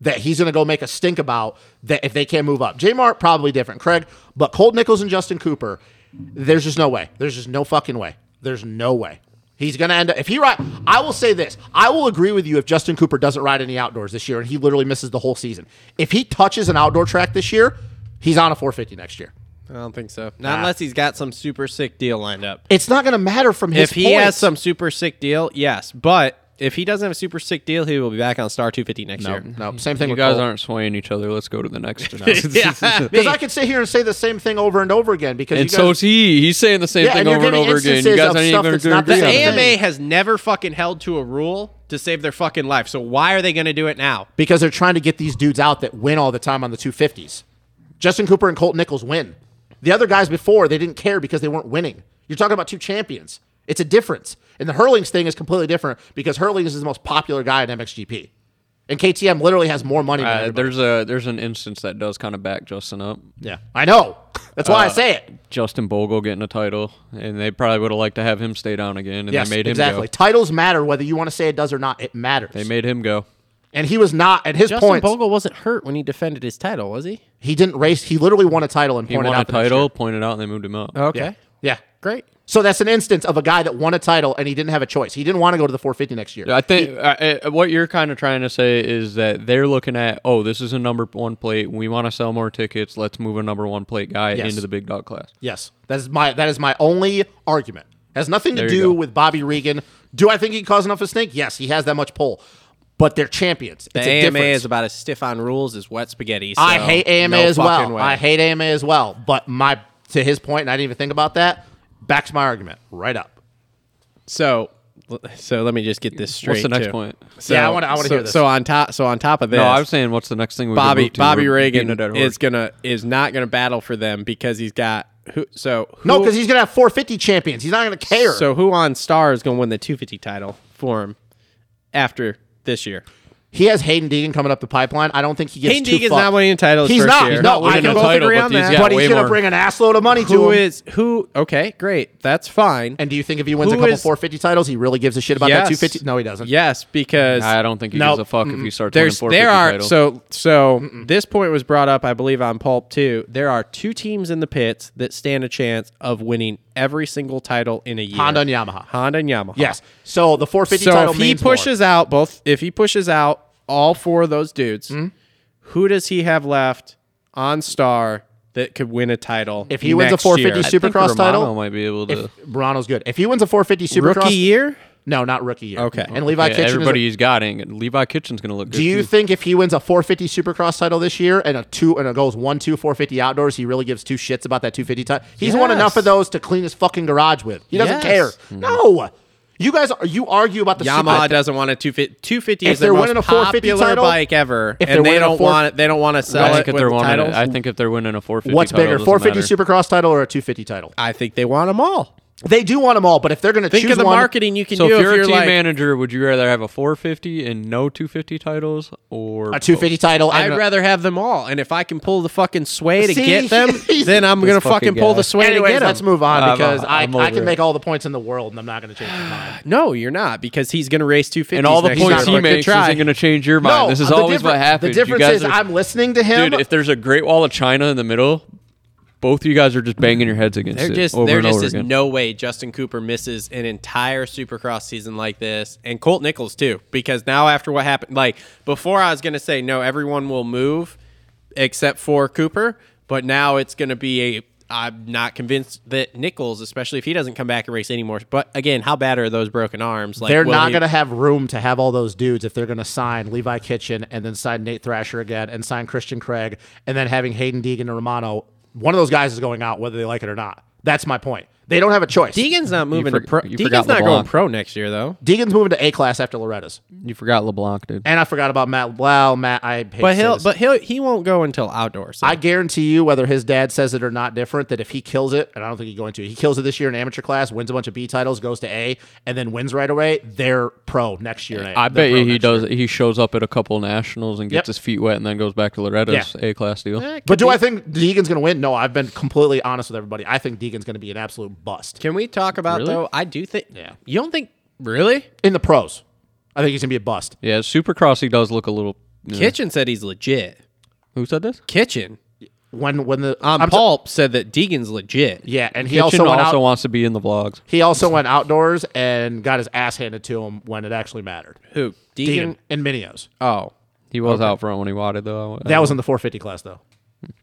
Speaker 5: that he's going to go make a stink about that if they can't move up. J Mart probably different, Craig, but Colt Nichols and Justin Cooper, there's just no way. There's just no fucking way. There's no way. He's going to end up, if he ride, I will say this. I will agree with you if Justin Cooper doesn't ride any outdoors this year and he literally misses the whole season. If he touches an outdoor track this year, he's on a 450 next year.
Speaker 1: I don't think so. Not unless he's got some super sick deal lined up.
Speaker 5: It's not going to matter from his
Speaker 1: if he
Speaker 5: points.
Speaker 1: has some super sick deal, yes. But if he doesn't have a super sick deal, he will be back on star 250 next year.
Speaker 5: No, same thing
Speaker 2: You
Speaker 5: with
Speaker 2: guys
Speaker 5: Cole.
Speaker 2: aren't swaying each other. Let's go to the
Speaker 5: <laughs>
Speaker 2: next. <laughs>
Speaker 1: yeah.
Speaker 5: Because I could sit here and say the same thing over and over again because
Speaker 2: And
Speaker 5: you
Speaker 2: so
Speaker 5: guys,
Speaker 2: is he. He's saying the same
Speaker 5: Yeah,
Speaker 2: thing
Speaker 5: and you're
Speaker 2: over and
Speaker 5: giving
Speaker 2: over again. You
Speaker 5: instances
Speaker 2: guys
Speaker 5: of
Speaker 2: aren't
Speaker 5: stuff
Speaker 2: even
Speaker 5: that's
Speaker 2: going
Speaker 5: not
Speaker 2: to
Speaker 5: the
Speaker 1: The
Speaker 5: Yeah, but-
Speaker 1: AMA has never fucking held to a rule to save their fucking life. So why are they going to do it now?
Speaker 5: because they're trying to get these dudes out that win all the time on the 250s. Justin Cooper and Colt Nichols win. The other guys before, they didn't care because they weren't winning. You're talking about two champions. It's a difference. And the Hurlings thing is completely different because Hurlings is the most popular guy in MXGP. And KTM literally has more money than
Speaker 2: Uh,
Speaker 5: everybody.
Speaker 2: there's a there's an instance that does kind of back Justin up.
Speaker 5: Yeah. I know. That's
Speaker 2: Uh,
Speaker 5: why I say it.
Speaker 2: Justin Bogle getting a title, and they probably would have liked to have him stay down again, and
Speaker 5: Yes,
Speaker 2: they made him
Speaker 5: exactly.
Speaker 2: go.
Speaker 5: Titles matter whether you want to say it does or not. It matters.
Speaker 2: They made him go.
Speaker 5: and he was not at his
Speaker 1: Justin
Speaker 5: points.
Speaker 1: Bogle wasn't hurt when he defended his title, was he?
Speaker 5: he didn't race. He literally won a title and
Speaker 2: He
Speaker 5: pointed
Speaker 2: won a
Speaker 5: out the next Oh.
Speaker 2: title, pointed out, and they moved him up.
Speaker 1: Okay.
Speaker 5: year. Yeah. yeah.
Speaker 1: Great.
Speaker 5: So that's an instance of a guy that won a title and he didn't have a choice. He didn't want to go to the 450 next year.
Speaker 2: I think I, I- what you're kind of trying to say is that they're looking at, oh, this is a number one plate. We want to sell more tickets. Let's move a number one plate guy
Speaker 5: Yes.
Speaker 2: into the big dog class.
Speaker 5: Yes, that is my that is my only argument. Has nothing to
Speaker 2: There you
Speaker 5: do
Speaker 2: go.
Speaker 5: with Bobby Regan. Do I think he caused enough a snake? Yes, he has that much pull, but they're champions.
Speaker 1: The
Speaker 5: It's a
Speaker 1: AMA
Speaker 5: difference.
Speaker 1: is about as stiff on rules as wet spaghetti.
Speaker 5: I
Speaker 1: so
Speaker 5: hate AMA
Speaker 1: no
Speaker 5: as well.
Speaker 1: fucking way.
Speaker 5: I hate AMA as well. But my to his point, and I didn't even think about that. Backs my argument right up.
Speaker 1: So, so let me just get this straight.
Speaker 2: What's the next
Speaker 1: too.
Speaker 2: point?
Speaker 1: So,
Speaker 5: Yeah, I wanna- I wanna
Speaker 1: so-
Speaker 5: hear this.
Speaker 1: So on top, so on top of this,
Speaker 2: No, I was saying, what's the next thing we can
Speaker 1: Bobby
Speaker 2: move to?
Speaker 1: Bobby
Speaker 2: We're beating
Speaker 1: Reagan
Speaker 2: a dead horse.
Speaker 1: is gonna is not gonna battle for them because he's got who. So who,
Speaker 5: No, because he's gonna have 450 champions. He's not gonna care.
Speaker 1: So who on Star is gonna win the 250 title for him after this year?
Speaker 5: he has Hayden Deegan coming up the pipeline. I don't think he gets
Speaker 1: Hayden
Speaker 5: too
Speaker 1: Deegan's
Speaker 5: fucked.
Speaker 1: not winning a title. his
Speaker 5: He's
Speaker 1: first
Speaker 5: not.
Speaker 1: Year.
Speaker 5: He's not
Speaker 2: Not winning
Speaker 1: We can
Speaker 2: a
Speaker 1: both
Speaker 2: title,
Speaker 1: agree
Speaker 2: but
Speaker 1: on
Speaker 2: he's
Speaker 1: that.
Speaker 2: got-
Speaker 5: but he's
Speaker 2: way
Speaker 5: gonna
Speaker 2: more.
Speaker 5: bring an assload of money to
Speaker 1: who
Speaker 5: him.
Speaker 1: is who? Okay, great. That's fine.
Speaker 5: And do you think if he wins a
Speaker 1: Who
Speaker 5: couple
Speaker 1: is-
Speaker 5: 450 titles, he really gives a shit about
Speaker 1: yes,
Speaker 5: that 250? No, he doesn't.
Speaker 1: Yes, because
Speaker 2: I don't think he
Speaker 5: Nope.
Speaker 2: gives a fuck if he starts winning
Speaker 1: There's
Speaker 2: 450
Speaker 1: there are
Speaker 2: titles.
Speaker 1: so so this point was brought up, I believe, on Pulp too. There are two teams in the pits that stand a chance of winning every single title in a year.
Speaker 5: Honda and Yamaha.
Speaker 1: Honda and Yamaha.
Speaker 5: Yes. So the 450
Speaker 1: So
Speaker 5: title
Speaker 1: if he
Speaker 5: means more.
Speaker 1: pushes out both, if he pushes out all four of those dudes,
Speaker 5: Mm-hmm.
Speaker 1: who does he have left on Star that could win a title?
Speaker 5: If he wins a
Speaker 1: next
Speaker 5: 450
Speaker 1: year?
Speaker 2: I think
Speaker 5: Supercross
Speaker 2: Romano
Speaker 5: title?
Speaker 2: might be able to.
Speaker 5: If Morano's good. If he wins a 450 Supercross,
Speaker 1: rookie year?
Speaker 5: no, not rookie year.
Speaker 1: Okay.
Speaker 5: And Levi
Speaker 2: yeah,
Speaker 5: Kitchen. is a-
Speaker 2: everybody he's got ain't. gonna- Levi Kitchen's going to look.
Speaker 5: do
Speaker 2: good
Speaker 5: you
Speaker 2: too.
Speaker 5: think if he wins a 450 Supercross title this year and a two and a goes one two 450 outdoors, he really gives two shits about that 250 title? He's won
Speaker 1: Yes.
Speaker 5: enough of those to clean his fucking garage with. He doesn't
Speaker 1: Yes. Hmm.
Speaker 5: care. No. You guys are you argue about the
Speaker 1: Yamaha
Speaker 5: Super-
Speaker 1: doesn't want a 250. 250
Speaker 5: If
Speaker 1: is their
Speaker 5: they're
Speaker 1: most
Speaker 5: winning a 450
Speaker 1: popular
Speaker 5: title,
Speaker 1: bike ever,
Speaker 5: if they're
Speaker 1: and they
Speaker 5: winning a
Speaker 1: don't
Speaker 5: four-
Speaker 1: want it. They don't want to sell
Speaker 2: I
Speaker 1: it
Speaker 2: think if
Speaker 1: with
Speaker 2: they're winning,
Speaker 1: titles.
Speaker 2: I think if they're winning a 450,
Speaker 5: What's
Speaker 2: title,
Speaker 5: bigger,
Speaker 2: doesn't
Speaker 5: 450
Speaker 2: matter.
Speaker 5: Supercross title or a 250 title?
Speaker 1: I think they want them all.
Speaker 5: They do want them all, but if they're going to
Speaker 1: Think
Speaker 5: choose
Speaker 1: of the
Speaker 5: one,
Speaker 1: marketing you can
Speaker 2: So
Speaker 1: do
Speaker 2: if you're, a team
Speaker 1: like,
Speaker 2: manager, would you rather have a 450 and no 250 titles, or
Speaker 5: a 250 title,
Speaker 1: I'd
Speaker 5: and a-
Speaker 1: rather have them all, and if I can pull the fucking sway to
Speaker 5: See?
Speaker 1: get them, then I'm gonna
Speaker 2: fucking
Speaker 1: fucking pull
Speaker 2: guy.
Speaker 1: the sway
Speaker 5: Anyways,
Speaker 1: to get them.
Speaker 5: let's move on
Speaker 2: I'm-
Speaker 5: because i
Speaker 2: I'm
Speaker 5: I,
Speaker 2: over
Speaker 5: can
Speaker 2: it.
Speaker 5: make all the points in the world and I'm not going to change my mind.
Speaker 1: No, you're not, because he's gonna race 250.
Speaker 2: and all the
Speaker 1: next
Speaker 2: points
Speaker 1: year,
Speaker 2: he
Speaker 1: but good
Speaker 2: makes
Speaker 1: try.
Speaker 2: isn't going to change your mind? this is
Speaker 5: the
Speaker 2: always
Speaker 5: difference-
Speaker 2: what happens.
Speaker 5: The difference
Speaker 2: you guys
Speaker 5: is
Speaker 2: are,
Speaker 5: I'm listening to him.
Speaker 2: dude. If there's a Great Wall of China in the middle, both of you guys are just banging your heads against
Speaker 1: There
Speaker 2: it
Speaker 1: just
Speaker 2: over
Speaker 1: there
Speaker 2: and
Speaker 1: just
Speaker 2: over
Speaker 1: is
Speaker 2: again.
Speaker 1: no way Justin Cooper misses an entire Supercross season like this, and Colt Nichols too, because now after what happened, like before, I was gonna say no, everyone will move except for Cooper, but now it's gonna be a. I'm not convinced that Nichols, especially if he doesn't come back and race anymore. But again, how bad are those broken arms? Like
Speaker 5: they're
Speaker 1: will
Speaker 5: not
Speaker 1: he-
Speaker 5: going to have room to have all those dudes if they're going to sign Levi Kitchen and then sign Nate Thrasher again and sign Christian Craig and then having Hayden Deegan and Romano. One of those guys is going out whether they like it or not. That's my point. They don't have a choice.
Speaker 1: Deegan's not moving
Speaker 2: forg-
Speaker 1: to pro.
Speaker 2: you
Speaker 1: Deegan's
Speaker 2: forgot
Speaker 1: not going
Speaker 2: LeBlanc.
Speaker 1: pro next year though.
Speaker 5: Deegan's moving to A class after Loretta's,
Speaker 2: You forgot LeBlanc, dude.
Speaker 5: and I forgot about Matt. Well, Matt, I hate to
Speaker 1: But
Speaker 5: say
Speaker 1: he'll
Speaker 5: this.
Speaker 1: but he'll he won't go until outdoors.
Speaker 5: I guarantee you, whether his dad says it or not, different that if he kills it, and I don't think he's going to, he kills it this year in amateur class, wins a bunch of B titles, goes to A, and then wins right away. They're pro next year. in A.
Speaker 2: I
Speaker 5: They're
Speaker 2: bet
Speaker 5: pro
Speaker 2: you he
Speaker 5: next
Speaker 2: does. He shows up at a couple nationals and gets
Speaker 5: Yep.
Speaker 2: his feet wet, and then goes back to Loretta's A class deal.
Speaker 5: year. But do I think Deegan's going to win? No, I've been completely honest with everybody. I think Deegan's going to be an absolute bust
Speaker 1: Can we talk about
Speaker 2: Really?
Speaker 1: though? I do think.
Speaker 5: Yeah.
Speaker 1: You don't think really?
Speaker 5: in the pros. I think he's going to be a bust.
Speaker 2: Yeah, Supercross he does look a little. yeah.
Speaker 1: Kitchen said he's legit.
Speaker 2: Who said this?
Speaker 1: Kitchen.
Speaker 3: when when the
Speaker 1: Um,
Speaker 3: I'm so-
Speaker 1: Pulp said that Deegan's legit.
Speaker 3: yeah, and he
Speaker 2: Kitchen
Speaker 3: also went out,
Speaker 2: wants to be in the vlogs.
Speaker 3: he also went outdoors and got his ass handed to him when it actually mattered.
Speaker 1: Who? Deegan?
Speaker 3: Deegan and Minios.
Speaker 1: Oh.
Speaker 2: He was out front when he wanted though.
Speaker 3: That was in the 450 class though.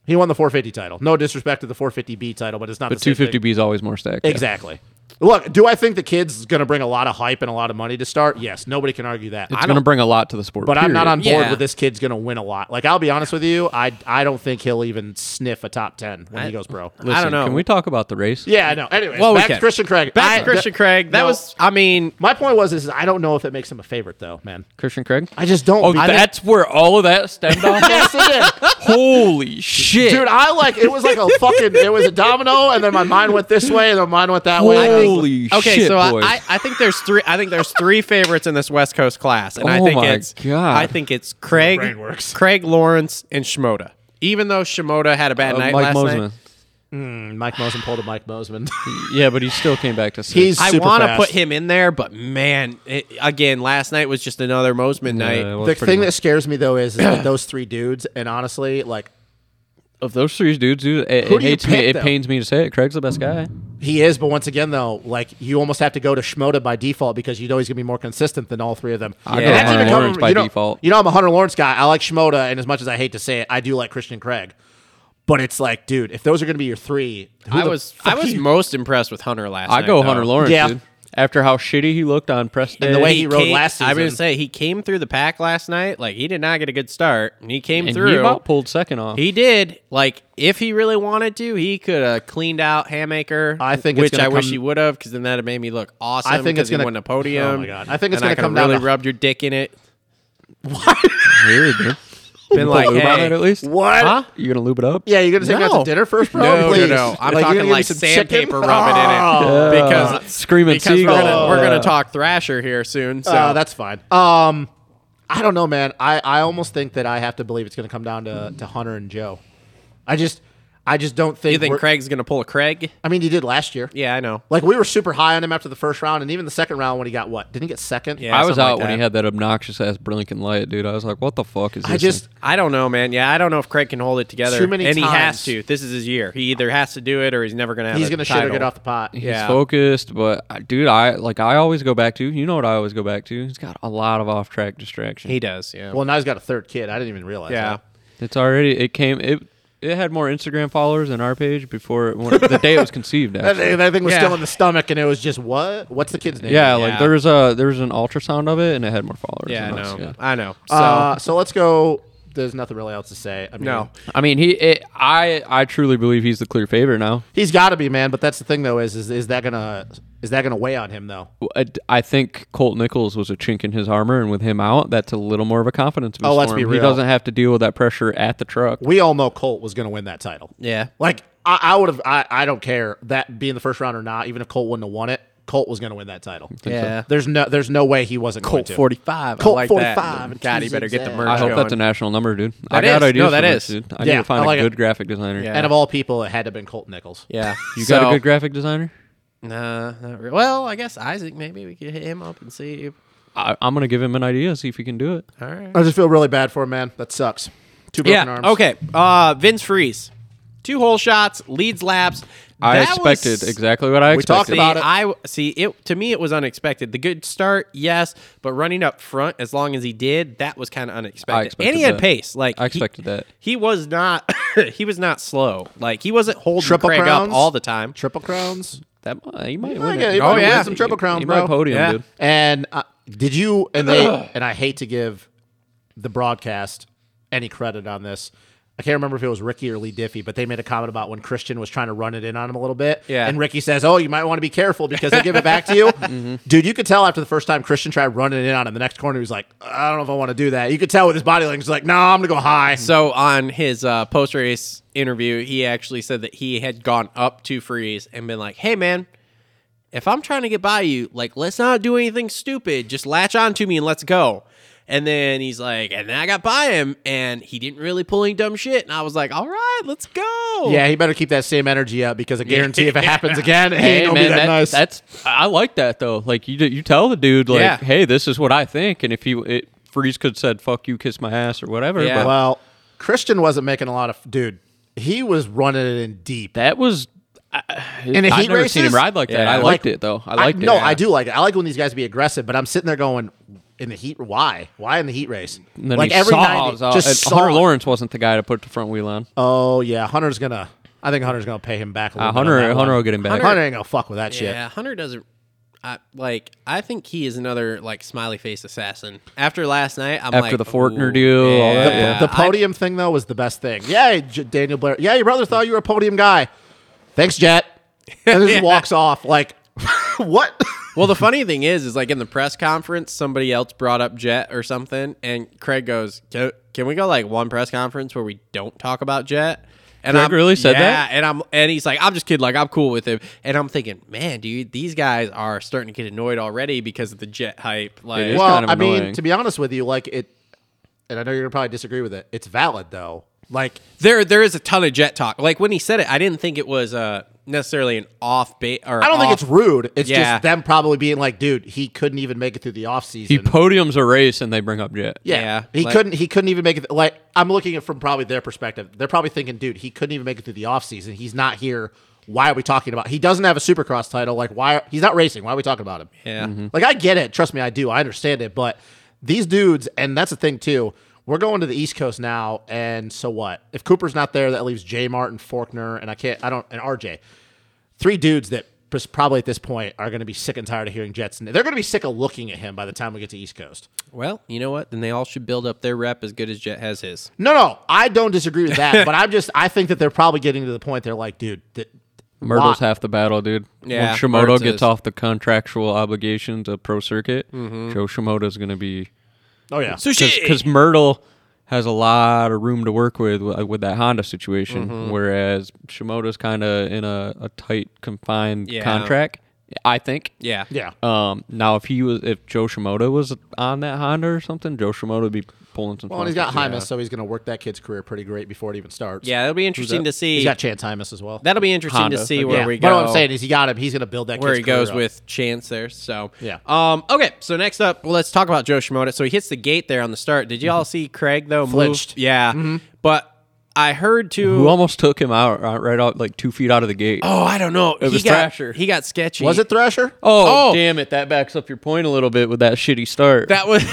Speaker 3: He won the 450 title. No disrespect to the 450B title, but it's not
Speaker 2: but
Speaker 3: the same thing.
Speaker 2: 250B is always more stacked. yeah.
Speaker 3: Exactly. Look, do I think the kid's going to bring a lot of hype and a lot of money to start? Yes, nobody can argue that.
Speaker 2: It's
Speaker 3: I
Speaker 2: going to
Speaker 3: don't,
Speaker 2: bring a lot to the sport.
Speaker 3: but I'm not
Speaker 2: period.
Speaker 3: on board
Speaker 1: Yeah.
Speaker 3: with this kid's going to win a lot. Like I'll be honest with you, I I don't think he'll even sniff a top ten when he goes pro.
Speaker 1: I don't know.
Speaker 2: Can we talk about the race?
Speaker 3: Yeah, I know. Anyway,
Speaker 1: Well, we
Speaker 3: back to
Speaker 1: can.
Speaker 3: Christian Craig.
Speaker 1: Back
Speaker 3: I-
Speaker 1: to Christian
Speaker 3: th-
Speaker 1: Craig. That
Speaker 3: no.
Speaker 1: was, I mean,
Speaker 3: my point. Was is I don't know if it makes him a favorite though, man.
Speaker 2: Christian Craig.
Speaker 3: I just don't.
Speaker 2: Oh,
Speaker 3: I think-
Speaker 2: that's where all of that stemmed off.
Speaker 3: Yes, it is.
Speaker 2: Holy shit!
Speaker 3: dude. I like it was like a fucking it was a domino, and then my mind went this way, and then my mind went that way. I think-
Speaker 2: Holy
Speaker 1: okay,
Speaker 2: shit,
Speaker 1: so
Speaker 2: boys.
Speaker 1: I, I, I think there's three. I think there's three favorites in this West Coast class, and I
Speaker 2: Oh
Speaker 1: think
Speaker 2: my
Speaker 1: it's
Speaker 2: God.
Speaker 1: I think it's Craig,
Speaker 3: brain works.
Speaker 1: Craig Lawrence, and Shimoda. Even though Shimoda had a bad
Speaker 2: Uh,
Speaker 1: night last
Speaker 2: Mike Mosman.
Speaker 1: night,
Speaker 3: Mike Moseman pulled a Mike Moseman.
Speaker 2: Yeah, but he still came back to six.
Speaker 3: He's
Speaker 1: I
Speaker 3: super
Speaker 1: want to
Speaker 3: fast.
Speaker 1: put him in there, but man, it, again, last night was just another Mosman night.
Speaker 2: Yeah, it was
Speaker 3: The
Speaker 2: pretty
Speaker 3: thing
Speaker 2: much-
Speaker 3: that scares me
Speaker 1: <clears throat>
Speaker 3: though is, is that those three dudes, and honestly, like
Speaker 2: of those three dudes, dude, it,
Speaker 3: Who
Speaker 2: it
Speaker 3: do you
Speaker 2: hates me.
Speaker 3: pick,
Speaker 2: It
Speaker 3: though?
Speaker 2: pains me to say it. Craig's the best guy.
Speaker 3: he is, but once again though, like you almost have to go to Schmoda by default because you know he's gonna be more consistent than all three of them.
Speaker 2: I
Speaker 1: go
Speaker 3: And that's
Speaker 1: Hunter
Speaker 3: even coming-
Speaker 2: Lawrence by
Speaker 3: you know,
Speaker 2: default.
Speaker 3: You know, I'm a Hunter Lawrence guy. I like Schmoda, and as much as I hate to say it, I do like Christian Craig. But it's like, dude, if those are gonna be your three, who
Speaker 1: I
Speaker 3: the
Speaker 1: was
Speaker 3: fuck
Speaker 1: I was
Speaker 3: you-
Speaker 1: most impressed with Hunter last
Speaker 2: I
Speaker 1: night.
Speaker 2: go
Speaker 1: though.
Speaker 2: Hunter Lawrence,
Speaker 3: Yeah.
Speaker 2: dude. After how shitty he looked on press day,
Speaker 3: And the way he rode
Speaker 1: Uh, came-
Speaker 3: last
Speaker 1: I was gonna
Speaker 3: season.
Speaker 1: say he came through the pack last night. Like he did not get a good start, and he came
Speaker 2: and
Speaker 1: through.
Speaker 2: he about pulled second off.
Speaker 1: He did. Like, if he really wanted to, he could have cleaned out Hamaker.
Speaker 3: I think it's
Speaker 1: which
Speaker 3: gonna
Speaker 1: I wish
Speaker 3: come-
Speaker 1: he would have, because then that would have made me look awesome.
Speaker 3: I think it's
Speaker 1: 'cause he
Speaker 3: gonna-
Speaker 1: win a podium.
Speaker 3: Oh my God. I think it's
Speaker 1: And
Speaker 3: gonna
Speaker 1: could've
Speaker 3: come down
Speaker 1: Really
Speaker 3: to-
Speaker 1: rubbed your dick in
Speaker 3: <laughs>
Speaker 1: it.
Speaker 2: Weird, <laughs> dude.
Speaker 1: Been
Speaker 2: Put
Speaker 1: like,
Speaker 2: lube on
Speaker 1: hey,
Speaker 2: it at least.
Speaker 3: What?
Speaker 1: Huh?
Speaker 2: You gonna lube it up?
Speaker 3: Yeah, you're gonna take me out
Speaker 1: No.
Speaker 3: to dinner first, bro?
Speaker 1: No, no,
Speaker 3: Please.
Speaker 1: no. I'm
Speaker 3: you're gonna
Speaker 1: talking
Speaker 3: give me
Speaker 1: like
Speaker 3: some chicken? <laughs>
Speaker 1: sandpaper rubbing in
Speaker 3: Oh.
Speaker 1: it
Speaker 2: Uh,
Speaker 1: because
Speaker 2: screaming
Speaker 1: because we're
Speaker 2: seagull.
Speaker 1: gonna, we're gonna
Speaker 2: Yeah.
Speaker 1: talk Thrasher here soon. So
Speaker 3: Uh, that's fine. Um, I don't know, man. I, I almost think that I have to believe it's going to come down to, to Hunter and Joe. I just I just don't think.
Speaker 1: you think
Speaker 3: we're-
Speaker 1: Craig's gonna pull a Craig?
Speaker 3: I mean, he did last year.
Speaker 1: Yeah, I know.
Speaker 3: Like we were super high on him after the first round, and even the second round when he got what? Didn't he get second?
Speaker 1: Yeah.
Speaker 2: I was
Speaker 1: something
Speaker 2: out
Speaker 1: like
Speaker 2: when he
Speaker 1: that.
Speaker 2: had that obnoxious ass blinking light, dude. I was like, what the fuck is this?
Speaker 3: I just
Speaker 1: I don't know, man. Yeah, I don't know if Craig can hold it together.
Speaker 3: Too many
Speaker 1: and he has
Speaker 3: times.
Speaker 1: to. This is his year. He either has to do it or he's never gonna. Have
Speaker 3: he's
Speaker 1: a
Speaker 3: going to shit or
Speaker 1: title.
Speaker 3: get off the pot.
Speaker 2: He's
Speaker 1: yeah.
Speaker 2: focused, but I- dude, I like I always go back to. You know what I always go back to? He's got a lot of off track distraction.
Speaker 1: He does. Yeah.
Speaker 3: Well, now he's got a third kid. I didn't even realize.
Speaker 1: yeah.
Speaker 3: that.
Speaker 2: It's already it came it it had more Instagram followers than our page before it, when, the day it was conceived.
Speaker 3: <laughs> That,
Speaker 2: Actually.
Speaker 3: thing- that thing was
Speaker 1: Yeah.
Speaker 3: still in the stomach, and it was just what? What's the kid's name?
Speaker 2: Yeah, like
Speaker 1: Yeah.
Speaker 2: there was a there was an ultrasound of it and it had more followers.
Speaker 1: Yeah, I
Speaker 2: than us,
Speaker 1: know.
Speaker 2: yeah.
Speaker 1: I know. So
Speaker 3: Uh, so let's go. There's nothing really else to say. I mean,
Speaker 1: no,
Speaker 2: I mean, he it, I I truly believe he's the clear favorite now.
Speaker 3: He's got to be, man. But that's the thing, though, is is, is that gonna is that gonna weigh on him though?
Speaker 2: I, I think Colt Nichols was a chink in his armor, and with him out, that's a little more of a confidence boost.
Speaker 3: Oh, let's
Speaker 2: for
Speaker 3: be
Speaker 2: him. He
Speaker 3: real.
Speaker 2: doesn't have to deal with that pressure at the truck.
Speaker 3: We all know Colt was gonna win that title.
Speaker 1: yeah.
Speaker 3: Like I, I would have. I, I don't care that being the first round or not. Even if Colt wouldn't have won it, Colt was gonna win that title.
Speaker 1: Yeah.
Speaker 3: There's no there's no way he wasn't going to.
Speaker 1: five.
Speaker 3: Colt 45 and
Speaker 1: God, he
Speaker 3: two
Speaker 1: better get the
Speaker 3: zigzag.
Speaker 1: merch.
Speaker 2: I hope
Speaker 1: going.
Speaker 2: that's a national number, dude. I
Speaker 1: That
Speaker 2: got
Speaker 1: is.
Speaker 2: ideas.
Speaker 1: No,
Speaker 2: for
Speaker 1: that
Speaker 2: this,
Speaker 1: is.
Speaker 2: dude. I
Speaker 3: Yeah,
Speaker 2: need to find
Speaker 3: I like
Speaker 2: a good
Speaker 3: it.
Speaker 2: graphic designer.
Speaker 1: Yeah.
Speaker 3: And of all people, it had to have been Colt Nichols.
Speaker 1: <laughs> Yeah.
Speaker 2: You got a good graphic designer?
Speaker 1: Nah, not re- well, I guess Isaac. Maybe we could hit him up and see. If,
Speaker 2: I, I'm gonna give him an idea, see if he can do it.
Speaker 1: all right.
Speaker 3: I just feel really bad for him, man. That sucks. Two broken
Speaker 1: Yeah.
Speaker 3: arms.
Speaker 1: Okay. Uh, Vince Freeze, two whole shots, leads laps.
Speaker 2: I
Speaker 1: That
Speaker 2: expected
Speaker 1: was-
Speaker 2: exactly what I
Speaker 3: We talked
Speaker 2: expected.
Speaker 3: about it.
Speaker 1: I see it to me. It was unexpected. The good start, yes, but running up front as long as he did, that was kind of
Speaker 2: I
Speaker 1: unexpected.
Speaker 2: expected
Speaker 1: And he had
Speaker 2: that.
Speaker 1: pace. Like
Speaker 2: I
Speaker 1: he-
Speaker 2: expected that.
Speaker 1: He was not. <coughs> he was not slow. Like he wasn't holding
Speaker 3: Triple
Speaker 1: Craig
Speaker 3: crowns?
Speaker 1: up all the time.
Speaker 3: Triple crowns.
Speaker 2: That might- he might
Speaker 3: might
Speaker 2: win
Speaker 3: get-
Speaker 2: it.
Speaker 3: he
Speaker 1: might Oh, win yeah.
Speaker 3: some Triple Crowns,
Speaker 2: he
Speaker 3: bro.
Speaker 2: Might podium,
Speaker 1: Yeah.
Speaker 2: dude.
Speaker 3: And uh, did you and they and I hate to give the broadcast any credit on this. I can't remember if it was Ricky or Lee Diffie, but they made a comment about when Christian was trying to run it in on him a little bit.
Speaker 1: Yeah.
Speaker 3: And Ricky says, Oh, you might want to be careful because they give it back to you. Dude, you could tell after the first time Christian tried running in on him, the next corner he was like, I don't know if I want to do that. You could tell with his body language, he's like, No, I'm going to go high.
Speaker 1: Mm-hmm. So on his uh, post race interview, he actually said that he had gone up to Freeze and been like, "Hey man, if I'm trying to get by you, like let's not do anything stupid. Just latch on to me and let's go." And then he's like, and then I got by him, and he didn't really pull any dumb shit. And I was like, all right, let's go.
Speaker 3: yeah, he better keep that same energy up because I guarantee if it happens again, it ain't
Speaker 2: Hey
Speaker 3: gonna
Speaker 2: man,
Speaker 3: be that,
Speaker 2: that-
Speaker 3: nice.
Speaker 2: that's I like that though. Like you, you tell the dude like,
Speaker 1: Yeah.
Speaker 2: hey, this is what I think, and if he it, Freeze could said, "Fuck you, kiss my ass" or whatever.
Speaker 1: Yeah.
Speaker 2: but-
Speaker 3: Well, Christian wasn't making a lot of dude. he was running it in deep.
Speaker 2: That was. I,
Speaker 3: the
Speaker 2: I've
Speaker 3: heat
Speaker 2: never seen
Speaker 3: races?
Speaker 2: him ride like that.
Speaker 3: Yeah.
Speaker 2: I
Speaker 3: Like-
Speaker 2: liked it though. I liked it.
Speaker 3: No, I do like it. I like when these guys be aggressive, but I'm sitting there going, in the heat, why? Why in the heat race?
Speaker 2: And then
Speaker 3: like
Speaker 2: he saws
Speaker 3: 90
Speaker 2: out- and
Speaker 3: just
Speaker 2: Hunter
Speaker 3: saw.
Speaker 2: Lawrence wasn't the guy to put the front wheel on.
Speaker 3: Oh yeah, Hunter's gonna. I think Hunter's gonna pay him back. A little
Speaker 2: Uh,
Speaker 3: bit on
Speaker 2: Hunter,
Speaker 3: that
Speaker 2: Hunter
Speaker 3: one.
Speaker 2: will get him back.
Speaker 3: Hunter, Hunter ain't gonna fuck with that shit.
Speaker 1: Yeah, Hunter doesn't. I, like I think he is another like smiley face assassin. After last night, I'm like
Speaker 2: After the Fortner
Speaker 1: ooh,
Speaker 2: deal, all that,
Speaker 3: The,
Speaker 2: Yeah.
Speaker 3: the podium thing though was the best thing. Yay, J- Daniel Blair. Yeah, your brother thought you were a podium guy. Thanks, Jet.
Speaker 2: <laughs>
Speaker 3: And then just walks off like, <laughs> what?
Speaker 1: Well, the funny thing is, is like in the press conference, somebody else brought up Jet or something, and Craig goes, "Can, can we go like one press conference where we don't talk about Jet?" And
Speaker 2: Craig
Speaker 1: I'm,
Speaker 2: really said
Speaker 1: yeah,
Speaker 2: that?
Speaker 1: and I'm and he's like, "I'm just kidding, like I'm cool with him." And I'm thinking, man, dude, these guys are starting to get annoyed already because of the Jet hype. Like,
Speaker 2: is.
Speaker 3: well,
Speaker 2: kind of
Speaker 3: I mean,
Speaker 2: annoying.
Speaker 3: to be honest with you, like it, and I know you're gonna probably disagree with it. It's valid though. Like
Speaker 1: there there is a ton of Jet talk. Like when he said it, I didn't think it was uh, necessarily an off bait or
Speaker 3: I don't think
Speaker 1: off-
Speaker 3: it's rude. It's
Speaker 1: Yeah.
Speaker 3: just them probably being like, dude, he couldn't even make it through the off season.
Speaker 2: He podiums a race and they bring up Jet.
Speaker 3: yeah,
Speaker 1: Yeah,
Speaker 3: he
Speaker 1: like-
Speaker 3: couldn't. He couldn't even make it. Like I'm looking at from probably their perspective. They're probably thinking, dude, he couldn't even make it through the off season. He's not here. Why are we talking about? He doesn't have a Supercross title. Like why? He's not racing. Why are we talking about him? Mm-hmm.
Speaker 1: Yeah.
Speaker 3: Like I get it. Trust me, I do. I understand it. But these dudes, and that's the thing too. We're going to the East Coast now, and so what? If Cooper's not there, that leaves J. Martin, Forkner, and I can't. I don't. And RJ, three dudes that pres- probably at this point are going to be sick and tired of hearing Jetson. They're going to be sick of looking at him by the time we get to East Coast.
Speaker 1: Well, you know what? Then they all should build up their rep as good as Jet has his.
Speaker 3: No, no, I don't disagree with that, but I'm just I think that they're probably getting to the point they're like, dude, th-
Speaker 2: Myrtle's
Speaker 3: Lot.
Speaker 2: half the battle, dude.
Speaker 1: Yeah,
Speaker 2: when Shimoda
Speaker 1: Mertz
Speaker 2: gets
Speaker 1: is.
Speaker 2: off the contractual obligations of pro circuit,
Speaker 3: Mm-hmm.
Speaker 2: Joe Shimoda's going to be
Speaker 3: oh yeah,
Speaker 2: because Myrtle has a lot of room to work with with with that Honda situation,
Speaker 1: Mm-hmm.
Speaker 2: whereas Shimoda's kind of in a, a tight confined
Speaker 1: Yeah.
Speaker 2: contract. I think.
Speaker 1: Yeah.
Speaker 3: yeah.
Speaker 2: Um, now, if he was, if Joe Shimoda was on that Honda or something, Joe Shimoda would be pulling some.
Speaker 3: Well, Oh, and he's got
Speaker 2: punches.
Speaker 3: Hymus, so he's going to work that kid's career pretty great before it even starts.
Speaker 1: Yeah, that'll be interesting to see.
Speaker 3: he's got Chance Hymus as well.
Speaker 1: That'll be interesting
Speaker 2: Honda.
Speaker 1: to see
Speaker 2: Okay.
Speaker 1: where
Speaker 3: yeah.
Speaker 1: we
Speaker 3: But
Speaker 1: go.
Speaker 3: what I'm saying is, he got him. He's going to build that
Speaker 1: where
Speaker 3: kid's
Speaker 1: he
Speaker 3: career
Speaker 1: goes
Speaker 3: up.
Speaker 1: with Chance there. So
Speaker 3: Yeah.
Speaker 1: Um. Okay. So next up, well, let's talk about Joe Shimoda. So he hits the gate there on the start. Did you all see Craig though? move?
Speaker 3: Mm-hmm. Flinched. Mm-hmm.
Speaker 1: Yeah. But I heard too.
Speaker 2: Who almost took him out uh, right out like two feet out of the gate?
Speaker 1: oh, I don't know. It he
Speaker 2: was
Speaker 1: got,
Speaker 2: Thrasher.
Speaker 1: He got sketchy.
Speaker 3: Was it Thrasher?
Speaker 2: Oh,
Speaker 1: Oh.
Speaker 2: damn it! That backs up your point a little bit with that shitty start.
Speaker 1: that was?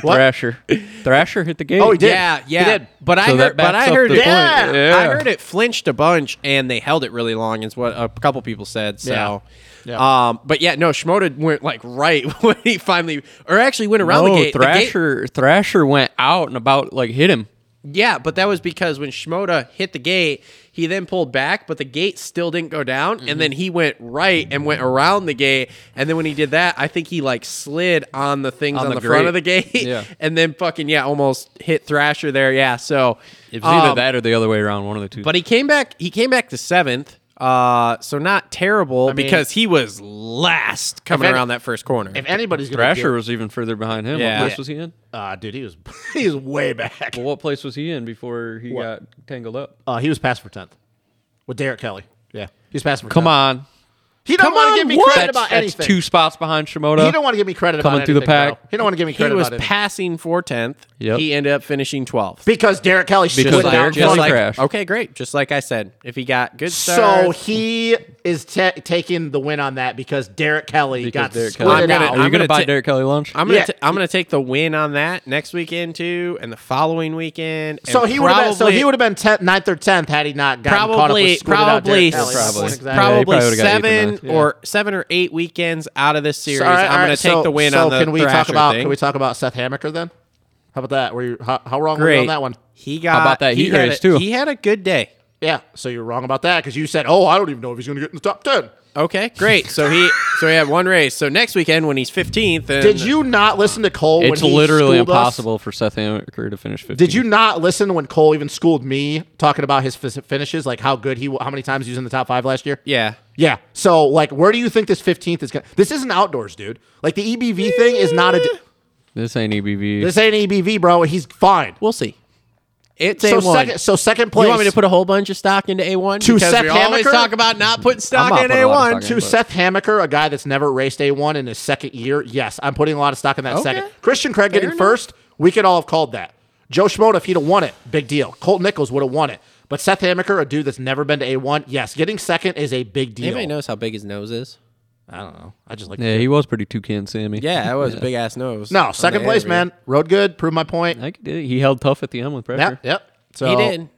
Speaker 1: <laughs>
Speaker 2: Thrasher. Thrasher hit the gate.
Speaker 3: Oh, <laughs> he did.
Speaker 1: Yeah.
Speaker 3: He
Speaker 1: Yeah.
Speaker 3: did.
Speaker 1: But I
Speaker 2: So
Speaker 1: heard.
Speaker 2: that
Speaker 1: But
Speaker 2: backs
Speaker 1: I
Speaker 2: up
Speaker 1: heard
Speaker 2: the
Speaker 1: it.
Speaker 2: point. Yeah.
Speaker 1: I heard it flinched a bunch, and they held it really long. Is what a couple people said. So.
Speaker 3: Yeah. Yeah.
Speaker 1: Um, but yeah, no, Shimoda went like right <laughs> when he finally, or actually went around
Speaker 2: No,
Speaker 1: the gate. The gate-
Speaker 2: Thrasher. Thrasher went out and about like hit him.
Speaker 1: Yeah, but that was because when Shimoda hit the gate, he then pulled back, but the gate still didn't go down. And then he went right and went around the gate. And then when he did that, I think he like slid on the things on,
Speaker 2: On
Speaker 1: the,
Speaker 2: the
Speaker 1: front
Speaker 2: grate.
Speaker 1: of the gate.
Speaker 2: Yeah.
Speaker 1: <laughs> and then fucking, yeah, almost hit Thrasher there. Yeah. So
Speaker 2: It was either
Speaker 1: um,
Speaker 2: that or the other way around. One of the two.
Speaker 1: But he came back, he came back to seventh. Uh, so not terrible
Speaker 3: mean-
Speaker 1: because he was last coming
Speaker 3: any-
Speaker 1: around that first corner.
Speaker 3: If anybody's going
Speaker 2: Thrasher
Speaker 3: to
Speaker 2: was even further behind him.
Speaker 1: Yeah.
Speaker 2: What place was he in?
Speaker 3: uh, dude, he was <laughs> he was way back.
Speaker 2: Well, what place was he in before he got tangled up?
Speaker 3: Uh, he was passed for tenth with Derek Kelly. Yeah, he's passed for.
Speaker 2: Come
Speaker 3: 10th.
Speaker 2: on.
Speaker 3: he don't want to give me credit
Speaker 2: That's,
Speaker 3: about
Speaker 2: that's
Speaker 3: anything.
Speaker 2: two spots behind Shimoda.
Speaker 3: He don't want to give me credit
Speaker 2: Coming
Speaker 3: about
Speaker 2: through the
Speaker 3: anything,
Speaker 2: pack.
Speaker 3: bro. He don't want to give me
Speaker 1: he
Speaker 3: credit
Speaker 1: was
Speaker 3: about anything.
Speaker 1: passing for 10th.
Speaker 2: Yep.
Speaker 1: He ended up finishing 12th.
Speaker 3: because Derek Kelly slid
Speaker 2: Because
Speaker 3: down
Speaker 2: Derek
Speaker 3: in front
Speaker 1: just
Speaker 3: of
Speaker 2: Kelly
Speaker 1: like,
Speaker 3: him.
Speaker 2: crashed.
Speaker 1: Okay, great. Just like I said, if he got good
Speaker 3: So
Speaker 1: starts,
Speaker 3: he is te- taking the win on that because Derek Kelly got
Speaker 2: Derek
Speaker 3: split
Speaker 2: Kelly-
Speaker 1: I'm gonna-
Speaker 3: out.
Speaker 2: Are you
Speaker 1: I'm
Speaker 2: going
Speaker 1: gonna
Speaker 2: to buy
Speaker 1: ta-
Speaker 2: Derek Kelly lunch?
Speaker 1: I'm gonna
Speaker 3: yeah.
Speaker 1: ta- I'm gonna take the win on that next weekend too, and the following weekend. and
Speaker 3: so he would have been so
Speaker 1: probably-
Speaker 3: he would have been tenth, ninth or tenth had he not gotten caught up
Speaker 1: probably
Speaker 3: with splitting out
Speaker 1: probably
Speaker 3: Derek
Speaker 1: s-
Speaker 3: Kelly.
Speaker 2: Probably.
Speaker 1: probably,
Speaker 2: Yeah, he probably would've got eighth or
Speaker 1: seven
Speaker 2: ninth, yeah.
Speaker 1: or seven or eight weekends out of this series.
Speaker 3: So, all right,
Speaker 1: I'm
Speaker 3: all
Speaker 1: gonna
Speaker 3: right,
Speaker 1: take
Speaker 3: so-
Speaker 1: the win
Speaker 3: so
Speaker 1: on the
Speaker 3: can we
Speaker 1: Thrasher
Speaker 3: talk about
Speaker 1: thing.
Speaker 3: can we talk about Seth Hammaker then? How about that? Were you how, how wrong were
Speaker 1: great
Speaker 3: you on that one?
Speaker 1: He got
Speaker 2: about that
Speaker 1: he
Speaker 2: heat
Speaker 1: had
Speaker 2: race,
Speaker 1: a-
Speaker 2: too?
Speaker 1: He had a good day.
Speaker 3: Yeah, so you're wrong about that because you said, "Oh, I don't even know if he's going to get in the top 10.
Speaker 1: Okay, great. So he so he had one race. So next weekend when he's 15th, and
Speaker 3: Did you not listen to Cole?
Speaker 2: It's
Speaker 3: when he
Speaker 2: literally
Speaker 3: schooled us?
Speaker 2: impossible for Seth Amaker to finish 15.
Speaker 3: Did you not listen when Cole even schooled me talking about his f- finishes, like how good he, w- how many times he was in the top five last year?
Speaker 1: Yeah.
Speaker 3: Yeah. So, like, where do you think this 15th is going? to This isn't outdoors, dude. Like, the EBV thing is not
Speaker 1: Eh.
Speaker 3: a. d-
Speaker 2: This ain't E EBV.
Speaker 3: This ain't EBV, bro. He's fine.
Speaker 1: We'll see. It's
Speaker 3: So
Speaker 1: a one.
Speaker 3: second, so second place.
Speaker 1: You want me to put a whole bunch of stock into A1?
Speaker 3: To
Speaker 1: because
Speaker 3: Seth
Speaker 1: we always
Speaker 3: Hammaker?
Speaker 1: talk about not putting
Speaker 2: I'm
Speaker 1: stock
Speaker 2: not
Speaker 1: in
Speaker 2: putting a lot of
Speaker 1: A1.
Speaker 2: stock in.
Speaker 3: to
Speaker 2: but-
Speaker 3: Seth Hammaker, a guy that's never raced A1 in his second year? Yes, I'm putting a lot of stock in that
Speaker 1: Okay.
Speaker 3: second. Christian Craig
Speaker 1: Fair
Speaker 3: getting
Speaker 1: enough.
Speaker 3: first, we could all have called that. Joe Schmoda, if he'd have won it, big deal. Colt Nichols would have won it. But Seth Hamaker, a dude that's never been to A1, yes, getting second is a big deal.
Speaker 1: Anybody knows how big his nose is?
Speaker 3: I don't know. I just like
Speaker 2: Yeah, he was pretty toucan Sammy.
Speaker 1: <laughs> Yeah, that was a big ass nose.
Speaker 3: No,
Speaker 1: on
Speaker 3: second
Speaker 1: the
Speaker 3: place,
Speaker 1: interview.
Speaker 3: man. Rode good. Prove my point.
Speaker 2: I did. He held tough at the end with pressure.
Speaker 3: Yep. Yep. So
Speaker 1: He did.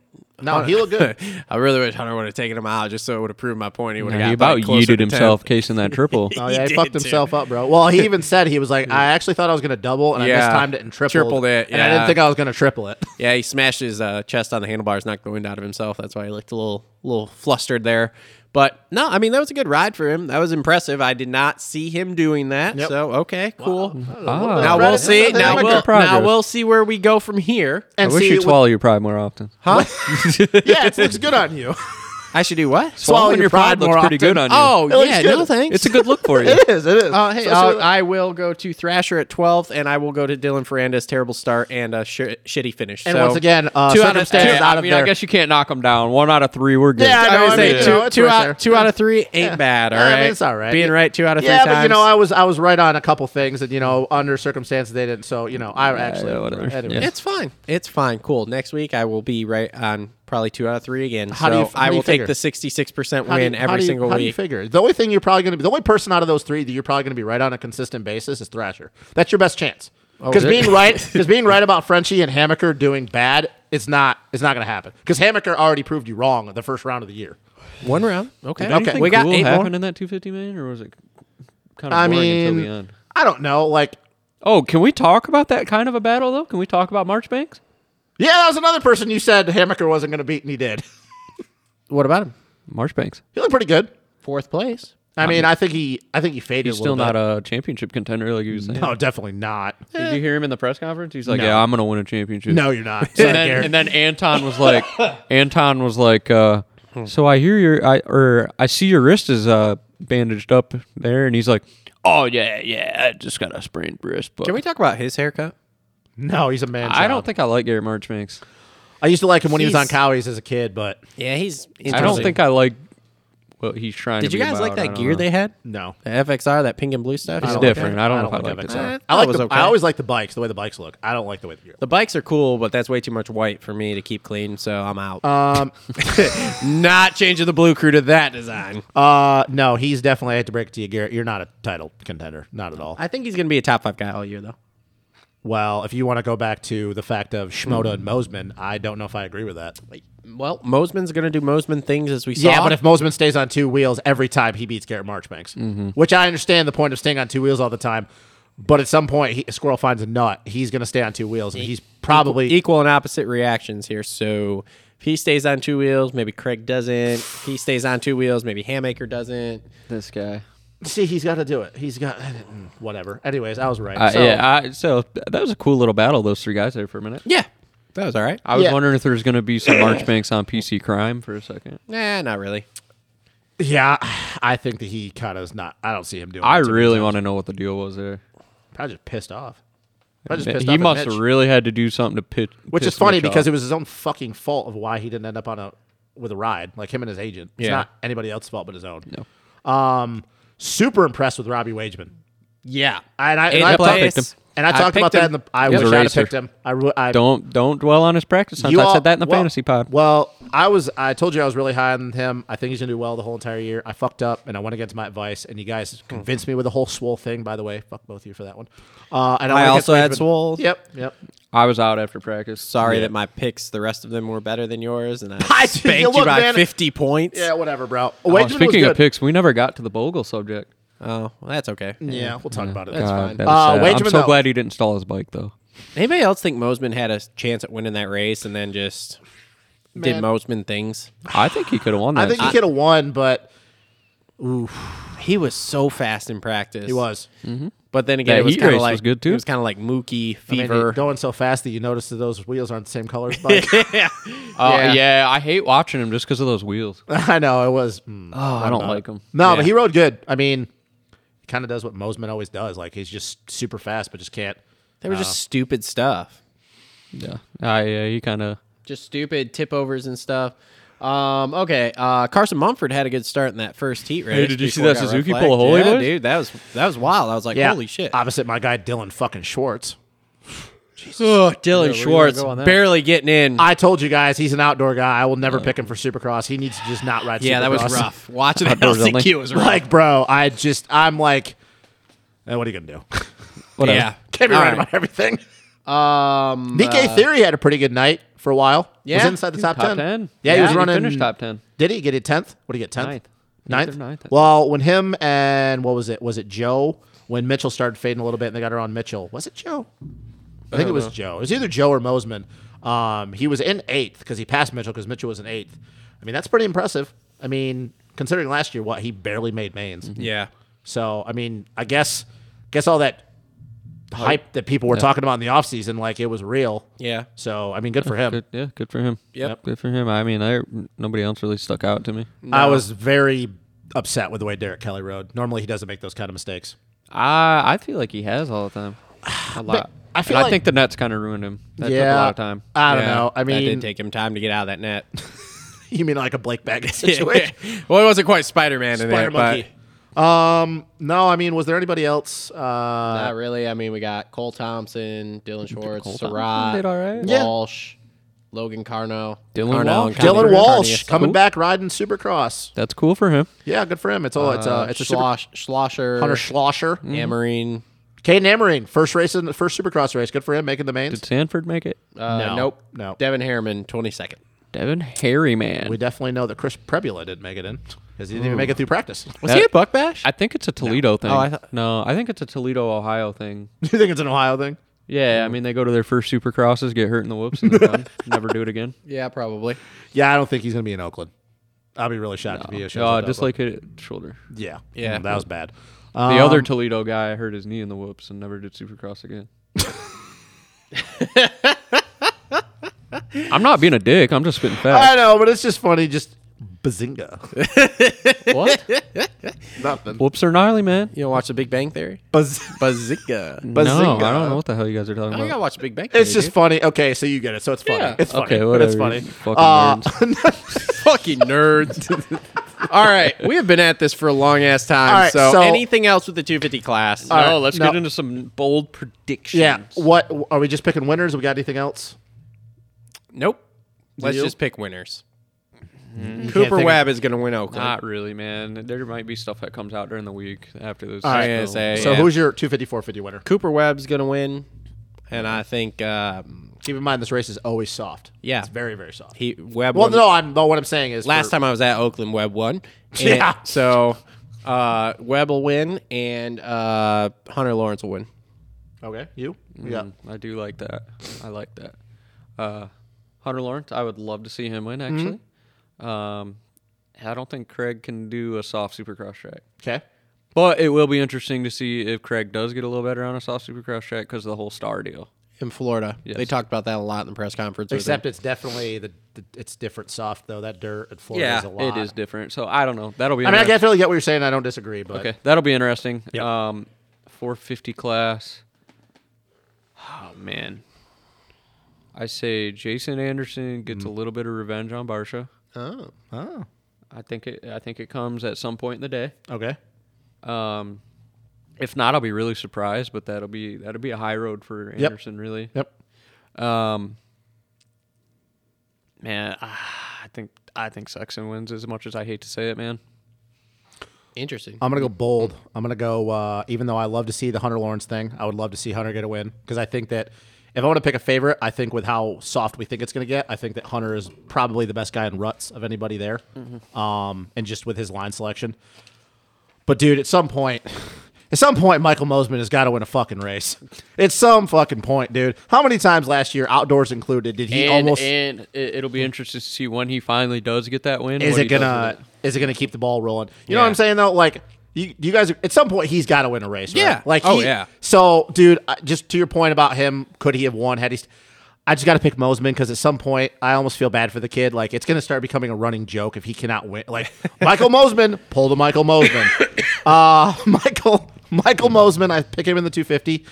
Speaker 3: No, he looked good.
Speaker 1: <laughs> I really wish Hunter would have taken him out just so it would have proved my point. He would have
Speaker 2: he
Speaker 1: got
Speaker 2: about
Speaker 1: like, closer
Speaker 2: yeeted
Speaker 1: to
Speaker 2: himself casing that triple.
Speaker 3: <laughs> Oh
Speaker 1: He
Speaker 3: yeah, he,
Speaker 1: did
Speaker 3: fucked
Speaker 1: too.
Speaker 3: himself up, bro.
Speaker 1: <laughs>
Speaker 3: Well, he even said he was like, I actually thought I was gonna double, and
Speaker 1: Yeah.
Speaker 3: I mistimed it and tripled,
Speaker 1: Tripled it,
Speaker 3: and I
Speaker 1: yeah.
Speaker 3: didn't think I was gonna triple it.
Speaker 1: 10.
Speaker 3: <laughs>
Speaker 1: Yeah, he smashed his uh, chest on the handlebars, knocked the wind out of himself. That's why he looked a little, little flustered there. But no, I mean that was a good ride for him. That was impressive. I did not see him doing that.
Speaker 3: Yep.
Speaker 1: So okay, cool.
Speaker 2: Ah.
Speaker 1: Now
Speaker 3: Right,
Speaker 1: we'll
Speaker 3: it's
Speaker 1: see.
Speaker 3: nothing
Speaker 1: Now
Speaker 3: like
Speaker 1: we'll
Speaker 2: that.
Speaker 1: now
Speaker 2: Progress.
Speaker 1: we'll see where we go from here.
Speaker 2: I
Speaker 3: And
Speaker 2: wish
Speaker 3: see,
Speaker 2: you'd
Speaker 3: with-
Speaker 2: swallow your pride more often.
Speaker 1: Huh?
Speaker 3: <laughs> yeah, it looks good on you.
Speaker 1: I should do what?
Speaker 3: Swallow your pride
Speaker 2: looks
Speaker 3: more
Speaker 2: pretty
Speaker 3: often.
Speaker 2: good on you.
Speaker 1: Oh
Speaker 3: It looks
Speaker 1: yeah,
Speaker 3: good.
Speaker 1: no thanks.
Speaker 2: it's a good look
Speaker 3: <laughs>
Speaker 2: for you.
Speaker 3: it is. It is.
Speaker 1: Uh, hey,
Speaker 3: So-
Speaker 1: uh,
Speaker 3: so-
Speaker 1: I will go to Thrasher at 12th, and I will go to Dylan Ferrandez, terrible start, and a sh- shitty finish.
Speaker 3: and
Speaker 1: So-
Speaker 3: once again, uh,
Speaker 1: two out of-
Speaker 3: circumstances
Speaker 1: two-
Speaker 3: out of
Speaker 2: I mean,
Speaker 3: there.
Speaker 2: I guess you can't knock them down. One out of three, we're good.
Speaker 3: Yeah, I
Speaker 1: I
Speaker 3: know,
Speaker 1: always say
Speaker 3: mean, you
Speaker 1: two,
Speaker 3: know, it's
Speaker 1: two
Speaker 3: right
Speaker 1: out,
Speaker 3: there.
Speaker 1: two out of three ain't bad. All
Speaker 3: I
Speaker 1: right,
Speaker 3: mean, it's all right.
Speaker 1: Being right two out of
Speaker 3: yeah,
Speaker 1: three
Speaker 3: but
Speaker 1: times.
Speaker 3: you know, I was I was right on a couple things, and you know, under circumstances they didn't. So you know, I actually
Speaker 2: yeah, whatever.
Speaker 3: anyway.
Speaker 2: Yeah.
Speaker 1: it's fine. It's fine. Cool. Next week I will be right on probably two out of three again.
Speaker 3: How do
Speaker 1: so
Speaker 3: you f- how
Speaker 1: I
Speaker 3: do you
Speaker 1: will take
Speaker 3: figure?
Speaker 1: the sixty-six percent
Speaker 3: How do
Speaker 1: win
Speaker 3: you- how
Speaker 1: every
Speaker 3: do you-
Speaker 1: single
Speaker 3: how do you
Speaker 1: week.
Speaker 3: figure? The only thing you're probably going to be, the only person out of those three that you're probably going to be right on a consistent basis is Thrasher. That's your best chance. Because
Speaker 1: is it?
Speaker 3: being right, because being right about Frenchie and Hamaker doing bad, it's not, it's not going to happen. Because Hamaker already proved you wrong the first round of the year.
Speaker 1: One round. Okay.
Speaker 3: Did anything
Speaker 1: We got
Speaker 2: cool
Speaker 1: eight more.
Speaker 2: happened in that 250 man, or was it kind of
Speaker 3: I
Speaker 2: boring until the
Speaker 3: mean,
Speaker 2: end?
Speaker 3: I don't know. Like,
Speaker 2: Oh, can we talk about that kind of a battle though? Can we talk about Marchbanks?
Speaker 3: yeah, that was another person you said Hamaker wasn't going to beat, and he did. <laughs>
Speaker 1: What about him?
Speaker 2: Marchbanks.
Speaker 3: he looked pretty good.
Speaker 1: Fourth place.
Speaker 3: I mean, I think he, I think he faded.
Speaker 2: He's
Speaker 3: a little
Speaker 2: still not
Speaker 3: bit.
Speaker 2: a championship contender, like you were saying.
Speaker 3: <laughs> No, definitely not.
Speaker 2: Did you hear him in the press conference? He's like,
Speaker 3: No.
Speaker 2: "Yeah, I'm gonna win a championship."
Speaker 3: No, you're not.
Speaker 2: and then, and then Anton was like, Anton was like, uh, so I hear your, I or I see your wrist is uh, bandaged up there, and he's like, oh yeah, yeah, I just got a sprained wrist, but
Speaker 1: Can we talk about his haircut?
Speaker 3: no, he's a man.
Speaker 2: I don't
Speaker 3: child.
Speaker 2: think I like Gary Marchbanks.
Speaker 3: I used to like him when he was on
Speaker 1: He's-
Speaker 3: Cowies as a kid, but
Speaker 1: Yeah, he's. he's
Speaker 2: I don't think I like what he's trying.
Speaker 1: Did
Speaker 2: to
Speaker 1: you
Speaker 2: be
Speaker 1: guys like
Speaker 2: about. I
Speaker 1: that
Speaker 2: don't
Speaker 1: gear
Speaker 2: know.
Speaker 1: they had?
Speaker 3: no.
Speaker 1: The FXR, that pink and blue stuff. You
Speaker 2: It's
Speaker 1: don't like
Speaker 2: different.
Speaker 1: that?
Speaker 2: I don't,
Speaker 3: I
Speaker 2: know
Speaker 3: don't
Speaker 2: if I like
Speaker 3: think
Speaker 2: it.
Speaker 1: Eh,
Speaker 3: I
Speaker 2: so.
Speaker 3: like it. I
Speaker 1: that
Speaker 3: like
Speaker 1: was
Speaker 3: the,
Speaker 1: okay.
Speaker 3: I always like the bikes, the way the bikes look. I don't like the way the gear.
Speaker 1: The bikes are cool, but that's way too much white for me to keep clean, so I'm out.
Speaker 3: Um,
Speaker 1: <laughs> Not changing the blue crew to that design.
Speaker 3: uh, no, he's definitely. I have to break it to you, Garrett. You're not a title contender, not at all.
Speaker 1: I think he's going to be a top five guy all year, though.
Speaker 3: well, if you want to go back to the fact of Schmoda and Mosman, I don't know if I agree with that.
Speaker 1: Well, Mosman's going to do Mosman things as we saw.
Speaker 3: yeah, but if Mosman stays on two wheels every time he beats Garrett Marchbanks, which I understand the point of staying on two wheels all the time, but at some point, he, a squirrel finds a nut. He's going to stay on two wheels, and he's probably
Speaker 1: equal and opposite reactions here. So if he stays on two wheels, maybe Craig doesn't. If he stays on two wheels, maybe Hamaker doesn't.
Speaker 2: This guy.
Speaker 3: see he's got to do it. He's got <sighs> whatever. Anyways, I was right.
Speaker 2: Uh,
Speaker 3: So-
Speaker 2: yeah, I, so that was a cool little battle. Those three guys there for a minute.
Speaker 1: Yeah, that was all right.
Speaker 2: I was
Speaker 3: Yeah.
Speaker 2: wondering if there's going to be some Marchbanks on PC crime for a second.
Speaker 1: Nah, not really.
Speaker 3: Yeah, I think that he kind of is not. I don't see him doing.
Speaker 2: I
Speaker 3: that to me.
Speaker 2: really want to know what the deal was there.
Speaker 3: Probably just pissed off. Probably just
Speaker 2: Man,
Speaker 3: pissed off
Speaker 2: he
Speaker 3: at
Speaker 2: must
Speaker 3: Mitch.
Speaker 2: have really had to do something to pitch.
Speaker 3: Which is funny because it was his own fucking fault of why he didn't end up on a with a ride, like him and his agent. It's
Speaker 1: Yeah.
Speaker 3: not anybody else's fault but his own. No. Um, super impressed with Robbie Wageman.
Speaker 1: Yeah.
Speaker 3: And I and
Speaker 1: Eighth
Speaker 3: I,
Speaker 1: place.
Speaker 3: talked, and I
Speaker 1: I
Speaker 3: talked
Speaker 1: picked
Speaker 3: about that.
Speaker 1: him.
Speaker 3: In the, I
Speaker 2: Yep.
Speaker 3: wish
Speaker 2: He's a
Speaker 3: I'd have
Speaker 2: racer.
Speaker 3: picked him. I, re- I
Speaker 2: don't don't dwell on his practice. Times. I
Speaker 3: all-
Speaker 2: said that in the
Speaker 3: well-
Speaker 2: fantasy pod.
Speaker 3: Well, I was I told you I was really high on him. I think he's gonna do well the whole entire year. I fucked up and I went against my advice, and you guys
Speaker 2: Hmm.
Speaker 3: convinced me with the whole swole thing. By the way, fuck both of you for that one. Uh, and
Speaker 1: I
Speaker 3: went
Speaker 1: also had
Speaker 3: against Wageman.
Speaker 1: Swole.
Speaker 3: Yep, yep.
Speaker 2: I was out after practice.
Speaker 1: Sorry that my picks, the rest of them were better than yours, and <laughs> I,
Speaker 3: I-
Speaker 1: spanked
Speaker 3: you
Speaker 1: you,
Speaker 3: look,
Speaker 1: by
Speaker 3: man.
Speaker 1: 50 points.
Speaker 3: Yeah, whatever, bro.
Speaker 2: Oh,
Speaker 3: Wageman was
Speaker 2: speaking of
Speaker 3: good.
Speaker 2: picks, we never got to the Bogle subject.
Speaker 1: Oh, well, that's okay.
Speaker 3: yeah, we'll talk about it.
Speaker 2: God, that is
Speaker 3: Uh,
Speaker 2: sad.
Speaker 3: Wageman,
Speaker 2: I'm so
Speaker 3: though-
Speaker 2: glad he didn't stall his bike though.
Speaker 1: Anybody else think Mosman had a chance at winning that race and then just did
Speaker 3: Man.
Speaker 1: Mosman things?
Speaker 2: I think he could have won that.
Speaker 3: I think he could have won, but
Speaker 1: He was so fast in practice.
Speaker 3: he was.
Speaker 1: But then again,
Speaker 2: That
Speaker 1: it was
Speaker 2: heat
Speaker 1: kind of
Speaker 2: race
Speaker 1: like
Speaker 2: was good, too.
Speaker 1: It was kind of like Mookie
Speaker 3: I mean,
Speaker 1: fever.
Speaker 3: he- going so fast that you notice that those wheels aren't the same color as <laughs> bike.
Speaker 2: Uh,
Speaker 1: Yeah.
Speaker 2: yeah. I hate watching him just because of those wheels. Oh,
Speaker 3: I know it was. mm,
Speaker 2: I don't like him.
Speaker 3: No,
Speaker 1: Yeah.
Speaker 3: but he rode good. I mean, he kind of does what Mosman always does. Like he's just super fast, but just can't.
Speaker 1: they were just stupid stuff,
Speaker 2: Yeah, I, yeah, he kind of.
Speaker 1: just stupid tip overs and stuff. Um, okay, uh, Carson Mumford had a good start in that first heat race.
Speaker 2: did you see
Speaker 1: before
Speaker 2: that
Speaker 1: it got
Speaker 2: Suzuki
Speaker 1: red flagged.
Speaker 2: pull a holy
Speaker 1: Yeah,
Speaker 2: one?
Speaker 1: dude? That was that was wild. I was like,
Speaker 3: Yeah.
Speaker 1: holy shit!
Speaker 3: Opposite my guy Dylan fucking Schwartz.
Speaker 1: Oh, Dylan
Speaker 2: Yeah, where you wanna
Speaker 1: Schwartz
Speaker 2: go on that?
Speaker 1: barely getting in.
Speaker 3: I told you guys he's an outdoor guy. I will never pick him for Supercross. He needs to just not ride.
Speaker 1: yeah, that was
Speaker 3: Supercross.
Speaker 1: rough. <laughs> Watching the
Speaker 2: Outdoors only.
Speaker 1: LCQ was rough.
Speaker 3: <laughs> Like, bro, I just I'm like, eh, what are you gonna do? <laughs>
Speaker 2: Whatever.
Speaker 1: yeah.
Speaker 3: Can't be
Speaker 1: All
Speaker 3: right
Speaker 1: right.
Speaker 3: about everything.
Speaker 1: Um,
Speaker 3: DK Theory had a pretty good night for a while. was
Speaker 1: Yeah.
Speaker 3: inside the top,
Speaker 2: uh, Top
Speaker 3: 10.
Speaker 2: 10.
Speaker 3: Yeah, he
Speaker 2: Yeah,
Speaker 3: was
Speaker 2: he
Speaker 3: running.
Speaker 2: finished top 10.
Speaker 3: Did he get it tenth? What did he get tenth?
Speaker 2: Ninth.
Speaker 3: Ninth.
Speaker 2: Eighth or ninth, I think.
Speaker 3: Well, when him and what was it? Was it Joe? When Mitchell started fading a little bit, and they got her on Mitchell. Was it Joe? I think it
Speaker 2: Uh,
Speaker 3: was Joe. It was either Joe or Mosman. Um, he was in eighth because he passed Mitchell because Mitchell was in eighth. I mean, that's pretty impressive. I mean, considering last year what he barely made mains.
Speaker 2: Mm-hmm.
Speaker 1: yeah.
Speaker 3: So I mean, I guess guess all that hype that people were talking about in the offseason, like it was real.
Speaker 1: Yeah.
Speaker 3: So I mean, good for him.
Speaker 2: Good, yeah, good for him.
Speaker 1: Yep.
Speaker 2: Good for him. I mean, I, nobody else really stuck out to me.
Speaker 3: I was very upset with the way Derek Kelly rode. Normally, he doesn't make those kind of mistakes.
Speaker 2: I I feel like he has all the
Speaker 3: <sighs>
Speaker 2: time. A lot.
Speaker 3: I feel
Speaker 2: And
Speaker 3: like-
Speaker 2: I think the Nets kind of ruined him. That took a lot of time.
Speaker 3: I don't
Speaker 1: Yeah.
Speaker 3: know. I
Speaker 1: that
Speaker 3: mean,
Speaker 1: did take him time to get out of that <laughs> net.
Speaker 3: you mean like a Blake Baggett
Speaker 1: Yeah.
Speaker 3: <laughs> situation?
Speaker 1: well, it wasn't quite Spider Man in
Speaker 3: Spider
Speaker 1: there,
Speaker 3: monkey.
Speaker 1: but
Speaker 3: Um, no, I mean, was there anybody else? Uh,
Speaker 1: not really. I mean, we got Cole Thompson, Dylan Schwartz,
Speaker 2: Cole
Speaker 1: Surratt,
Speaker 2: Thompson did all right.
Speaker 3: Yeah.
Speaker 1: Walsh, Logan Carno,
Speaker 2: Dylan
Speaker 1: Carno
Speaker 2: Walsh.
Speaker 1: and Carney-
Speaker 3: Dylan
Speaker 1: Carney-
Speaker 3: Walsh
Speaker 1: Carney-
Speaker 3: coming
Speaker 2: Who?
Speaker 3: back riding Supercross.
Speaker 2: That's cool for him.
Speaker 3: Yeah, good for him. It's all it's uh,
Speaker 1: Uh,
Speaker 3: it's a super,
Speaker 1: Schlosh, Schlosser,
Speaker 3: Hunter Schlosser.
Speaker 1: Amarine.
Speaker 3: Caden Amarine, first race in the first Supercross race. Good for him making the mains.
Speaker 2: Did Sanford make it?
Speaker 1: Uh,
Speaker 3: No,
Speaker 1: Nope.
Speaker 3: no.
Speaker 1: Devin Harriman, 22nd.
Speaker 2: Devin Harry, man.
Speaker 3: We definitely know that Chris Prebula didn't make it in because he didn't even make it through practice.
Speaker 1: Was
Speaker 2: That-
Speaker 1: he at Buck Bash?
Speaker 2: I think it's a Toledo thing.
Speaker 1: Oh, I thought-
Speaker 2: no, I think it's a Toledo, Ohio
Speaker 3: <laughs>
Speaker 2: thing.
Speaker 3: <laughs> you think it's an Ohio thing?
Speaker 2: Yeah, I mean they go to their first Supercrosses, get hurt in the whoops, and they're
Speaker 3: <laughs>
Speaker 2: done. never do it again.
Speaker 1: yeah, probably.
Speaker 3: Yeah, I don't think he's going to be in Oakland. I'll be really shocked if he shows
Speaker 2: Uh,
Speaker 3: up. Just
Speaker 2: dislocated shoulder.
Speaker 3: yeah,
Speaker 1: Yeah.
Speaker 3: Mm, that was bad.
Speaker 2: The
Speaker 3: Um,
Speaker 2: other Toledo guy hurt his knee in the whoops and never did Supercross
Speaker 3: <laughs>
Speaker 2: again. I'm not being a dick. I'm just spitting
Speaker 3: I
Speaker 2: facts.
Speaker 3: know, but it's just funny. Just bazinga,
Speaker 2: what?
Speaker 3: nothing.
Speaker 2: Whoops are gnarly, man.
Speaker 1: You don't watch The Big Bang Theory?
Speaker 3: Baz-
Speaker 1: Bazinga.
Speaker 2: No,
Speaker 3: Bazinga.
Speaker 2: I don't know what the hell you guys are talking
Speaker 1: I
Speaker 2: about.
Speaker 1: watch Big Bang Theory.
Speaker 3: It's just funny. Okay, so you get it. So it's funny.
Speaker 1: Yeah.
Speaker 3: It's funny.
Speaker 2: Okay,
Speaker 3: but It's
Speaker 2: whatever,
Speaker 3: funny. Uh,
Speaker 2: you fucking
Speaker 3: <laughs>
Speaker 1: fucking nerds. all right, we have been at this for a long ass time.
Speaker 3: All right,
Speaker 1: so,
Speaker 3: so-
Speaker 1: anything else with the 250 class?
Speaker 2: No,
Speaker 3: right,
Speaker 2: Oh, let's
Speaker 3: no.
Speaker 2: get into some bold predictions.
Speaker 3: yeah. What are we just picking winners? We got anything else?
Speaker 1: Nope. Let's
Speaker 3: You? Mm-hmm.
Speaker 1: just pick winners.
Speaker 3: think
Speaker 1: Cooper
Speaker 3: of-
Speaker 1: Webb is going to win Oakland.
Speaker 2: Not really, man. There might be stuff that comes out during the week after those.
Speaker 1: I was
Speaker 2: so-
Speaker 1: gonna say,
Speaker 3: So
Speaker 1: yeah.
Speaker 3: who's your 254.50 winner?
Speaker 1: Cooper Webb's going to win, and I think um,
Speaker 3: Keep in mind this race is always soft.
Speaker 1: Yeah.
Speaker 3: it's very very soft.
Speaker 1: he Webb.
Speaker 3: well,
Speaker 1: won-
Speaker 3: no, I'm. No, what I'm saying is
Speaker 1: last
Speaker 3: for-
Speaker 1: time I was at Oakland, Webb won. And
Speaker 3: Yeah.
Speaker 1: So uh, Webb will win, and uh, Hunter Lawrence will win.
Speaker 3: Okay, you. Yeah.
Speaker 2: I do like that. I like that. Uh, Hunter Lawrence, I would love to see him win.
Speaker 3: Mm-hmm.
Speaker 2: Actually, um, I don't think Craig can do a soft Supercross track,
Speaker 3: Okay.
Speaker 2: but it will be interesting to see if Craig does get a little better on a soft Supercross track because of the whole star deal.
Speaker 1: In Florida,
Speaker 2: Yes.
Speaker 1: they talked about that a lot in the press conference. with him.
Speaker 3: Except it's definitely the, the it's different soft though. That dirt at Florida is a lot.
Speaker 2: it is different. So I don't know. That'll be.
Speaker 3: I mean, I
Speaker 2: interesting.
Speaker 3: definitely get what you're saying. I don't disagree, but
Speaker 2: Okay, that'll be interesting.
Speaker 3: Yep.
Speaker 2: Um, 450 class. Oh man, I say Jason Anderson gets
Speaker 3: Mm-hmm.
Speaker 2: a little bit of revenge on Barsha.
Speaker 1: Oh.
Speaker 3: oh,
Speaker 2: I think it. I think it comes at some point in the day.
Speaker 3: okay.
Speaker 2: Um, if not, I'll be really surprised. But that'll be that'll be a high road for Anderson, really.
Speaker 3: Yep.
Speaker 2: Um, man, ah, I think I think Sexton wins. As much as I hate to say it, man.
Speaker 1: Interesting.
Speaker 3: I'm gonna go bold. I'm gonna go. Uh, even though I love to see the Hunter Lawrence thing, I would love to see Hunter get a win because I think that if I want to pick a favorite, I think with how soft we think it's gonna get, I think that Hunter is probably the best guy in ruts of anybody there, um, and just with his line selection. But dude, at some point, at some point, Michael Mosman has got to win a fucking race. At some fucking point, dude. How many times last year, outdoors included, did he
Speaker 2: and,
Speaker 3: almost?
Speaker 2: and it, it'll
Speaker 3: <laughs>
Speaker 2: be interesting to see when he finally does get that win.
Speaker 3: is
Speaker 2: what
Speaker 3: it
Speaker 2: he does
Speaker 3: gonna
Speaker 2: with
Speaker 3: is it gonna keep the ball rolling? You know what
Speaker 1: Yeah.
Speaker 3: I'm saying though? Like you, you guys at some point he's got to win a race. right?
Speaker 1: Yeah.
Speaker 3: Like
Speaker 1: Oh,
Speaker 3: he-
Speaker 1: yeah.
Speaker 3: So dude, I- just to your point about him, could he have won had he? St- I just got to pick Mosman because at some point I almost feel bad for the kid. Like it's gonna start becoming a running joke if he cannot win. Like <laughs> Michael Mosman, pull the Michael Mosman. uh, <laughs> Michael Michael Mosman, I pick him in the 250.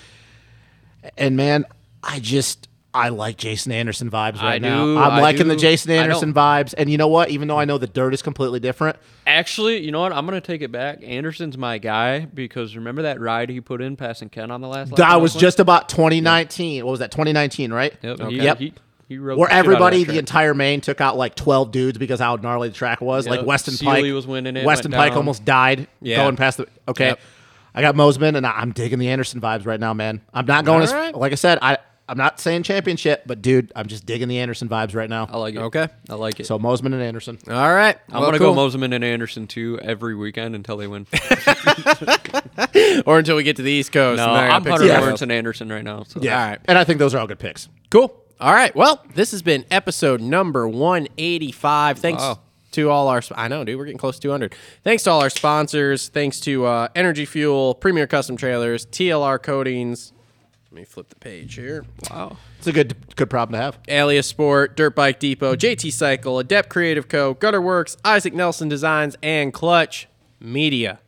Speaker 3: And man, I just I like Jason Anderson vibes right
Speaker 2: I
Speaker 3: now.
Speaker 2: do,
Speaker 3: I'm
Speaker 2: I
Speaker 3: liking the
Speaker 2: do.
Speaker 3: Jason
Speaker 2: I don't-
Speaker 3: Anderson vibes. And you know what? Even though I know the dirt is completely different,
Speaker 2: Actually, you know what? I'm gonna take it back. Anderson's my guy because remember that ride he put in passing Ken on the last. lap
Speaker 3: that
Speaker 2: in
Speaker 3: was
Speaker 2: Oakland?
Speaker 3: just about 2019. What was that? 2019, right?
Speaker 2: Yep.
Speaker 3: Okay.
Speaker 2: He,
Speaker 3: Yep.
Speaker 2: He, he rode
Speaker 3: Where
Speaker 2: the shit out of that
Speaker 3: everybody,
Speaker 2: track.
Speaker 3: the entire main, took out like 12 dudes because how gnarly the track was.
Speaker 2: Yep.
Speaker 3: Like Weston
Speaker 2: Sealy
Speaker 3: Pike
Speaker 2: was winning it,
Speaker 3: Weston
Speaker 2: went
Speaker 3: Pike
Speaker 2: down.
Speaker 3: almost died
Speaker 1: Yeah.
Speaker 3: going past the. Okay.
Speaker 1: Yep.
Speaker 3: I got Mosman, and I- I'm digging the Anderson vibes right now, man. I'm not going as.
Speaker 1: Alright.
Speaker 3: Like I said, I, I'm not saying championship, but dude, I'm just digging the Anderson vibes right now.
Speaker 2: I like it.
Speaker 1: Okay.
Speaker 2: I like it.
Speaker 3: so Mosman and Anderson.
Speaker 1: All right.
Speaker 2: I'm gonna go Moseman and Anderson too every weekend until they
Speaker 3: <laughs>
Speaker 2: win.
Speaker 1: go or until we get to the East Coast.
Speaker 2: no,
Speaker 1: and then I
Speaker 2: I'm
Speaker 1: gotta
Speaker 2: Hunter
Speaker 1: pick something
Speaker 3: Yeah.
Speaker 1: else.
Speaker 2: Lawrence and Anderson right now. So.
Speaker 1: Yeah. All right.
Speaker 3: And I think those are all good picks.
Speaker 1: Cool. All right. Well, this has been episode number 185. Thanks
Speaker 2: Wow.
Speaker 1: to all our. sp- I know, dude. We're getting close to 200. Thanks to all our sponsors. Thanks to uh, Energy Fuel, Premier Custom Trailers, TLR Coatings. Let me flip the page here.
Speaker 3: It's a good good problem to have.
Speaker 1: Alias Sport, Dirt Bike Depot, JT Cycle, Adept Creative Co., Gutterworks, Isaac Nelson Designs, and Clutch Media.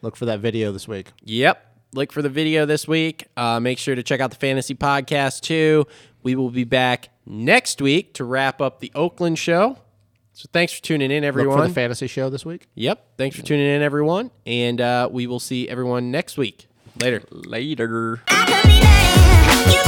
Speaker 3: Look for that video this week.
Speaker 1: Yep. Look for the video this week. Uh, make sure to check out the fantasy podcast too. We will be back next week to wrap up the Oakland show. So thanks for tuning in,
Speaker 3: Look for
Speaker 1: everyone.
Speaker 3: the fantasy show this week.
Speaker 1: yep. Thanks for tuning in, everyone. And uh, we will see everyone next week. Later.
Speaker 2: Later.
Speaker 7: I could be lying. You